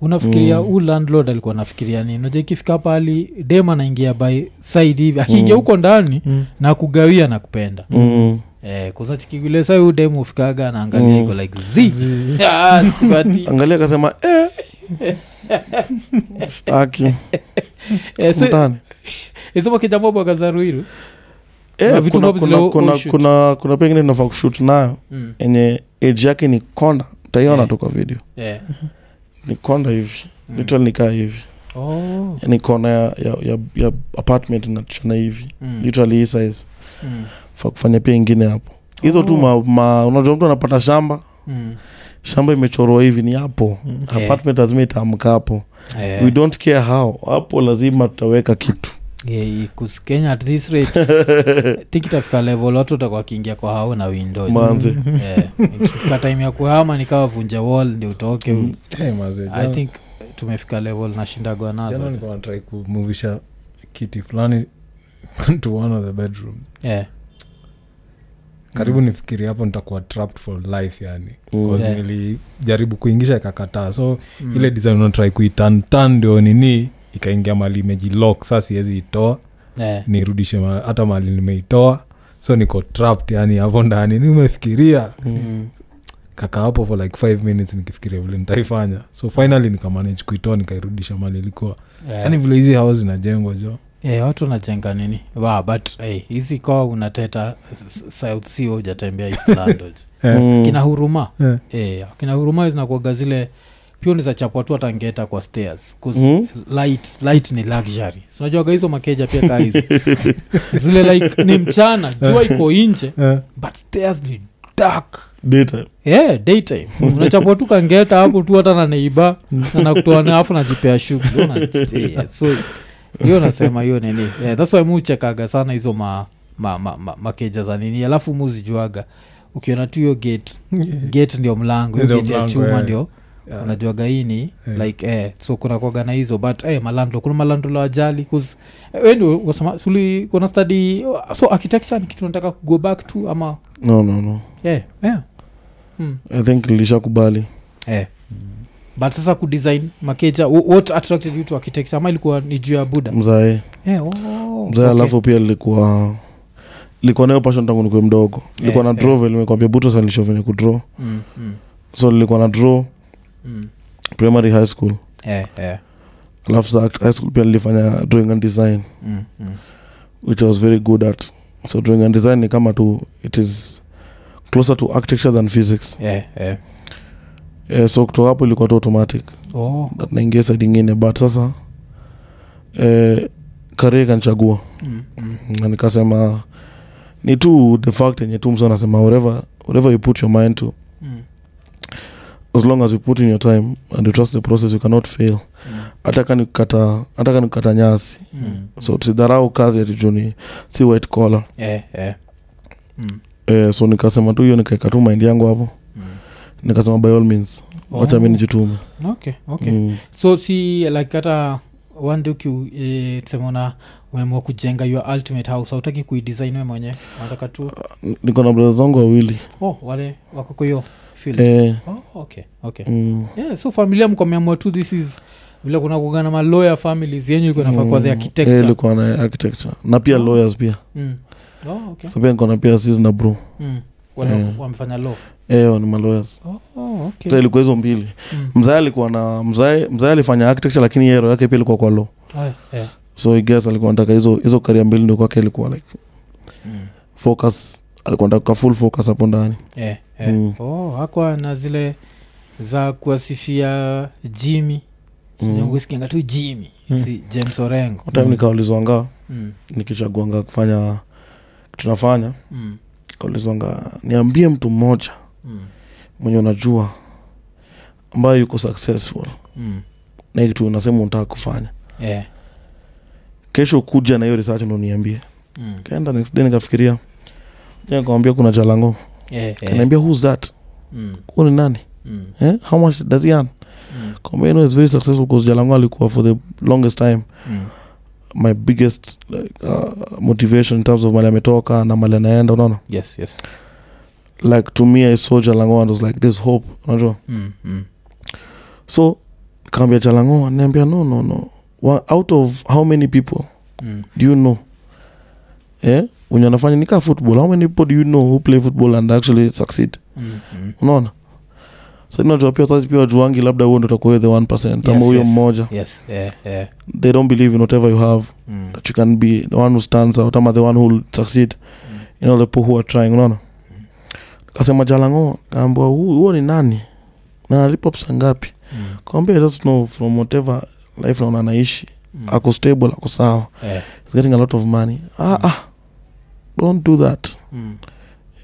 S1: unafikiria
S3: Mm.
S1: huu landlord alikuwa nafikiria nini unajua ikifika pali dem anaingia by side hivi akiingia
S3: Mm.
S1: huko ndani
S2: Mm.
S1: na kugawia na kupenda
S3: Mm.
S1: eh, kuzachikivile sai huu dem ufikaga anaangalia
S3: Mm.
S1: iko like
S3: [laughs]
S1: zi [laughs] Ah, sikupati.
S3: angalia akasema
S1: [laughs]
S3: eh. staki
S1: Eh, so-
S3: mtani
S1: isoma kijambo boga za ruiru Na
S3: Eh,
S1: vitu oh,
S3: kuna,
S1: mob
S3: kuna,
S1: zile
S3: kuna, kuna,
S1: ushoot.
S3: kuna, pengine tunafaa kushut nayo
S1: Mm,
S3: enye age yake ni konda utaiona
S1: Yeah.
S3: tu kwa video
S1: yeah.
S3: ni konda hivi
S1: Mm.
S3: literally nikaa hivi Yaani
S1: Oh,
S3: ni kona ya, ya, ya, ya apartment inatuchana hivi
S1: mm,
S3: literally hii size
S1: mm,
S3: fa kufanya pia ingine hapo hizo tu
S1: Oh.
S3: ma, ma, unajua mtu anapata shamba
S1: mm.
S3: shamba imechorwa hivi ni hapo
S2: Mm.
S1: Yeah.
S3: apartment lazima itaamka hapo
S1: Eh,
S3: we don't care how hapo lazima tutaweka kitu
S1: yeah, kus- Kenya at this
S3: [laughs]
S1: rate tikitafika level watu utakuwa kiingia kwa hao na window
S3: manze
S1: ikifika time ya kuhama nikawa vunja wall ndi utoke
S3: Mm.
S2: Hey, mazee,
S1: i
S2: jana-
S1: think tumefika level nashindagwa
S2: jana
S1: nazo
S2: nilikuwa natry kumuvisha kiti fulani [laughs] to one of the bedroom
S1: Yeah.
S2: karibu nifikiri hapo nitakuwa trapped for life yani
S3: Mm.
S2: Cause
S1: Mm. Yeah.
S2: nilijaribu kuingisha ikakataa so
S1: Mm.
S2: ile design unatrai kuitantan ndio nini ikaingia mali imejilok saa siwezi itoa
S1: Yeah.
S2: nirudishe ma- hata mali nimeitoa so niko trapped yani hapo ndani ni umefikiria
S1: Mm.
S2: kaka hapo for like five minutes nikifikiria vile nitaifanya so finally nikamanage kuitoa nikairudisha mali ilikuwa
S1: Yeah.
S2: yani vile hizi hao zinajengwa jo
S1: Yeah, watu wanajenga nini wow, but hey, hizi koa unateta s- south sea [laughs] ujatembea eastland
S2: Eh.
S3: Mm.
S1: kina huruma
S2: Eh.
S1: yeah. kina huruma zinakuaga zile pia unaweza chapwa tu atangeta kwa stairs 'cause
S3: Mhm.
S1: light light ni luxury unajuaga hizo makeja pia kaa [laughs] hizo zile like ni mchana jua iko nje but stairs ni dark
S3: data
S1: yeah,
S2: [laughs]
S1: daytime unachapwa tu kangeta hapo tu hata na neiba nakutoa na afu najipea shughuli Una- yeah, so hiyo nasema hiyo nini yeah, thats why muchekaga sana hizo ma, ma, ma, ma, makeja za nini alafu muzijuaga ukiona tu hiyo gate gate ndio mlango hiyo
S2: Ndio
S1: gate ya
S2: mlango,
S1: chuma
S2: yeah.
S1: ndio
S2: Yeah.
S1: unajuaga hii ni
S2: Yeah.
S1: like eh, so kuna kwaga na hizo but eh, malandro kuna malandro la ajali eh, wenikuna study so architecture ni kitu nataka go back to ama
S3: no no no
S1: yeah, yeah. Hmm.
S3: i think nilishakubali
S1: Eh. but sasa kudesign makeja wh- what attracted you to architecture ama ilikuwa ni juu ya buda
S3: mzae
S1: Eh, oh,
S3: mzae
S1: okay.
S3: alafu pia lilikuwa likuwa nayo passion tangu nikuwe mdogo likuwa na
S1: eh.
S3: draw vile nimekwambia butos alisho venye kudraw
S1: Mm, mm,
S3: so lilikuwa na draw
S1: mm.
S3: primary high school
S1: Eh, eh.
S3: alafu sa high school pia nilifanya drawing and design
S1: Mm, mm.
S3: which i was very good at so drawing and design ni kama tu it is closer to architecture than physics
S1: Eh, eh.
S3: eh, so kutoka hapo ilikuwa tu automatic
S1: Oh,
S3: that naingia side ingine but sasa eh, karia ikanichagua
S1: mm, mm.
S3: na nikasema ni tu the fact yenye tu msa anasema whatever, whatever you put your mind to
S1: Mm,
S3: as long as you put in your time and you trust the process you cannot fail
S1: mm,
S3: hata kanikukata hata kanikukata nyasi
S1: mm.
S3: so tusidharau kazi atijuni si white collar
S1: Eh, eh. Mm,
S3: eh, so nikasema tu hiyo nikaeka tu mind yangu hapo
S1: mm.
S3: nikasema by all means
S1: Oh,
S3: wacha mi nijitume
S1: okay, okay.
S3: mm.
S1: so si like hata one day uki eh, tuseme una umeamua kujenga your ultimate house hautaki kuidesign we mwenyewe unataka tu
S3: niko na brother zangu wawili
S1: oh wale wakoko hiyo field
S3: eh,
S1: oh, okay okay
S3: mm.
S1: yeah, so familia mkameamua tu this is vile kuna kugana maloya families yenyu iko nafaa kuwa the
S3: Mm. Eh,
S1: architecture
S3: ilikuwa na architecture na pia
S1: Oh.
S3: lawyers pia
S1: mm. oh, okay.
S3: so pia niko na pia sis na bro
S1: mm. Wale wako-
S3: Eh.
S1: wamefanya law
S3: eh, ni malawyers
S1: oh, oh,
S3: so
S1: okay.
S3: ilikuwa hizo mbili
S1: mm.
S3: mzae alikuwa na mzae mzae alifanya architecture lakini yero yake pia ilikuwa kwa law
S1: Aya, Oh, yeah. Eh.
S3: so I guess alikuwa nataka hizo hizo karia mbili ndio kwake ilikuwa like
S1: Mm.
S3: focus alikuwa nataka full focus hapo ndani
S1: Yeah, yeah.
S3: Mm.
S1: Eh, Oh, hakwa na zile za kuwasifia jimi
S3: Mm.
S1: siskianga tu jimi si james orengo
S3: time
S2: Mm.
S3: nikaulizwanga
S1: mm.
S3: nikichaguanga kufanya tunafanya
S1: Mm.
S3: kaulizwanga niambie mtu mmoja
S1: Mm.
S3: mwenye unajua ambayo yuko successful
S1: Mm. Eh.
S3: na hii kitu unasema unataka kufanya
S1: Yeah.
S3: kesho kuja na hiyo research ndo niambie
S1: Mm.
S3: kaenda next day nikafikiria Then nikamwambia kuna jalango
S1: Yeah, yeah.
S3: kaniambia who's that
S1: Eh, Mm.
S3: huyu ni nani
S1: Mm.
S3: eh? how much does he earn
S1: Mm.
S3: Kombeno is very successful because Jalango alikuwa for the longest time
S1: Mm.
S3: my biggest like, uh, motivation in terms of mali ametoka na mali anaenda unaona
S1: yes yes
S3: like to me I saw Jalango and was like there's hope unajua
S1: mm. Mm.
S3: so kaambia Jalango aniambia no no no Wa- out of how many people
S1: Mm.
S3: do you know eh wenye anafanya nika football how many people do you know who play football and actually succeed
S1: Mm. Mm.
S3: unaona so najua pia wazazi pia wajuangi labda huo ndo utakuwa the 1% ama
S1: Yes,
S3: huyo
S1: yes.
S3: mmoja
S1: yes yeah, yeah.
S3: they don't believe in whatever you have
S1: Mm.
S3: that you can be the one who stands out ama the one who will succeed
S1: Mm.
S3: you know the people who are trying unaona kasema jalango kaambua "Hu- huo ni nani na alipo pesa ngapi
S1: Mm.
S3: kaambia "I just know from whatever life naona anaishi
S1: Mm.
S3: ako stable ako sawa
S1: Eh,
S3: He's getting a lot of money ah,
S1: Mm.
S3: ah, don't do that
S1: mm,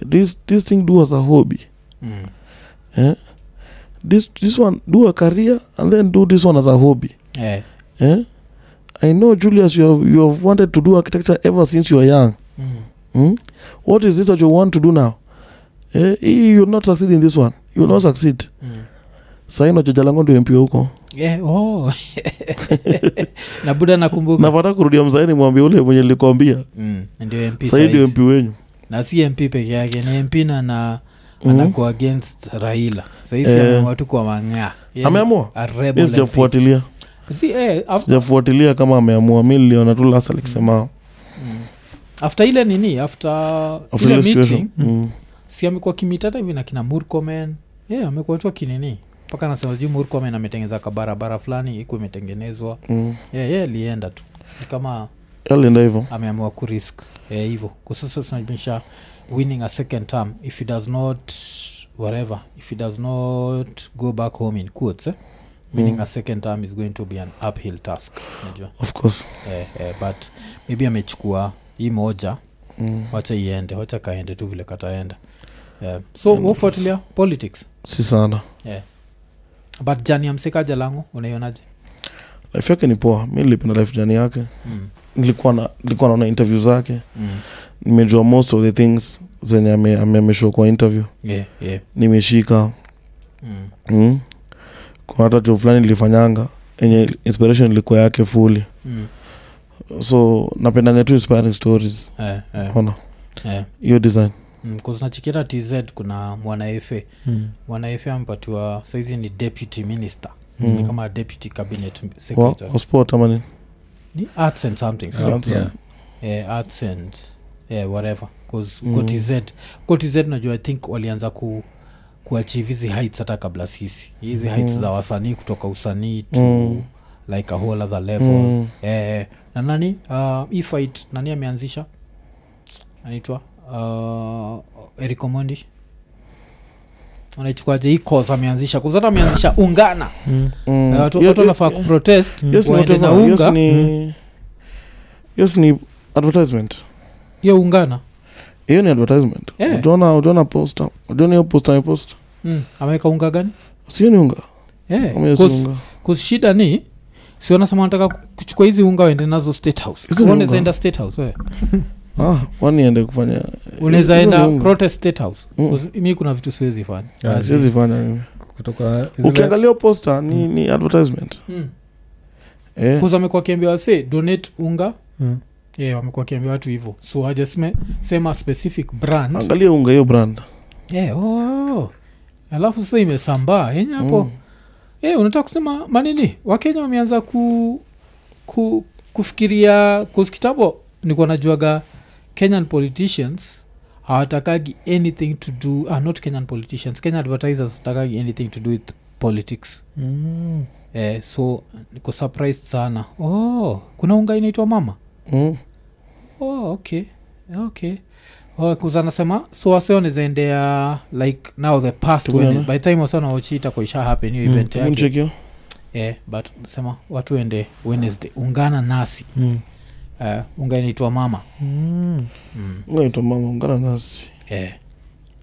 S3: this, this thing do as a hobby
S1: mm.
S3: this, this one do a career and then do this one as a hobby
S1: Eh,
S3: eh? i know julius you have, you have wanted to do architecture ever since you were young
S1: mm.
S3: mm? what is this that you want to do now eh, hii you will not succeed in this one you will not succeed
S1: Mm.
S3: sahii nachojalango ndio mpiwa huko
S1: Eh, oh. [laughs] na buda nakumbuka
S3: nafata kurudia msaini mwambie ule mwenye nilikuambia
S1: Mm, ndio mp
S3: sahii ndio
S1: saizi.
S3: mpi wenyu
S1: na si mp peke yake ni mp na na
S3: Mhm.
S1: anakuwa against raila sahizi
S3: Eh.
S1: ameamua tu kwa mang'aa Yeye ni
S3: ameamua
S1: a rebel
S3: mi
S1: MP.
S3: sijafuatilia
S1: Si, eh, af-
S3: sijafuatilia kama ameamua mi niliona tu lasa likisemao
S1: mm. after ile nini after,
S3: After
S1: ile
S3: ile situation.
S1: meeting
S3: Mm.
S1: si amekuwa kimitata hivi na kina murkomen ye yeah, amekuwa tu akinini mpaka anasema juu murkomen ametengeza kabarabara fulani iko imetengenezwa
S3: Mm.
S1: ye yeah, yeah, lienda tu ni kama
S3: alienda hivyo
S1: ameamua kurisk eh, hivyo kusasa tunajumisha winning a second term if he does not whatever if he does not go back home in quotes eh? meaning
S3: Mm.
S1: a second term is going to be an uphill task unajua
S3: of course
S1: eh, eh, but maybe amechukua hii moja
S3: mm.
S1: wacha iende wacha kaende tu vile kataenda eh, so wafuatilia politics
S3: si sana
S1: but jani amsikaja langu unaionaje
S3: life yake ni poa mi nilipenda life jani yake
S1: mm.
S3: nilikuwa na nilikuwa naona interview zake
S1: mm.
S3: nimejua most of the things zenye ame- ame- ameshow kwa interview
S1: yeah, yeah.
S3: nimeshika
S1: mm.
S3: mm. kuna hata jo fulani nilifanyanga enye inspiration ilikuwa yake fully
S1: mm.
S3: so napendanga tu inspiring stories
S1: eh, eh,
S3: ona
S1: eh.
S3: hiyo design
S1: Mm, 'cause nachikiata tz kuna mwanaefe
S2: Mm.
S1: mwanaefe amepatiwa saizi ni deputy minister
S3: Mm.
S1: ni kama deputy cabinet
S3: Wa-
S1: secretary
S3: wa sport ama nini? Mm.
S1: ni arts and something
S2: Yeah,
S1: yeah.
S3: That's-
S2: yeah.
S1: eh, arts and eh, whatever bcause
S3: Mm.
S1: mm. tz uko tz najua i think walianza ku kuachieve hizi heights hata kabla sisi hizi heights
S3: Mm.
S1: za wasanii kutoka usanii to
S3: Mm.
S1: like a whole other level
S3: Mm.
S1: eh, na nani uh, hii fight nani ameanzisha anaitwa uh, ericomondi anaichukuaje hii cause ameanzisha kause hata ameanzisha ungana
S3: Mm.
S1: Eh, watu
S3: Hiyo-
S1: watu wanafaa
S3: hiyo-
S1: kuprotest
S3: hiyo si
S1: waende na
S3: whatever, hiyo si
S1: unga
S3: ni- hiyo si ni advertisement
S1: hiyo ungana
S3: hiyo ni advertisement
S1: Eh.
S3: utaona utaona posta utaona hiyo posta ni posta
S1: mm, ameweka unga gani
S3: sio ni unga
S1: Eh,
S3: ama hiyo si
S1: cause-
S3: unga
S1: cause shida ni si wanasema wanataka kuchukua hizi unga waende nazo state house
S3: Hizo ni
S1: unaweza
S3: unga?
S1: enda state house we.
S3: ah kwani ende kufanya
S1: unaweza
S3: hizo
S1: enda
S3: ni unga.
S1: protest state house
S3: Mm.
S1: Cause mi kuna vitu siwezi fanya
S2: Yeah,
S1: As-
S2: zi-
S3: siwezi fanya mimi
S2: kutoka zile-
S3: ukiangalia hiyo posta ni ni advertisement
S1: mm.
S3: eh
S1: Cause amekuwa akiambia wase donate unga
S2: Mm.
S1: yeah, wamekuwa wakiambia watu hivyo so hajasema specific brand
S3: angalia unga hiyo brand
S1: yeah, oh. alafu sasa imesambaa yenye hapo
S3: Mm.
S1: yeah, Eh, unataka kusema manini wakenya wameanza ku, ku kufikiria kuskitambo nikuwa najuaga kenyan politicians hawatakagi anything to do ah, not kenyan politicians kenyan advertisers hawatakagi anything to do with politics
S2: Mm.
S1: eh, so niko surprised sana oh, kuna unga inaitwa mama
S3: Mm.
S1: oh, okay okay kuza anasema so wase wanazaendea like now the past
S3: Tuko
S1: when,
S3: na-
S1: by time wase wanaochiita kwaisha happen hiyo
S2: Mm,
S1: event
S3: Hebu
S1: yake
S3: nicheck hiyo
S1: yeah, but sema watu ende wednesday ungana nasi
S2: Mm.
S1: uh, unganiitwa mama
S2: Mm.
S1: mm.
S3: unaitwa mama ungana nasi
S1: yeah.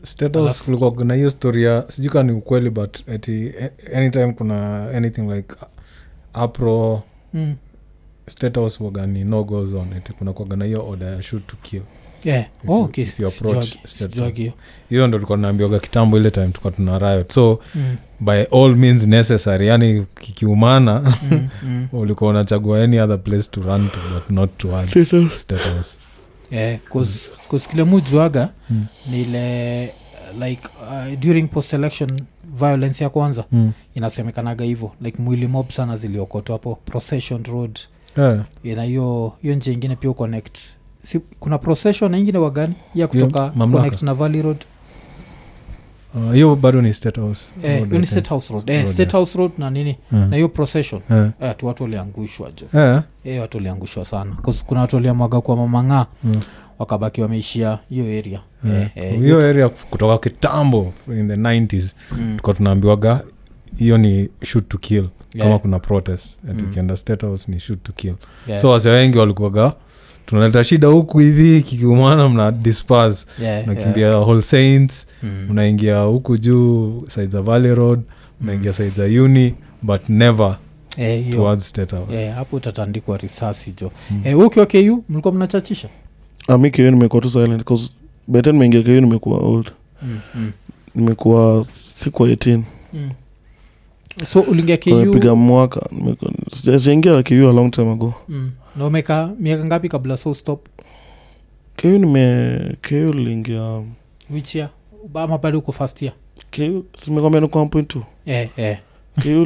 S2: Status
S1: Alafu-
S2: kulikuwa kuna hiyo story ya sijui kaa ni ukweli but ati a- anytime kuna anything like apro
S1: Mm.
S2: status waga ni no go zone ati kuna kuwaga na hiyo order ya shoot to kill
S1: yeah.
S2: If
S1: oh,
S2: you-
S1: okay.
S2: if you approach
S1: Sijuagi-
S2: status.
S1: sijuagi hiyo.
S2: hiyo ndo tulikuwa tunaambiwaga kitambo ile time tulikuwa tuna riot so
S1: Mm,
S2: by all means necessary yani kikiumana [laughs]
S1: mm, mm.
S2: ulikuwa unachagua any other place to run to but not towards
S3: [laughs]
S2: status
S1: Yeah, 'cause- 'cause kile mujuaga
S2: Mm.
S1: nile uh, like uh, during post election violence ya kwanza
S2: mm.
S1: inasemekanaga hivyo like mwili mob sana ziliokotwa hapo procession road
S2: yeah.
S1: na hiyo hiyo njia ingine pia connect si, kuna procession na ingine wagani ya kutoka
S2: mamlaka.
S1: connect na valley road
S2: Uh, hiyo bado ni state house
S1: Eh,
S2: road,
S1: hiyo ni
S2: I think.
S1: State House Road. Eh,
S2: Road,
S1: State House Road na nini
S2: Yeah.
S1: na hiyo procession
S2: Yeah.
S1: eh, tu watu waliangushwa jo
S2: Yeah.
S1: eh, watu waliangushwa sana 'Cause kuna watu waliamwaga kwa mamang'aa
S2: Mm.
S1: wakabaki wameishia hiyo area
S2: Yeah.
S1: eh, eh,
S2: hiyo
S1: it-
S2: area kutoka kitambo in the 90s
S1: mm,
S2: tuka tunaambiwaga hiyo ni shoot to kill
S1: yeah,
S2: kama kuna protest ati
S1: Mm.
S2: ukienda state house ni shoot to kill
S1: yeah,
S2: so wase wengi walikuwaga tunaleta shida huku hivi kikiumana mna dispas
S1: yeah,
S2: nakimbia
S1: yeah,
S2: yeah. whole saints
S1: mm,
S2: mnaingia huku juu side za valley road mnaingia mm. side za uni but never
S1: eh, hiyo,
S2: towards state house
S1: eh, hapo utatandikwa risasi jo
S2: Mm.
S1: Eh, wewe ukiwa ku mlikuwa mnachachisha
S3: Ah, mi kio nimekuwa tu silent cause by the time nimeingia kio nimekuwa old
S1: mm, mm,
S3: nimekuwa sikuwa 18
S1: mm. so uliingia
S3: nimepiga
S1: ku
S3: mwaka nimekuwa- sija- sijaingia kio a long time ago
S1: mm, na umeka miaka ngapi kabla so stop
S3: kio nime kio liingia
S1: which year ama bado uko first year
S3: kio simekwambia nikuwa 1.2
S1: eh, eh.
S3: kio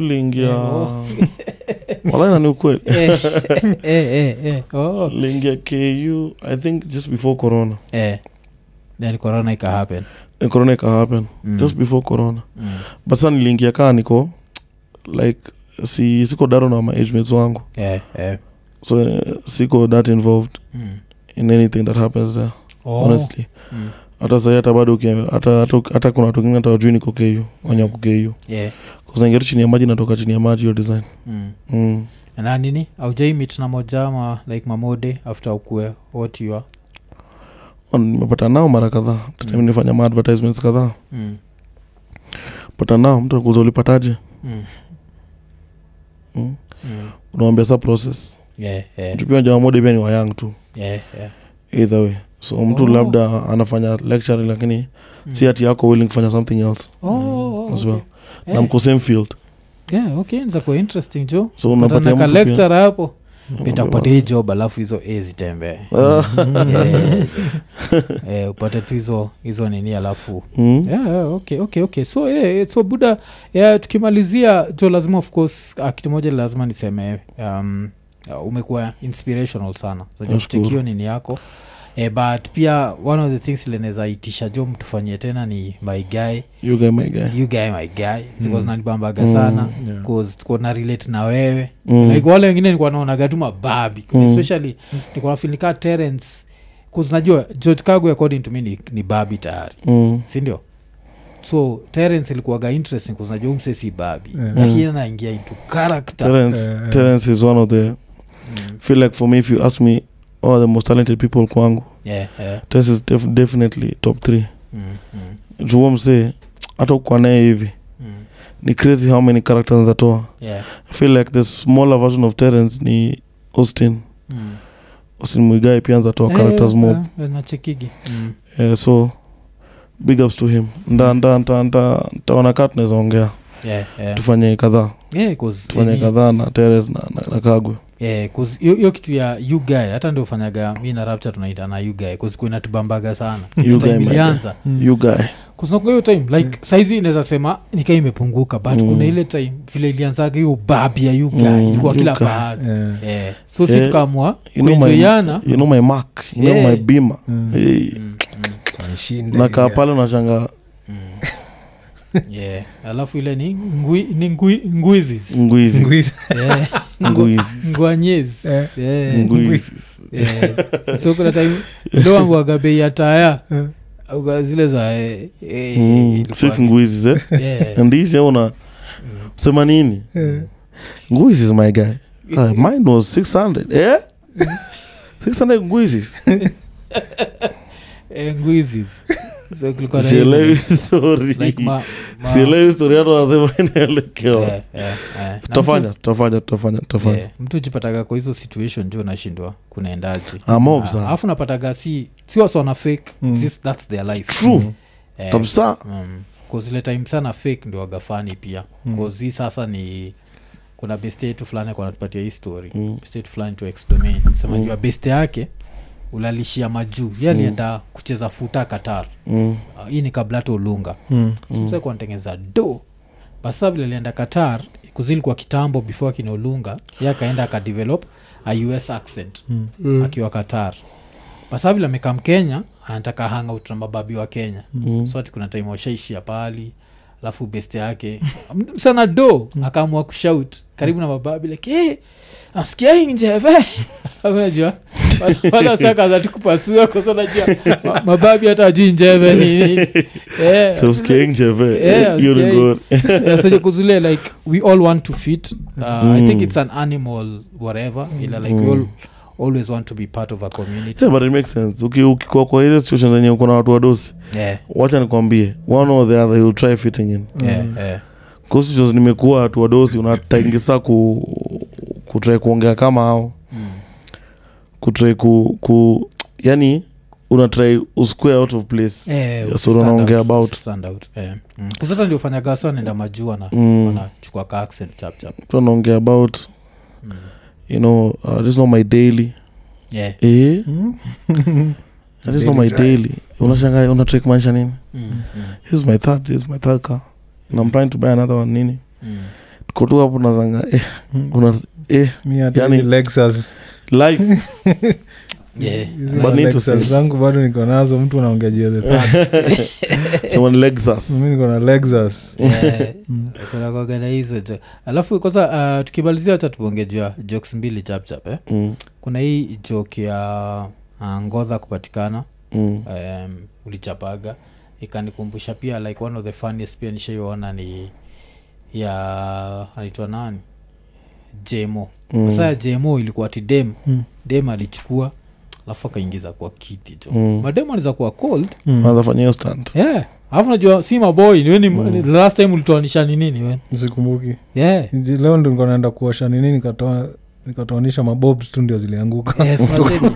S1: [laughs]
S3: liingia
S1: Oh.
S3: [laughs] walai nani ukweli
S1: Eh, eh, eh, eh. Oh.
S3: liingia ku i think just before corona
S1: Eh. then corona ika happen
S3: Eh, corona ikahappen
S1: Mm,
S3: just before corona
S1: mm.
S3: but sasa niliingia kaa niko like si siko daro na maagemates wangu
S1: Eh, eh.
S3: so eh, siko that involved
S1: Mm.
S3: in anything that happens there
S1: Oh.
S3: honestly
S1: Mm.
S3: hata sahi hata bado ukia- hata, hata, hata kuna watu wengine hata wajui niko ku wanyaku ku
S1: yeah.
S3: kusaingia tu chini ya maji natoka chini ya maji hiyo design
S1: mm.
S3: mm.
S1: na nini aujaimit na moja ma like mamode after ukue what you are
S3: On- nimepata nao mara kadhaa mm.
S1: Mm.
S3: nifanya maadvertisements kadhaa
S1: mm.
S3: pata nao mtu akuza ulipataje
S1: Mm.
S3: mm.
S1: Mm.
S3: unawambia sa process
S1: Yeah, yeah,
S3: tupia jamaa moja pia ni wayang tu
S1: yeah, yeah.
S3: either way so mtu
S1: Oh.
S3: labda anafanya lecture lakini
S1: Mm.
S3: si ati yako willing kufanya something else
S1: Oh, oh, oh,
S3: as well.
S1: okay. Eh,
S3: na mko same field
S1: yeah, okay inaweza kuwa interesting jo
S3: so unapatia
S1: patana
S3: mtu
S1: ka
S3: pia-
S1: lecture hapo
S3: unapatia
S1: pitakupatia hii job alafu hizo a zitembee
S3: Ah,
S1: [laughs] Yeah. Eh, upate tu hizo hizo nini alafu
S3: mm.
S1: yeah, yeah, okay, okay, okay. so yeah, yeah, so buda yeah, tukimalizia jo lazima of course uh, kitu moja lazima niseme um, uh, umekuwa inspirational sana
S3: Nashukuru.
S1: chekio nini yako eh, but pia one of the things linaweza itisha jo mtufanyie tena ni my guy
S3: You guy, my guy.
S1: you guy my guy
S2: Mm.
S1: zikozananibambaga
S3: Mm.
S1: sana
S2: Yeah.
S1: tukona relate na wewe
S3: Mm.
S1: like wale wengine nikuwa naonaga tu mababi
S3: Mm.
S1: especially nikuwa nafilika terence kuzinajua george kagu according to me ni, ni babi tayari
S3: Mm.
S1: sindio so terence ilikuwaga interesting kuzinajua umse si babi
S2: Yeah.
S1: lakini anaingia into character
S3: Mm. Terence,
S2: Eh, eh.
S3: Terence is one of the
S1: Mm.
S3: feel like for me if you ask me all the most talented people kwangu
S1: Yeah, yeah.
S3: Terence is def definitely top three
S1: Mm, mm,
S3: juo msee hata ukwa naye hivi
S1: mm.
S3: ni crazy how many characters zatoa
S1: Yeah.
S3: I feel like the smaller version of Terence ni austin
S1: Mm.
S3: austin mwigai pia anzatoa
S1: Eh,
S3: characters mob
S1: eh, eh, nachekigi Mm.
S3: Eh, so big ups to him nda nda nda nda ntaona kaa tunaweza ongea
S1: Yeah, yeah.
S3: tufanye kadhaa
S1: Yeah, 'cause
S3: tufanye
S1: any-
S3: kadhaa na teres na, na, na kagwe
S1: Yeah, 'cause hiyo hiyo kitu ya uguy hata ndio ufanyaga mi na rapture tunaita na uguy kuinatubambaga sana
S3: You guy, my guy.
S1: ilianza
S3: you guy
S1: kuzinakuna hiyo time like saizi inaweza sema nikaa imepunguka but
S3: Mm.
S1: kuna ile time vile ilianzaga hiyo babi ya uguy
S3: Mm,
S1: ilikuwa kila
S3: you guy.
S1: pahali
S2: Yeah.
S1: yeah. so si
S3: Yeah. Eh,
S1: tukaamua
S3: You know my-
S1: kuenjoyana
S3: you know my mark you know
S1: Yeah.
S3: my bima
S2: Mm.
S3: hey,
S1: Mm, mm,
S2: Anashinda,
S3: nakaa
S2: yeah.
S3: pale unashanga
S1: mm. [laughs] yeah. alafu ile ni, ngui, ni ngui,
S3: Mm.
S1: nguizis
S3: nguizi
S2: Squeeze.
S3: [laughs]
S1: yeah.
S3: nguizi
S1: ngwanyezi
S2: Eh.
S1: yeah.
S3: nguizi
S1: Yeah. so kuna time ndo wanguaga bei ya taya
S2: Eh.
S1: Uga- zile za eh, eh,
S3: Mm,
S1: ilikuwa
S3: six
S1: ni-
S3: nguizi eh? [laughs]
S1: yeah.
S3: ndizi au na
S1: Mm.
S3: sema nini nguizi is my guy uh, mine was 600 eh? 600 nguizi
S1: Eh, nguizis so kulikuwa na
S3: sielewi
S1: hizo,
S3: sorry
S1: like ma- ma-
S3: sielewi historia hata nasema inaelekewa
S1: Yeah, yeah, yeah. Na
S3: tutafanya tutafanya tutafanya
S1: mtu-
S3: tutafanya
S1: yeah, mtu jipataga kwa hizo situation juu unashindwa kunaendaji
S3: Ah, mob sana.
S1: alafu napataga si si wasi wana fake
S2: Mm.
S1: this, thats their life
S3: true
S1: Eh,
S3: kabisa
S1: mm, 'cause ile time sana fake ndio wagafani pia
S2: Mm.
S1: bcause hii sasa ni kuna beste yetu fulani alikuwa anatupatia hii story
S3: Mm.
S1: beste yetu fulani to exdomain sema
S3: Mm.
S1: juu ya beste yake ulalishia majuu ye
S3: Mm.
S1: alienda kucheza futa qatar
S3: Mm.
S1: Ah, hii ni kabla hata ulunga
S2: Mm.
S3: Mm.
S1: mm. kuanatengeza do basa vile alienda qatar kuzilikuwa kitambo before akina ulunga ye akaenda akadevelop a us accent
S2: Mm.
S1: akiwa qatar basa vile amekam kenya anataka hangout na mababi wa kenya
S3: Mm.
S1: so ati kuna time washaishia pali alafu best yake [laughs] m- sana do
S3: Mm.
S1: akaamua kushout karibu na mababi like "Eh, hey, amskiaing [laughs] jeve najua wala sakazati kupasua kosanajua mababi hata ajui njeve
S3: [laughs]
S1: nini Eh, yeah.
S3: So skiing, Jeve.
S1: Yeah,
S3: You're
S1: skiing.
S3: good.
S1: yeah, so kuzule like we all want to fit uh, i think
S3: Mm.
S1: it's an animal whatever ila like we all, always want to be part of a community
S3: Yeah, but it makes sense Uki- ukikuwa kwa ile situation zenye uko na watu wadosi
S1: yeah,
S3: wacha nikwambie one or the other you'll try fitting in
S1: yeah, yeah.
S3: Kwa situations nimekuwa watu wadosi unataingisa ku kutrai kuongea kama hao
S1: Mm.
S3: kutrai ku, ku yani unatrai usquare out of place
S1: Eh,
S3: Yeah, so
S1: stand
S3: unaongea
S1: out,
S3: about-
S1: stand out, eh. Mm. Kusota ndio ufanyaga wasi wanaenda majua na
S3: mm,
S1: wanachukua ka accent chap chap
S3: tu anaongea about
S1: Mm.
S3: you know uh, this is not my daily
S1: Yeah.
S3: eh
S2: Mm.
S3: that is not my
S2: Daily
S3: daily unashanga unatrai kumaanisha nini
S1: Mm, mm,
S3: Here's my third, here's my third car. And I'm trying to buy another one nini.
S1: mm.
S3: Tuko tu hapo nazanga eh,
S2: Mm.
S3: una, eh,
S2: [laughs] Mi hata
S3: Yani-
S2: hizi Lexus-
S3: life.
S1: Yeah.
S2: hizi
S1: But
S2: ma-
S3: need to
S2: Lexus
S3: see.
S2: zangu bado niko nazo mtu anaongea juu ya the third.
S3: Someone legs us.
S4: Mm.
S2: mi niko na Lexus.
S1: Eh,
S2: Mm.
S1: kuna kuwaga na hizo jo alafu kwanza uh, tukimalizia hata tupongejua jokes mbili chapchap eh?
S3: Mm.
S1: kuna hii joke ya uh, ngodha kupatikana
S3: mm.
S1: um, ulichapaga ikanikumbusha pia like one of the funniest pia nishaiona ni ya anaitwa nani jemo mm. saa ya jemo ilikuwa ti dem mm. dem alichukua alafu akaingiza kwa kiti jo mm. madem anaweza kuwa cold
S3: anafanya hiyo stand
S1: yeah alafu najua si maboy ni weni mm. last time ulitoanisha ni nini wen
S4: sikumbuki
S1: [laughs] yeah
S4: Nzi- leo ndo nilikuwa naenda kuosha nini nikatoa nikatoanisha mabobs tu ndio zilianguka
S1: Yes, mateni.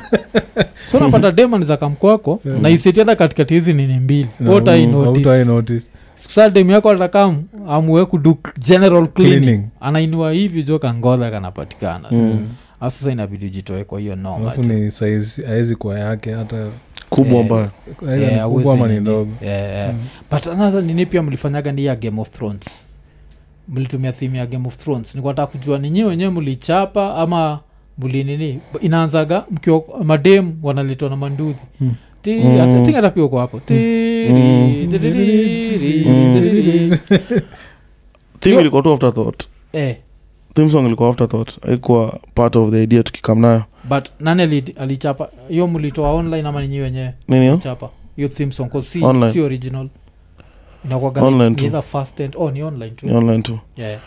S1: so napata demon za kamkwako
S4: Yeah.
S1: na iseti hata katikati hizi nini mbili
S4: Na
S1: What I
S4: hau-
S1: notice.
S4: hautai notice.
S1: sikusaa dem yako atakam amweku du general cleaning,
S4: Cleaning.
S1: anainua hivi jo kangodha kanapatikana
S3: Mm.
S1: Alafu sasa inabidi ujitoe kwa hiyo noma
S4: alafu
S1: tu.
S4: ni saizi aezi kuwa yake hata
S3: kubwa
S1: Yeah.
S3: mbaya
S4: either
S1: Yeah,
S4: ni yaani kubwa ama
S1: huwezi nini.
S4: ni ndogo Mm.
S1: Yeah, yeah. but another nini pia mlifanyaga ni ya game of thrones mlitumia thimu ya game of thrones nikwataka kujua ninyi wenyewe mlichapa ama mlinini inaanzaga mkiwa mademu wanaletwa na manduthi
S4: Mm.
S3: Mm.
S1: tingatapia uko hapo Tiri,
S3: Mm.
S1: tiriri,
S3: Mm.
S1: tiriri.
S3: thim
S1: Yo.
S3: ilikuwa tu afterthought
S1: Eh,
S3: thim song ilikuwa afterthought haikuwa part of the idea tukikam nayo
S1: but nani ali- alichapa hiyo mlitoa online ama ninyi wenyewe
S3: nini hiyo?
S1: chapa hiyo theme song 'cause si,
S3: Online.
S1: si original
S3: Online tu.
S1: inakuaga fast and oh, ni online tu
S3: ni online tu
S1: yeah.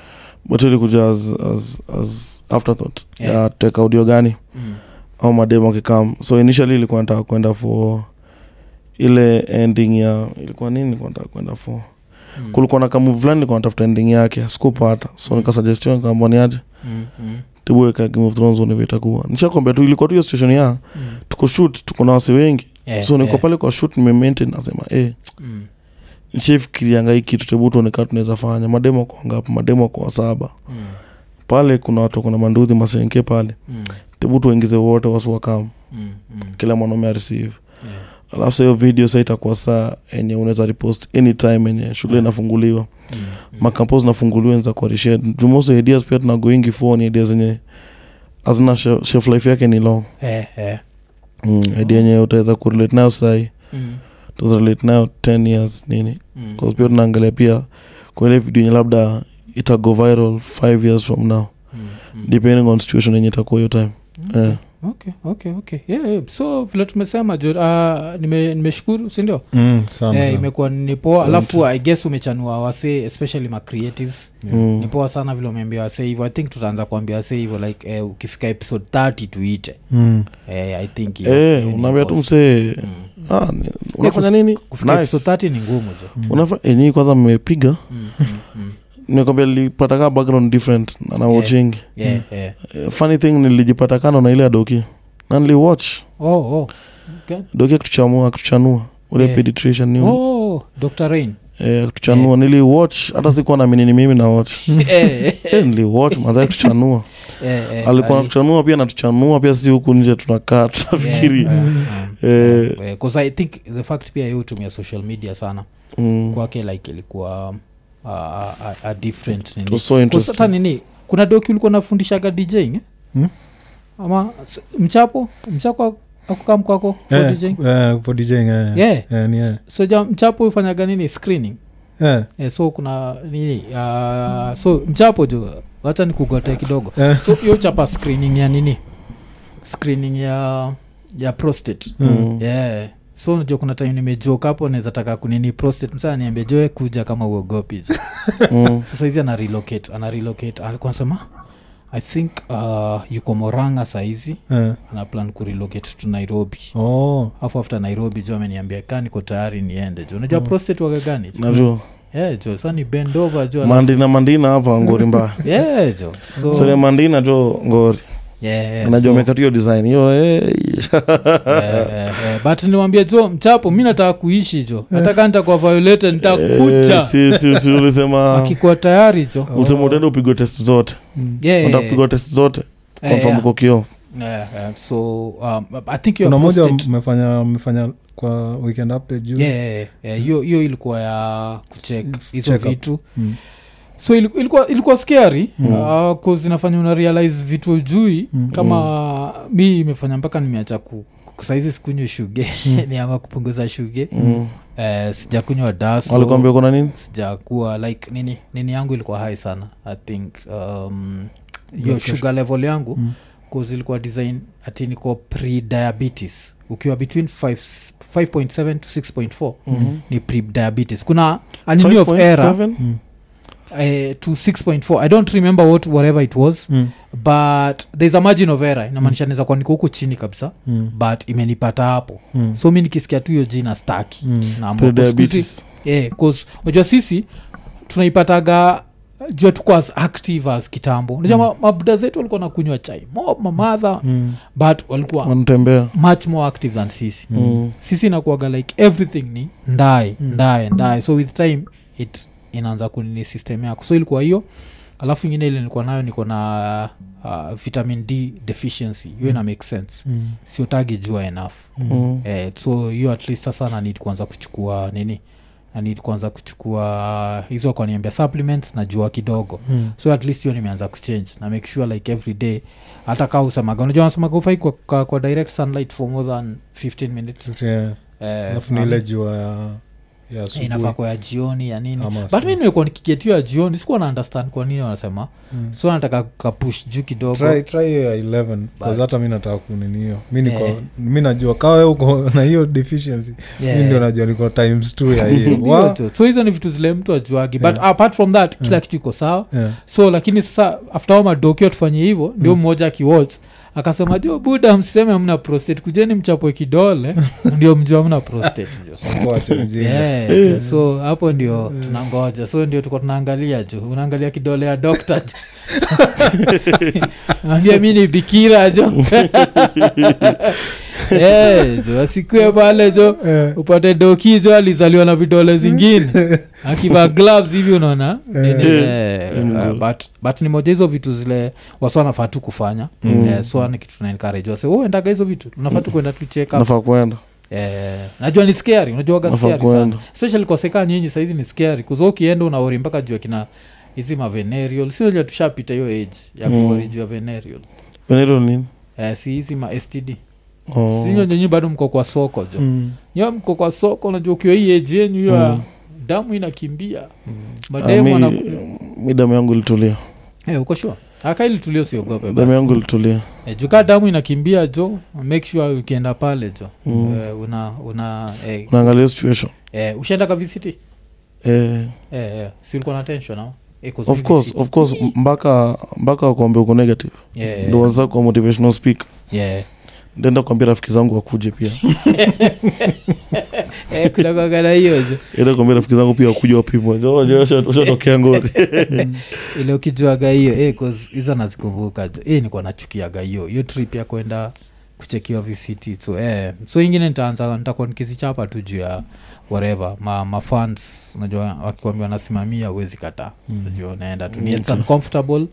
S3: but ilikuja as, as, as afterthought
S1: Yeah.
S3: ya tuweka audio gani
S1: mm.
S3: au mademo akikam so initially ilikuwa nataka kwenda for ile ending ya ilikuwa nini ilikuwa nataka kwenda for
S1: Mm.
S3: kulikuwa na kamu fulani nilikuwa natafuta ending yake sikupata so nikasuggestion kaambwa ni aje
S1: Mm, mm,
S3: tibuweka game of thrones univyo itakuwa nishakwambia tu ilikuwa tu hiyo situation ya
S1: mm.
S3: tuko shoot tuko na wasi wengi
S1: Yeah,
S3: so niko
S1: yeah.
S3: pale kwa shoot nimemaintain nasema eh
S1: Mm,
S3: nishafikirianga hii kitu tebu tuonekaa tunaweza fanya mademo kwa ngapi mademo kwa saba
S1: mm,
S3: pale kuna watu kuna manduthi masenke pale
S1: mm,
S3: tebu tuwaingize wote wasiwakam
S1: mm, mm.
S3: kila mwanaume areceive
S1: Yeah.
S3: alafu sa hiyo video sa itakuwa saa enye unaweza repost anytime enye shule inafunguliwa
S1: Mm, mm.
S3: makampos nafunguliwa naeza kuarished jumoso ideas pia tunagoingi fo ni ideas enye hazina she- shelf life yake ni long
S1: Eh, eh.
S3: mm. idea enye utaweza kurelate nayo sai
S1: Mm,
S3: utaweza relate nayo 10 years nini
S1: mm.
S3: 'Cause pia tunaangalia pia kwa ile video enye labda itago viral 5 years from now
S1: Mm, mm.
S3: depending on situation enye itakuwa hiyo time
S1: Okay.
S3: eh.
S1: Okay, okay, okay. Yeah, yeah. so vile tumesema jo uh, nime- nimeshukuru sindio
S4: Mm, sana,
S1: eh,
S4: sana.
S1: imekuwa ni poa
S3: Asante.
S1: alafu i guess umechanua wasee especially ma creatives
S3: Mm.
S1: ni poa sana vile umeambia wasee hivyo i think tutaanza kuambia wasee hivyo like eh, ukifika episode 30 tuite
S4: Mm.
S1: eh, i think hiyo- hiyo
S3: Eh,
S1: ni
S3: unaambia tu
S1: important.
S3: msee
S1: Mm.
S3: ah, ni- unafanya
S1: kus-
S3: nini
S1: kufika
S3: Nice.
S1: episode 30 ni ngumu jo
S3: unafa enyi kwanza mmepiga
S1: Mm, mm, mm.
S3: nikwambia nilipata ka background different na na
S1: Yeah.
S3: watching
S1: Yeah, yeah.
S3: Eh, funny thing nilijipata kano na ile ya doki na niliwatch
S1: Oh, oh. Okay.
S3: doki akutuchamua akutuchanua ule
S1: Yeah.
S3: pediatrician ni
S1: Oh, Dr.
S3: [laughs]
S1: Rain.
S3: eh, akutuchanua niliwatch hata sikuwa na minini mimi na
S1: [laughs]
S3: watch
S1: Eh, eh,
S3: eh, niliwatch madhaa akutuchanua
S1: eh,
S3: [laughs] alikuwa
S1: ali-
S3: nakuchanua pia natuchanua pia si huku nje tunakaa tunafikiri
S1: [laughs] Yeah,
S3: [laughs]
S1: yeah,
S3: Eh,
S1: yeah. Eh, 'cause i think the fact pia yeye hutumia social media sana
S3: mm,
S1: kwake like ilikuwa um, a- a- a- a different
S3: it
S1: nini.
S3: was so
S1: 'Cause hata
S3: interesting.
S1: nini kuna doki ulikuwa nafundishaga djing eh?
S4: Hmm?
S1: ama s- mchapo mchapo akukam kwako for
S4: Eh,
S1: djing
S4: eh, for DJing, eh.
S1: Yeah.
S4: Eh, ni, eh.
S1: so ja- mchapo ufanyaga nini screening
S4: Eh,
S1: Eh, so kuna nini uh, so mchapo jo wacha nikugote kidogo
S4: eh.
S1: so hiyo chapa screening ya nini screening ya ya prostate
S3: Mm.
S1: yeah so unajua kuna time nimejoke hapo naweza taka kunini prostate msaa niambia joe kuja kama uogopi so
S3: Mm.
S1: saizi ana relocate ana relocate alikuwa anasema i think uh, yuko moranga saizi
S4: Eh.
S1: ana plan kurelocate to nairobi
S4: Oh.
S1: afu after nairobi jo ameniambia kaa niko tayari niende jo unajua
S4: Mm.
S1: prostate waga gani jo [laughs]
S3: najua
S1: yeah, jo sa ni bend over jo alafu-
S3: mandina mandina hapa ngori mbaya
S1: yeah jo so,
S3: so ni mandina jo ngori
S1: yeah, yeah,
S3: najua
S1: so-
S3: amekata hiyo design hiyo eh, [laughs]
S1: Eh, eh, eh, but niwambia jo mchapo mi nataka kuishi
S4: Eh.
S1: jo nataka nitakuwa violete
S3: Eh,
S1: nitakucha
S3: si- si- si
S1: [laughs]
S4: ah.
S3: ulisema
S1: akikuwa tayari jo
S3: ulisema utaenda upigwe test zote
S4: Mm.
S1: Yeah, yeah,
S3: enda
S1: yeah.
S3: kupigwa test zote
S1: Eh, yeah.
S3: confirm uko kio
S1: Yeah, yeah. so um, i think your
S4: kuna moja
S1: prostate-
S4: mmefanya mmefanya kwa weekend update juu
S1: Yeah, yeah, yeah. hiyo hiyo ilikuwa ya kuchek hizo
S4: Check up.
S1: vitu
S4: Mm.
S1: so iliku- ilikuwa ilikuwa scary mm. zinafanya una realize vitu ujui
S4: Mm.
S1: kama mi imefanya mpaka nimeacha ku ku- saizi sikunywa shuge
S4: Mm.
S1: [laughs] ni ama kupunguza shuge
S3: Mm.
S1: eh, sijakunywa daso
S3: walikuambia kuna nini
S1: sijakuwa like nini nini yangu ilikuwa hai sana i think um,
S4: Blood
S1: hiyo
S4: pressure.
S1: sugar level yangu
S4: Mm.
S1: 'Cause ilikuwa design ati niko pre-diabetes ukiwa between five s- 5.7 to 6.4
S3: Mhm.
S1: ni pre-diabetes kuna a Mm-hmm. new of era
S3: 5.7?
S4: mm,
S1: eh, to 6.4 i don't remember what whatever it was
S4: mm,
S1: but there's a margin of error inamaanisha naweza kuwa niko huku chini kabisa
S4: mm,
S1: but imenipata hapo so mi nikisikia tu hiyo jina
S4: mm,
S1: staki Naamua kusiku hizi-
S3: Pre-diabetes.
S1: yeah, 'cause unajua sisi tunaipataga jua tuko as active as kitambo unajua ma- mabuda zetu walikuwa nakunywa chai mo mamadha
S4: mm.
S1: but walikuwa
S3: wanatembea
S1: much more active than sisi
S3: Mm.
S1: sisi nakuaga like everything ni ndae ndae ndae so with time it inaanza kunini system yako so ilikuwa hiyo alafu ingine ile nilikuwa nayo niko na uh, vitamin d deficiency hiyo ina make sense
S4: Mm,
S1: siotagi jua enough
S3: Mm.
S1: eh, so hiyo at least sasa nanid kuanza kuchukua nini nanid kuanza kuchukua uh, hizo kaniambia supplements na jua kidogo
S4: mm.
S1: so at least hiyo nimeanza kuchange na make sure like every day hata kaa usemaga unajua wanasemaga ufai kwa, kwa, kwa direct sunlight for more than 15 minutes eh,
S4: alafu ni ile jua ya- ya
S1: inafaa
S4: asubuhi
S1: kwa ya jioni ya nini
S4: ama
S1: but mi
S4: asubuhi.
S1: nimekuwa nikigetio ya jioni sikuwa na understand kwa nini wanasema
S4: Mm.
S1: so nataka kapush juu kidogo
S4: Try- try hiyo ya 11
S1: But-
S4: 'cause hata mi nataka kunini hiyo mi niko
S1: Eh.
S4: mi najua kawe uko na hiyo deficiency
S1: Yeah.
S4: mi ndio najua niko times two
S1: [laughs]
S4: ya hiyo
S1: Eh. Ndio
S4: Wa-
S1: tu. so hizo ni vitu zile mtu ajuagi but
S4: Yeah. Mm.
S1: apart from that kila
S4: Yeah.
S1: kitu iko sawa
S4: Yeah.
S1: so lakini sasa after hao madokio tufanye hivyo
S4: Mm.
S1: ndio mmoja akiwatch akasema jo buda msiseme amna prostate kujeni mchapwe
S4: [laughs]
S1: kidole ndio mjua amna prostate jo
S4: Kwa watu wazima.
S1: yeah, jo. so hapo ndio tunangoja so ndio tuko tunaangalia jo unaangalia kidole ya dokta [laughs] jo ambia mi ni bikira [laughs] jo yeah, jo asikue pale jo
S4: Eh,
S1: upate doki jo alizaliwa na vidole zingine akivaa gloves hivi unaona nini,
S3: Eh.
S1: eh,
S3: Mm.
S1: uh, but- but ni moja hizo vitu zile wasa wanafaa tu kufanya
S3: Mm.
S1: Eh, so ni kitu tunaencourage wase "Oh, endaga hizo vitu unafaa tu kwenda tu check up
S3: nafaa kuenda
S1: eh, najua ni scary unajua waga
S3: nafaa
S1: scary sana
S3: kuenda
S1: especially kwa seka nyinyi saizi ni scary kuzo ukienda unaori mpaka jua kina hizi mavenerial sinajua tushapita hiyo age ya
S3: Mm.
S1: kuori juu ya venerial
S3: Venereal nini
S1: eh, si hizi ma std
S3: Oh.
S1: sinyo nyinyi bado mko kwa soko jo
S4: mm.
S1: yo mko kwa soko unajua ukiwa hii eji yenyu hiyo ya
S3: Mm.
S1: damu inakimbia
S3: Ah, mi-
S1: mademu anakuja
S3: mi damu yangu ilitulia
S1: Eh, uko sure akaili tulio siogope
S3: damu yangu ilitulia
S1: Eh, jukaa damu inakimbia jo make sure ukienda pale jo
S3: Mm.
S1: eh, una una eh,
S3: unaangalia situation
S1: eh, ushaenda kavisiti
S3: eh,
S1: eh, eh, si ulikuwa na tension ama eh, 'cause
S3: of
S1: mi
S3: course
S1: visit.
S3: of course m- mpaka mpaka wakuambia uko negative
S1: Yeah, yeah,
S3: ndo waza kwa motivational speaker
S1: yeah.
S3: ndenda kuambia rafiki zangu wakuje
S1: [laughs]
S3: pia
S1: Eh, kuna kuwaga na hiyo jo
S3: enda kuambia rafiki zangu pia wakuje
S1: [laughs]
S3: wapimwe Ndio, unajua usha- ushatokea ngori
S1: ile ukijuaga hiyo eh, 'cause hizo nazikumbuka jo eh, nikuwa nachukiaga hiyo hiyo trip ya kwenda kuchekiwa visiti so eh, so ingine nitaanza nitakuwa nikizichapa tu juu ya whatever ma, ma fans unajua wakikwambia wanasimamia huwezi kataa
S4: Mm.
S1: unajua unaenda tu
S3: Mm,
S1: ni it's
S3: okay.
S1: uncomfortable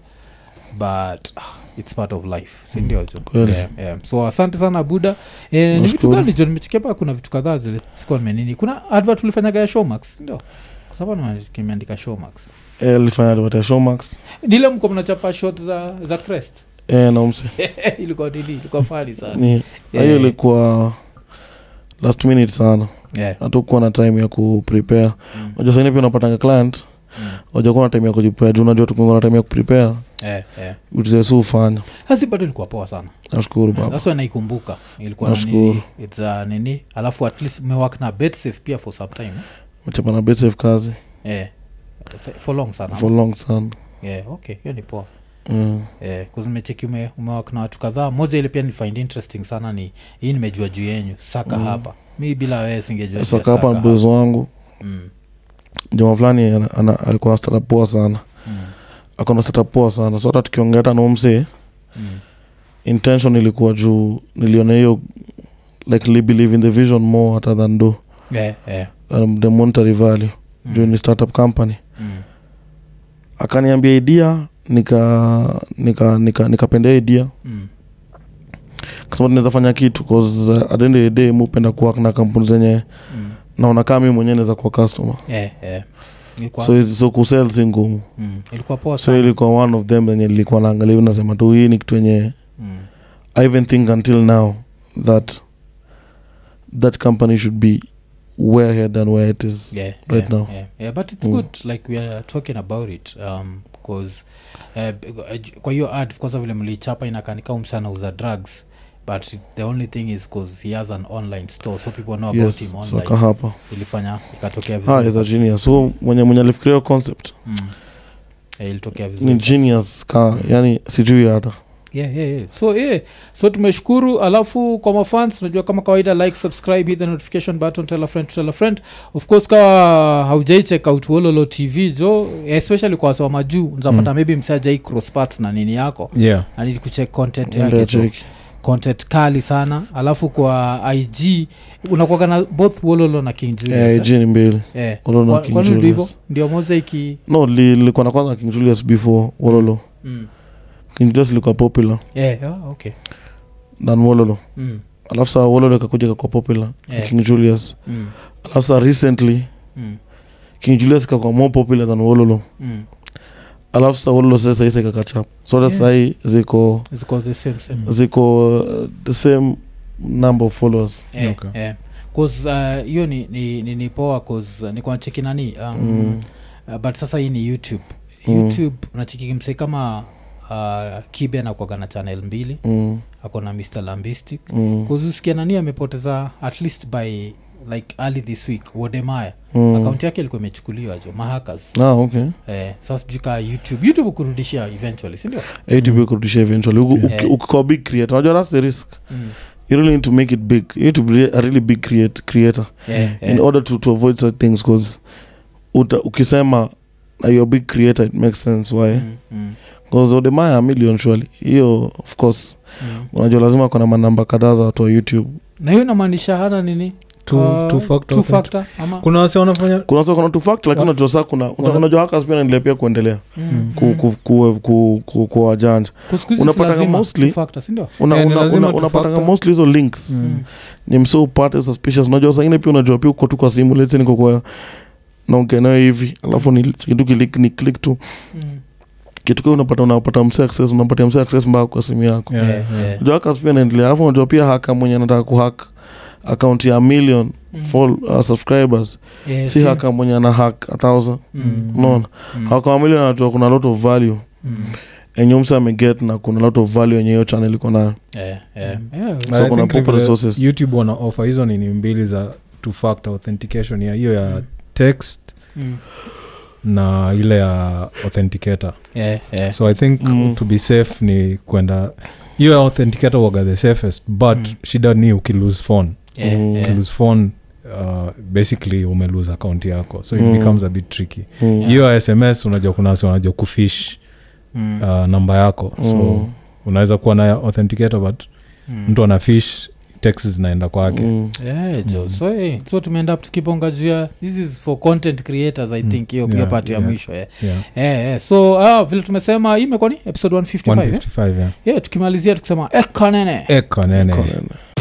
S1: but ah, it's part of life sindio jo
S3: Mm. Kweli.
S1: yeah, yeah. so asante sana buda eh, ni vitu
S3: Nashukuru.
S1: gani jo nimechekia paa kuna vitu kadhaa zile sikuwa nimenini kuna advert ulifanyaga ya showmax ndio kwa sababu nimeandika showmax
S3: [laughs] Eh, alifanya advert ya showmax
S1: nile mko mnachapa shot za za crest [laughs]
S3: eh, naumse
S1: ilikuwa nini ilikuwa fali sana Eh,
S3: ni hiyo ilikuwa last minute sana
S1: Yeah.
S3: hatukuwa na time ya kuprepare
S1: Mm.
S3: unajua saingine pia unapatanga client
S1: Mm.
S3: wajakuwa na time ya kujipea juu unajua tukungana time ya kuprepare
S1: Eh, eh.
S3: vitu zesu hufanya
S1: sasi bado ilikuwa poa sana
S3: nashukuru baba
S1: sasa naikumbuka ilikuwa na
S3: Nashukuru.
S1: nini it's a nini alafu at least mewak na betsafe pia for some time eh?
S3: mechapa na betsafe kazi
S1: eh. sa- for long sana
S3: for long sana
S1: yeah, okay hiyo ni poa
S3: Mm.
S1: Eh, 'cause nimecheki ume, umewak na watu kadhaa moja ile pia nilifind interesting sana ni hii nimejua juu yenyu saka
S3: Mm.
S1: hapa mi bila wewe singejua juu ya
S3: saka hapa
S1: Saka
S3: na boys wangu
S1: Mm,
S3: jamaa fulani ana- ana- alikuwa na startup poa sana
S1: mm,
S3: akawa na startup poa sana so hata tukiongea hata na umsee
S1: mm.
S3: intention ilikuwa juu niliona hiyo like li believe in the vision more hata than do
S1: Eh, eh,
S3: um, the monetary value
S1: mm,
S3: juu ni startup company
S1: mm,
S3: akaniambia idea nika nika nika nikapendea idea
S1: mm.
S3: kasema tunaweza fanya kitu cause uh, at the end of the day mi hupenda kuwa na kampuni zenye
S1: Mm.
S3: naona kama mi mwenyewe naweza kuwa customer
S1: Eh, eh. Ilikuwa-
S3: so, so kusell si ngumu
S1: mm, ilikuwa poa
S3: so
S1: sana
S3: ilikuwa one of them enye nilikuwa naangalia hivi nasema tu hii ni kitu yenye
S1: Mm,
S3: i even think until now that that company should be where head than where it is
S1: yeah,
S3: right
S1: yeah,
S3: now.
S1: yeah, yeah. but it's
S3: Mm.
S1: good like we are talking about it um, cause uh, b- uh, j- kwa hiyo ad kwanza vile mlichapa inakanika umsana uza drugs but the only thing is cause he has an online store so people know about
S3: yes
S1: him online
S3: saka hapa
S1: ilifanya ikatokea
S3: ah, is a
S1: vizuri
S3: genius so mwenye mwenye alifikiria hiyo concept
S1: mm. yeah, ilitokea
S3: ni
S1: vizuri
S3: genius ka yani sijui hata
S1: yeah, yeah, yeah. so yeah. so tumeshukuru alafu kwa mafans unajua kama kawaida like subscribe hit the notification button tell a friend to tell a friend of course kawa haujaicheck out wololo tv jo especially kwa wasa wa majuu unzapata
S2: Mm.
S1: maybe msajai cross paths na nini yako
S2: yeah
S1: anili kucheck content
S3: enda
S1: yake jo.
S3: cheki
S1: content kali sana alafu kwa ig unakuaga na both wololo na king julius
S3: Eh, jini mbili
S1: eh? Eh.
S3: Wololo na
S1: Kwa-
S3: King
S1: kwani ndio hivyo?
S3: Julius.
S1: ndio moja iki
S3: no li- lilikuwa na kwanza na king julius before wololo
S1: mm.
S3: king julius ilikuwa popular
S1: yeah, yeah, okay
S3: than wololo
S1: mm.
S3: alafu saa wololo ikakuja kakwa popular
S1: Eh.
S3: king julius
S1: Mm.
S3: alafu saa recently
S1: Mm.
S3: king julius kakwa more popular than wololo
S1: Mm.
S3: alafu saa wololo sasa sahi saikakachap sote
S1: Yeah.
S3: sahi ziko
S1: ziko the same same
S3: ziko uh, the same number of followers
S1: Eh,
S2: Okay.
S1: eh. 'Cause, uh, hiyo ni, ni, ni, ni poa uh, bcause nikuwa nacheki nani um,
S3: Mm.
S1: uh, but sasa hii ni youtube
S3: Mm.
S1: youtube nacheki msee kama uh, kibe anakuaga na channel mbili
S3: mm,
S1: ako na mr lambistic
S3: mm,
S1: kuzusikia nani amepoteza at least by like early this week wodemaya
S3: mm.
S1: akaunti yake ilikuwa imechukuliwa jo mahakas
S3: ah, okay
S1: eh, sasa sijui ka youtube youtube kurudishia eventually sindio
S3: atb kurudisha eventually Uki- uki-
S1: Mm. Yeah.
S3: ukikuwa big creator unajua that's the risk
S1: mm.
S3: you really need to make it big you need to be a really big create, creator
S1: eh,
S3: in
S1: eh,
S3: order to, to avoid such things because ukisema na you're a big creator it makes sense why
S1: mm, mm,
S3: because odemaya a million surely hiyo of course
S1: mm.
S3: unajua lazima kuna manamba kadhaa za watu wa youtube
S1: na hiyo inamaanisha hana nini
S4: Two-
S1: Uh,
S4: two factor
S1: two
S4: authentication.
S1: factor ama
S4: kuna wase wanafanya
S3: kuna sa kuna tufact lakini
S4: Wa-
S3: unajua saa kuna una-
S4: wa-
S3: unajua hackers pia naendelea pia kuendelea
S1: Mm,
S3: ku-
S1: mm.
S3: ku- ku- ku- ku- kuwajanja
S1: Kwa siku hizi
S3: unapatanga
S1: si lazima
S3: mostly-
S1: two-factor, si ndio?
S3: Una-
S4: Eh, ni
S3: una-
S4: lazima
S3: una-
S4: tu
S3: unapatanga
S4: factor.
S3: mostly hizo links
S4: Mm.
S1: Mm,
S3: ni mse upate suspicious unajua sangine pia unajua pia uko tu kwa simu lese niko kwa naongea nayo hivi alafu ni kitu kilik ni click tu
S1: mm.
S3: kitu kile unapata unapata mse access unapatia mse access mbaya kwa simu yako
S2: Yeah,
S1: Yeah,
S2: yeah.
S1: yeah.
S3: unajua hackers pia naendelea alafu unajua pia haka mwenye anataka kuhack account ya million
S1: Mm.
S3: fall, uh, subscribers
S1: Yeah,
S3: si
S1: si-
S3: haka mwenye ana hack a thousand
S1: Mm,
S3: unaona
S1: mm,
S3: haka wa million anajua kuna lot of value
S1: mm.
S3: enye mse ameget na kuna lot of value yenye hiyo channel iko nayo
S1: Yeah, yeah. Mm. Yeah,
S3: So
S4: I
S3: kuna
S4: think
S3: proper
S4: vile
S3: resources.
S4: youtube wana offer hizo nini mbili za two factor authentication ya hiyo ya
S1: Mm.
S4: text
S1: mm.
S4: na ile ya authenticator
S1: Yeah, yeah.
S4: so i think
S3: Mm.
S4: to be safe ni kwenda hiyo ya authenticator waga the safest but
S1: Mm.
S4: shida ni ukilose phone
S1: Yeah,
S3: Mm.
S1: yeah.
S4: ukilose phone uh, basically umelose account yako so it
S3: Mm.
S4: becomes a bit tricky
S3: Mm.
S4: hiyo ya sms unajua kuna wase wanajua kufish
S1: Mm,
S4: uh, namba yako so
S3: Mm.
S4: unaweza kuwa nayo authenticator but
S1: mm.
S4: mtu anafish text zinaenda kwake
S3: Mm.
S1: Yeah, jo.
S4: Mm.
S1: so eh, so tumeenda up tukibonga juu ya this is for content creators i
S4: Mm.
S1: think hiyo pia
S4: Yeah,
S1: pati ya
S4: yeah.
S1: mwisho yeah.
S4: yeah.
S1: Yeah, yeah. so ah, vile tumesema hii imekuwa ni episode 155 eh?
S4: 155 yeah.
S1: yeah, tukimalizia tukisema ekanene
S4: eko nene
S3: Correct.